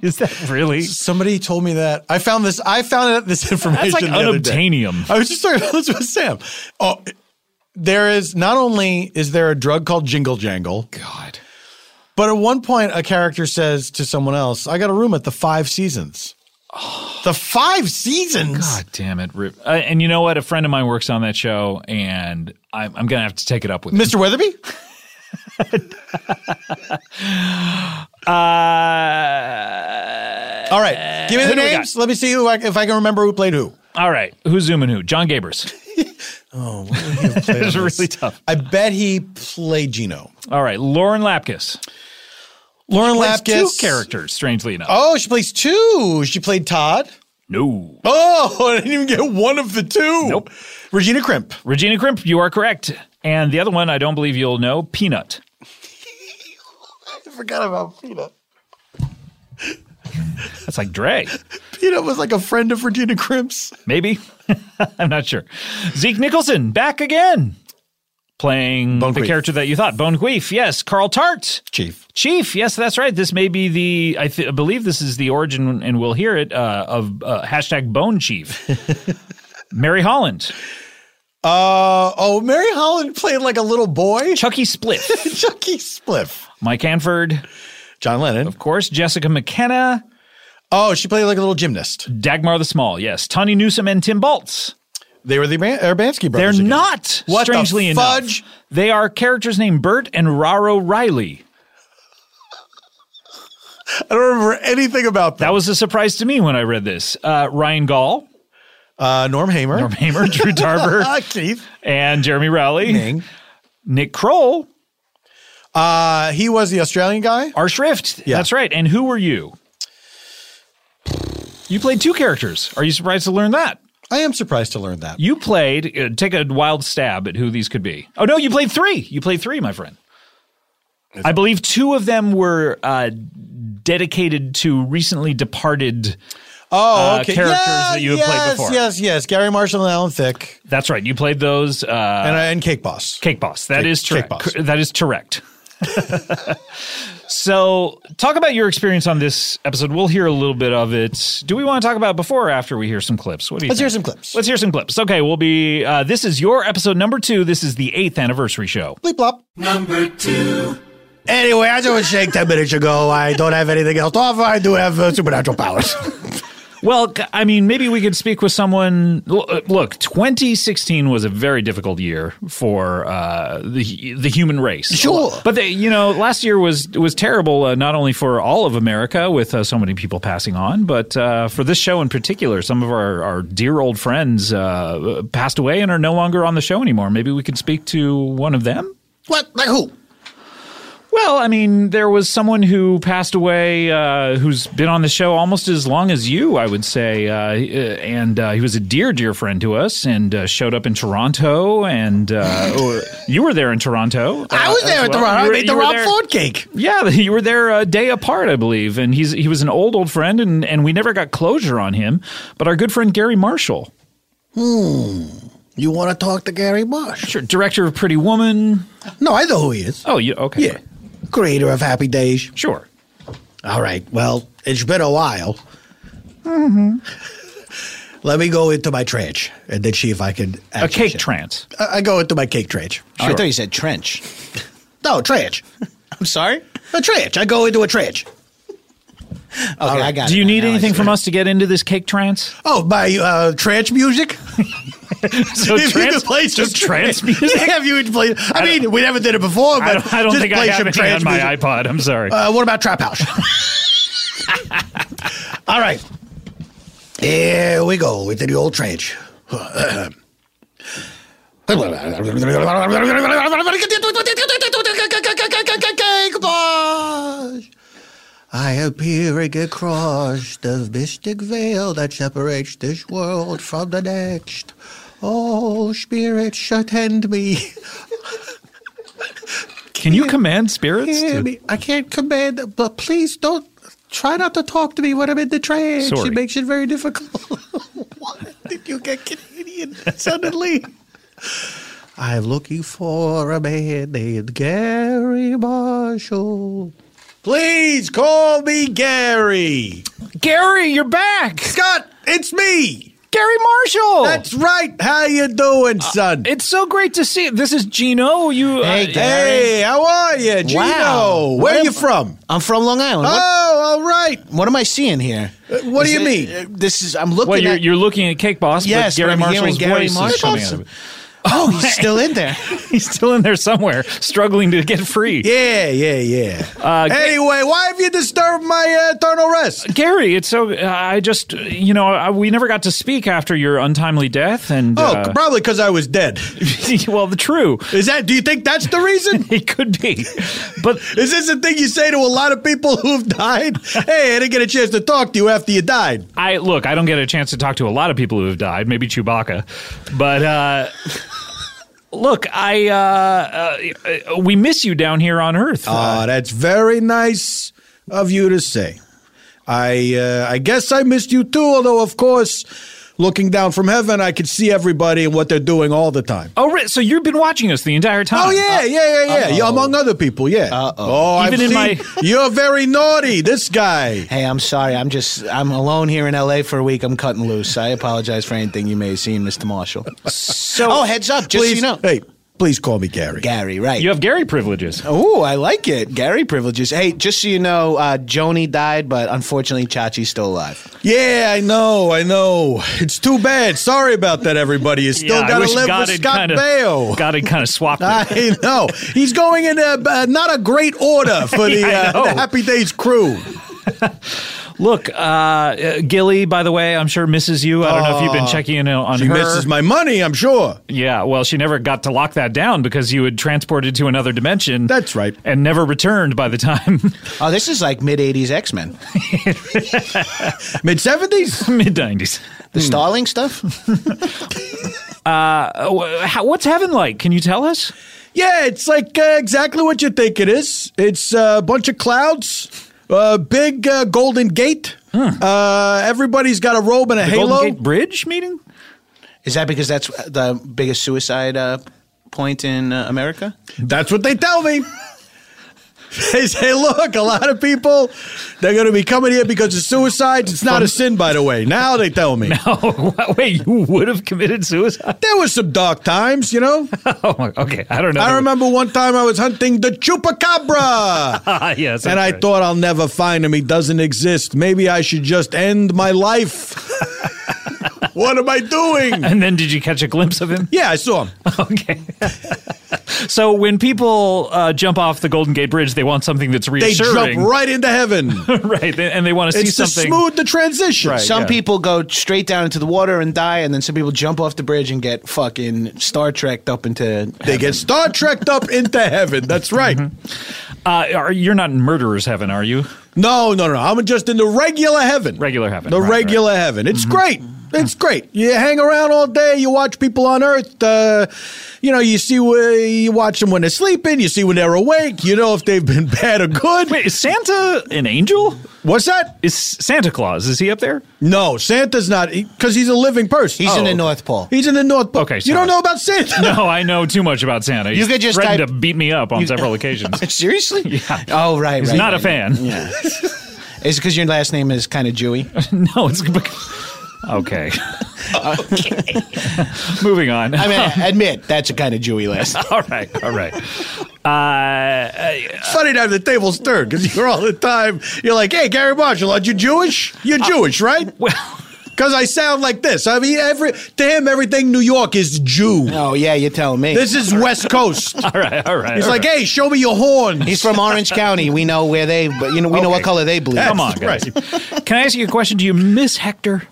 S1: Is that really?
S3: Somebody told me that. I found this. I found out this information.
S1: like
S3: the other day.
S1: unobtainium.
S3: I was just talking about this with Sam. Oh, there is not only is there a drug called Jingle Jangle.
S1: God.
S3: But at one point, a character says to someone else, "I got a room at the Five Seasons." The Five Seasons.
S1: God damn it, Rip. Uh, and you know what? A friend of mine works on that show, and I'm, I'm going to have to take it up with him.
S3: Mr. Weatherby?
S1: Uh,
S3: All right. Give me
S1: who
S3: the
S1: do we got?
S3: names. Let me see who I, if I can remember who played who.
S1: All right. Who's zooming who? John Gabers.
S3: Oh, what would he have played
S1: It was
S3: on
S1: really
S3: this?
S1: tough.
S3: I bet he played Gino.
S1: All right. Lauren Lapkus.
S3: Lauren
S1: She plays
S3: Lapkus.
S1: Two characters, strangely enough.
S3: Oh, she plays two. She played Todd.
S1: No.
S3: Oh, I didn't even get one of the two. Nope. Regina Crimp.
S1: Regina Crimp, you are correct. And the other one, I don't believe you'll know, Peanut.
S3: I forgot about Peanut.
S1: That's like Dre.
S3: Peanut was like a friend of Regina Crimp's.
S1: Maybe. I'm not sure. Zeke Nicholson back again. Playing the
S3: Queef.
S1: character that you thought, Bone Queef, yes. Carl Tart,
S3: Chief,
S1: Chief, yes, that's right. This may be the I, th- I believe this is the origin, and we'll hear it uh, of uh, hashtag Bone Chief. Mary Holland,
S3: Uh oh, Mary Holland played like a little boy.
S1: Chucky Spliff.
S3: Chucky Spliff.
S1: Mike Hanford,
S3: John Lennon,
S1: of course. Jessica McKenna.
S3: Oh, she played like a little gymnast.
S1: Dagmar the Small, yes. Tawny Newsom and Tim Baltz.
S3: They were the Ban- Urbanski brothers.
S1: They're
S3: again.
S1: not.
S3: What the
S1: strangely
S3: fudge?
S1: enough, they are characters named Bert and Raro Riley.
S3: I don't remember anything about
S1: that. That was a surprise to me when I read this. Uh, Ryan Gall,
S3: uh, Norm Hamer,
S1: Norm Hamer, Drew Tarver,
S3: Keith.
S1: and Jeremy Rowley, Nick Kroll.
S3: Uh, he was the Australian guy.
S1: Our Shrift.
S3: Yeah.
S1: That's right. And who were you? You played two characters. Are you surprised to learn that?
S3: I am surprised to learn that.
S1: You played, uh, take a wild stab at who these could be. Oh, no, you played three. You played three, my friend. I believe two of them were uh, dedicated to recently departed
S3: Oh,
S1: uh,
S3: okay.
S1: characters
S3: Yeah,
S1: that you had
S3: yes,
S1: played before.
S3: Yes, yes, Gary Marshall and Alan Thicke.
S1: That's right. You played those. Uh, and,
S3: Cake Boss.
S1: Cake Boss. That
S3: Cake-
S1: is
S3: Cake
S1: correct. Cor- That is correct. so, talk about your experience on this episode. We'll hear a little bit of it. Do we want to talk about it before or after we hear some clips? What do you
S3: Let's hear
S1: think?
S3: some clips.
S1: Let's hear some clips. Okay, we'll be. Uh, this is your episode number two. This is the eighth anniversary show.
S3: Bleep blop.
S15: Number two.
S3: Anyway, as I was saying 10 minutes ago, I don't have anything else to offer. I do have uh, supernatural powers.
S1: Well, c- I mean, maybe we could speak with someone. l- uh, Look, 2016 was a very difficult year for uh, the the human race. Sure, but they, you know, last year was was terrible. Uh, not only for all of America with uh, so many people passing on, but uh, for this show in particular, some of our, our dear old friends uh, passed away and are no longer on the show anymore. Maybe we could speak to one of them.
S3: What? Like who?
S1: Well, I mean, there was someone who passed away uh, who's been on the show almost as long as you, I would say. Uh, uh, and uh, he was a dear, dear friend to us and uh, showed up in Toronto. And uh, or you were there in Toronto.
S3: I was
S1: uh,
S3: there
S1: as
S3: at the
S1: well.
S3: Rob.
S1: You
S3: I
S1: were-
S3: made the
S1: you were
S3: Rob
S1: there-
S3: Ford cake.
S1: Yeah, you were there a day apart, I believe. And he's he was an old, old friend, and, and we never got closure on him. But our good friend Gary Marshall.
S22: Hmm. You want to talk to Gary Marsh?
S1: Sure. Director of Pretty Woman.
S22: No, I know who he is.
S1: Oh, you okay?
S22: Yeah. Creator of Happy Days.
S1: Sure.
S22: All right. Well, it's been a while.
S15: Mm-hmm.
S22: Let me go into my trench and then see if I can. A
S1: cake trance.
S22: I I go into my cake trench.
S13: Oh, I thought you
S22: said trench. no, trench. I'm sorry. A trench. I go into a trench. Okay, I got
S1: Do
S22: it.
S1: you need anything from us to get into this cake trance?
S22: Oh, my uh, trance music.
S1: so
S22: If you
S1: trance-
S22: could play some
S1: just trance music?
S22: Yeah, if you would play. I, mean, we never did it before, but
S1: I don't, I don't
S22: just
S1: think I
S22: play
S1: have
S22: some
S1: anything
S22: trance
S1: on my
S22: music.
S1: iPod. I'm sorry.
S22: Uh, what about Trap House? All right. Here we go into the old trench. I appearing across the mystic veil that separates this world from the next. Oh, spirits, attend me.
S1: Can you command spirits?
S22: Hear
S1: to-
S22: me. I can't command, them, but please don't try not to talk to me when I'm in the trance.
S1: Sorry.
S22: It makes it very difficult. Did you get Canadian suddenly? I'm looking for a man named Gary Marshall.
S3: Please call me Gary.
S1: Gary, you're back.
S3: Scott, it's me.
S1: Gary Marshall. Uh,
S3: That's right. How you doing, son?
S1: it's so great to see you. This is Gino. You uh,
S3: Hey,
S1: Gary.
S3: how are you, Gino?
S13: Wow.
S3: Where
S13: What
S3: are you
S13: am-
S3: from?
S13: I'm from Long Island. What-
S3: Oh, all right.
S13: What am I seeing here?
S3: Uh, what do
S13: Is
S3: you
S13: it-
S3: mean?
S13: uh, This is I'm looking
S1: well, you're,
S13: at.
S1: you're looking at Cake Boss,
S13: Yes,
S1: but
S13: but
S1: Gary
S13: I'm hearing
S1: Marshall's
S13: Gary
S1: voice is
S13: Marshall.
S1: coming out of it.
S13: oh, he's still in there.
S1: He's still in there somewhere, struggling to get free.
S3: Yeah, yeah, yeah.
S1: Uh, Ga-
S3: Anyway, why have you disturbed my uh, eternal rest?
S1: Gary, it's so. uh, I just, you know, I, we never got to speak after your untimely death, and
S3: Oh,
S1: uh,
S3: probably because I was dead.
S1: well, the true
S3: is that. Do you think that's the reason?
S1: it could be, but
S3: is this a thing you say to a lot of people who've died? hey, I didn't get a chance to talk to you after you died.
S1: I look. I don't get a chance to talk to a lot of people who have died. Maybe Chewbacca, but uh, look, I uh, uh, we miss you down here on Earth.
S3: Ah, that's very nice of you to say. I uh, I guess I missed you too. Although, of course, looking down from heaven, I could see everybody and what they're doing all the time.
S1: oh, right, so you've been watching us the entire time.
S3: Oh yeah, yeah, yeah, yeah. You- Among other people, yeah. Oh, I've
S13: Even in
S3: seen,
S13: my-
S3: You're very naughty. This guy.
S13: Hey, I'm sorry. I'm just I'm alone here in LA for a week. I'm cutting loose. I apologize for anything you may have seen, Mr. Marshall. So Oh, heads up, just
S3: please,
S13: so you know.
S3: Hey, please call me Gary.
S13: Gary, right.
S1: You have Gary privileges.
S13: Oh, I like it. Gary privileges. Hey, just so you know, uh, Joni died, but unfortunately Chachi's still alive.
S3: Yeah, I know, I know. It's too bad. Sorry about that, everybody. You still
S1: Yeah, I
S3: got
S1: wish
S3: to live
S1: God
S3: with
S1: had
S3: Scott
S1: kinda-
S3: Baio.
S1: God had kind of swapped. it.
S3: I know. He's going in a, uh, not a great order for the,
S1: Yeah, I
S3: uh,
S1: know.
S3: the Happy Days crew.
S1: Look, uh, uh, Gilly, by the way, I'm sure misses you. I don't know if you've been
S3: Oh,
S1: checking in on
S3: she
S1: her.
S3: misses my money, I'm sure.
S1: Yeah, well, she never got to lock that down because you had transported to another dimension. That's right. And never returned by the time.
S13: Oh, this is like mid 80s X Men.
S3: mid 70s?
S1: Mid 90s.
S13: The stalling stuff?
S1: Uh, wh- how, what's heaven like? Can you tell us?
S3: Yeah, it's like uh, exactly what you think it is. It's uh, a bunch of clouds, a big uh, golden gate. Uh, everybody's got a robe and a
S13: The Golden
S3: halo.
S13: Gate
S1: Bridge meeting?
S13: Is that because that's the biggest suicide uh, point in uh, America?
S3: That's what they tell me. They say, look, a lot of people, they're going to be coming here because of suicides. It's not a sin, by the way. Now they tell me.
S1: No, wait, you would have committed suicide? Oh,
S3: There was some dark times, you know?
S1: okay, I don't know.
S3: I remember one time I was hunting the chupacabra.
S1: yes,
S3: and I
S1: that's right.
S3: thought I'll never find him. He doesn't exist. Maybe I should just end my life. what am I doing?
S1: And then did you catch a glimpse of him?
S3: Yeah, I saw him.
S1: Okay. So when people uh, jump off the Golden Gate Bridge, they want something that's
S3: They
S1: reassuring.
S3: jump right into heaven.
S1: right, they- and they want to see
S3: It's to
S1: something.
S3: smooth the transition.
S13: some people go straight down into the water and die, and then some people jump off the bridge and get fucking Star Trek'd up into.
S3: They get Star Trek'd up into heaven. That's right.
S1: Uh, are, you're not in murderer's heaven, are you?
S3: No, no, no. I'm just in the regular heaven.
S1: Regular heaven.
S3: The
S1: right, Mm-hmm. right.
S3: regular heaven. It's great. It's great. You hang around all day. You watch people on Earth. Uh, you know, you see where you watch them when they're sleeping. You see when they're awake. You know if they've been bad or good.
S1: Wait, is Santa an angel?
S3: What's that?
S1: Is Santa Claus? Is he up there?
S3: No, Santa's not because he's a living person.
S1: He's in the North
S13: Pole.
S3: He's in the North Pole.
S1: Oh. Okay,
S3: you
S1: sorry.
S3: don't know about Santa.
S1: No, I know too much about Santa. He's
S3: You could just
S1: threatened
S3: type-
S1: to beat me up on
S3: you-
S1: several occasions.
S13: Seriously?
S1: Yeah.
S13: Oh, right,
S1: He's
S13: right,
S1: not a
S13: right.
S1: fan.
S13: Yeah. Is it because your last name is kind of Jewy?
S1: no, it's. Okay. Moving on.
S13: I mean, admit that's a kind of Jewy last.
S1: all right, all right. uh,
S3: it's funny to have the tables turned because you're all the time. You're like, hey, Gary Marshall, are you Jewish? You're Jewish, right?
S1: Uh, Well.
S3: Because I sound like this. I mean, every to him, everything New York is Jew.
S13: Oh yeah, you're telling me.
S3: This is West Coast. all
S1: right, all right.
S3: He's like, hey, show me your horns.
S13: He's from Orange County. We know where they, but you know, we know what color they bleed.
S1: Come on, guys. Can I ask you a question? Do you miss Hector?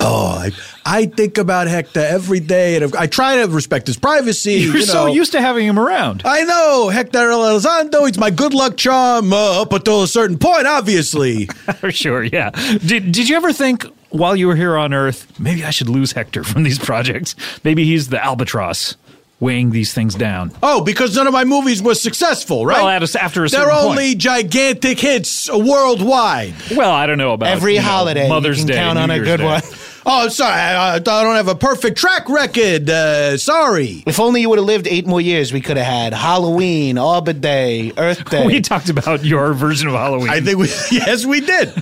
S3: Oh, I, I think about Hector every day, and I try to respect his privacy.
S1: You're
S3: you
S1: so
S3: know.
S1: used to having him around.
S3: I know Hector Elizondo. It's my good luck charm uh, up until a certain point, obviously.
S1: For sure, yeah. Did Did you ever think while you were here on Earth, maybe I should lose Hector from these projects? Maybe he's the albatross weighing these things down.
S3: Oh, because none of my movies were successful, right?
S1: Well, at a, after a
S3: They're
S1: certain point.
S3: only gigantic hits worldwide.
S1: Well, I don't know about
S3: Every
S1: you know,
S3: holiday,
S1: Mother's
S3: you can
S1: Day,
S3: count
S1: New
S3: on a
S1: Year's
S3: good
S1: Day.
S3: one. Oh, I'm sorry. I, I don't have a perfect track record. Uh, sorry.
S13: If only you would have lived eight more years, we could have had Halloween, Arbor Day, Earth Day.
S1: We talked about your version of Halloween.
S3: I think we, yes, we did.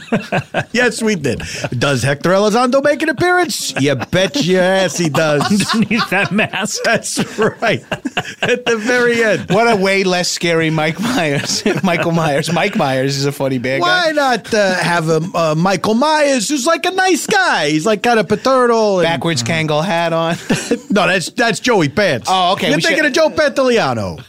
S3: yes, we did. Does Hector Elizondo make an appearance? You bet your ass he does.
S1: Underneath that mask.
S3: That's right. At the very end.
S13: What a way less scary Mike Myers. Michael Myers. Mike Myers is a funny bad guy.
S3: Why not uh, have a, uh, Michael Myers, who's like a nice guy? He's like kind of paternal, and,
S13: Backwards Kangol hat on.
S3: no, that's that's Joey Pants.
S13: Oh, okay,
S3: You're
S13: we
S3: thinking
S13: should-
S3: of Joe Pantoliano.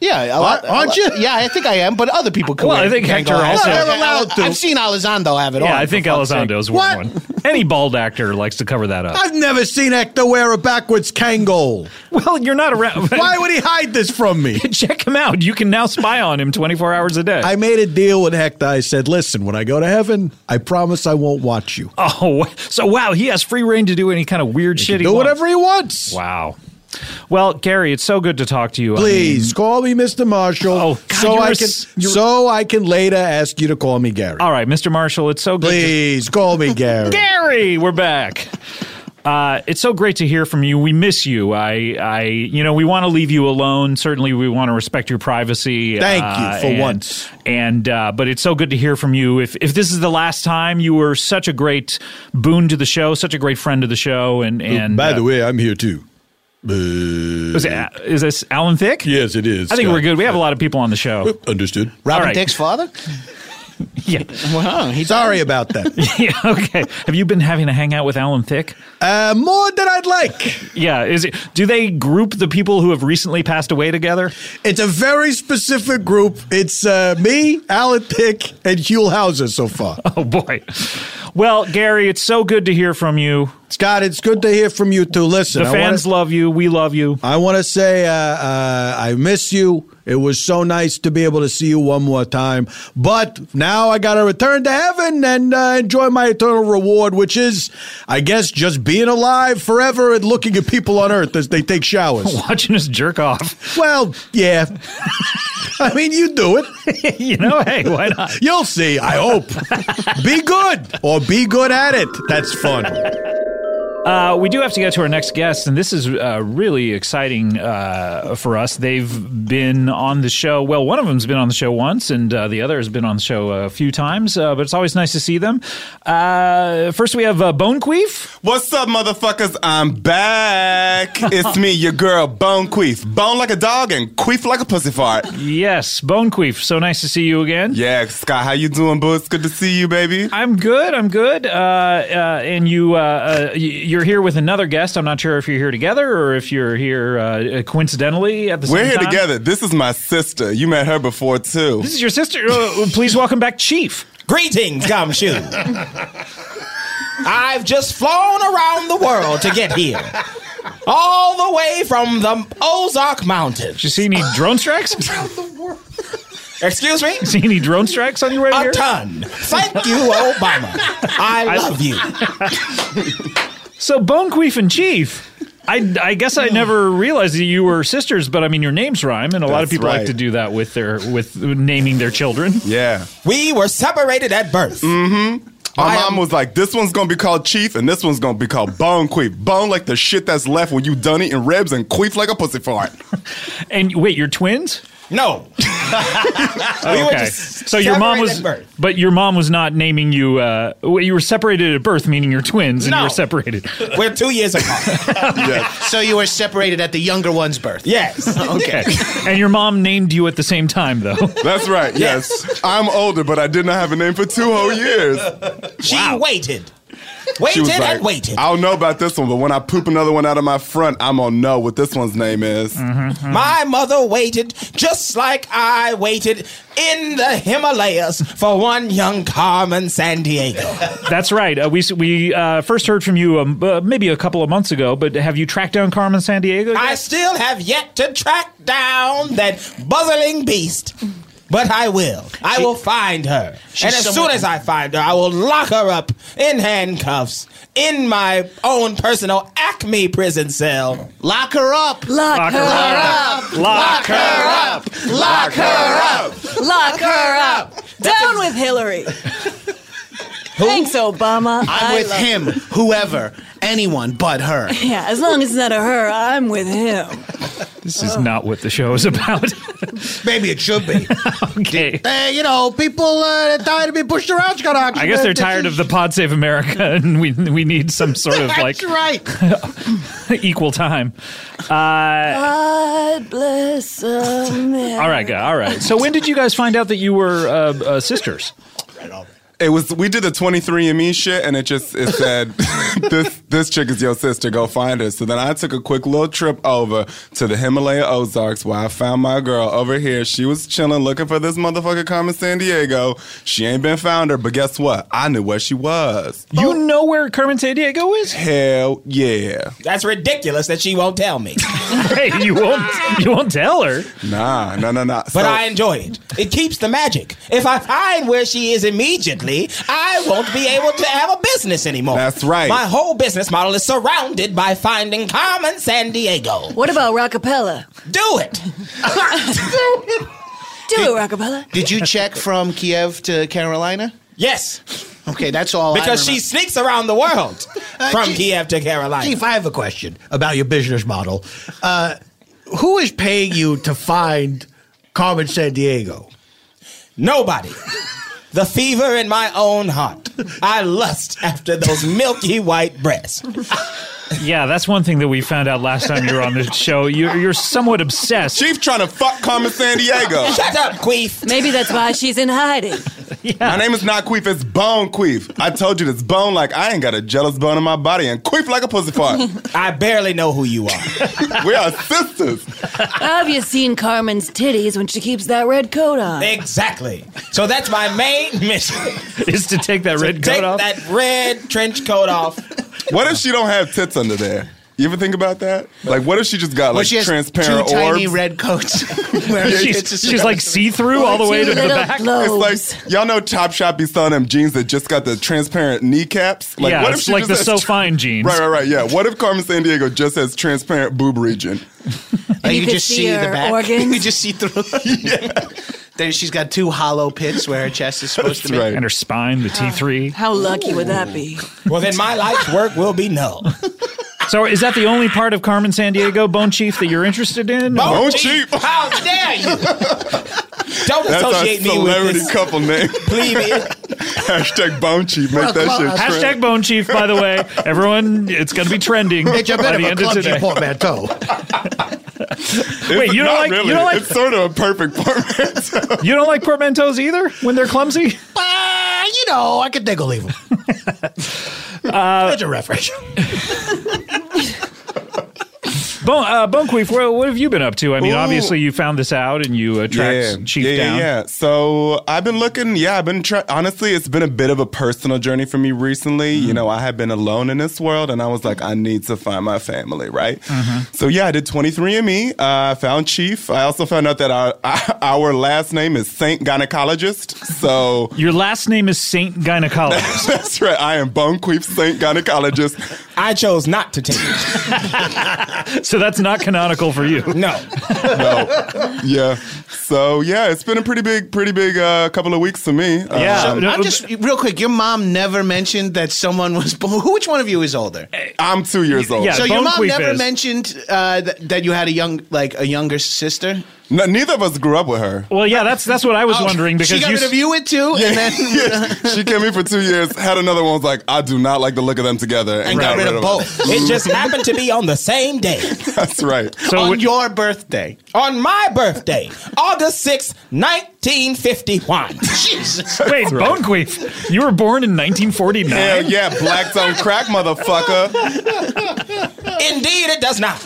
S13: Yeah, a
S3: Ar-
S13: lot, a
S3: aren't
S13: lot-
S3: you?
S13: Yeah, I think I am, but other people could.
S1: Well,
S13: wear
S1: I think Hector
S13: Kangol hats.
S1: also-
S13: I've-
S1: They're
S3: allowed to.
S13: I've seen Elizondo have it on.
S1: yeah, I think
S13: for fuck's
S1: Elizondo's
S13: sake.
S1: worn one. Any bald actor likes to cover that up.
S3: I've never seen Hector wear a backwards Kangol.
S1: Well, you're not around.
S3: Why would he hide this from me?
S1: Check him out. You can now spy on him 24 hours a day.
S3: I made a deal with Hector. I said, "Listen, when I go to heaven, I promise I won't watch you.
S1: Oh, so wow, he has free reign to do any kind of weird shit. He
S3: do
S1: wants.
S3: whatever he wants."
S1: Wow. Well, Gary, it's so good to talk to you. I
S3: Please
S1: mean, Oh,
S3: call me Mr. Marshall, so
S1: you
S3: I
S1: were
S3: can
S1: s- you were-
S3: so I can later ask you to call me Gary.
S1: all right, Mr. Marshall, it's so good.
S3: Please call me Gary.
S1: To- Gary, we're back. Uh, it's so great to hear from you. We miss you. I, I, you know, we want to leave you alone. Certainly, we want to respect your privacy.
S3: Thank you
S1: uh,
S3: for
S1: and-
S3: once.
S1: And uh, but it's so good to hear from you. If if this is the last time, you were such a great boon to the show, such a great friend to the show. And and
S3: by
S1: uh,
S3: the way, I'm here too.
S1: was it, A- is this Alan Thick?
S3: Yes, it is.
S1: I think
S3: Scott.
S1: we're good. We have a lot of people on the show.
S3: Understood.
S13: Robin
S1: All right.
S13: Dick's father?
S1: yeah.
S3: Wow. Sorry about that.
S1: yeah. Okay. Have you been having a hangout with Alan Thick?
S3: Uh, more than I'd like.
S1: yeah. Is it? Do they group the people who have recently passed away together?
S3: It's a very specific group. It's uh, me, Alan Thick, and Huell Hauser so far.
S1: Oh boy. Well, Gary, it's so good to hear from you.
S3: Scott, it's good to hear from you too. Listen,
S1: The fans love you. We love you.
S3: I want to say uh, uh, I miss you. It was so nice to be able to see you one more time. But now I got to return to heaven and uh, enjoy my eternal reward, which is, I guess, just being alive forever and looking at people on earth as they take showers.
S1: Watching us jerk off.
S3: Well, yeah. I mean, you do it.
S1: you know, hey, why not?
S3: You'll see, I hope. be good or be good at it. That's fun.
S1: Uh, we do have to get to our next guest, and this is uh, really exciting uh, for us. They've been on the show. Well, one of them's been on the show once, and uh, the other has been on the show a few times. Uh, but it's always nice to see them. Uh, first, we have uh, Bone Queef.
S23: What's up, motherfuckers? I'm back. It's me, your girl, Bone Queef. Bone like a dog and queef like a pussy fart.
S1: Yes, Bone Queef. So nice to see you again.
S23: Yeah, Scott, how you doing, boo? It's good to see you, baby.
S1: I'm good. I'm good. Uh, uh, and you, uh, uh, y- you're here with another guest. I'm not sure if you're here together or if you're here uh, coincidentally at the
S23: We're
S1: same
S23: here
S1: time.
S23: together. This is my sister. You met her before, too.
S1: This is your sister. Uh, please welcome back Chief.
S24: Greetings, Gumshoe. I've just flown around the world to get here. All the way from the Ozark Mountains. Did
S1: you see any drone strikes?
S24: Excuse me?
S1: See any drone strikes on your way
S24: A
S1: here?
S24: ton. Thank you, Obama. I love you.
S1: So Bone Queef and Chief. I, I guess I never realized that you were sisters, but I mean your names rhyme, and a lot of
S23: That's
S1: people like
S23: right.
S1: to do that with their with naming their children.
S23: Yeah.
S24: We were separated at birth.
S23: Mm hmm. My mom was like, this one's gonna be called Chief and this one's gonna be called Bone Queef. Bone like the shit that's left when you done eating ribs and queef like a pussy fart.
S1: and wait, you're twins?
S24: No.
S1: Oh,
S24: were
S1: okay.
S24: just
S1: so your mom
S24: separated
S1: was,
S24: at birth.
S1: but your mom was not naming you. Uh, well, you were separated at birth, meaning you're twins, and you
S24: No.
S1: were separated.
S24: We're two years apart.
S13: So you were separated at the younger one's birth.
S24: Yes.
S1: okay. and your mom named you at the same time, though.
S23: That's right, yes. I'm older, but I did not have a name for two whole years.
S24: She waited.
S23: She
S24: Waited
S23: was
S24: and
S23: like,
S24: waited.
S23: I don't know about this one, but when I poop another one out of my front, I'm gonna know what this one's name is.
S24: My mother waited just like I waited in the Himalayas for one young Carmen San Diego.
S1: That's right. Uh, we we uh, first heard from you um, uh, maybe a couple of months ago, but have you tracked down Carmen San Diego?
S24: I still have yet to track down that buzzing beast. But I will. I will find her.
S13: She's
S24: and as
S13: somewhat-
S24: soon as I find her, I will lock her up in handcuffs in my own personal Acme prison cell. Lock her up. Lock,
S7: her her up. up. Lock her
S24: up.
S7: Lock her up. Lock her up. Down with Hillary. Thanks, Obama.
S24: I'm with him.
S13: Whoever, anyone but her.
S7: Yeah, as long as it's not a her, I'm with him.
S1: This is not what the show is about.
S24: Maybe it should be.
S1: okay.
S3: Hey, you know, people uh, are tired of being pushed around, Scott. Hodgkin.
S1: I guess they're
S3: This
S1: tired
S3: is-
S1: of the Pod Save America, and we we need some sort of like
S7: That's right.
S1: equal time. Uh,
S7: God bless America.
S1: all right, guy. All right. So when did you guys find out that you were uh, uh, sisters?
S23: It was we did the 23andMe shit and it just it said this this chick is your sister, go find her. So then I took a quick little trip over to the Himalaya Ozarks where I found my girl over here. She was chilling looking for this motherfucker Carmen San Diego. She ain't been found her, but guess what? I knew where she was.
S1: You know where Carmen San Diego is?
S23: Hell yeah.
S24: That's ridiculous that she won't tell me.
S1: hey, you won't you won't tell her.
S23: Nah, no, no, no.
S24: But I enjoy it. It keeps the magic. If I find where she is immediately, I won't be able to have a business anymore. That's
S23: right.
S24: My whole business model is surrounded by finding Carmen San Diego.
S7: What about Rockapella?
S24: Do it.
S7: Do it, Rockapella.
S13: Did you check from Kiev to Carolina?
S24: Yes.
S13: Okay, that's
S7: Oh,
S13: all.
S24: Because she sneaks around the world from Kiev to Carolina.
S25: Chief, I have a question about your business model. Uh, who is paying you to find Carmen San Diego?
S24: Nobody. The fever in my own heart. I lust after those milky white breasts.
S1: Yeah, that's one thing that we found out last time you were on the show. You're, you're somewhat obsessed.
S23: Chief trying to fuck Carmen San
S7: Maybe that's why she's in hiding.
S23: My name is not Queef, it's Bone Queef. I told you this bone like I ain't got a jealous bone in my body and Queef like a pussy fart.
S24: I barely know who you are.
S23: we are sisters.
S11: Have you seen Carmen's titties when she keeps that red coat on?
S24: Exactly. So that's my main mission.
S1: is to take that
S24: red coat off. That red trench coat off.
S23: What if she don't have tits under there? You ever think about that? Like, what if she just got
S24: Well,
S23: like
S24: she has
S23: transparent
S24: two
S23: orbs?
S24: tiny
S23: red
S24: coats.
S23: It's like y'all know Top Shop be selling them jeans that just got the transparent kneecaps.
S1: Yeah, it's like the
S23: has
S1: So
S23: tr-
S1: Fine jeans.
S23: Right, right, right. Yeah. What if Carmen San Diego just has transparent boob region?
S11: And
S24: you,
S11: could
S24: just see the
S11: her
S24: back.
S11: organs.
S24: You could just see through. Then she's got two hollow pits where her chest is supposed to be.
S1: And her spine, the T3.
S11: How lucky would that be?
S24: Well, then my life's work will be null.
S1: So is that the only part of Carmen San Diego Bone Chief that you're interested in?
S24: Bone
S23: Chief.
S24: How dare you? Don't
S1: That's our
S24: associate me with
S23: Celebrity
S24: this.
S23: couple name. Hashtag bone chief. Make that shit trend.
S1: Hashtag Bone Chief, by the way. Everyone, it's going to be trending by
S23: It's a bit of
S1: the
S23: a
S1: end of
S23: clumsy
S1: today.
S23: portmanteau.
S1: Wait,
S23: It's
S1: you don't
S23: not
S1: like- you
S23: really.
S1: don't like-
S23: It's sort of a perfect portmanteau.
S1: You don't like portmanteaus either when they're clumsy?
S24: Uh, you know, I could take or leave them.
S1: Uh,
S24: That's a reference.
S1: Bone, uh, Bone Queef, what, what have you been up to? I mean,
S23: Ooh.
S1: obviously, you found this out and you uh, tracked Chief
S23: yeah,
S1: down.
S23: Yeah, yeah. So I've been looking. Yeah, I've been try- honestly. It's been a bit of a personal journey for me recently.
S24: Mm-hmm.
S23: You know, I had been alone in this world, and I was like, I need to find my family, right?
S24: Mm-hmm.
S23: So yeah, I did 23andMe. Uh, I found Chief. I also found out that our our last name is Saint Gynecologist. So
S1: your last name is Saint Gynecologist.
S23: That's right. I am Bone Queef Saint Gynecologist.
S24: I chose not to take it.
S1: so that's not canonical for you.
S24: No.
S23: no. Yeah. So yeah, it's been a pretty big, pretty big uh, couple of weeks for me.
S24: So,
S23: Um,
S24: I'm just real quick. Your mom never mentioned that someone was. born. Which one of you is older?
S23: I'm two years old.
S24: so your mom never mentioned uh, th- that you had a young, like a younger sister.
S23: No, neither of us grew up with her.
S1: Well, yeah, that's that's what I was
S23: Oh,
S1: wondering because
S24: she got
S1: you
S24: rid of you with two, and then
S23: she came in for two years, had another one was like, I do not like the look of them together, and,
S24: and got, rid of both.
S23: them.
S24: it just happened to be on the same day.
S23: That's right.
S24: on your birthday. On my birthday, August sixth, 1951. Jesus.
S1: Wait, Bone Queef, you were born in 1949.
S23: Hell yeah, blacked on crack, motherfucker.
S24: Indeed, it does not.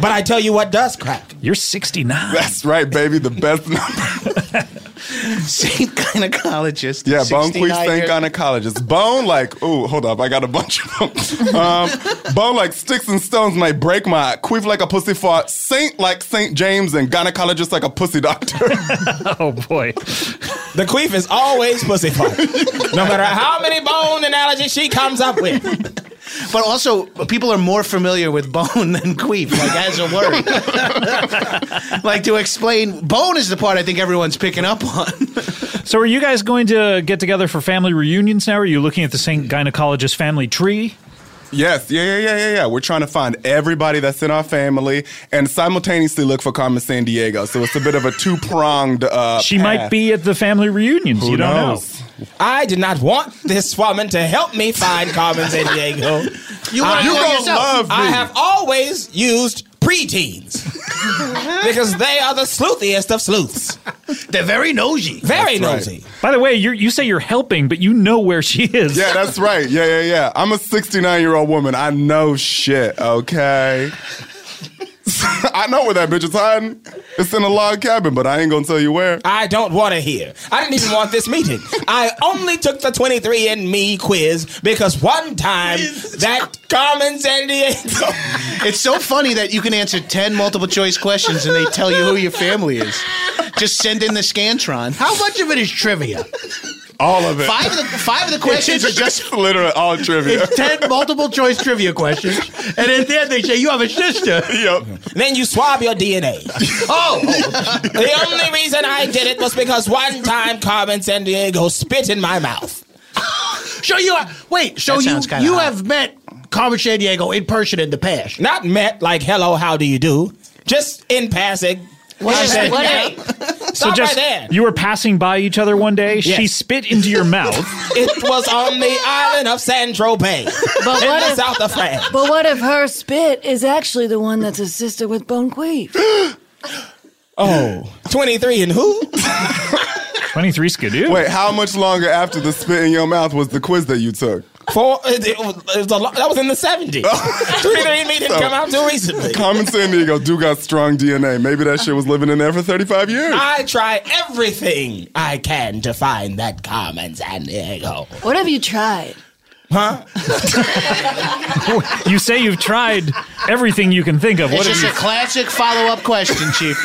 S24: But I tell you what does crack.
S1: You're 69.
S23: That's right, baby. The best number.
S24: Saint gynecologist.
S23: Yeah, Bone Queef
S24: 69
S23: Saint
S24: year-
S23: Gynecologist. Bone like, ooh, hold up, I got a bunch of them. Um, bone like sticks and stones might break my queef like a pussy fart. Saint like Saint James and gynecologist like a pussy doctor.
S1: oh boy,
S24: The queef is always pussy fart. No matter how many bone analogies she comes up with. But also, people are more familiar with bone than queef, like as a word. like to explain, bone is the part I think everyone's picking up on.
S1: So are you guys going to get together for family reunions now? Are you looking at the Saint Gynecologist family tree?
S23: Yes, yeah, yeah, yeah, yeah, yeah. We're trying to find everybody that's in our family and simultaneously look for Carmen San Diego. So it's a bit of a two pronged. Uh,
S1: She might
S23: path.
S1: be at the family reunions.
S23: Who
S1: you don't
S23: knows?
S1: know.
S24: I did not want this woman to help me find Carmen San Diego.
S1: You wanna
S24: I-
S1: help You gonna yourself. love
S24: I
S1: me.
S24: have always used preteens because they are the sleuthiest of sleuths. They're very nosy. Very
S23: That's
S24: nosy.
S1: By the way, you you say you're helping, but you know where she is.
S23: Yeah, that's right. Yeah, yeah, yeah. I'm a 69 year old woman. I know shit, okay? I know where that bitch is hiding. It's in a log cabin, but I ain't gonna tell you where.
S24: I don't want to hear. I didn't even want this meeting. I only took the 23andMe quiz because one time that Carmen San Diego. It's so funny that you can answer 10 multiple choice questions and they tell you who your family is. Just send in the Scantron. How much of it is trivia?
S23: All of it.
S24: Five of the, five of the questions are just
S23: literally all trivia.
S24: It's 10 multiple choice trivia questions. And at the end, they say, You have a sister.
S23: Yep.
S24: Then you swab your DNA. oh, the only reason I did it was because one time Carmen San Diego spit in my mouth.
S7: So you are, wait. So
S24: That
S7: you
S24: sounds kinda
S7: you
S24: hot.
S7: have met Carmen San Diego in person in the past.
S24: Not met like, Hello, how do you do? Just in passing.
S7: What
S24: I
S7: is-
S24: said,
S7: what
S24: "Hey."
S1: So
S24: Stop
S1: just
S24: right there.
S1: you were passing by each other one day. She
S24: Yes.
S1: spit into your mouth.
S24: It was on the island of San Tropez
S11: But
S24: in
S11: what
S24: the
S11: if-
S24: south of France.
S11: But what if her spit is actually the one that's assisted with Bone Queef?
S24: Oh, 23 and who?
S1: 23 skidoo.
S23: Wait, how much longer after the spit in your mouth was the quiz that you took?
S24: Four. It, it was, it was a lot, that was in uh, the 70s. 333 me didn't
S23: So-
S24: come out too recently.
S23: Common San Diego do got strong DNA. Maybe that shit was living in there for 35
S13: Hmm.
S23: years.
S24: I try everything I can to find that common San Diego.
S7: What have you tried?
S24: Huh?
S1: you say you've tried everything you can think of.
S13: It's
S1: What have
S13: just
S1: you?
S13: a classic follow-up question, Chief.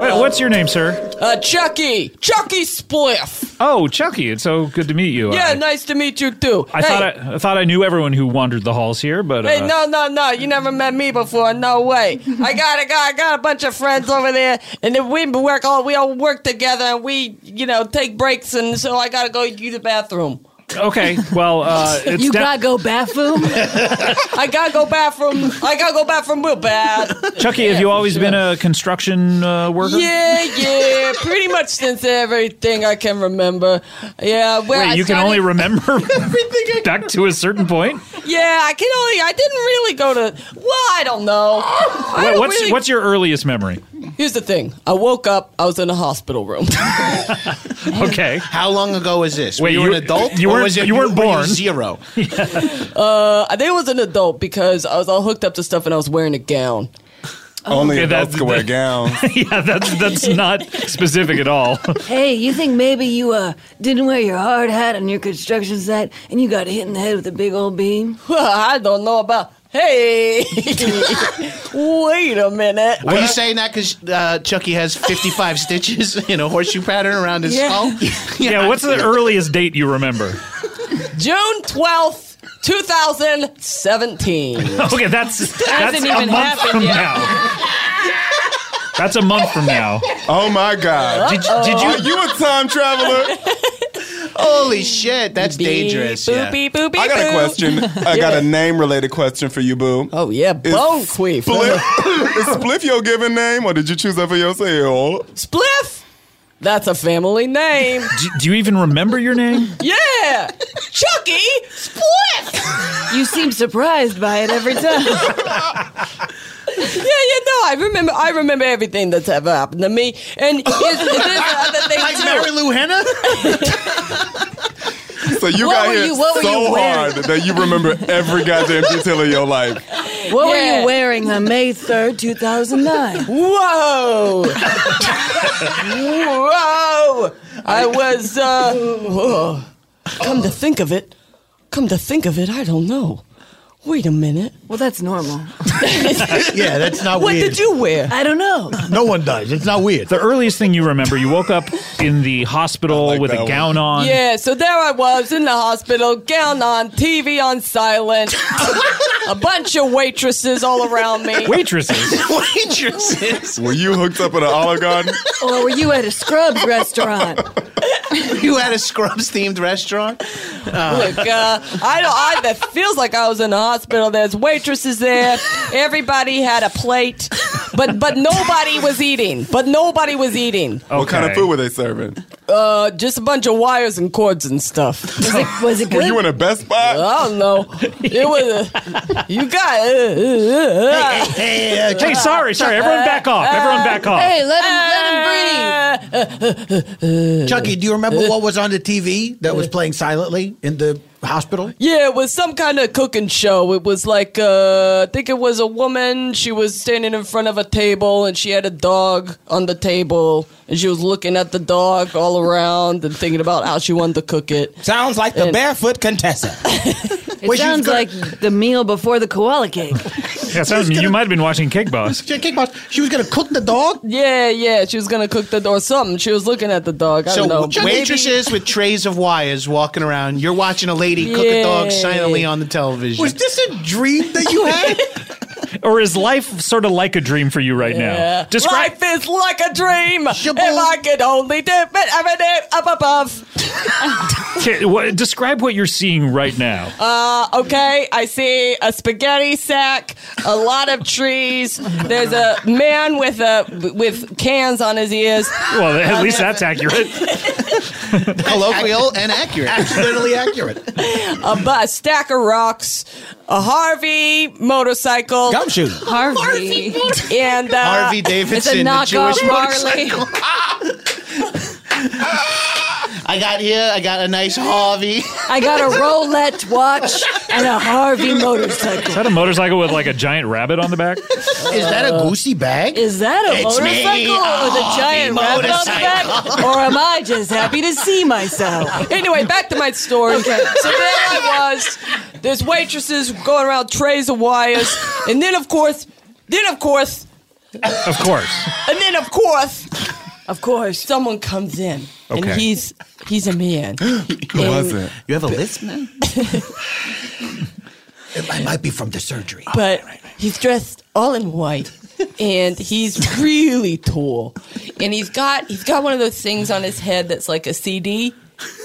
S1: Wait, what's your name, sir?
S26: Uh, Chucky, Chucky Spliff.
S1: Oh, Chucky. It's so good to meet you.
S26: Yeah,
S1: I-
S26: nice to meet you too.
S1: I
S26: hey,
S1: thought I, I thought I knew everyone who wandered the halls here, but uh,
S26: Hey, no, no, no! You never met me before. No way. I got, I got, I got a bunch of friends over there, and then we work all. We all work together, and we, you know, take breaks, and so I gotta go use the bathroom.
S1: Okay, well, uh, it's
S7: you
S1: de-
S7: gotta go bathroom.
S26: I gotta go bathroom. I gotta go bathroom real bad.
S1: Chucky, have you always been a construction uh, worker?
S26: Yeah, yeah. Pretty much since everything I can remember. Yeah.
S1: Wait,
S26: Well, I
S1: you can
S26: started-
S1: only remember back to a certain point.
S26: Yeah, I can only. I didn't really go to. Well, I don't know. I
S1: What-
S26: don't
S1: what's
S26: really-
S1: what's your earliest memory?
S26: Here's the thing. I woke up. I was in a hospital room.
S1: Okay.
S13: How long ago was this?
S1: Wait,
S13: were you,
S1: you-
S13: an adult?
S1: you
S13: or
S1: weren't-
S13: was it,
S1: you weren't
S13: were
S1: born.
S13: zero.
S26: Uh, I think it was an adult because I was all hooked up to stuff and I was wearing a gown.
S23: Only
S1: Okay,
S23: adults
S1: that-
S23: can wear
S1: that-
S23: gowns.
S1: yeah, that's that's not specific at all.
S7: hey, you think maybe you uh didn't wear your hard hat on your construction site and you got hit in the head with a big old beam?
S26: I don't know about. Hey, wait a minute.
S13: Were you saying that because uh, Chucky has 55 stitches in a horseshoe pattern around his
S26: Yeah.
S13: skull?
S1: yeah, what's the earliest date you remember?
S26: June twelfth, two thousand seventeen.
S1: Okay, that's that's
S26: Hasn't
S1: a
S26: even
S1: month
S26: happened
S1: from
S26: yet.
S1: now. That's a month from now.
S23: Oh my God!
S13: Did- did you-
S23: Are you a time traveler?
S13: Holy shit, that's dangerous. yeah.
S23: I got a question. I got a name related question for you, Boo.
S26: Oh yeah, bone queef.
S23: Spliff, is Spliff your given name, or did you choose that for yourself?
S26: Spliff. That's a family name.
S1: Do, do you even remember your name?
S26: Yeah, Chucky Spliff.
S7: You seem surprised by it every time.
S26: Yeah, yeah, no, I remember. I remember everything that's ever happened to me. And here's, here's the other thing
S13: Like
S26: too.
S13: Mary Lou Henna?
S23: So you
S26: What
S23: got
S26: were
S23: hit
S26: you- what were you
S23: so
S26: wearing?
S23: hard that you remember every goddamn detail of your life.
S7: What were
S26: Yeah.
S7: you wearing on May 3rd, 2009?
S26: Whoa! Whoa! I was, uh, whoa. come to think of it, come to think of it, I don't know. Wait a minute.
S7: Well, that's normal.
S3: Yeah, that's not
S26: What
S3: weird.
S26: did you wear?
S7: I don't know.
S1: No one does. It's not weird. The earliest thing you remember, you woke up in the hospital with a gown on.
S26: Yeah, so there I was in the hospital, gown on, TV on silent, a bunch of waitresses all around me.
S1: Waitresses.
S13: Waitresses.
S23: Were you hooked up in an Olive Garden?
S7: Or were you at a Scrubs restaurant?
S13: you had a Scrubs themed restaurant? Uh,
S26: Look, uh, I don't. I, that feels like I was in the hospital. There's waitresses there. Everybody had a plate, but but nobody was eating. But nobody was eating.
S23: What kind of food were they serving?
S26: Uh, just a bunch of wires and cords and stuff. Was it,
S7: was it
S23: Were you in a Best Buy?
S26: I don't know. It was. Uh, you got.
S1: Hey, hey,
S13: uh,
S1: hey, sorry, sorry. Everyone back off. Everyone back off.
S7: Hey, let him, let him breathe.
S3: Chucky, do you remember what was on the TV that was playing silently in the hospital?
S26: Yeah, it was some kind of cooking show. It was like, uh, I think it was a woman. She was standing in front of a table and she had a dog on the table and she was looking at the dog all around and thinking about how she wanted to cook it.
S24: Sounds like the
S26: And-
S24: barefoot Contessa.
S7: It sounds like the meal before the koala cake.
S1: Yeah, sounds, you might have been watching Cake Boss.
S3: She was going to cook the dog?
S26: Yeah, yeah, she was gonna cook the or something. She was looking at the dog. I
S13: so,
S26: don't know. Maybe-
S13: waitresses with trays of wires walking around. You're watching a lady cook a dog
S26: Yeah.
S13: silently on the television.
S3: Was this a dream that you had?
S1: Or is life sort of like a dream for you right
S26: Yeah.
S1: now? Describe.
S26: Life is like a dream. If I could only dip it, have it up above.
S1: Okay, what, describe what you're seeing right now.
S26: Uh, okay, I see a spaghetti sack, a lot of trees. There's a man with a with cans on his ears. Uh,
S1: Well, at least that's accurate.
S13: Colloquial and accurate. Absolutely accurate.
S26: a, bu- a stack of rocks, a Harvey motorcycle,
S13: Gumshoe.
S26: Harvey, and uh,
S13: Harvey Davidson, the Jewish motorcycle.
S26: I got here. I got a nice Harvey. I got a Rolex watch and a Harvey motorcycle.
S1: Is that a motorcycle with like a giant rabbit on the back?
S13: Is that a goosey bag?
S7: Uh, Is that a
S13: It's me,
S7: motorcycle or the
S13: Harvey
S7: giant rabbit on the back?
S13: motorcycle.
S7: Or am I just happy to see myself?
S26: anyway, back to my story. So there I was. There's waitresses going around trays of wires, and then of course, then of course,
S1: Of course.
S26: and then of course, of course, someone comes in,
S1: Okay.
S26: and he's he's a man. Who
S1: was it?
S26: You have a lisp now.
S13: I might be from the surgery.
S26: but he's dressed all in white and he's really tall and he's got he's got one of those things on his head that's like a cd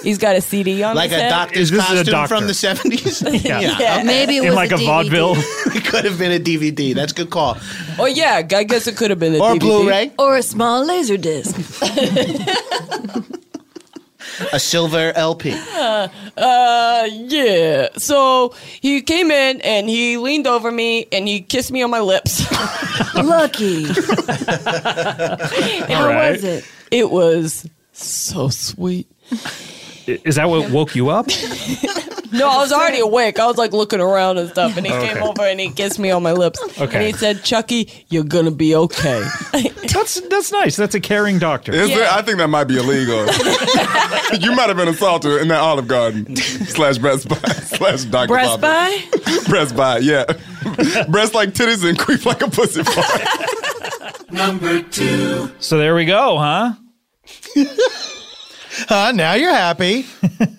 S26: he's got a cd on
S13: Like
S26: his
S13: a
S26: head.
S13: doctor's costume from the 70s?
S26: Yeah. Yeah. Maybe it In was like a a DVD. vaudeville.
S13: it could have been a DVD. That's a good call.
S26: oh yeah i guess it could have been a
S13: Or
S26: DVD.
S13: Blu-ray.
S7: Or a small laser disc.
S13: A silver LP.
S26: uh, uh, yeah so he came in and he leaned over me and he kissed me on my lips
S7: lucky
S26: how
S1: right.
S26: was it it was so sweet
S1: I- Is that what woke you up?
S26: No, I was already awake. I was like looking around and stuff, and he
S1: Okay.
S26: came over and he kissed me on my lips.
S1: Okay.
S26: And he said, "Chucky, you're gonna be okay."
S1: that's that's nice. That's a caring doctor.
S23: Is there, I think that might be illegal. you might have been assaulted in that Olive Garden slash Best Buy slash Dr.
S26: Breast
S23: Pepper. Breast Buy, yeah. Breast like titties and creep like a pussy fart.
S27: Number two.
S1: So there we go, huh?
S13: huh? Now you're happy.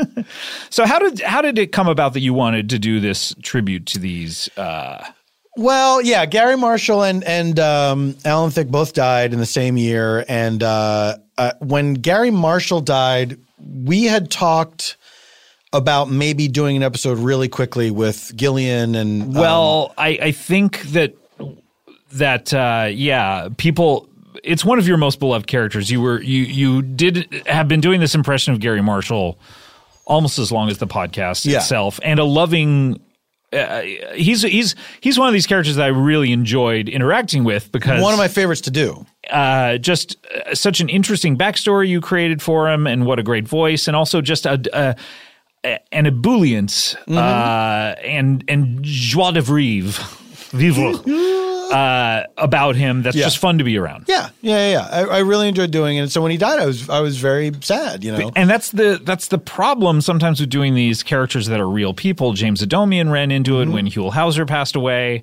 S1: so how did how did it come about that you wanted to do this tribute to these? Uh,
S13: Well, yeah, Gary Marshall and and
S3: um, Alan Thicke both died in the same year, and uh, uh, when Gary Marshall died, we had talked about maybe doing an episode really quickly with Gillian and uh,
S1: well,
S3: Um,
S1: I I think that that uh, yeah, people. It's one of your most beloved characters. You were you you did have been doing this impression of Gary Marshall almost as long as the podcast
S3: Yeah.
S1: itself, and a loving. Uh, he's he's he's one of these characters that I really enjoyed interacting with because
S3: one of my favorites to do.
S1: uh, just uh, such an interesting backstory you created for him, and what a great voice, and also just a, a, a- an ebullience
S3: Mm-hmm.
S1: uh, and and joie de vivre, vivre uh, about him. That's just fun to be around.
S3: Yeah, yeah, yeah. I, I really enjoyed doing it. And so when he died, I was I was very sad. You know,
S1: And that's the that's the problem sometimes with doing these characters that are real people. James Adomian ran into
S3: Mm-hmm.
S1: it when Huell Hauser passed away,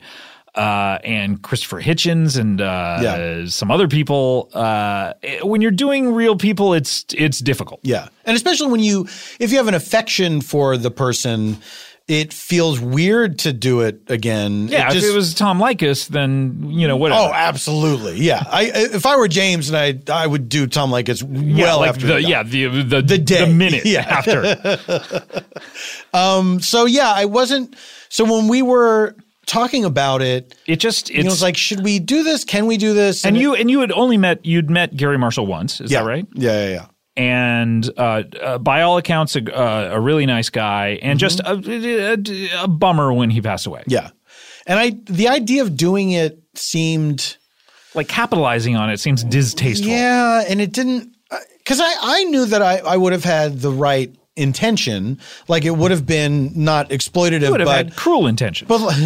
S1: uh, and Christopher Hitchens and uh,
S3: Yeah.
S1: some other people. Uh, it- when you're doing real people, it's it's difficult.
S3: Yeah. And especially when you if you have an affection for the person, it feels weird to do it again.
S1: Yeah, if it was Tom Likas, then you know whatever.
S3: Oh, absolutely. Yeah. I if I were James and I I would do Tom Likas
S1: Yeah,
S3: well
S1: like
S3: after
S1: the
S3: he died.
S1: yeah the the the, minute after.
S3: um so yeah, I wasn't so when we were talking about it,
S1: it just
S3: you know, it's
S1: it's-
S3: like should we do this? Can we do this?
S1: And you and you had only met you'd met Gary Marshall once, is
S3: Yeah.
S1: that right?
S3: Yeah, yeah, yeah.
S1: And uh, uh, by all accounts, a, uh, a really nice guy, and just a, a, a bummer when he passed away.
S3: Mm-hmm. Yeah, and I the idea of doing it seemed
S1: like capitalizing on it seems distasteful.
S3: Yeah, and it didn't because I, I knew that I, I would have had the right intention. Like it would have been not exploitative,
S1: You would have
S3: but
S1: had cruel intentions.
S3: but like-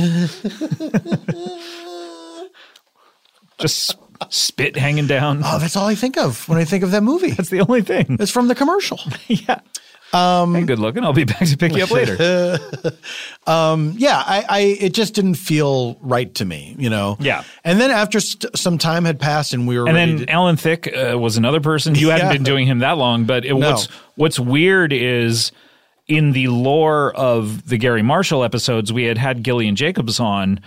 S1: Just s- spit hanging down.
S3: oh, that's all I think of when I think of that movie. That's
S1: the only thing.
S3: It's from the commercial.
S1: yeah.
S3: Um,
S1: Hey, good looking. I'll be back to pick you up later.
S3: um, yeah, I, I it just didn't feel right to me, you know.
S1: Yeah.
S3: And then after st- some time had passed and we were
S1: and
S3: ready
S1: then Alan Thicke uh, was another person. You hadn't
S3: Yeah.
S1: been doing him that long, but it,
S3: No.
S1: what's what's weird is in the lore of the Gary Marshall episodes, we had had Gillian Jacobs on.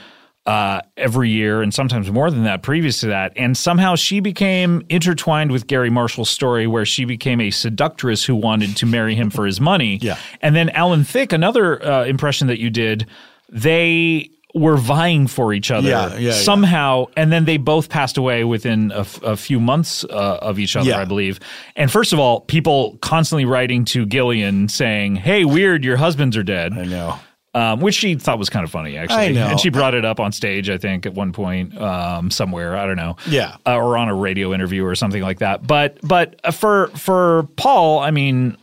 S1: uh, every year, and sometimes more than that previous to that. And somehow she became intertwined with Gary Marshall's story, where she became a seductress who wanted to marry him for his money. Yeah. And then Alan Thicke, another uh, impression that you did, they were vying for each other
S3: Yeah, yeah, yeah.
S1: somehow, and then they both passed away within a, f- a few months uh, of each other,
S3: Yeah.
S1: I believe. And first of all, people constantly writing to Gillian saying, "Hey, weird, your husbands are dead." I know. Um, which she thought was kind of funny, actually,
S3: I know.
S1: and she brought it up on stage, I think, at one point um, somewhere. I don't know,
S3: Yeah.
S1: uh, or on a radio interview or something like that. But but uh, for for Paul, I mean,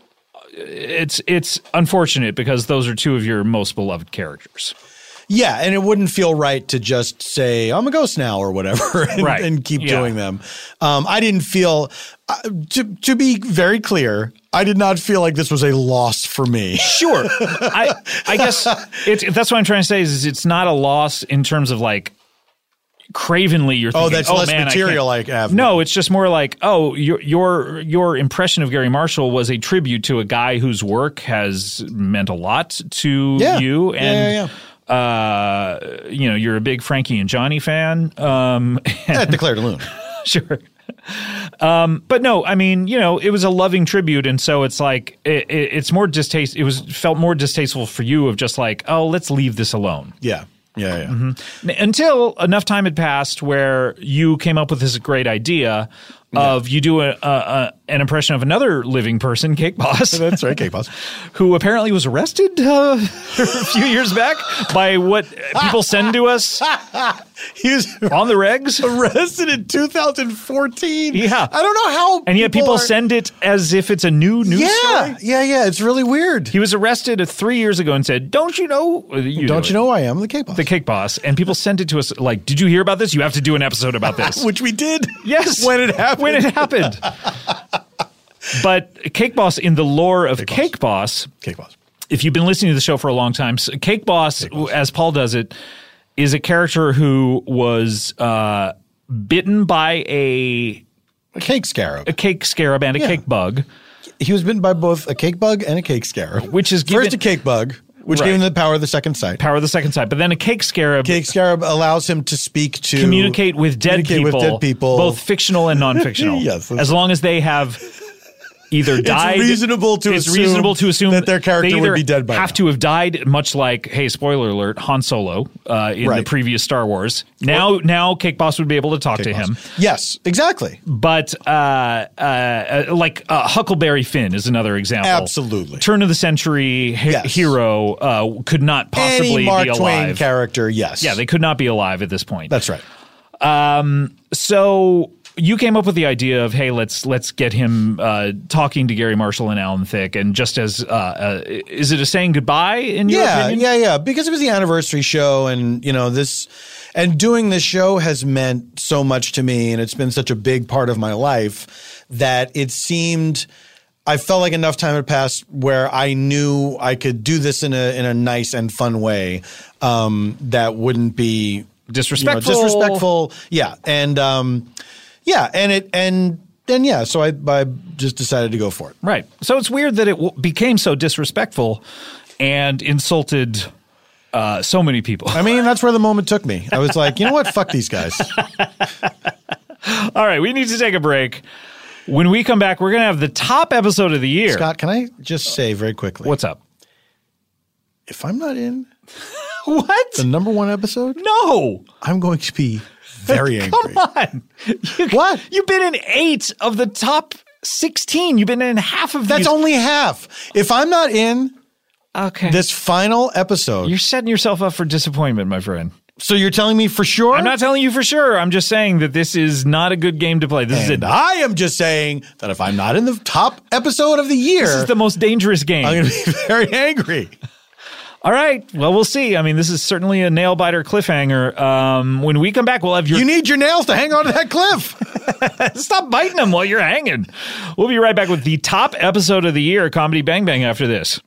S1: it's it's unfortunate because those are two of your most beloved characters.
S3: Yeah, and it wouldn't feel right to just say I'm a ghost now or whatever, and,
S1: Right.
S3: and keep
S1: Yeah.
S3: doing them. Um, I didn't feel uh, to to be very clear. I did not feel like this was a loss for me.
S1: Sure, I I guess it's, that's what I'm trying to say is, is it's not a loss in terms of like cravenly you're
S3: Oh,
S1: thinking,
S3: that's less
S1: man, I can't-"
S3: material I have
S1: no it's just more like oh your your your impression of Gary Marshall was a tribute to a guy whose work has meant a lot to
S3: Yeah.
S1: you
S3: Yeah,
S1: and
S3: yeah,
S1: uh you know you're a big Frankie and Johnny fan um
S3: At the Claire de Lune
S1: sure um, but no, I mean, you know, it was a loving tribute, and so it's like it, it, it's more distaste. It was felt more distasteful for you of just like, oh, let's leave this alone.
S3: Yeah, yeah, yeah.
S1: Mhm. N- Until enough time had passed where you came up with this great idea of you do a, a, a an impression of another living person, Cake Boss.
S3: That's right, Cake Boss,
S1: who apparently was arrested uh, a few years back by what people send to us.
S3: he was
S1: on the regs,
S3: arrested in 2014.
S1: Yeah,
S3: I don't know how,
S1: and yet people
S3: people are-
S1: send it as if it's a new news
S3: Yeah,
S1: story.
S3: yeah, yeah. It's really weird.
S1: He was arrested uh, three years ago and said, "Don't you know?
S3: Don't you know I am the cake boss?"
S1: The cake boss." And people sent it to us like, "Did you hear about this? You have to do an episode about this."
S3: which we did.
S1: Yes.
S3: when it happened.
S1: When it happened. but Cake Boss in the lore of Cake Boss,
S3: Cake Boss.
S1: If you've been listening to the show for a long time, s- Cake Boss, as Paul does it, is a character who was uh, bitten by a,
S3: a cake scarab,
S1: a cake scarab, and a
S3: Yeah.
S1: cake bug.
S3: He was bitten by both a cake bug and a cake scarab,
S1: which is
S3: first a cake bug, which
S1: Right.
S3: gave him the power of the second sight.
S1: Power of the second sight, but then a cake scarab.
S3: Cake scarab allows him to speak to
S1: communicate with dead
S3: communicate
S1: people,
S3: with dead people.
S1: both fictional and non-fictional.
S3: Yes.
S1: as long as they have either
S3: It's
S1: died.
S3: reasonable to
S1: it's
S3: assume
S1: reasonable to assume
S3: that their character
S1: they
S3: would
S1: either
S3: be dead by
S1: have to have died. Much like, hey, spoiler alert, Han Solo uh, in
S3: Right.
S1: the previous Star Wars. Now, now, Cake Boss would be able to talk to him.
S3: Yes, exactly.
S1: But uh, uh, uh, like uh, Huckleberry Finn is another example.
S3: Absolutely.
S1: turn of the century he- hero uh, could not possibly
S3: Any Mark
S1: be alive.
S3: Twain character, yes.
S1: Yeah, they could not be alive at this point.
S3: That's right.
S1: Um, so you came up with the idea of hey, let's let's get him uh, talking to Gary Marshall and Alan Thicke, and just as uh, uh, is it a saying goodbye in your
S3: yeah,
S1: opinion?
S3: yeah, yeah. Because it was the anniversary show, and you know this, and doing this show has meant so much to me, and it's been such a big part of my life that it seemed. I felt like enough time had passed where I knew I could do this in a in a nice and fun way um, that wouldn't be
S1: Disrespectful.
S3: disrespectful, yeah, and um, yeah, and it and then yeah. So I, I just decided to go for it.
S1: Right. So it's weird that it w- became so disrespectful and insulted uh, so many people.
S3: I mean, that's where the moment took me. I was like, you know what? Fuck these guys.
S1: All right, we need to take a break. When we come back, we're going to have the top episode of the year.
S3: Scott, can I just say very quickly?
S1: What's up?
S3: If I'm not in
S1: what
S3: the number one episode,
S1: no,
S3: I'm going to be very angry.
S1: Come on. You,
S3: what?
S1: You've been in eight of the top 16. You've been in half of
S3: That's
S1: these.
S3: only half. If I'm not in
S1: okay.
S3: this final episode,
S1: You're setting yourself up for disappointment, my friend.
S3: So you're telling me for sure?
S1: I'm not telling you for sure. I'm just saying that this is not a good game to play. This is
S3: and
S1: a
S3: I am just saying that if I'm not in the top episode of the year,
S1: This is the most dangerous game.
S3: I'm going to be very angry.
S1: All right. Well, we'll see. I mean, this is certainly a nail biter cliffhanger. Um, when we come back, we'll have your. You
S3: need your nails to hang onto that cliff.
S1: Stop biting them while you're hanging. We'll be right back with the top episode of the year, Comedy Bang Bang, after this.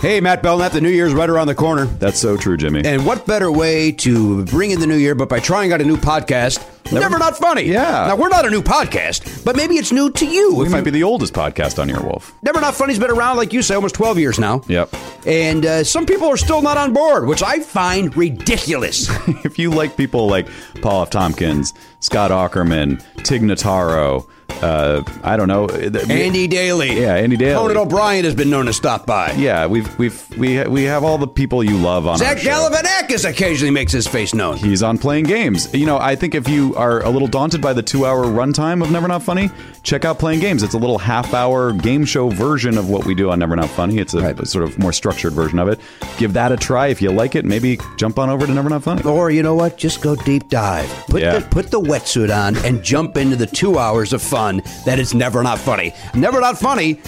S28: Hey, Matt Belknap, the New Year's right around the corner.
S20: That's so true, Jimmy.
S28: And what better way to bring in the new year but by trying out a new podcast? Never, not funny. Yeah. Now we're not a new podcast, but maybe it's new to you.
S20: We might be the oldest podcast on Earwolf.
S28: Never Not Funny's been around, like you say, almost 12 years now.
S20: Yep.
S28: And uh, some people are still not on board, which I find ridiculous.
S20: if you like people like Paul F. Tompkins, Scott Ackerman, Tig Notaro, uh, I don't know.
S28: Andy Daly.
S20: Yeah, Andy Daly.
S28: Conan O'Brien has been known to stop by.
S20: Yeah, we've we've we we have all the people you love on
S28: Zach
S20: our show.
S28: Galifianakis occasionally makes his face known.
S20: He's on playing games. You know, I think if you are a little daunted by the two-hour runtime of Never Not Funny, check out playing games. It's a little half-hour game show version of what we do on Never Not Funny. It's a sort of more structured version of it. Give that a try if you like it. Maybe jump on over to Never Not Funny.
S28: Or you know what? Just go deep dive. Put the put the wetsuit on and jump into the two hours of fun that is never not funny. Never not funny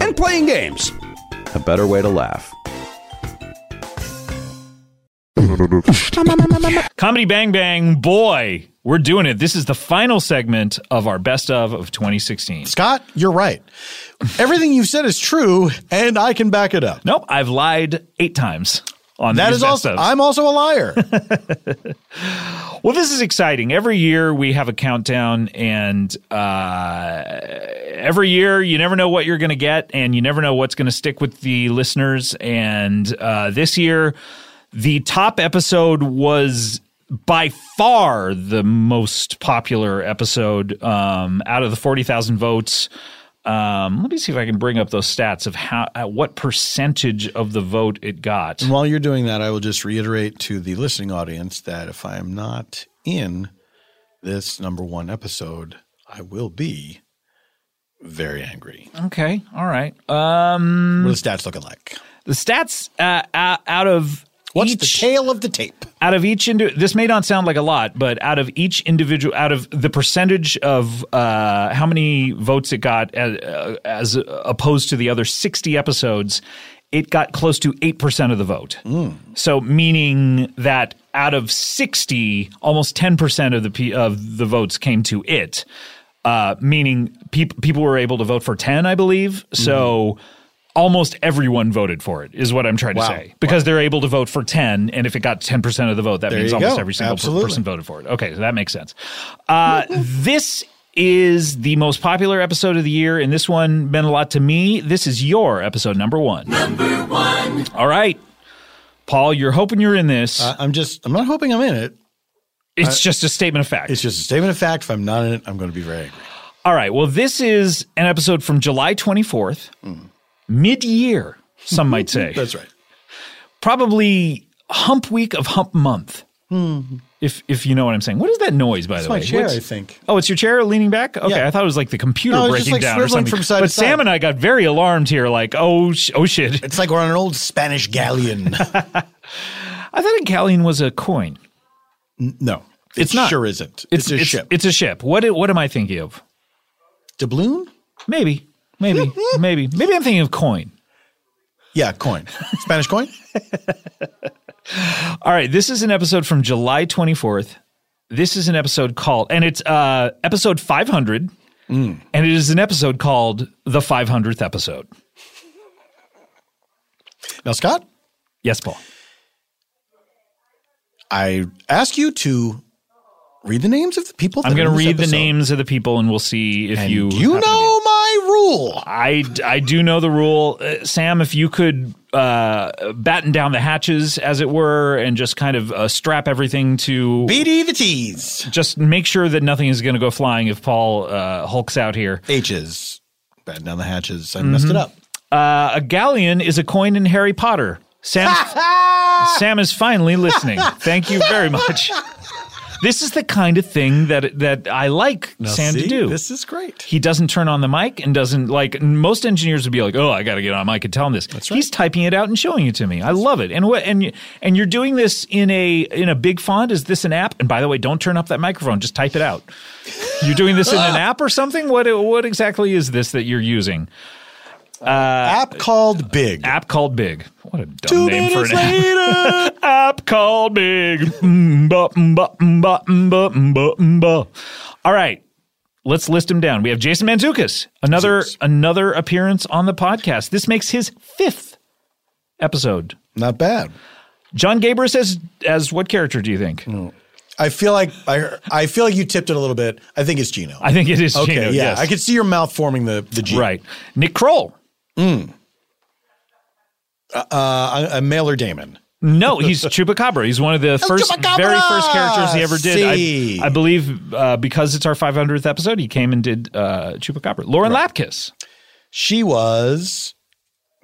S28: and playing games.
S20: A better way to laugh.
S1: Comedy Bang Bang, boy, we're doing it. This is the final segment of our best of of 2016.
S12: Scott, you're right. Everything you've said is true, and I can back it up.
S1: Nope, I've lied eight times on
S12: that.
S1: these
S12: Is
S1: best
S12: also,
S1: ofs.
S12: I'm also a liar.
S1: Well, this is exciting. Every year we have a countdown, and uh, every year you never know what you're going to get, and you never know what's going to stick with the listeners. And uh, this year, the top episode was by far the most popular episode um, out of the 40,000 votes. Um, let me see if I can bring up those stats of how, uh, what percentage of the vote it got.
S12: And while you're doing that, I will just reiterate to the listening audience that if I am not in this number one episode, I will be very angry.
S1: Okay. All right. Um,
S12: What are the stats looking like?
S1: The stats uh, out, out of what's each, the
S12: tail of the tape?
S1: Out of each indi- this may not sound like a lot, but out of each individual, out of the percentage of uh, how many votes it got as, uh, as opposed to the other sixty episodes, it got close to eight percent of the vote.
S12: Mm.
S1: So meaning that out of 60, almost 10% of the pe- of the votes came to it. Uh, meaning peop people were able to vote for 10, I believe. So almost everyone voted for it is what I'm trying
S17: Wow.
S1: to say because they're able to vote for 10 and if it got 10% of the vote that
S17: There
S1: means
S17: you
S1: almost
S17: go.
S1: every single per-
S17: Absolutely.
S1: person voted for it. Okay, so that makes sense. Uh, this is the most popular episode of the year, and this one meant a lot to me. This is your episode number one. Number one. All right, Paul, you're hoping you're in this.
S12: Uh, I'm just, I'm not hoping I'm in it.
S1: It's just a statement of fact.
S12: It's just a statement of fact. If I'm not in it, I'm going to be very angry.
S1: All right. Well, this is an episode from July 24th, mid year, some might say.
S12: Mm. That's right.
S1: Probably hump week of hump month.
S12: Hmm.
S1: If if you know what I'm saying. What is that noise, by
S12: It's
S1: the
S12: my
S1: way?
S12: chair,
S1: What's-
S12: I think.
S1: Oh, it's your chair leaning back? Okay. I thought it was like the computer
S12: No, it's just,
S1: breaking
S12: like,
S1: down or
S12: swiveling
S1: something.
S12: from side
S1: but
S12: to side.
S1: Sam and I got very alarmed here, like, oh, sh- oh shit.
S12: It's like we're on an old Spanish galleon.
S1: I thought a galleon was a coin.
S12: No. it
S1: It's not.
S12: Sure isn't. It's, a ship.
S1: It's a ship. What i- what am I thinking of?
S12: Doubloon?
S1: Maybe. Maybe. maybe. Maybe I'm thinking of coin.
S12: Yeah, coin. Spanish coin?
S1: All right, this is an episode from July 24th. This is an episode called and it's uh episode 500
S12: Mm.
S1: and it is an episode called the 500th episode.
S12: Now, Scott?
S1: Yes, Paul.
S12: I ask you to read the names of the people.
S1: I'm
S12: that are
S1: going to
S12: in this
S1: read the
S12: episode.
S1: names of the people and we'll see if
S12: And
S1: you
S12: you
S1: happen to
S12: know my rule.
S1: I, I do know the rule. Uh, Sam, if you could uh, batten down the hatches, as it were, and just kind of uh, strap everything to.
S12: BD the T's.
S1: Just make sure that nothing is going to go flying if Paul uh, hulks out here.
S12: H's. Batten down the hatches. I messed it up.
S1: Uh, a galleon is a coin in Harry Potter. Sam, Sam is finally listening. Thank you very much. This is the kind of thing that that I like
S12: Now,
S1: Sam
S12: see,
S1: to do.
S12: This is great.
S1: He doesn't turn on the mic and doesn't like most engineers would be like, "Oh, I got to get on mic and tell him this." He's typing it out and showing it to me. I love it. And what and you- and you're doing this in a in a big font. Is this an app? And by the way, don't turn up that microphone. Just type it out. You're doing this in an app or something? What what exactly is this that you're using? Uh, app
S12: called Big.
S1: App called Big. What a dumb
S7: Two
S1: name for an
S7: minutes
S1: app.
S7: later,
S1: app called Big. Mm-ba, mm-ba, mm-ba, mm-ba, mm-ba, mm-ba. All right. Let's list him down. We have Jason Mantzoukas, another another appearance on the podcast. This makes his fifth episode.
S3: Not bad.
S1: John Gabriel says, as what character do you think?
S3: I feel like I I feel like you tipped it a little bit. I think it's Gino.
S1: I think it is
S3: okay,
S1: Gino,
S3: Yeah,
S1: yes.
S3: I could see your mouth forming the the G.
S1: Right, Nick Kroll.
S3: Mm. Uh, uh, a Mailer Damon.
S1: No, he's Chupacabra. He's one of the first,
S3: Oh, Chupacabra!
S1: very first characters he ever did.
S3: See.
S1: I, I believe uh, because it's our 500th episode, he came and did uh, Chupacabra. Lauren Lapkus.
S3: She was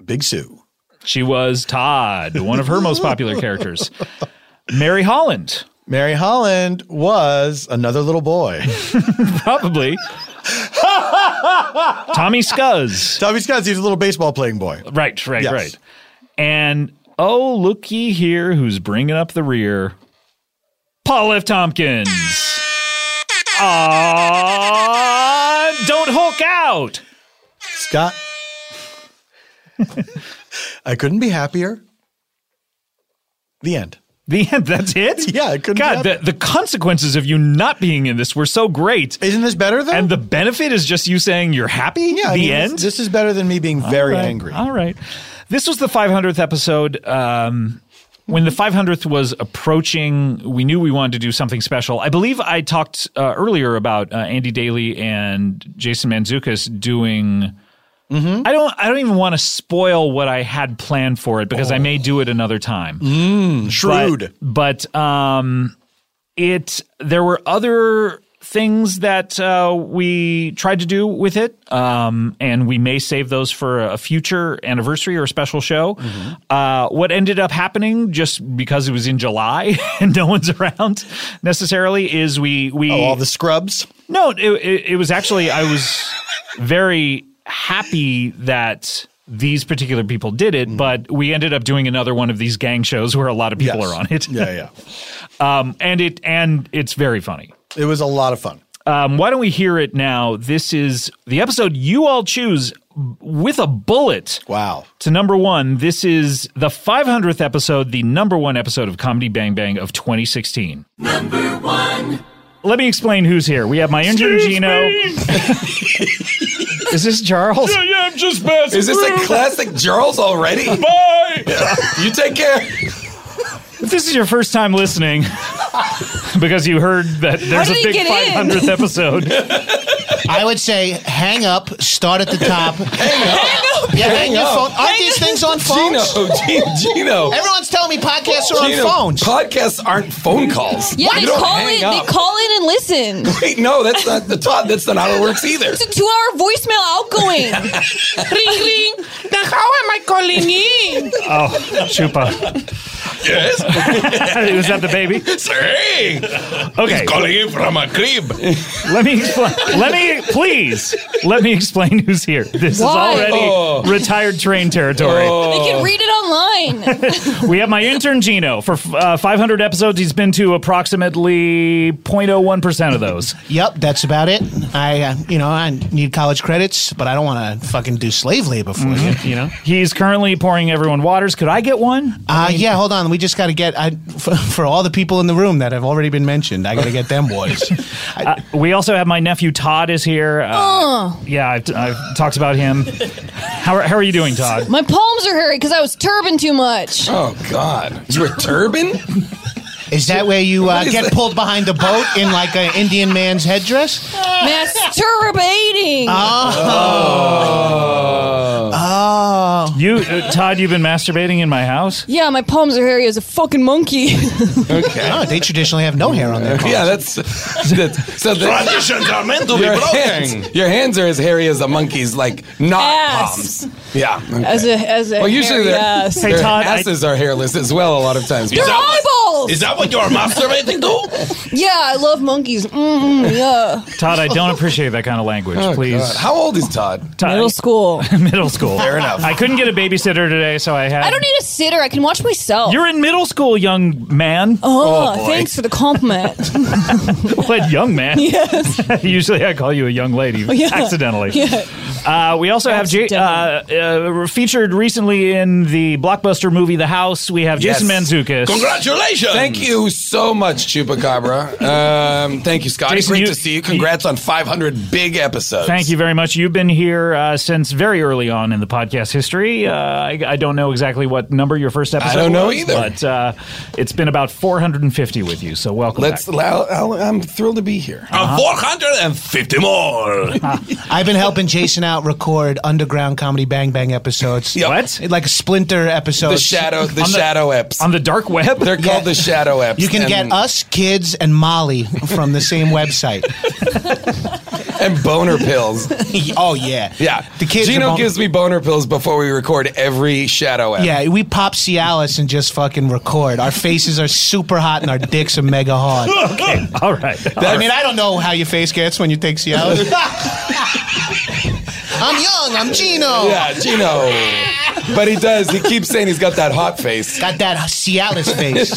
S3: Big Sue.
S1: She was Todd, one of her most popular characters. Mary Holland.
S3: Mary Holland was another little boy.
S1: Probably. Tommy Scuzz.
S3: Tommy Scuzz, he's a little baseball playing boy.
S1: Right, right,
S3: Yes.
S1: right. And oh, looky here who's bringing up the rear Paul F. Tompkins. Ah, don't Hulk out.
S3: Scott. I couldn't be happier. The end.
S1: The end. That's it.
S3: Yeah, it couldn't.
S1: God, the, the consequences of you not being in this were so great.
S3: Isn't this better though?
S1: And the benefit is just you saying you're happy.
S3: Yeah,
S1: the
S3: I mean,
S1: end.
S3: This, this is better than me being very
S1: All right,
S3: angry.
S1: All right. This was the 500th episode. Um, when the 500th was approaching, we knew we wanted to do something special. I believe I talked uh, earlier about uh, Andy Daly and Jason Manzukis doing.
S3: Mm-hmm.
S1: I don't. I don't even want to spoil what I had planned for it because I may do it another time.
S3: Oh. Mm, shrewd.
S1: but, but, um, it there were other things that uh, we tried to do with it, um, and we may save those for a future anniversary or a special show.
S3: Mm-hmm.
S1: Uh, what ended up happening, just because it was in July and no one's around necessarily, is we we
S3: Oh, all the scrubs.
S1: no, it, it, it was actually, I was very happy that these particular people did
S3: Mm.
S1: it, but we ended up doing another one of these gang shows where a lot of people
S3: Yes.
S1: are on it.
S3: Yeah,
S1: yeah. um, and it and it's very funny.
S3: It was a lot of fun.
S1: Um, why don't we hear it now? This is the episode you all choose with a bullet.
S3: Wow.
S1: To number one, this is the 500th episode, the number one episode of Comedy Bang Bang of 2016. Number one. Let me explain who's here. We have my intern
S2: Excuse
S1: Gino. is this Charles?
S2: Yeah, yeah, I'm just passing
S1: Is this a
S2: through.
S1: classic Charles already?
S2: Bye.
S1: you take care. If this is your first time listening, because you heard that there's
S13: did
S1: a
S13: he
S1: big
S13: get in?
S1: 500th episode,
S13: I would say hang up, start at the top. hang up. Yeah, hang,
S2: Hang
S13: your
S2: up.
S13: phone. Aren't these things on phones?
S5: Gino, Gino, Gino.
S13: Everyone's telling me podcasts are
S5: Gino,
S13: on phones.
S5: Podcasts aren't phone calls.
S7: Yeah, they
S5: You don't
S7: call
S5: hang
S7: in.
S5: up.
S7: They call in and listen.
S5: Wait, no, that's not the top. That's not how it works either.
S7: It's a two-hour voicemail outgoing. ring ring. Now how am I calling in?
S1: oh, Chupa.
S2: Yes.
S1: Is that the baby?
S2: Sorry.
S1: Okay.
S2: He's calling in from a crib.
S1: Let me explain. Let me please let me explain who's here. This
S2: Why?
S1: is already
S2: Oh.
S1: retired train territory.
S7: They
S13: Oh.
S7: can read it online.
S1: we have my intern Gino. For uh, 500 episodes, he's been to approximately 0.01 percent of those.
S13: Yep, that's about it. I, uh, you know, I need college credits, but I don't want to fucking do slave labor for you.
S1: Mm-hmm. You know, he's currently pouring everyone waters. Could I get one?
S13: Uh, yeah, hold on. We just got to get I, for, for all the people in the room that have already been mentioned. I got to get them boys.
S1: Uh, we also have my nephew Todd is here. Uh,
S7: Oh.
S1: Yeah, I've, I've talked about him. How are, how are you doing, Todd?
S7: My palms are hurting because I was turbing too much.
S5: Oh God, you a turban?
S13: Is that where you uh,
S5: What is
S13: get
S5: that?
S13: pulled behind the boat in like an Indian man's headdress? Oh.
S7: Masturbating.
S1: Oh, Uh, you uh, Todd, you've been masturbating in my house.
S7: Yeah, my palms are hairy as a fucking monkey.
S5: Okay.
S13: Oh, they traditionally have no hair on their
S5: Yeah, that's, that's so. the-
S2: Traditions are meant to be
S5: your
S2: broken.
S5: Hands, your hands are as hairy as a monkey's, like not
S7: Ass.
S5: palms. Yeah. okay.
S7: As a as a
S5: well, usually
S7: hairy
S5: their,
S7: ass.
S5: their asses are hairless as well. A lot of times.
S7: They're eyeballs.
S5: is that what you're masturbating to?
S7: Yeah, I love monkeys.
S6: Mm-hmm,
S7: Mm-mm, yeah.
S1: Todd, I don't appreciate that kind of language.
S5: Oh,
S1: please.
S5: God. How old is Todd?
S7: Middle school.
S1: middle school.
S7: Fair enough.
S1: I couldn't get a babysitter today, so I had.
S7: I don't need a sitter. I can watch myself.
S1: You're in middle school, young man.
S7: oh, thanks for the compliment.
S13: Oh,
S1: what young man?
S7: Yes.
S1: Usually I call you a young lady
S7: Yeah.
S1: accidentally.
S7: Yeah.
S1: Uh, we also have J- uh, uh, featured recently in the blockbuster movie The House. We have Jason Manzukis.
S5: Congratulations. Thank you so much, Chupacabra. um, thank you, Scotty.
S1: Jason,
S5: Great
S1: you-
S5: to see you. Congrats on 500 big episodes.
S1: Thank you very much. You've been here uh, since very early on in the podcast history. Uh, I, I don't know exactly what number your first episode.
S5: don't know
S1: was,
S5: either.
S1: But uh, it's been about 450 with you, so welcome.
S5: Let's. uh,
S1: back.
S5: I'll, I'll, I'm thrilled to be here.
S1: Uh-huh.
S5: 450 more.
S13: I've been helping Jason out record underground comedy bang bang episodes.
S1: What?
S13: Like splinter episodes.
S5: The shadow- the
S13: On
S5: shadow eps.
S1: on the dark web.
S5: They're called the shadow eps.
S13: You can get
S1: uh,
S5: and-
S13: us, kids, and Molly from the same website.
S5: and boner pills.
S13: oh yeah,
S5: yeah.
S13: The kids are
S5: Gino
S13: bon-
S5: gives me boner pills before we record every shadow app.
S13: Yeah, we pop Cialis and just fucking record. Our faces are super hot and our dicks are mega hard.
S1: Okay, all right.
S13: I mean, I don't know how your face gets when you take Cialis. I'm young. I'm Gino.
S5: Yeah, Gino. But he does. He keeps saying he's got that hot face.
S13: Got that Cialis face.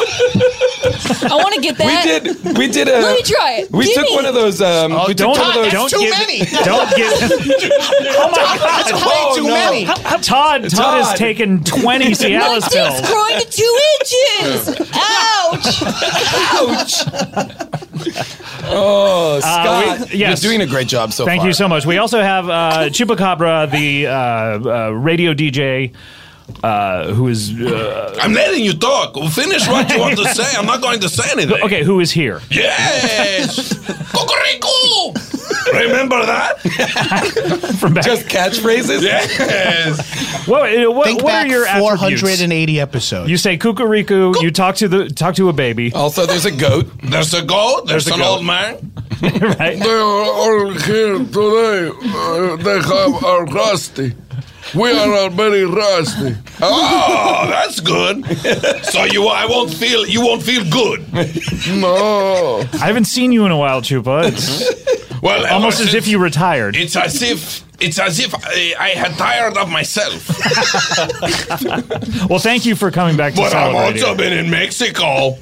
S6: I want to get
S5: We
S6: that.
S5: did. We did a.
S6: Let me try it.
S5: We
S6: Give
S5: took
S6: me.
S5: one of those. Um, we took
S1: Oh, don't-
S5: one of those.
S1: don't That's too give- many. don't give- Oh my God!
S6: That's way
S1: Oh,
S6: too
S1: no.
S6: many.
S1: How- how- Todd, Todd,
S6: Todd.
S1: has taken 20
S6: My
S1: Cialis
S6: dick's
S1: pills.
S6: growing to two inches. Ouch! Ouch!
S5: Oh, Scott,
S1: Uh, we- yes.
S5: you're doing a great job so
S1: Thank
S5: far.
S1: you so much. We also have uh, Chupacabra, the uh, uh, radio DJ, uh, who is. Uh,
S5: I'm letting you talk. Finish what you want to say. I'm not going to say anything.
S1: Okay, who is here?
S5: Yes. Remember that?
S1: From back.
S5: Just catchphrases. Yes.
S1: What, uh, what,
S13: Think
S1: what
S13: back
S1: are your attributes?
S13: 480 episodes.
S1: You say kukuriku. You talk to the talk to a baby.
S5: Also, there's a goat. There's a goat. There's,
S1: There's a
S5: an
S1: goat.
S5: old man.
S1: right?
S14: They are all here today. Uh, they have are rusty. We are already rusty.
S10: Ah,
S5: Oh, that's good. So you, I won't feel. You won't feel good.
S14: No.
S1: I haven't seen you in a while, Chupa. It's
S14: Well, ever
S1: almost as if
S14: since-
S1: you retired.
S14: It's as if
S5: It's as if I, I had tired of myself.
S1: Well, thank you for coming back to
S5: But
S1: Solid
S5: I've
S1: Radio.
S5: also been in Mexico.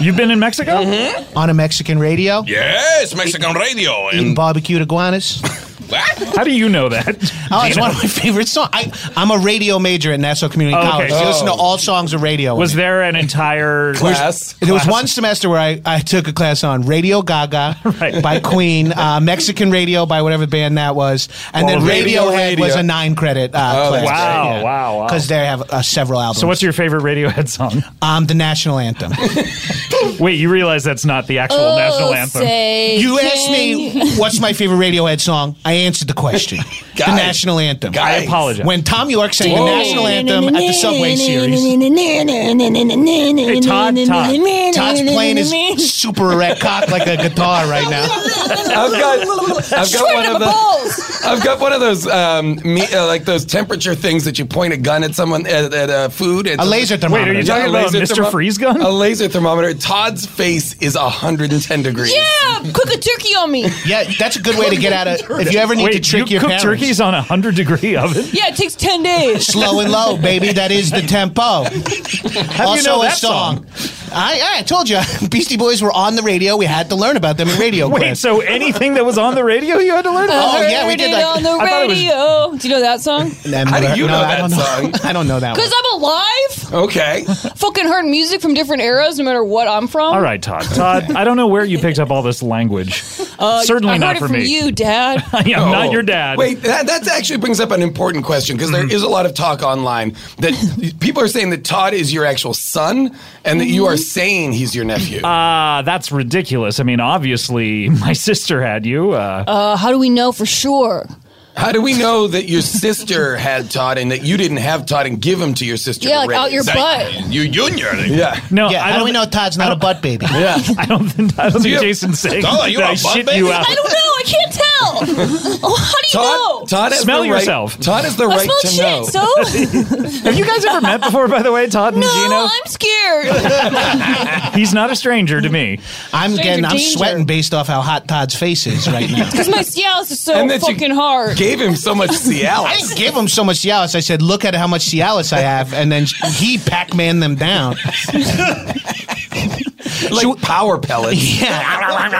S1: You've been in Mexico?
S13: Mm-hmm. On a Mexican radio?
S5: Yes, Mexican radio.
S13: Eating barbecued iguanas?
S1: How do you know that?
S13: Oh, it's one of my favorite songs. I, I'm a radio major at Nassau Community
S1: Oh, okay.
S13: College. I listen to
S1: Oh.
S13: all songs of radio.
S1: Was there an entire
S13: There's-
S1: class?
S13: There was
S1: class?
S13: one semester where I, I took a class on Radio Gaga by Queen, uh, Mexican Radio by whatever band that was, and
S1: Well,
S13: then
S1: Radio
S13: Radiohead
S1: Radio.
S13: was a nine credit uh,
S1: Oh,
S13: class.
S1: that's great. Wow, wow, wow.
S13: Because they have uh, several albums.
S1: So, what's your favorite Radiohead song?
S13: um, the national anthem?
S1: Wait, you realize that's not the actual
S6: Oh,
S1: national anthem.
S6: say
S13: You
S6: can
S13: asked me
S6: you-
S13: what's my favorite Radiohead song. I answered the question. the
S1: Guys.
S13: national anthem.
S1: Guys. I apologize.
S13: When Tom York sang the national anthem at the Subway Series.
S6: Hey,
S13: Todd, Todd. Todd's playing his super erect cock like a guitar right now.
S5: I've got, I've got one of
S6: those.
S5: I've got one of those, um, me, uh, like those temperature things that you point a gun at someone at, at uh, food. And
S13: A laser thermometer. Wait, are you talking
S5: Yeah, a
S13: about
S5: laser
S13: Mr. Freeze gun?
S5: A laser thermometer. Todd's face is 110 degrees.
S6: Yeah, cook a turkey on me.
S13: Yeah, that's a good way to get out of. If you ever need
S1: Wait,
S13: to trick
S1: you
S13: your
S1: cook
S13: parents,
S1: turkeys on a hundred degree oven.
S6: Yeah, it takes ten days.
S13: slow and low, baby. That is the tempo.
S1: you
S13: also,
S1: know
S13: a
S1: that
S13: song. I, I told you, Beastie Boys were on the radio. We had to learn about them in radio.
S1: Wait,
S13: class.
S1: so anything that was on the radio, you had to learn.
S13: Oh,
S6: I
S13: yeah, we
S6: heard
S13: did
S6: it
S13: like-
S6: on the
S13: I thought it was-
S6: radio. Do you know that song?
S13: How
S5: do you know that
S13: song? I don't know that one.
S6: Because I'm alive.
S5: Okay.
S6: Fucking heard music from different eras, no matter what I'm from.
S1: All right, Todd. Todd, I don't know where you picked up all this language.
S6: Uh,
S1: Certainly
S6: I
S1: not
S6: heard it
S1: for
S6: from
S1: me.
S6: you, Dad.
S1: Yeah, I'm not your dad.
S5: Wait, that, that actually brings up an important question because there is a lot of talk online that people are saying that Todd is your actual son and that you are saying he's your nephew.
S1: Ah, that's ridiculous. I mean, obviously, my sister had you. Uh,
S6: Uh, how do we know for sure?
S5: How do we know that your sister had Todd and that you didn't have Todd and give him to your sister?
S6: Yeah,
S5: to
S6: like out
S5: raise?
S6: your butt.
S5: You junior. Yeah.
S1: no,
S13: yeah,
S1: I
S13: how do
S1: don't
S13: we know Todd's not a butt baby?
S5: Yeah,
S1: I don't think I don't
S5: Do
S1: think
S5: you-
S1: Jason's saying
S5: Todd, you
S1: that
S5: a
S1: I
S5: butt
S1: shit
S5: baby?
S1: you out.
S6: I don't know. I can't tell. Oh, how do you know?
S5: Todd has
S1: Smell
S5: the
S1: yourself.
S5: Right, Todd has the
S6: I
S5: right to know.
S6: smelled shit, so.
S1: Have you guys ever met before, by the way, Todd and
S6: No,
S1: Gino?
S6: I'm scared.
S1: He's not a stranger to me.
S13: I'm
S6: Stranger
S13: getting, I'm
S6: danger.
S13: sweating based off how hot Todd's face is right now.
S6: Because my Cialis is so
S13: And that you
S6: fucking hard.
S5: him so much Cialis.
S13: I didn't give him so much Cialis. I said, look at how much Cialis I have. And then he Pac Man them down.
S5: like power pellets.
S13: Yeah.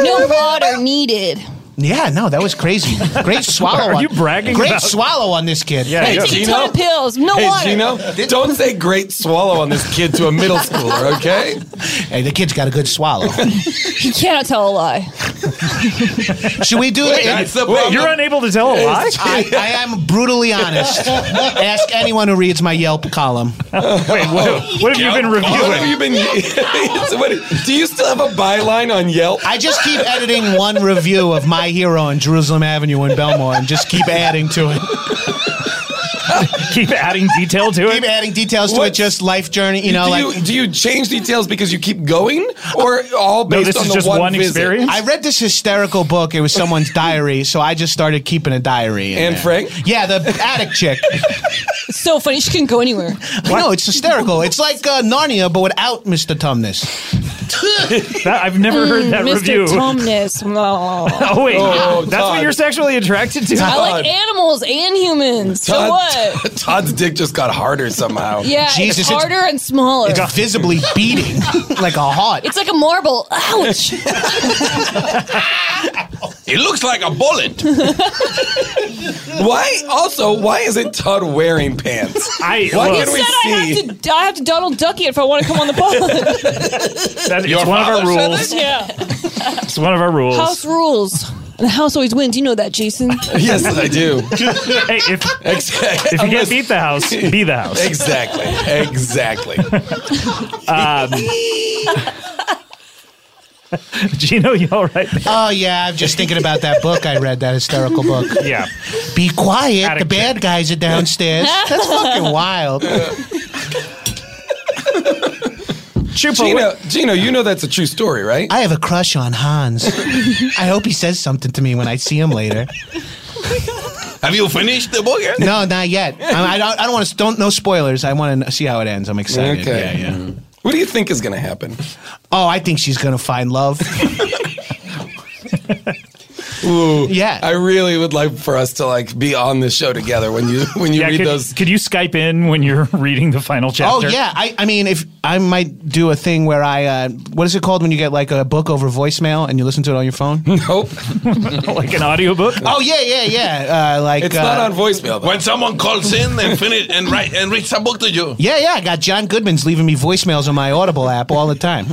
S6: no water needed.
S13: Yeah, no, that was crazy. Great swallow.
S5: Are
S13: on,
S5: you bragging
S13: Great
S5: about-
S13: swallow on this kid.
S5: Hey, Gino? hey, Gino, don't say great swallow on this kid to a middle schooler, okay?
S13: Hey, the kid's got a good swallow.
S16: He cannot tell a lie.
S13: Should we do
S16: Wait,
S13: it?
S16: that's the Wait, problem. you're
S1: unable to tell
S16: a lie?
S13: I, I am brutally honest. Ask anyone who reads my Yelp column.
S1: Wait, what, what have you been reviewing?
S5: What have you been? So what- do you still have a byline on Yelp?
S13: I just keep editing one review of my hero on Jerusalem Avenue in Belmore and just keep adding to it.
S1: keep adding detail to it.
S13: Keep adding details to it. Just life journey, you know,
S5: do
S13: like
S5: you, do you change details because you keep going, or all based on the one, visit?
S13: I read this hysterical book. It was someone's diary, so I just started keeping a diary. in
S5: Anne
S13: there.
S5: Frank?
S13: Yeah, the attic chick.
S16: so funny. She couldn't go anywhere.
S13: I know it's hysterical. It's like uh, Narnia, but without Mr. Tumnus.
S1: I've never
S6: Mm,
S1: heard that
S16: Mr.
S1: review.
S16: Tumnus.
S1: Oh wait,
S5: Oh,
S1: that's what
S5: Todd.
S1: you're sexually attracted to.
S16: I like animals and humans. So what?
S5: Todd's dick just got harder somehow.
S16: Yeah, it's harder and smaller.
S13: visibly beating like a hot.
S16: It's like a marble. Ouch.
S5: It looks like a bullet. why? Also, why isn't Todd wearing pants?
S1: I
S5: why
S16: he
S5: can
S16: said
S5: we
S16: I
S5: see?
S16: have to. I have to Donald Duck it if I want to come on the pod.
S1: That- it's one of our rules.
S16: yeah.
S1: It's one of our rules.
S16: House rules. And the house always wins. You know that, Jason.
S5: Yes, I do.
S1: hey, if, if you can't beat the house, be the house.
S5: Exactly. Exactly.
S1: Uh, Um, Gino, you all right?
S13: Oh yeah, I'm just thinking about that book I read, that hysterical book.
S1: Yeah.
S13: Be quiet. the bad guys are downstairs. That's fucking wild.
S5: Gino, Gino, you know that's a true story, right?
S13: I have a crush on Hans. I hope he says something to me when I see him later.
S5: Have you finished the book yet?
S13: No, not yet. I, I don't. I don't want to. Don't no spoilers. I want to see how it ends. I'm excited.
S5: Okay.
S13: Yeah, yeah.
S5: What do you think is going to happen?
S13: Oh, I think she's gonna find love.
S5: Ooh,
S13: yeah.
S5: I really would like for us to like be on this show together when you when you
S1: yeah,
S5: read
S1: could,
S5: those.
S1: could you Skype in when you're reading the final chapter?
S13: Oh yeah. I, I mean, if I might do a thing where I, uh, what is it called when you get like a book over voicemail and you listen to it on your phone?
S5: Nope.
S1: like an audiobook.
S13: Oh yeah, yeah, yeah. Uh, like uh,
S5: voicemail.
S29: When someone calls in and finish and write and reads a book to you.
S13: Yeah, yeah. I got John Goodman's leaving me voicemails on my Audible app all the time.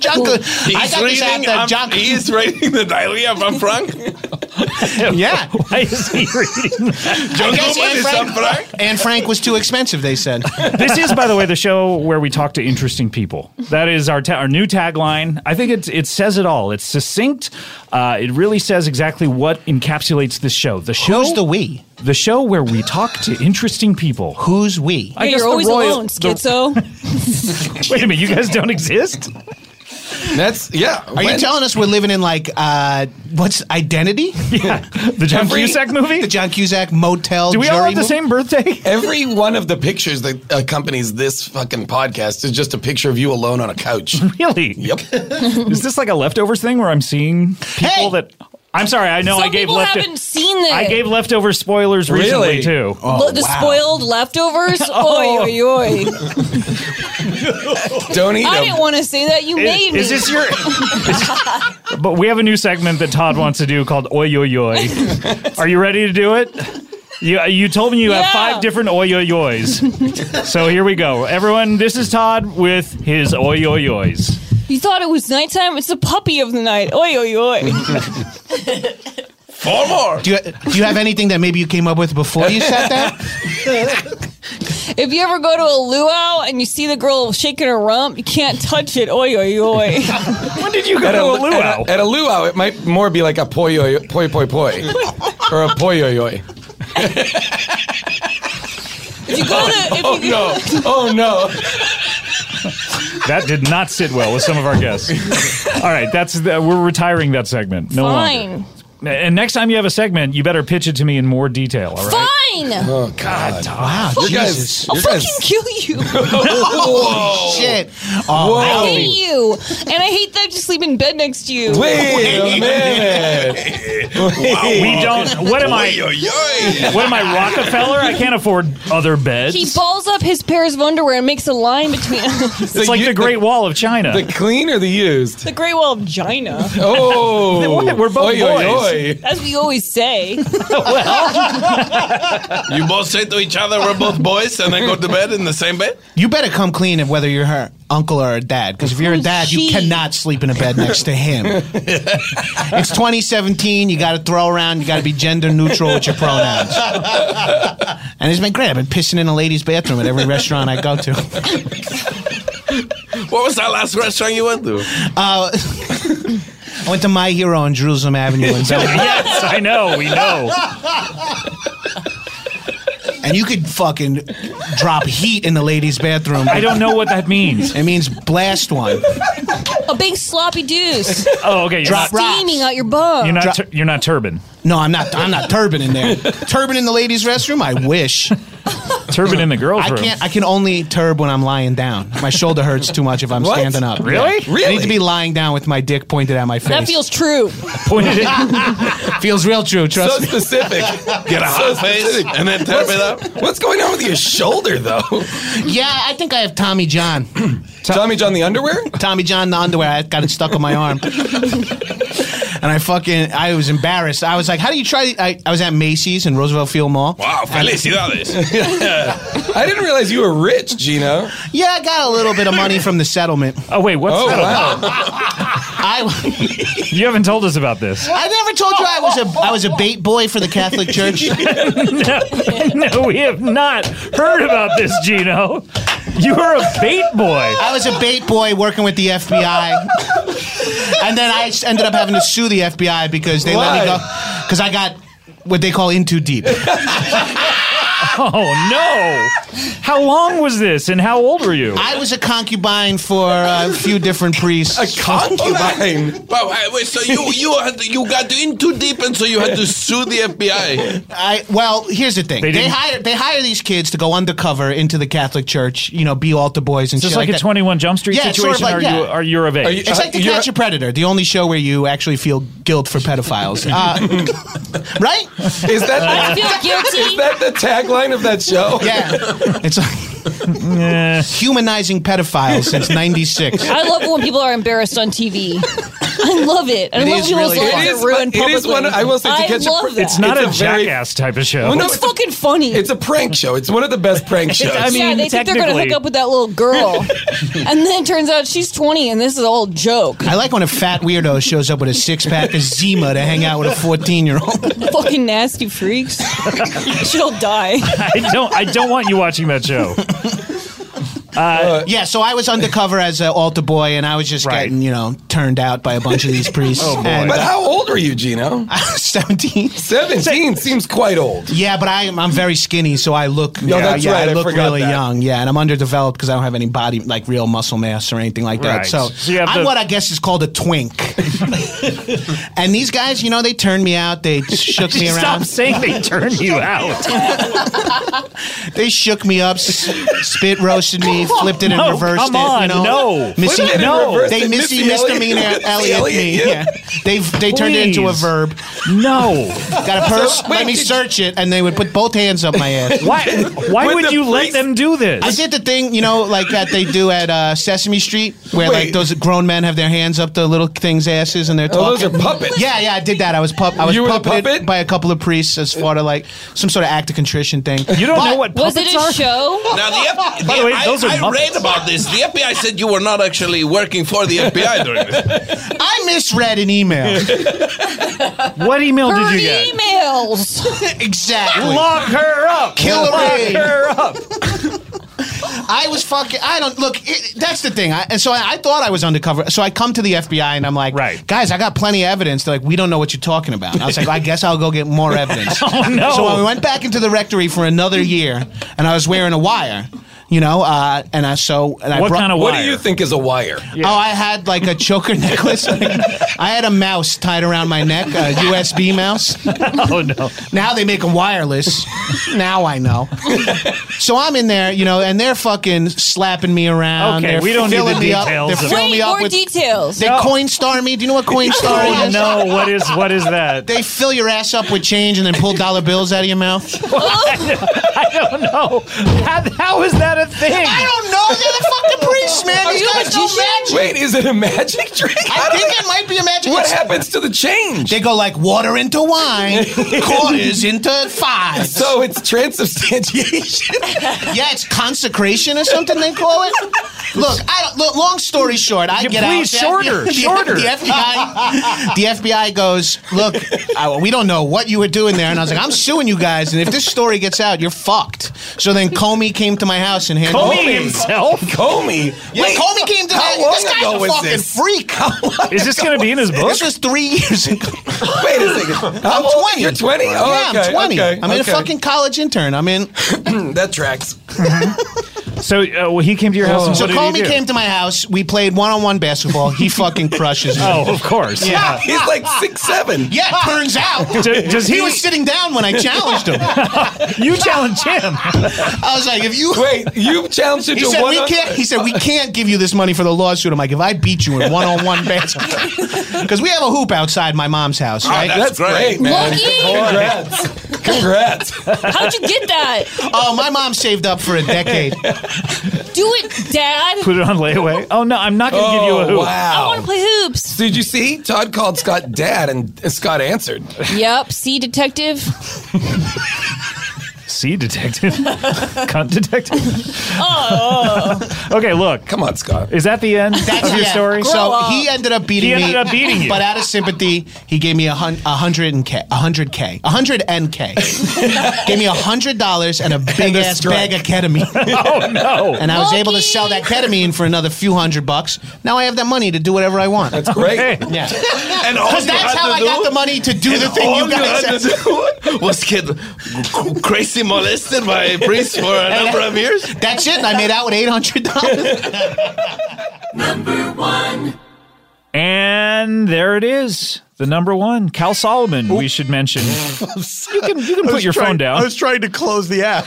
S13: John Good.
S29: He's
S13: I got this app
S29: reading,
S13: that
S29: um,
S13: John.
S29: He's reading the diary of Anne Frank.
S13: Yeah.
S1: Why is he reading?
S13: I
S29: John
S13: guess
S29: Goodman
S13: Anne
S29: is
S13: Frank,
S29: Anne Frank.
S13: Anne Frank was too expensive. They said.
S1: this is, by the way, the show where we talk to interesting people. That is our ta- our new tagline. I think it it says it all. It's succinct. Uh, it really says exactly what encapsulates this show. The show.
S13: Who's the we?
S1: The show where we talk to interesting people.
S13: Who's we?
S16: Yeah, you're always alone, schizo.
S1: Wait a minute, you guys don't exist.
S5: That's yeah.
S13: Are you telling us we're living in like uh, what's identity?
S1: Yeah, the
S5: John Cusack
S1: movie.
S13: The John Cusack motel. jury movie?
S1: birthday?
S5: Every one of the pictures that accompanies this fucking podcast is just a picture of you alone on a couch.
S1: Really?
S5: Yep.
S1: is this like a leftovers thing where I'm seeing people that? I'm sorry. I know
S16: Some
S1: I gave
S16: people
S1: leftovers.
S16: haven't seen this.
S1: I gave leftover spoilers recently
S5: Really?
S1: too.
S16: Look, the spoiled leftovers.
S1: Oh.
S16: Oi, oi, oi.
S5: Don't eat
S16: I
S1: them.
S16: didn't want to say that. You
S1: Is-
S16: made me.
S1: is this your- But we have a new segment that Todd wants to do called Oi Oi Oi. Are you ready to do it? You, uh, you told me you have
S16: Yeah.
S1: five different Oi Oi Ois. so here we go. Everyone, this is Todd with his Oi Oi Ois.
S16: you thought it was nighttime? It's the puppy of the night. Oi, oi, oi.
S29: Four more.
S13: Do you, do you have anything that maybe you came up with before you said that?
S16: if you ever go to a luau and you see the girl shaking her rump, you can't touch it. Oi, oi, oi.
S1: when did you
S5: At At a, at a luau, it might more be like a poi oi- poi poi poi or a poi oi oi.
S16: If you go to, if
S5: Oh
S16: you,
S5: no! Oh no!
S1: That did not sit well with some of our guests. All right, that's the, we're retiring that segment. No longer.
S16: Fine.
S1: And next time you have a segment, you better pitch it to me in more detail. All right.
S16: Fine.
S7: nine.
S5: Oh God!
S7: Wow,
S5: you
S7: Jesus.
S5: guys,
S7: I'll
S5: you
S7: fucking
S5: guys,
S7: kill you.
S1: Oh.
S5: Whoa.
S7: shit.
S5: Whoa.
S7: I hate you. And I hate that I just sleep in bed next to you.
S5: Wait a
S1: minute. We don't. What am I? What am I, Rockefeller? I can't afford other beds.
S7: He balls up his pairs of underwear and makes a line between us.
S1: it's like the Great Wall of China.
S5: The clean or the used?
S7: The Great Wall of China.
S5: Oh. What? We're both Oi, oi, boys. oi.
S7: As we always say.
S10: You both say to each other, "We're both boys," and then go to bed in the same bed.
S13: You better come clean of whether you're her uncle or a dad, because if you're a dad, you cannot sleep in a bed next to him. it's 2017. You got to throw around. You got to be gender neutral with your pronouns. And it's been great. I've been pissing in a ladies' bathroom at every restaurant I go to.
S10: What was that last restaurant you went to?
S13: Uh, I went to My Hero on Jerusalem Avenue in Bellevue.
S1: yes, I know. We know.
S13: And you could fucking drop heat in the ladies' bathroom.
S1: I don't know what that means.
S13: It means blast one.
S7: a big sloppy deuce.
S1: Oh, okay. You're
S13: Drop
S1: not,
S7: Steaming out your bum.
S1: you're not. Tur- you're not turban.
S13: No, I'm not. I'm not turban in there. turban in the ladies' restroom. I wish.
S1: Turban in the girls'
S13: I
S1: room.
S13: can't. I can only turb when I'm lying down. My shoulder hurts too much if I'm
S1: What?
S13: standing up.
S1: Really?
S13: I
S1: Really?
S13: need to be lying down with my dick pointed at my face.
S7: That feels true.
S1: Pointed
S13: feels real true. Trust me.
S5: specific.
S13: Get a hot face and then tear
S5: What's-
S13: it up.
S5: What's going on with your shoulder, though?
S13: Yeah, I think I have Tommy John.
S5: Tommy John the underwear?
S13: Tommy John the underwear. I got it stuck on my arm. And I fucking, I was embarrassed. I was like, how do you try? I, I was at Macy's in Roosevelt Field Mall.
S10: Wow, felicidades.
S5: I didn't realize you were rich, Gino.
S13: Yeah, I got a little bit of money from the settlement.
S1: Oh, wait, what's
S5: Oh,
S1: settlement?
S13: I,
S1: You haven't told us about this.
S13: I never told you I was a I was a bait boy for the Catholic Church.
S1: no, no, we have not heard about this, Gino. You were a bait boy.
S13: I was a bait boy working with the FBI. and then I s- ended up having to sue the FBI because they let me go because I got what they call in too deep.
S1: Oh no! How long was this, and how old were you?
S13: I was a concubine for a few different priests. A
S10: concubine? Wow, I- wait, so you you had to- you got in too deep, and so you had to sue the FBI.
S13: I well, here's the thing.
S10: They
S13: They,
S10: didn't-
S13: hire they hire these kids to go undercover into the Catholic Church, you know, be altar boys and
S1: Is this
S13: shit
S1: like, a
S13: that.
S1: 21 Jump Street
S13: Yeah, it's
S1: situation?
S13: sort of like-
S1: are, you,
S13: yeah.
S1: are you of age?
S13: it's like the Catch a Predator, the only show where you actually feel guilt for pedophiles. Uh, right?
S5: Is that
S13: I feel guilty.
S5: Is that the tagline of that show?
S13: Yeah. It's
S1: like
S13: humanizing pedophiles since '96.
S7: I love when people are embarrassed on TV. I love it. I
S13: It
S7: love
S13: is
S7: people's
S13: really
S7: lives
S13: fun.
S7: get
S13: It is
S7: ruined
S13: fun. It
S7: publicly.
S13: is one of- I will say, to catch a
S7: love
S5: pr-
S7: that.
S1: It's not
S5: It's
S1: a,
S5: a very-
S1: jackass type of show.
S5: Well, no,
S7: it's, fucking funny.
S5: It's a prank show. It's one of the best prank shows.
S7: I mean, yeah, they think they're going to hook up with that little girl. and then it turns out she's 20 and this is all a joke.
S13: I like when a fat weirdo shows up with a six pack of Zima to hang out with a 14 year old.
S7: fucking nasty freaks. She'll die.
S1: I don't. I don't want you watching that show. Uh,
S5: Uh,
S13: yeah, so I was undercover as an altar boy, and I was just getting, you know, turned out by a bunch of these priests.
S5: Oh, boy.
S13: And- uh,
S5: But how old were you, Gino?
S13: I was 17.
S5: 17 seems quite old.
S13: Yeah, but I, I'm very skinny, so I look.
S5: No,
S13: yeah,
S5: that's
S13: yeah,
S5: right, I
S13: I look
S5: forgot
S13: really
S5: that.
S13: young. Yeah, and I'm underdeveloped because I don't have any body, like real muscle mass or anything like that.
S5: Right.
S13: So,
S5: So you have
S13: I'm
S5: the-
S13: what I guess is called a twink. and these guys, you know, they turned me out. They shook me
S1: Stop
S13: around.
S1: saying they turned you out.
S13: They shook me up, s- spit roasted me, flipped it and
S1: No,
S13: reversed
S1: come
S13: it.
S1: on,
S13: you know?
S1: no.
S13: Missy,
S1: Flipped it and No. reversed
S13: they
S1: it,
S13: Missy
S1: Missy Elliott.
S13: misdemeanor
S1: Missy
S13: Elliot me. Yeah,
S1: Elliott, yeah.
S13: they they turned it into a
S1: Please.
S13: verb.
S1: No,
S13: got a purse.
S1: So,
S13: let
S1: wait,
S13: me
S1: did-
S13: search it, and they would put both hands up my ass.
S1: Why? Why
S13: With
S1: would
S13: the
S1: you let them do this?
S13: I did the thing, you know, like that they do at uh, Sesame Street, where
S1: Wait.
S13: like those grown men have their hands up the little things' asses and they're talking.
S5: Oh, those are puppets.
S13: Yeah, yeah, I did that. I was pup. I was
S5: You were the
S13: puppeted by a couple of priests as far to like some sort of act of contrition thing.
S1: You don't know what
S7: Was it a show?
S10: Now the, F-
S13: By the way,
S10: I,
S13: those are
S10: I
S13: Muppets.
S10: read about this. The FBI said you were not actually working for the FBI during this.
S13: I misread an email.
S1: what email
S10: did you
S7: Her
S10: get?
S7: emails.
S13: exactly.
S1: Lock her up.
S13: Kill
S1: Lock
S13: her.
S1: her up.
S13: I was fucking. I don't look. It, that's the thing. I, and so I, I thought I was undercover. So I come to the FBI and I'm like, right. guys, I got plenty of evidence. They're like, we don't know what you're talking about. And I was like, I guess I'll go get more evidence.
S1: Oh, no.
S13: So I went back into the rectory for another year, and I was wearing a wire. You know, uh, and I so and I brought,
S5: What do you think is a wire?
S13: Oh, I had like a choker necklace. I had a mouse tied around my neck, a USB mouse.
S1: oh no!
S13: Now they make them wireless. now I know. so I'm in there, you know, and they're fucking slapping me around.
S1: Okay,
S13: they're
S1: we don't need
S13: filling
S1: the
S13: me up-
S1: details
S13: They're
S1: of-
S13: filling
S16: Wait,
S13: me up
S16: more
S13: with
S16: details.
S13: They
S16: No.
S13: coin star me. Do you know what coin star
S1: Oh,
S13: is?
S1: no. What is- what is that?
S13: They fill your ass up with change and then pull dollar bills out of your mouth.
S1: I don't know. How, how is that a thing?
S13: I don't know. They're the fucking priests, man.
S7: Are
S13: These
S7: you a
S13: guys do
S7: magician?
S13: magic.
S5: Wait, is it a magic trick?
S13: I think it might be a magic.
S5: What
S13: it's-
S5: happens to the change?
S13: They go like water into wine, quarters into five.
S5: So it's transubstantiation.
S13: yeah, it's consecration or something they call it. Look, I don't, look, long story short, I
S7: Yeah,
S13: get
S7: please,
S13: out.
S7: shorter,
S13: the,
S7: shorter.
S13: The FBI, the FBI goes, look, I, we don't know what you were doing there, and I was like, I'm suing you guys, and if this story gets out, you're fucked. So then Comey came to my house and handed
S7: Comey himself?
S5: Comey,
S13: yeah,
S7: Wait,
S13: Comey came to
S7: how
S13: my
S7: long
S13: This guy's
S7: ago
S13: a
S7: was
S13: fucking
S7: this?
S13: freak.
S1: Is this going to be in his book?
S13: This was three years ago.
S5: Wait a second.
S13: I'm
S5: How old-
S13: 20.
S5: You're 20? Oh,
S13: yeah,
S5: okay,
S13: I'm 20.
S5: okay,
S13: I'm in a
S5: okay.
S13: fucking college intern. I'm in.
S5: that tracks.
S1: So uh, well, he came to Mm-hmm. your
S5: Oh,
S1: house. and
S13: so
S1: what
S13: Comey
S1: did he do?
S13: came to my house. We played one-on-one basketball. He fucking crushes me.
S1: Oh, of course.
S13: Yeah,
S5: he's like six seven.
S13: Yeah, turns out.
S1: Do- does he-
S13: he was sitting down when I challenged him.
S1: you challenged him.
S13: I was like, if you
S5: wait, you challenged him
S13: He
S5: to
S13: said we
S5: one-on-
S13: can't. He said we can't give you this money for the lawsuit. I'm like, if I beat you in one-on-one basketball, because we have a hoop outside my mom's house.
S5: Oh,
S13: Right?
S5: that's That's great, great, man. Lucky. Congrats. Congrats.
S13: How'd
S16: you get that?
S13: Oh, my mom saved up for a decade.
S16: Do it, Dad.
S1: Put it on layaway. Oh no, I'm not
S16: gonna give you a hoop. I
S5: Wow.
S16: want to play hoops.
S5: Did you see? Todd called Scott dad, and Scott answered.
S16: Yep. See, detective.
S1: See, detective. Cunt detective.
S16: Oh.
S1: okay, look.
S5: Come on, Scott.
S1: Is that the end of your
S13: yeah.
S1: story?
S13: So he ended up beating
S1: He
S13: me.
S1: ended up beating you.
S13: But out of sympathy, he gave me a hun- a hundred and k, a hundred k, a hundred and k. gave me a hundred dollars and a big ass
S7: strike.
S13: bag of ketamine.
S7: Oh, no.
S13: And I was able to sell that ketamine for another few hundred bucks. Now I have that money to do whatever I want. That's
S5: great.
S13: Yeah.
S7: And all
S13: Because
S7: you
S13: that's
S7: had
S13: how
S7: to
S13: I got
S7: do-
S13: the money to do
S7: and
S13: the thing
S7: all
S13: you
S7: you
S13: guys
S7: had to
S13: said.
S29: was kid c- crazy molested by a priest for a
S13: And
S29: number
S13: that-
S29: of years.
S13: That's it. And I made out with eight hundred dollars.
S1: And there it is. The number one, Cal Solomon, we should mention.
S12: you
S1: can you can put your phone down.
S12: I was trying to close the app.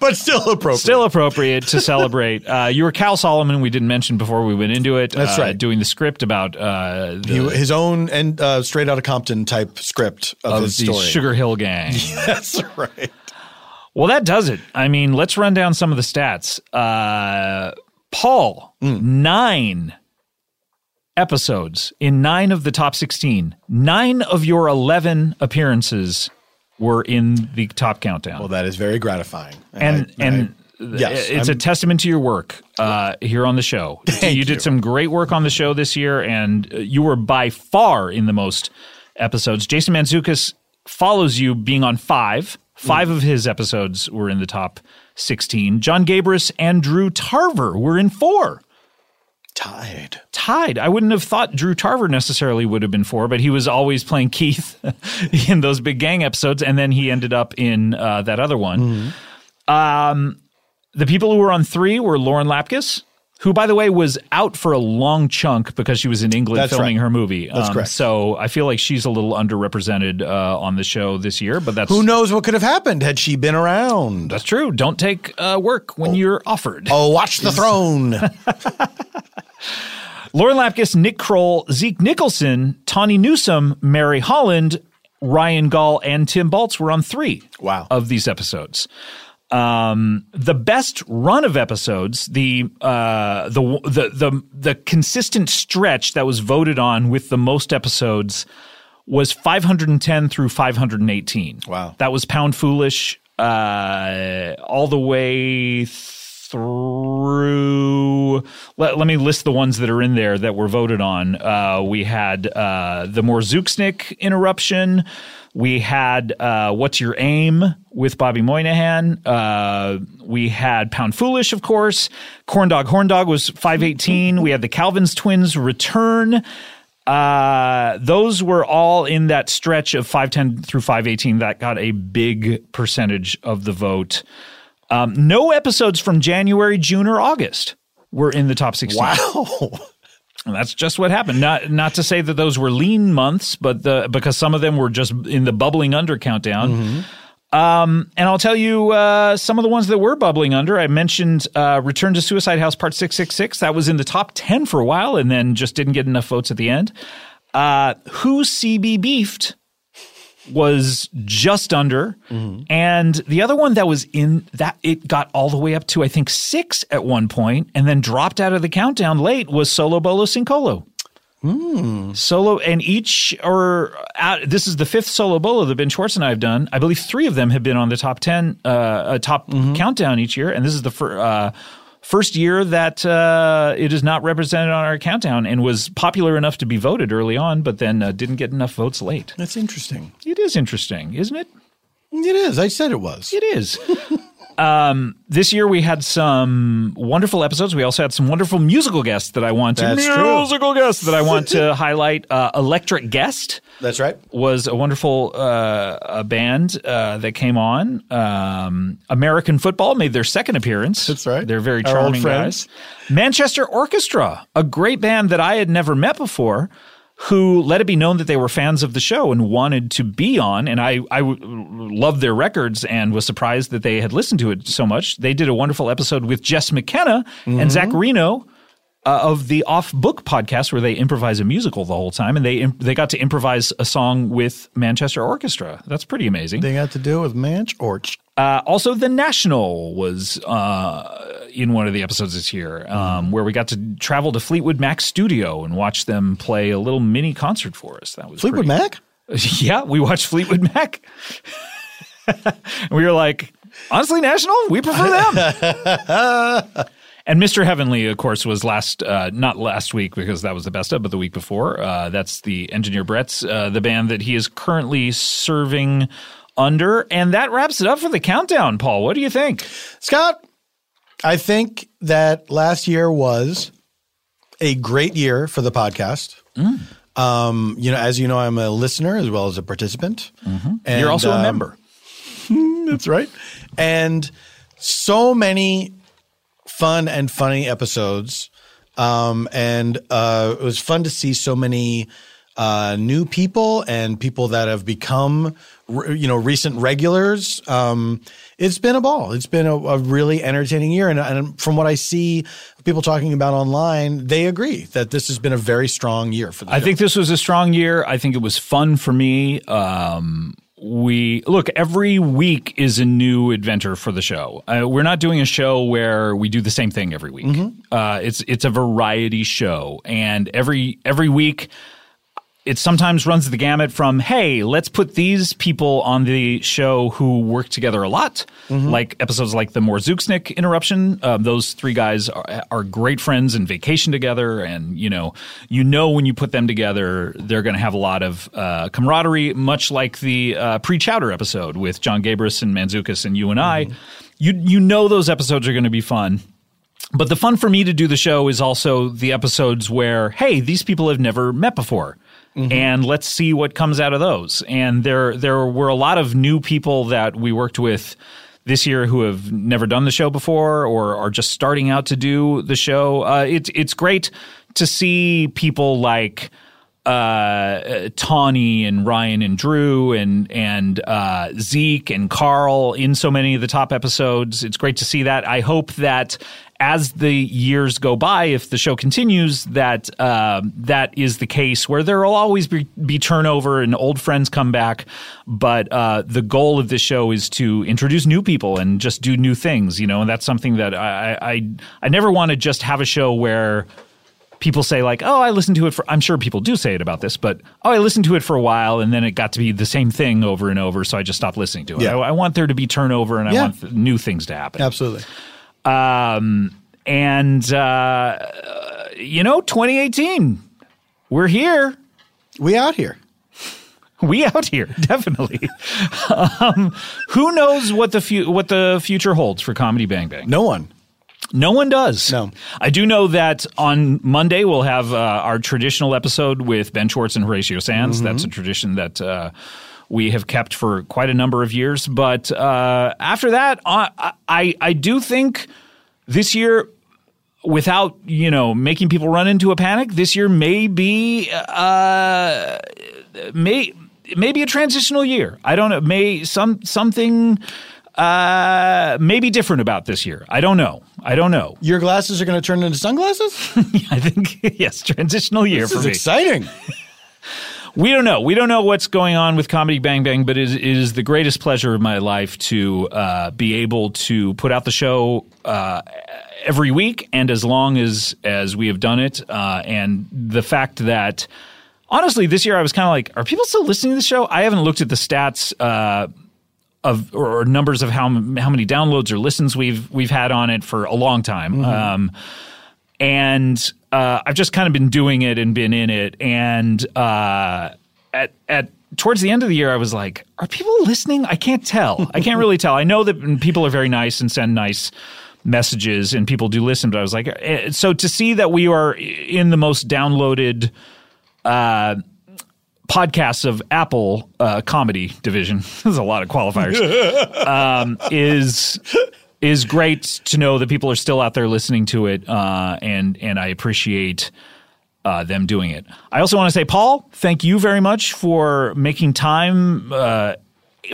S12: but still appropriate.
S1: Still appropriate to celebrate. uh, you were Cal Solomon, we didn't mention before we went into it.
S12: That's
S1: uh,
S12: right.
S1: Doing the script about uh, the,
S12: He- his own and uh, straight out of Compton type script of,
S1: of
S12: his
S1: the
S12: story.
S1: Sugar Hill Gang.
S12: That's right.
S1: Well, that does it. I mean, let's run down some of the stats. Uh, Paul,
S12: Mm.
S1: nine episodes in nine of the top 16. Nine of your 11 appearances were in the top countdown. Well,
S12: that is very gratifying.
S1: And,
S12: I-
S1: and,
S12: I- yes,
S1: it's a
S12: I'm-
S1: testament to your work uh, here on the show. you, did some great work on the show this year, and uh, you were by far in the most episodes. Jason Manzukis follows you being on five. Five
S12: Mm-hmm.
S1: of his episodes were in the top 16. John Gabris and Drew Tarver were in four.
S12: Tied.
S1: Tied. I wouldn't have thought Drew Tarver necessarily would have been four, but he was always playing Keith in those big gang episodes, and then he ended up in uh, that other one.
S12: Mm-hmm.
S1: Um, the people who were on three were Lauren Lapkus, who, by the way, was out for a long chunk because she was in England
S12: That's
S1: filming
S12: right.
S1: her movie. Um,
S12: That's correct.
S1: So I feel like she's a little underrepresented uh, on the show this year, but that's
S12: Who knows what could have happened had she been around?
S1: That's true. Don't take uh, work when you're offered.
S12: Oh, watch the throne.
S1: Lauren Lapkus, Nick Kroll, Zeke Nicholson, Tawny Newsom, Mary Holland, Ryan Gall, and Tim Baltz were on three wow. of these episodes. Um, the best run of episodes, the uh, the the the the consistent stretch that was voted on with the most episodes was 510 through 518. Wow, that was Pound Foolish uh, all the way through. Let, let me list the ones that are in there that were voted on. Uh, we had uh, the Morzuknik interruption. We had uh, What's Your Aim with Bobby Moynihan. Uh, we had Pound Foolish, of course. Corndog Horndog was 518. we had the Calvin's Twins return. Uh, those were all in that stretch of 510 through 518 that got a big percentage of the vote. Um, no episodes from January, June, or August were in the top 16.
S12: Wow.
S1: And that's just what happened. Not not to say that those were lean months, but the because some of them were just in the bubbling under countdown. Um, and I'll tell you uh, some of the ones that were bubbling under. I mentioned uh, Return to Suicide House Part 666. That was in the top 10 for a while and then just didn't get enough votes at the end. Uh, Who CB Beefed was just under. And the other one that was in that it got all the way up to, I think, six at one point and then dropped out of the countdown late was Solo Bolo Sincolo. Solo and each or out, this is the fifth solo bolo that Ben Schwartz and I have done. I believe three of them have been on the top ten, uh, uh, top countdown each year, and this is the fir- uh, first year that uh, it is not represented on our countdown and was popular enough to be voted early on, but then uh, didn't get enough votes late.
S12: That's interesting.
S1: It is interesting, isn't it?
S12: It is. I said it was.
S1: It is. um, this year we had some wonderful episodes. We also had some wonderful musical guests that I want to
S12: That's true.
S1: musical guests that I want to highlight. Uh, Electric Guest.
S12: That's right.
S1: Was a wonderful uh, a band uh, that came on. Um, American Football made their second appearance. That's right. They're very
S12: Our old
S1: charming
S12: friends.
S1: guys. Manchester Orchestra, a great band that I had never met before, who let it be known that they were fans of the show and wanted to be on. And I, I w- loved their records and was surprised that they had listened to it so much. They did a wonderful episode with Jess McKenna
S12: Mhm.
S1: and Zach Reno. Uh, of the off book podcast where they improvise a musical the whole time and they imp- they got to improvise a song with Manchester Orchestra. That's pretty amazing.
S12: They got to do with Manch Orch.
S1: Uh, also, The National was uh, in one of the episodes this year,
S12: Mm-hmm.
S1: um, where we got to travel to Fleetwood Mac studio and watch them play a little mini concert for us. That was
S12: Fleetwood
S1: pretty-
S12: Mac?
S1: Yeah, we watched Fleetwood Mac. we were like, honestly, National, we prefer them. and Mr. Heavenly, of course, was last, uh, not last week because that was the best of, but the week before. Uh, that's the Engineer Brett's, uh, the band that he is currently serving under. And that wraps it up for the countdown, Paul. What do you think?
S12: Scott, I think that last year was a great year for the podcast.
S1: Mm.
S12: Um, you know, as you know, I'm a listener as well as a participant. And,
S1: You're also
S12: um,
S1: a member.
S12: That's right. And so many fun and funny episodes. Um, and uh, it was fun to see so many uh, new people and people that have become, re- you know, recent regulars. Um, it's been a ball. It's been a, a really entertaining year. And, and from what I see people talking about online, they agree that this has been a very strong year for the
S1: I think this was a strong year. I think it was fun for me. Um, we look every week is a new adventure for the show. Uh, we're not doing a show where we do the same thing every week.
S12: Mm-hmm.
S1: Uh, it's it's a variety show, and every every week. It sometimes runs the gamut from, hey, let's put these people on the show who work together a lot, like episodes like the Morzuknik interruption. Um, those three guys are, are great friends and vacation together, and you know, you know when you put them together, they're going to have a lot of uh, camaraderie, much like the uh, pre-chowder episode with John Gabris and Manzukis and you and I. You you know those episodes are going to be fun. But the fun for me to do the show is also the episodes where, hey, these people have never met before. And let's see what comes out of those. And there there were a lot of new people that we worked with this year who have never done the show before or are just starting out to do the show. Uh, it's it's great to see people like uh, uh, Tawny and Ryan and Drew and and uh, Zeke and Carl in so many of the top episodes. It's great to see that. I hope that as the years go by, if the show continues, that uh, that is the case where there will always be, be turnover and old friends come back. But uh, the goal of this show is to introduce new people and just do new things. You know, and that's something that I I I, I never want to just have a show where people say like, "Oh, I listened to it for." I'm sure people do say it about this, but oh, I listened to it for a while, and then it got to be the same thing over and over, so I just stopped listening to it.
S12: Yeah.
S1: I, I want there to be turnover, and I
S12: Yeah.
S1: want th- new things to happen.
S12: Absolutely.
S1: Um, and uh, you know, 2018, we're here.
S12: We out here.
S1: We out here, definitely. um, who knows what the fu- what the future holds for Comedy Bang Bang?
S12: No one.
S1: No one does. No. I do know that on Monday we'll have uh, our traditional episode with Ben Schwartz and Horatio Sands.
S12: Mm-hmm.
S5: Mhm.
S1: That's a tradition that uh, we have kept for quite a number of years. But uh, after that, uh, I- I I do think this year. Without you know making people run into a panic, this year may be uh, may it may be a transitional year. I don't know. May some something uh, may be different about this year. I don't know. I don't know.
S3: Your glasses are going to turn into sunglasses?
S1: I think yes, transitional year
S3: This
S1: for
S3: is
S1: me.
S3: exciting.
S1: We don't know. We don't know what's going on with Comedy Bang Bang, but it is, it is the greatest pleasure of my life to uh, be able to put out the show uh, every week, and as long as as we have done it, uh, and the fact that honestly, this year I was kind of like, are people still listening to the show? I haven't looked at the stats. Uh, of or, or numbers of how m- how many downloads or listens we've we've had on it for a long time. Um, and uh, I've just kind of been doing it and been in it. And uh, at at towards the end of the year, I was like, "Are people listening? I can't tell. I can't really tell. I know that people are very nice and send nice." messages and people do listen but i was like eh, so to see that we are in the most downloaded uh podcasts of apple uh comedy division there's a lot of qualifiers um is is great to know that people are still out there listening to it, uh, and and I appreciate uh, them doing it. I also want to say, Paul, thank you very much for making time. Uh,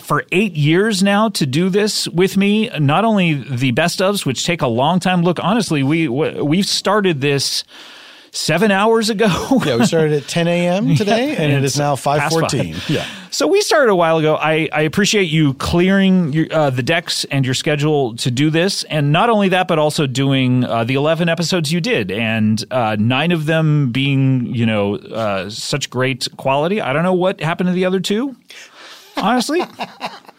S1: for eight years now to do this with me, not only the best ofs, which take a long time. Look, honestly, we we started this seven hours ago.
S3: yeah, we started at 10 a.m. today, and it is now
S1: it's past
S3: 5:14.
S1: five.
S3: Yeah.
S1: So we started a while ago. I, I appreciate you clearing your, uh, the decks and your schedule to do this, and not only that, but also doing uh, the eleven episodes you did, and uh, nine of them being you know uh, such great quality. I don't know what happened to the other two. Honestly,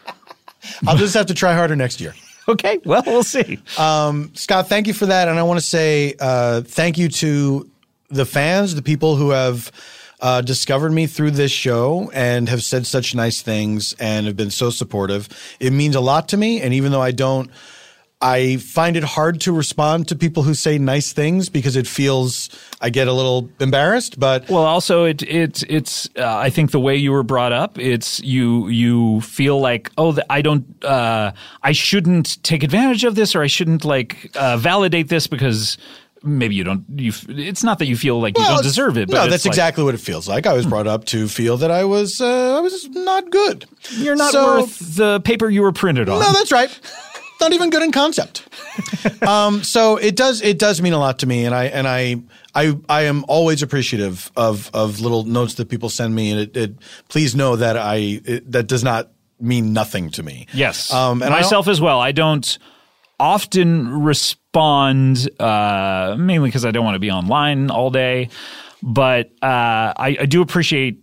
S3: I'll just have to try harder next year.
S1: Okay, well, we'll see.
S3: Um, Scott, thank you for that. And I want to say uh, thank you to the fans, the people who have uh, discovered me through this show and have said such nice things and have been so supportive. It means a lot to me. And even though I don't, I find it hard to respond to people who say nice things because it feels I get a little embarrassed. But
S1: well, also it it's it's uh, I think the way you were brought up, it's you you feel like oh th- I don't uh, I shouldn't take advantage of this or I shouldn't like uh, validate this because maybe you don't you f- it's not that you feel like you
S3: Well,
S1: don't deserve it. But
S3: no,
S1: it's
S3: that's
S1: like-
S3: exactly what it feels like. I was brought up to feel that I was uh, I was not good.
S1: You're not
S3: So-
S1: worth the paper you were printed on.
S3: No, that's right. Not even good in concept. um, so it does it does mean a lot to me, and I and I I I am always appreciative of of little notes that people send me, and it, it please know that I it, that does not mean nothing to me.
S1: Yes.
S3: Um, and I don't-
S1: myself as well. I don't often respond, uh, mainly because I don't want to be online all day. But uh, I, I do appreciate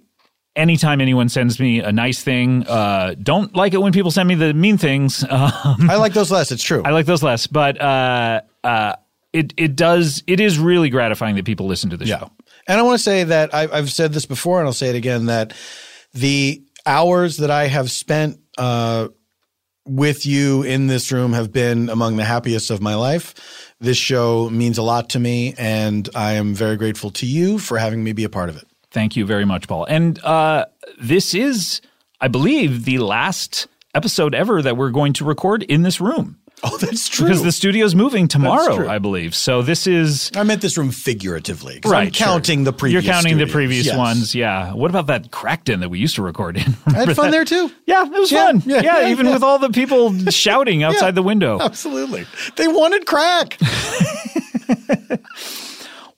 S1: anytime anyone sends me a nice thing. Uh, don't like it when people send me the mean things. Um,
S3: I like those less. It's true.
S1: I like those less, but uh, uh, it it does it is really gratifying that people listen to the show.
S3: And I want to say that I, I've said this before, and I'll say it again that the hours that I have spent uh, with you in this room have been among the happiest of my life. This show means a lot to me, and I am very grateful to you for having me be a part of it.
S1: Thank you very much, Paul. And uh, this is, I believe, the last episode ever that we're going to record in this room.
S3: Oh, that's true.
S1: Because the studio's moving
S3: true.
S1: tomorrow, I believe. So this is.
S3: I meant this room figuratively. 'cause I'm
S1: Right,
S3: counting the previous
S1: You're counting
S3: studios.
S1: the previous
S3: Yes.
S1: ones, yeah. What about that Crackton that we used to record in?
S3: I had fun there too.
S1: Yeah, it was fun. Yeah, even with all the people shouting outside the window.
S3: Absolutely. They wanted crack.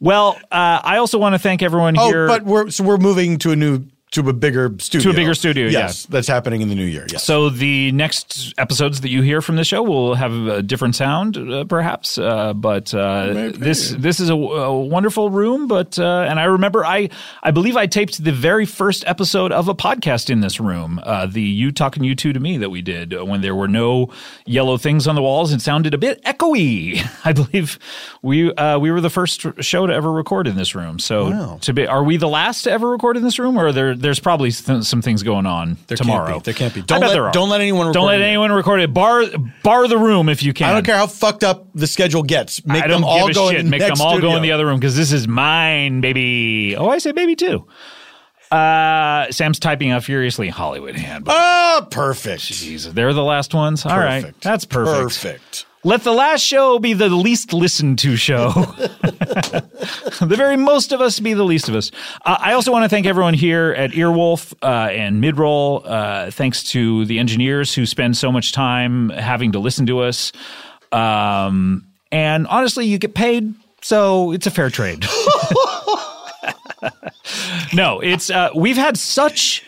S1: Well, uh, I also want to thank everyone
S3: Oh,
S1: here.
S3: but we're so we're moving to a new to a bigger studio.
S1: bigger studio,
S3: Yes, that's happening in the new year. Yes.
S1: So the next episodes that you hear from the show will have a different sound, uh, perhaps. Uh, but uh, this this is a, w- a wonderful room. But uh, and I remember I I believe I taped the very first episode of a podcast in this room, uh, the "You Talking You Two to Me" that we did uh, when there were no yellow things on the walls and sounded a bit echoey. I believe we uh, we were the first show to ever record in this room. So
S3: Wow.
S1: to be, are we the last to ever record in this room, or are there there's probably th- some things going on tomorrow.
S12: be. There can't be.
S1: I
S12: Don't
S1: bet
S12: let-
S1: there are.
S12: don't let anyone
S1: Don't
S12: record
S1: let
S12: it.
S1: anyone record it. Bar bar the room if you can.
S12: I don't care how fucked up the schedule gets. Make
S1: I don't
S12: them all
S1: give a
S12: go
S1: shit.
S12: in the
S1: Make
S12: next
S1: them all
S12: studio.
S1: go in the other room because this is mine, baby. Oh, I say baby too. Uh, Sam's typing out furiously. Hollywood Handbook.
S12: Oh, perfect.
S1: Jeez, they're the last ones. All right,
S12: Perfect.
S1: that's perfect.
S12: Perfect.
S1: Let the last show be the least listened to show. the very most of us be the least of us. Uh, I also want to thank everyone here at Earwolf uh, and Midroll. Uh, thanks to the engineers who spend so much time having to listen to us. Um, and honestly, you get paid, so it's a fair trade. no, it's uh, we've had such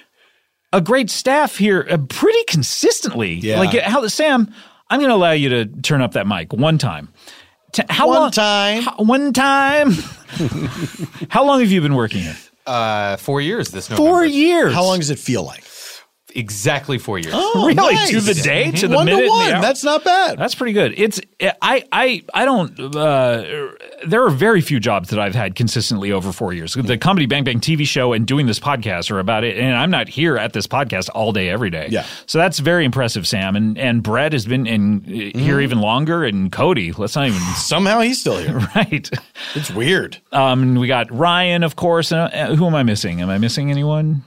S1: a great staff here uh, pretty consistently.
S12: Yeah.
S1: Like how Sam, I'm going to allow you to turn up that mic one time. T- how
S12: One
S1: long?
S12: time.
S1: How, one time. how long have you been working here?
S3: Uh, four years this November.
S1: Four years.
S12: How long does it feel like? Oh,
S3: Exactly four years.
S1: really? To the day, to the
S12: one
S1: minute,
S12: to
S1: and the
S12: one.
S1: hour?
S12: That's not bad.
S1: That's pretty good. It's I I I don't. Uh, there are very few jobs that I've had consistently over four years. The Comedy Bang Bang TV show and doing this podcast are about it, and I'm not here at this podcast all day every day. Yeah. So that's very impressive, Sam. And and Brett has been in here even longer, and Cody. Let's not even
S12: Mm-hmm. somehow he's still here,
S1: right?
S12: It's weird.
S1: Um, and we got Ryan, of course. And, uh, who am I missing? Am I missing anyone?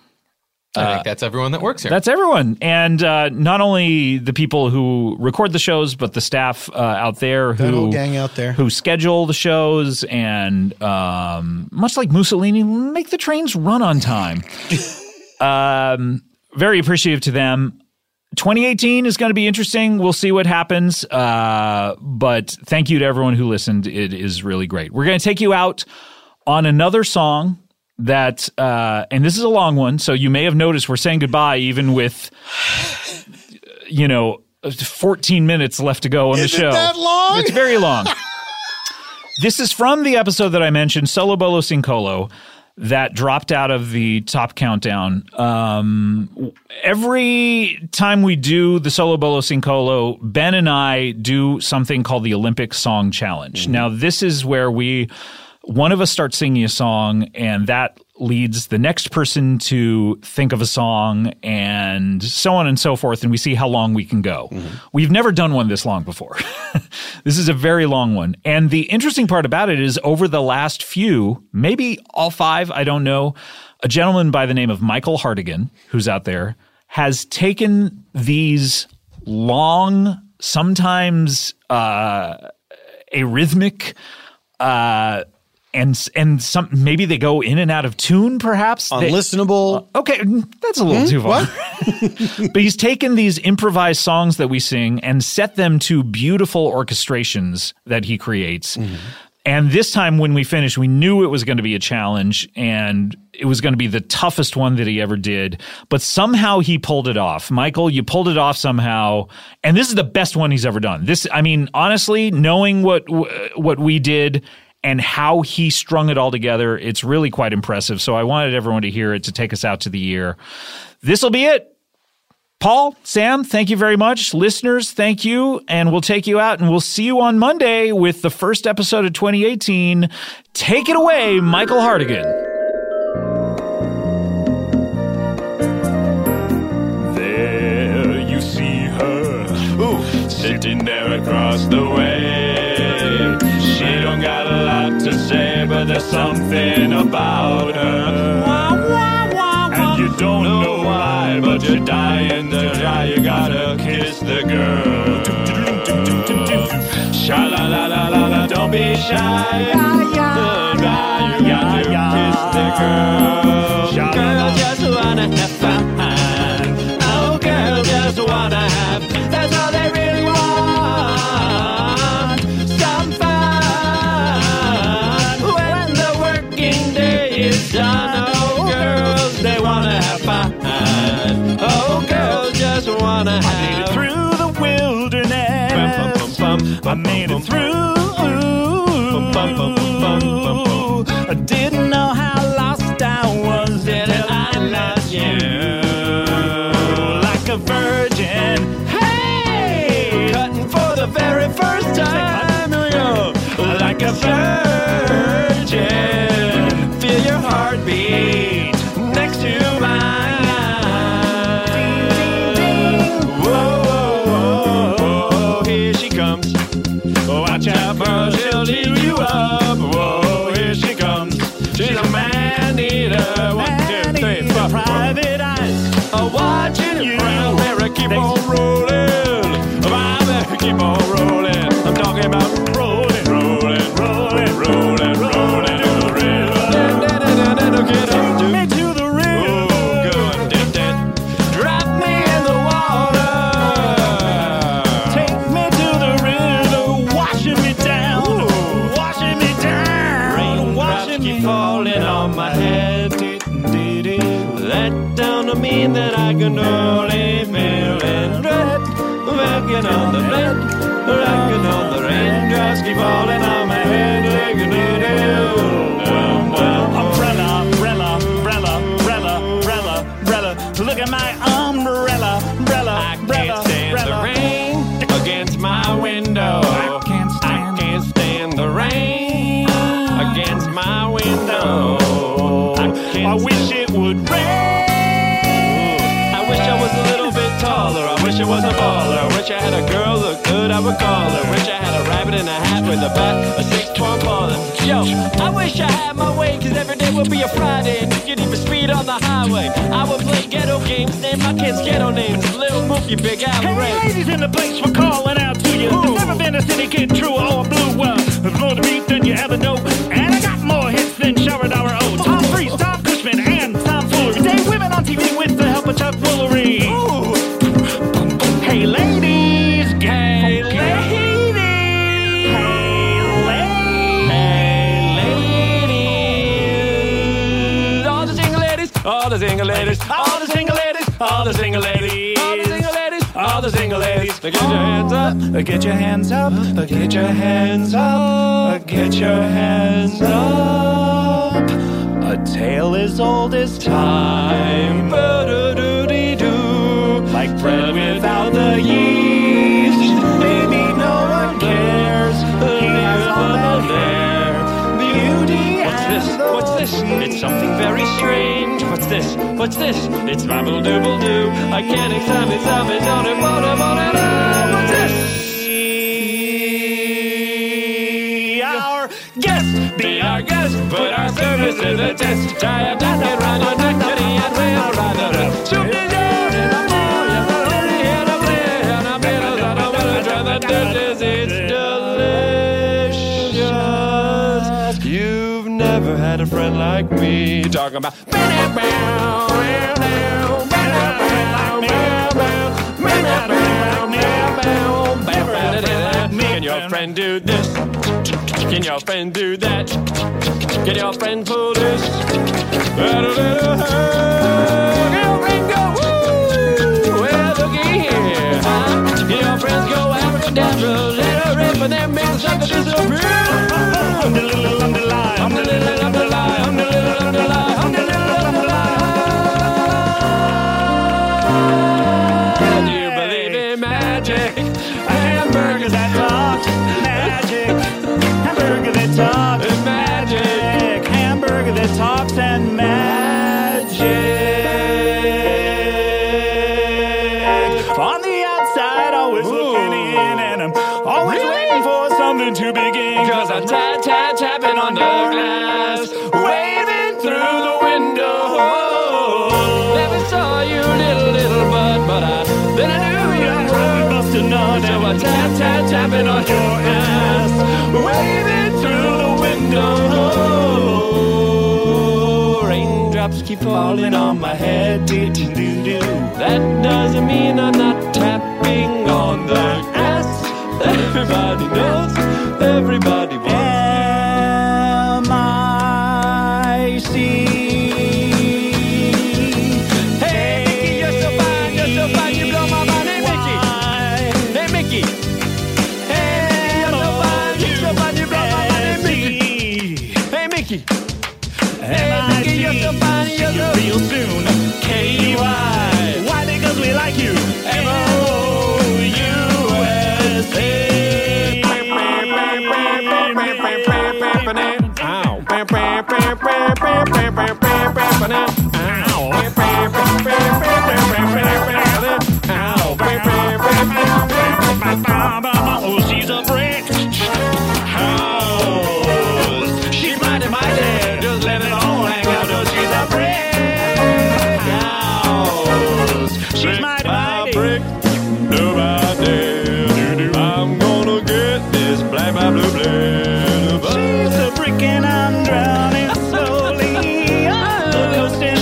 S3: I think that's everyone that works here.
S1: That's everyone, and uh, not only the people who record the shows, but the staff uh, out there who
S12: That whole gang out there.
S1: who schedule the shows, and um, much like Mussolini, make the trains run on time. um, very appreciative to them. 2018 is going to be interesting. We'll see what happens. Uh, but thank you to everyone who listened. It is really great. We're going to take you out on another song that, uh, and this is a long one. So you may have noticed we're saying goodbye even with, you know, 14 minutes left to go on
S7: Is
S1: the
S7: it
S1: show.
S7: that long?
S1: It's very long. This is from the episode that I mentioned, Solo Bolo Sincolo, that dropped out of the top countdown. Um, w- every time we do the Solo Bolo Sincolo, Ben and I do something called the Olympic Song Challenge. Now, this is where we, one of us starts singing a song, and that leads the next person to think of a song, and so on and so forth. And we see how long we can go. We've never done one this long before. This is a very long one. And the interesting part about it is over the last few, maybe all five, I don't know, a gentleman by the name of Michael Hartigan, who's out there, has taken these long, sometimes uh, arrhythmic, uh, and and some maybe they go in and out of tune, perhaps They-
S12: Unlistenable.
S1: Uh, okay, that's a little
S12: Hmm?
S1: too far but he's taken these improvised songs that we sing and set them to beautiful orchestrations that he creates. And this time, when we finished, we knew it was going to be a challenge and it was going to be the toughest one that he ever did. But somehow he pulled it off. Michael, you pulled it off somehow. And this is the best one he's ever done. This, I mean, honestly, knowing what, what we did and how he strung it all together, it's really quite impressive. So I wanted everyone to hear it to take us out to the year. This will be it. Paul, Sam, thank you very much. Listeners, thank you. And we'll take you out and we'll see you on Monday with the first episode of 2018. Take it away, Michael Hardigan.
S2: There you see her, ooh, sitting there across the way. She don't got a lot to say, but there's something about her. And you don't know why, but you're dying to try. You gotta kiss the girl. Sha la la la la la, don't be shy. You gotta kiss the girl. Girl, just wanna have fun. Oh, girl, just wanna have. That's all they really want. Some fun. When the working day is done, oh, girls, they wanna have fun. Oh, girls, just wanna have. I made it through the wilderness. I made it through. I didn't know how lost I was until I met you. Like a virgin. Hey! Cutting for the very first time. Like a virgin. Feel your heartbeat next to mine. an early mail and red, working on the red, rocking on the raindrops keep falling on my head like a needle. Umbrella, umbrella, umbrella, umbrella, umbrella, umbrella. Look at my umbrella, umbrella, I can't stand the rain against my window. I can't stand, I can't stand the rain against my window. I, can't I wish it would rain. I wish I was a little bit taller. I wish I was a baller. I wish I had a girl look good. I would call her. Wish I had a rabbit in a hat with a bat, a six-twine baller. Yo, I wish I had my way, cause every day would be a Friday. And you could even speed on the highway. I would play ghetto games, name my kids ghetto names. Little Mookie, Big Al, Hey, ladies in the place, we're calling out to you. There's never been a city kid true or blue. Well, there's more to beat than you ever know. And I got more hits than Shower Dower O. Tom Freeze, Tom Cushman, and Tom Foolery. They women on TV with the help of Chuck Woolery. Hey, ladies, gay ladies. All the single ladies, all the single ladies, all the single ladies, all the single ladies, all the single ladies, all the single ladies. Get your hands up, get your hands up, get your hands up, get your hands up. A tale as old as time, Ba-da-doo-dee-doo. like bread without the yeast. Maybe no one cares. Here's one there. Beauty What's this? What's this? It's something very strange. What's this? What's this? It's mammal dooble doo. I can't examine, examine, on it, on it, on it, on. What's this? Our guest, be our guest, put our service to the test. Die a death and run a victory, and we'll run a run. Shoot me down in a boy, and a lady, and a play, and a bit of that, I'm gonna try the death is it's delicious. You've never had a friend like me. Talking about. Can your friend do this? Can your friend do that? Can your friend pull this? Can your friend go woo? Well, looky here. Can your friends go abracadabra? Let her rip and then make the sucker disappear. I'm the little underlie. I'm the little underlie. I'm the little underlie. I'm the little underlie. Do you believe in magic? Hamburgers that talk. Magic. Hamburger that talks. Magic. Hamburger that talks and magic. On the outside, always looking in, and I'm always waiting for something to begin. Cause I'm tap, tap, tapping on their ass, waving through the window. Never saw you, little, little bud, but I, then I knew you were busting on. So I tap, tap, tapping on your ass, waving through the window. Raindrops keep falling on my head, do do do do. That doesn't mean I'm not tapping on the ass. Everybody knows, everybody wants. Am I Hey, Mickey, you're so fine, you're so fine, you blow my mind. Hey, Mickey. Hey, Mickey. Hey, Mickey, you're so fine, you're so fine, you blow my mind. Hey, Mickey. Hey, Mickey. Hey, Mickey, you're so fine, you're so real soon. K-Y. Why? Because we like you. M-O-U-S-A. Oh, she's a brick house. She's mighty, mighty. Just let it all hang out. Oh, she's a brick house. She's mighty, mighty. brick. Do my day. Do, do. I'm gonna get this black, black, blue, blue. She's a brick and I'm drowning slowly. I'm coasting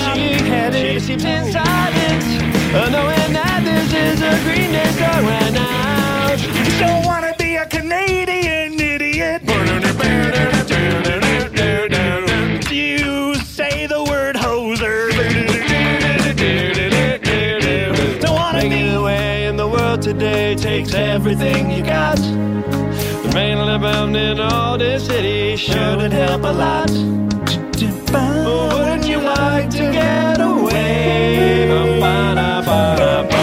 S2: everything you got. But mainly bounding all this city shouldn't help a lot. Wouldn't you like to get away? Ba-ba-ba-ba-ba.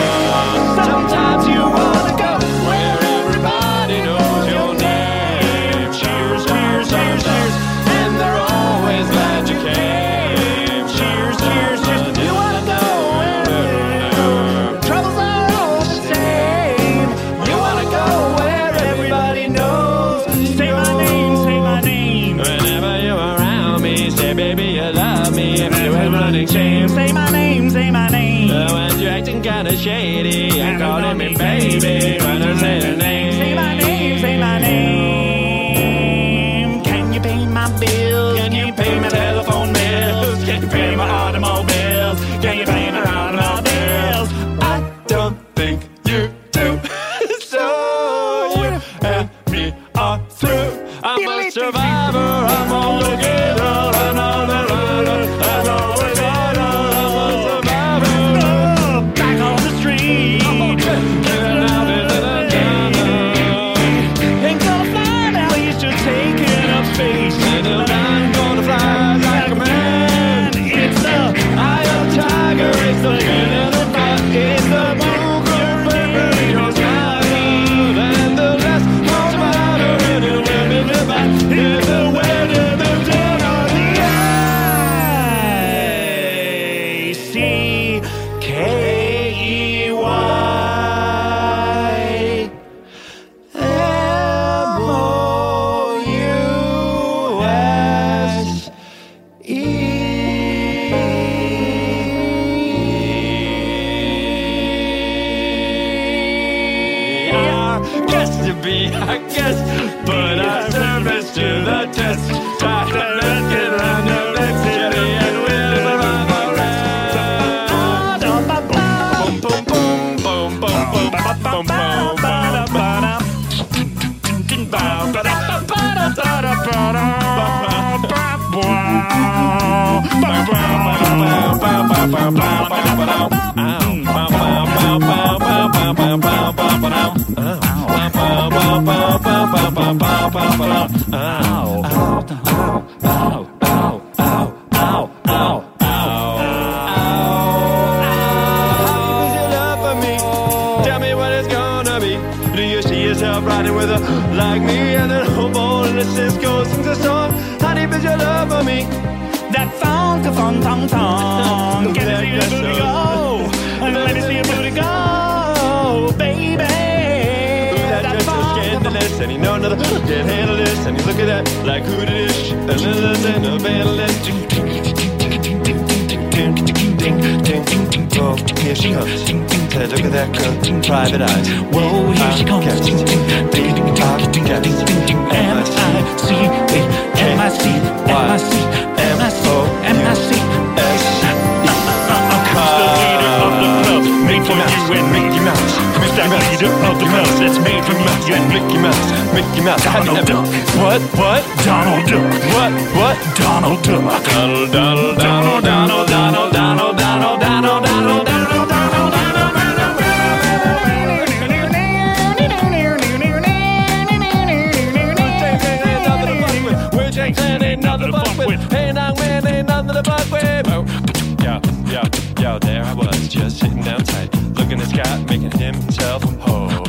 S2: Sometimes you wanna go where everybody knows your name. Cheers, cheers, cheers, cheers, and they're always glad you came. Cheers, cheers, cheers. You wanna go where troubles are all the same. You wanna go where everybody knows. Say my name, say my name. Whenever you're around me, say baby you love me. If you have running shame, say my name, say my name. Uh, when you're acting kinda shady, and calling me baby. When I say the name, say my name, say my name. Can you pay my bills? Can you pay my telephone bills? Can you pay my automobiles? Can you pay my automobiles? I don't think you do. so you and me are through. I'm a survivor. I'm all together. I'm all alone. I'm all together. I'm a survivor. Back on the street. Living out in the jungle. And go find out you should take it up space. And I'm gonna fly like a man. It's the eye of the tiger. It's the gun of the buck. It's the moon. Burberry's diamond. And the last won't matter. And it'll never be back. It's the weather. The dead on the eye. C K E Y. M-O-U-S-E. I guess to be, I guess, but I service to the test. Try to look it on the next city and we'll survive our rest. Boom, boom, boom, boom, boom, boom, boom, boom, boom, boom. Tell me what it's gonna be. Do you see yourself riding with a like me? And then hobo in the Cisco sings a song. Honey, bitch, you love for me. That funk, a funk, funk, funk. Can I see your booty go? And let me see your booty go, baby. That just so scandalous, and he know another can't handle this, and he's looking at like who did this? Another than a vandalist. Oh, here she comes. Say, look at that girl, private eyes. Whoa, here she comes. Made for you and Mickey Mouse. Mr. Leader of the Mouse. That's made for you and Mickey Mouse. Mickey Mouse. Donald Duck. What? What? Donald Duck. What? What? Donald Duck. Donald, Donald, Donald, Donald, Donald, Donald, Donald, Donald, Donald, Donald. Ain't nothing to fuck with. Ain't nothing to fuck with. Oh, yeah, yeah, yeah. There I was, just sitting down tight, looking at Scott, making himself a hoe.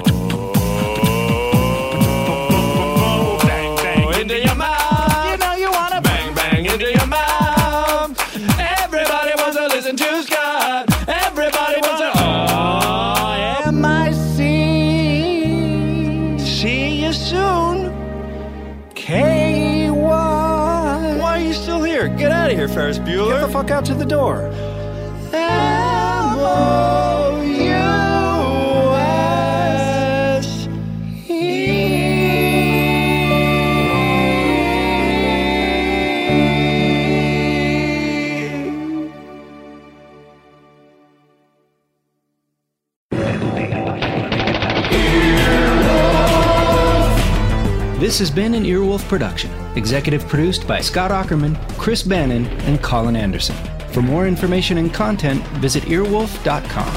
S2: Bang, bang into your mouth. You know you wanna bang, bang into your mouth. Everybody wants to listen to Scott. Everybody wants to. Oh, am I seen? See you soon. K Y. Why are you still here? Get out of here, Ferris Bueller. Get the fuck out to the door. M O U S E.
S22: This has been an Earwolf production, executive produced by Scott Ackerman, Chris Bannon, and Colin Anderson. For more information and content, visit earwolf.com.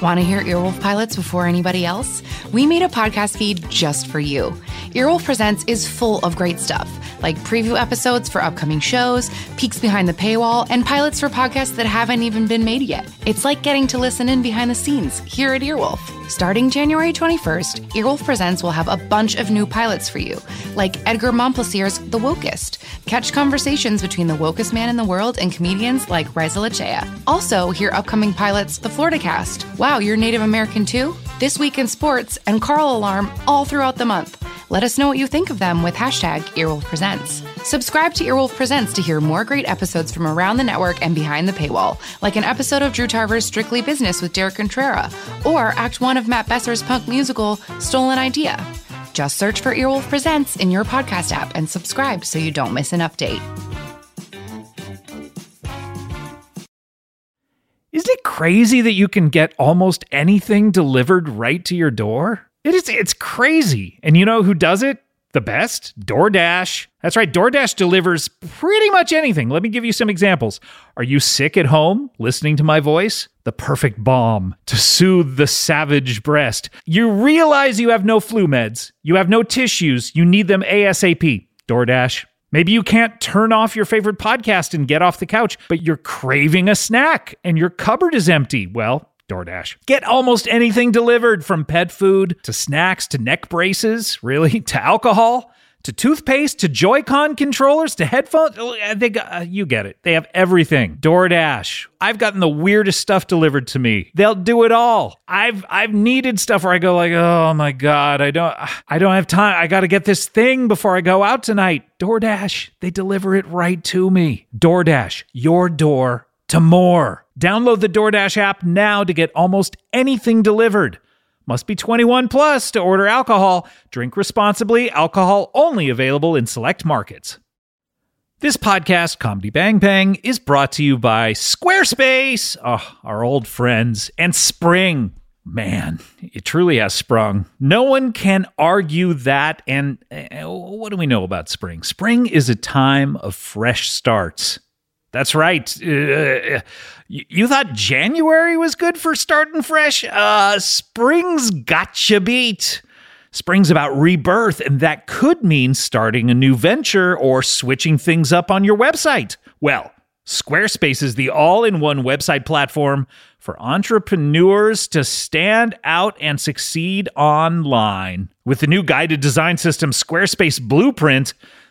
S11: Want to hear Earwolf pilots before anybody else? We made a podcast feed just for you. Earwolf Presents is full of great stuff, like preview episodes for upcoming shows, peeks behind the paywall, and pilots for podcasts that haven't even been made yet. It's like getting to listen in behind the scenes here at Earwolf. Starting January 21st, Earwolf Presents will have a bunch of new pilots for you, like Edgar Montplaisir's The Wokest. Catch conversations between the wokest man in the world and comedians like Reza Lachea. Also, hear upcoming pilots The Florida Cast, Wow, You're Native American Too, This Week in Sports, and Carl Alarm all throughout the month. Let us know what you think of them with hashtag Earwolf Presents. Subscribe to Earwolf Presents to hear more great episodes from around the network and behind the paywall, like an episode of Drew Tarver's Strictly Business with Derek Contrera, or Act 1 of Matt Besser's punk musical, Stolen Idea. Just search for Earwolf Presents in your podcast app and subscribe so you don't miss an update.
S1: Isn't it crazy that you can get almost anything delivered right to your door? It is it's crazy. And you know who does it? The best? DoorDash. That's right, DoorDash delivers pretty much anything. Let me give you some examples. Are you sick at home listening to my voice? The perfect balm to soothe the savage breast. You realize you have no flu meds, you have no tissues, you need them ASAP. DoorDash. Maybe you can't turn off your favorite podcast and get off the couch, but you're craving a snack and your cupboard is empty. Well, DoorDash. Get almost anything delivered from pet food to snacks to neck braces, really, to alcohol. To toothpaste, to Joy-Con controllers, to headphones, Uh, they got, uh, you get it. They have everything. DoorDash. I've gotten the weirdest stuff delivered to me. They'll do it all. I've I've needed stuff where I go like, "Oh my god, I don't I don't have time. I got to get this thing before I go out tonight." DoorDash. They deliver it right to me. DoorDash. Your door to more. Download the DoorDash app now to get almost anything delivered. Must be 21 plus to order alcohol. Drink responsibly. Alcohol only available in select markets. This podcast, Comedy Bang Bang, is brought to you by Squarespace, oh, our old friends, and Spring. Man, it truly has sprung. No one can argue that. And uh, what do we know about spring? Spring is a time of fresh starts. That's right. Uh, you you thought January was good for starting fresh? Uh, spring's gotcha beat. Spring's about rebirth, and that could mean starting a new venture or switching things up on your website. Well, Squarespace is the all in one website platform for entrepreneurs to stand out and succeed online. With the new guided design system, Squarespace Blueprint,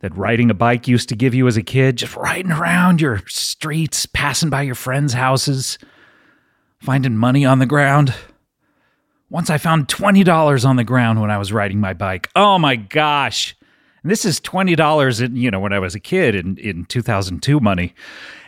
S1: that riding a bike used to give you as a kid? Just riding around your streets, passing by your friends' houses, finding money on the ground. Once I found $20 on the ground when I was riding my bike. Oh my gosh. And this is $20 in, you know, when I was a kid in, in 2002 money.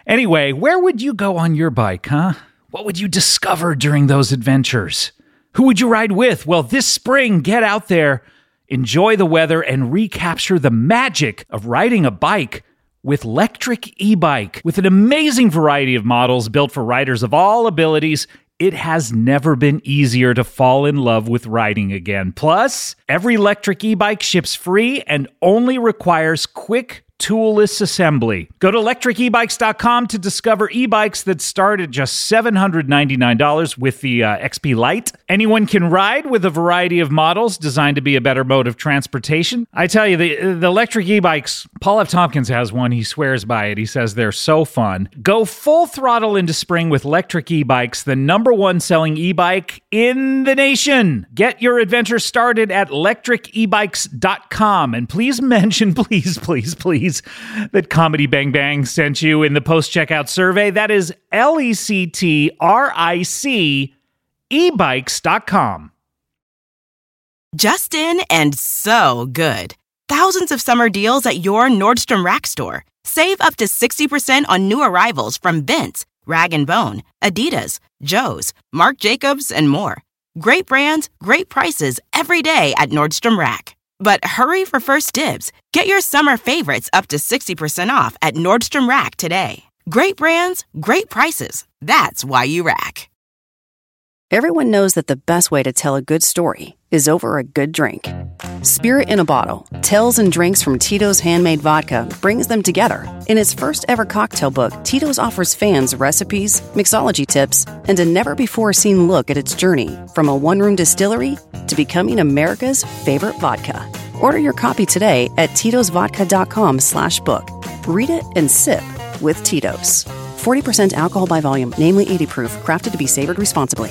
S1: Anyway, where would you go on your bike, huh? What would you discover during those adventures? Who would you ride with? Well, this spring, get out there, enjoy the weather, and recapture the magic of riding a bike with Electric E-Bike. With an amazing variety of models built for riders of all abilities, it has never been easier to fall in love with riding again. Plus, every electric e-bike ships free and only requires quick toolless assembly. Go to electricebikes.com to discover e-bikes that start at just $799 with the uh, XP Lite. Anyone can ride with a variety of models designed to be a better mode of transportation. I tell you, the, the electric e-bikes, Paul F. Tompkins has one. He swears by it. He says they're so fun. Go full throttle into spring with electric e-bikes, the number one selling e-bike in the nation. Get your adventure started at electricebikes.com and please mention, please, please, please, that Comedy Bang Bang sent you in the post checkout survey. That is L E C T R I C ebikes.com.
S30: Justin and so good. Thousands of summer deals at your Nordstrom Rack store. Save up to 60% on new arrivals from Vince, Rag & Bone, Adidas, Joe's, Marc Jacobs, and more. Great brands, great prices every day at Nordstrom Rack. But hurry for first dibs. Get your summer favorites up to 60% off at Nordstrom Rack today. Great brands, great prices. That's why you rack.
S31: Everyone knows that the best way to tell a good story is over a good drink. Spirit in a Bottle, tales and drinks from Tito's handmade vodka, brings them together. In its first ever cocktail book, Tito's offers fans recipes, mixology tips, and a never before seen look at its journey from a one room distillery to becoming America's favorite vodka. Order your copy today at titosvodka.com slash book. Read it and sip with Tito's. 40% alcohol by volume, namely 80 proof, crafted to be savored responsibly.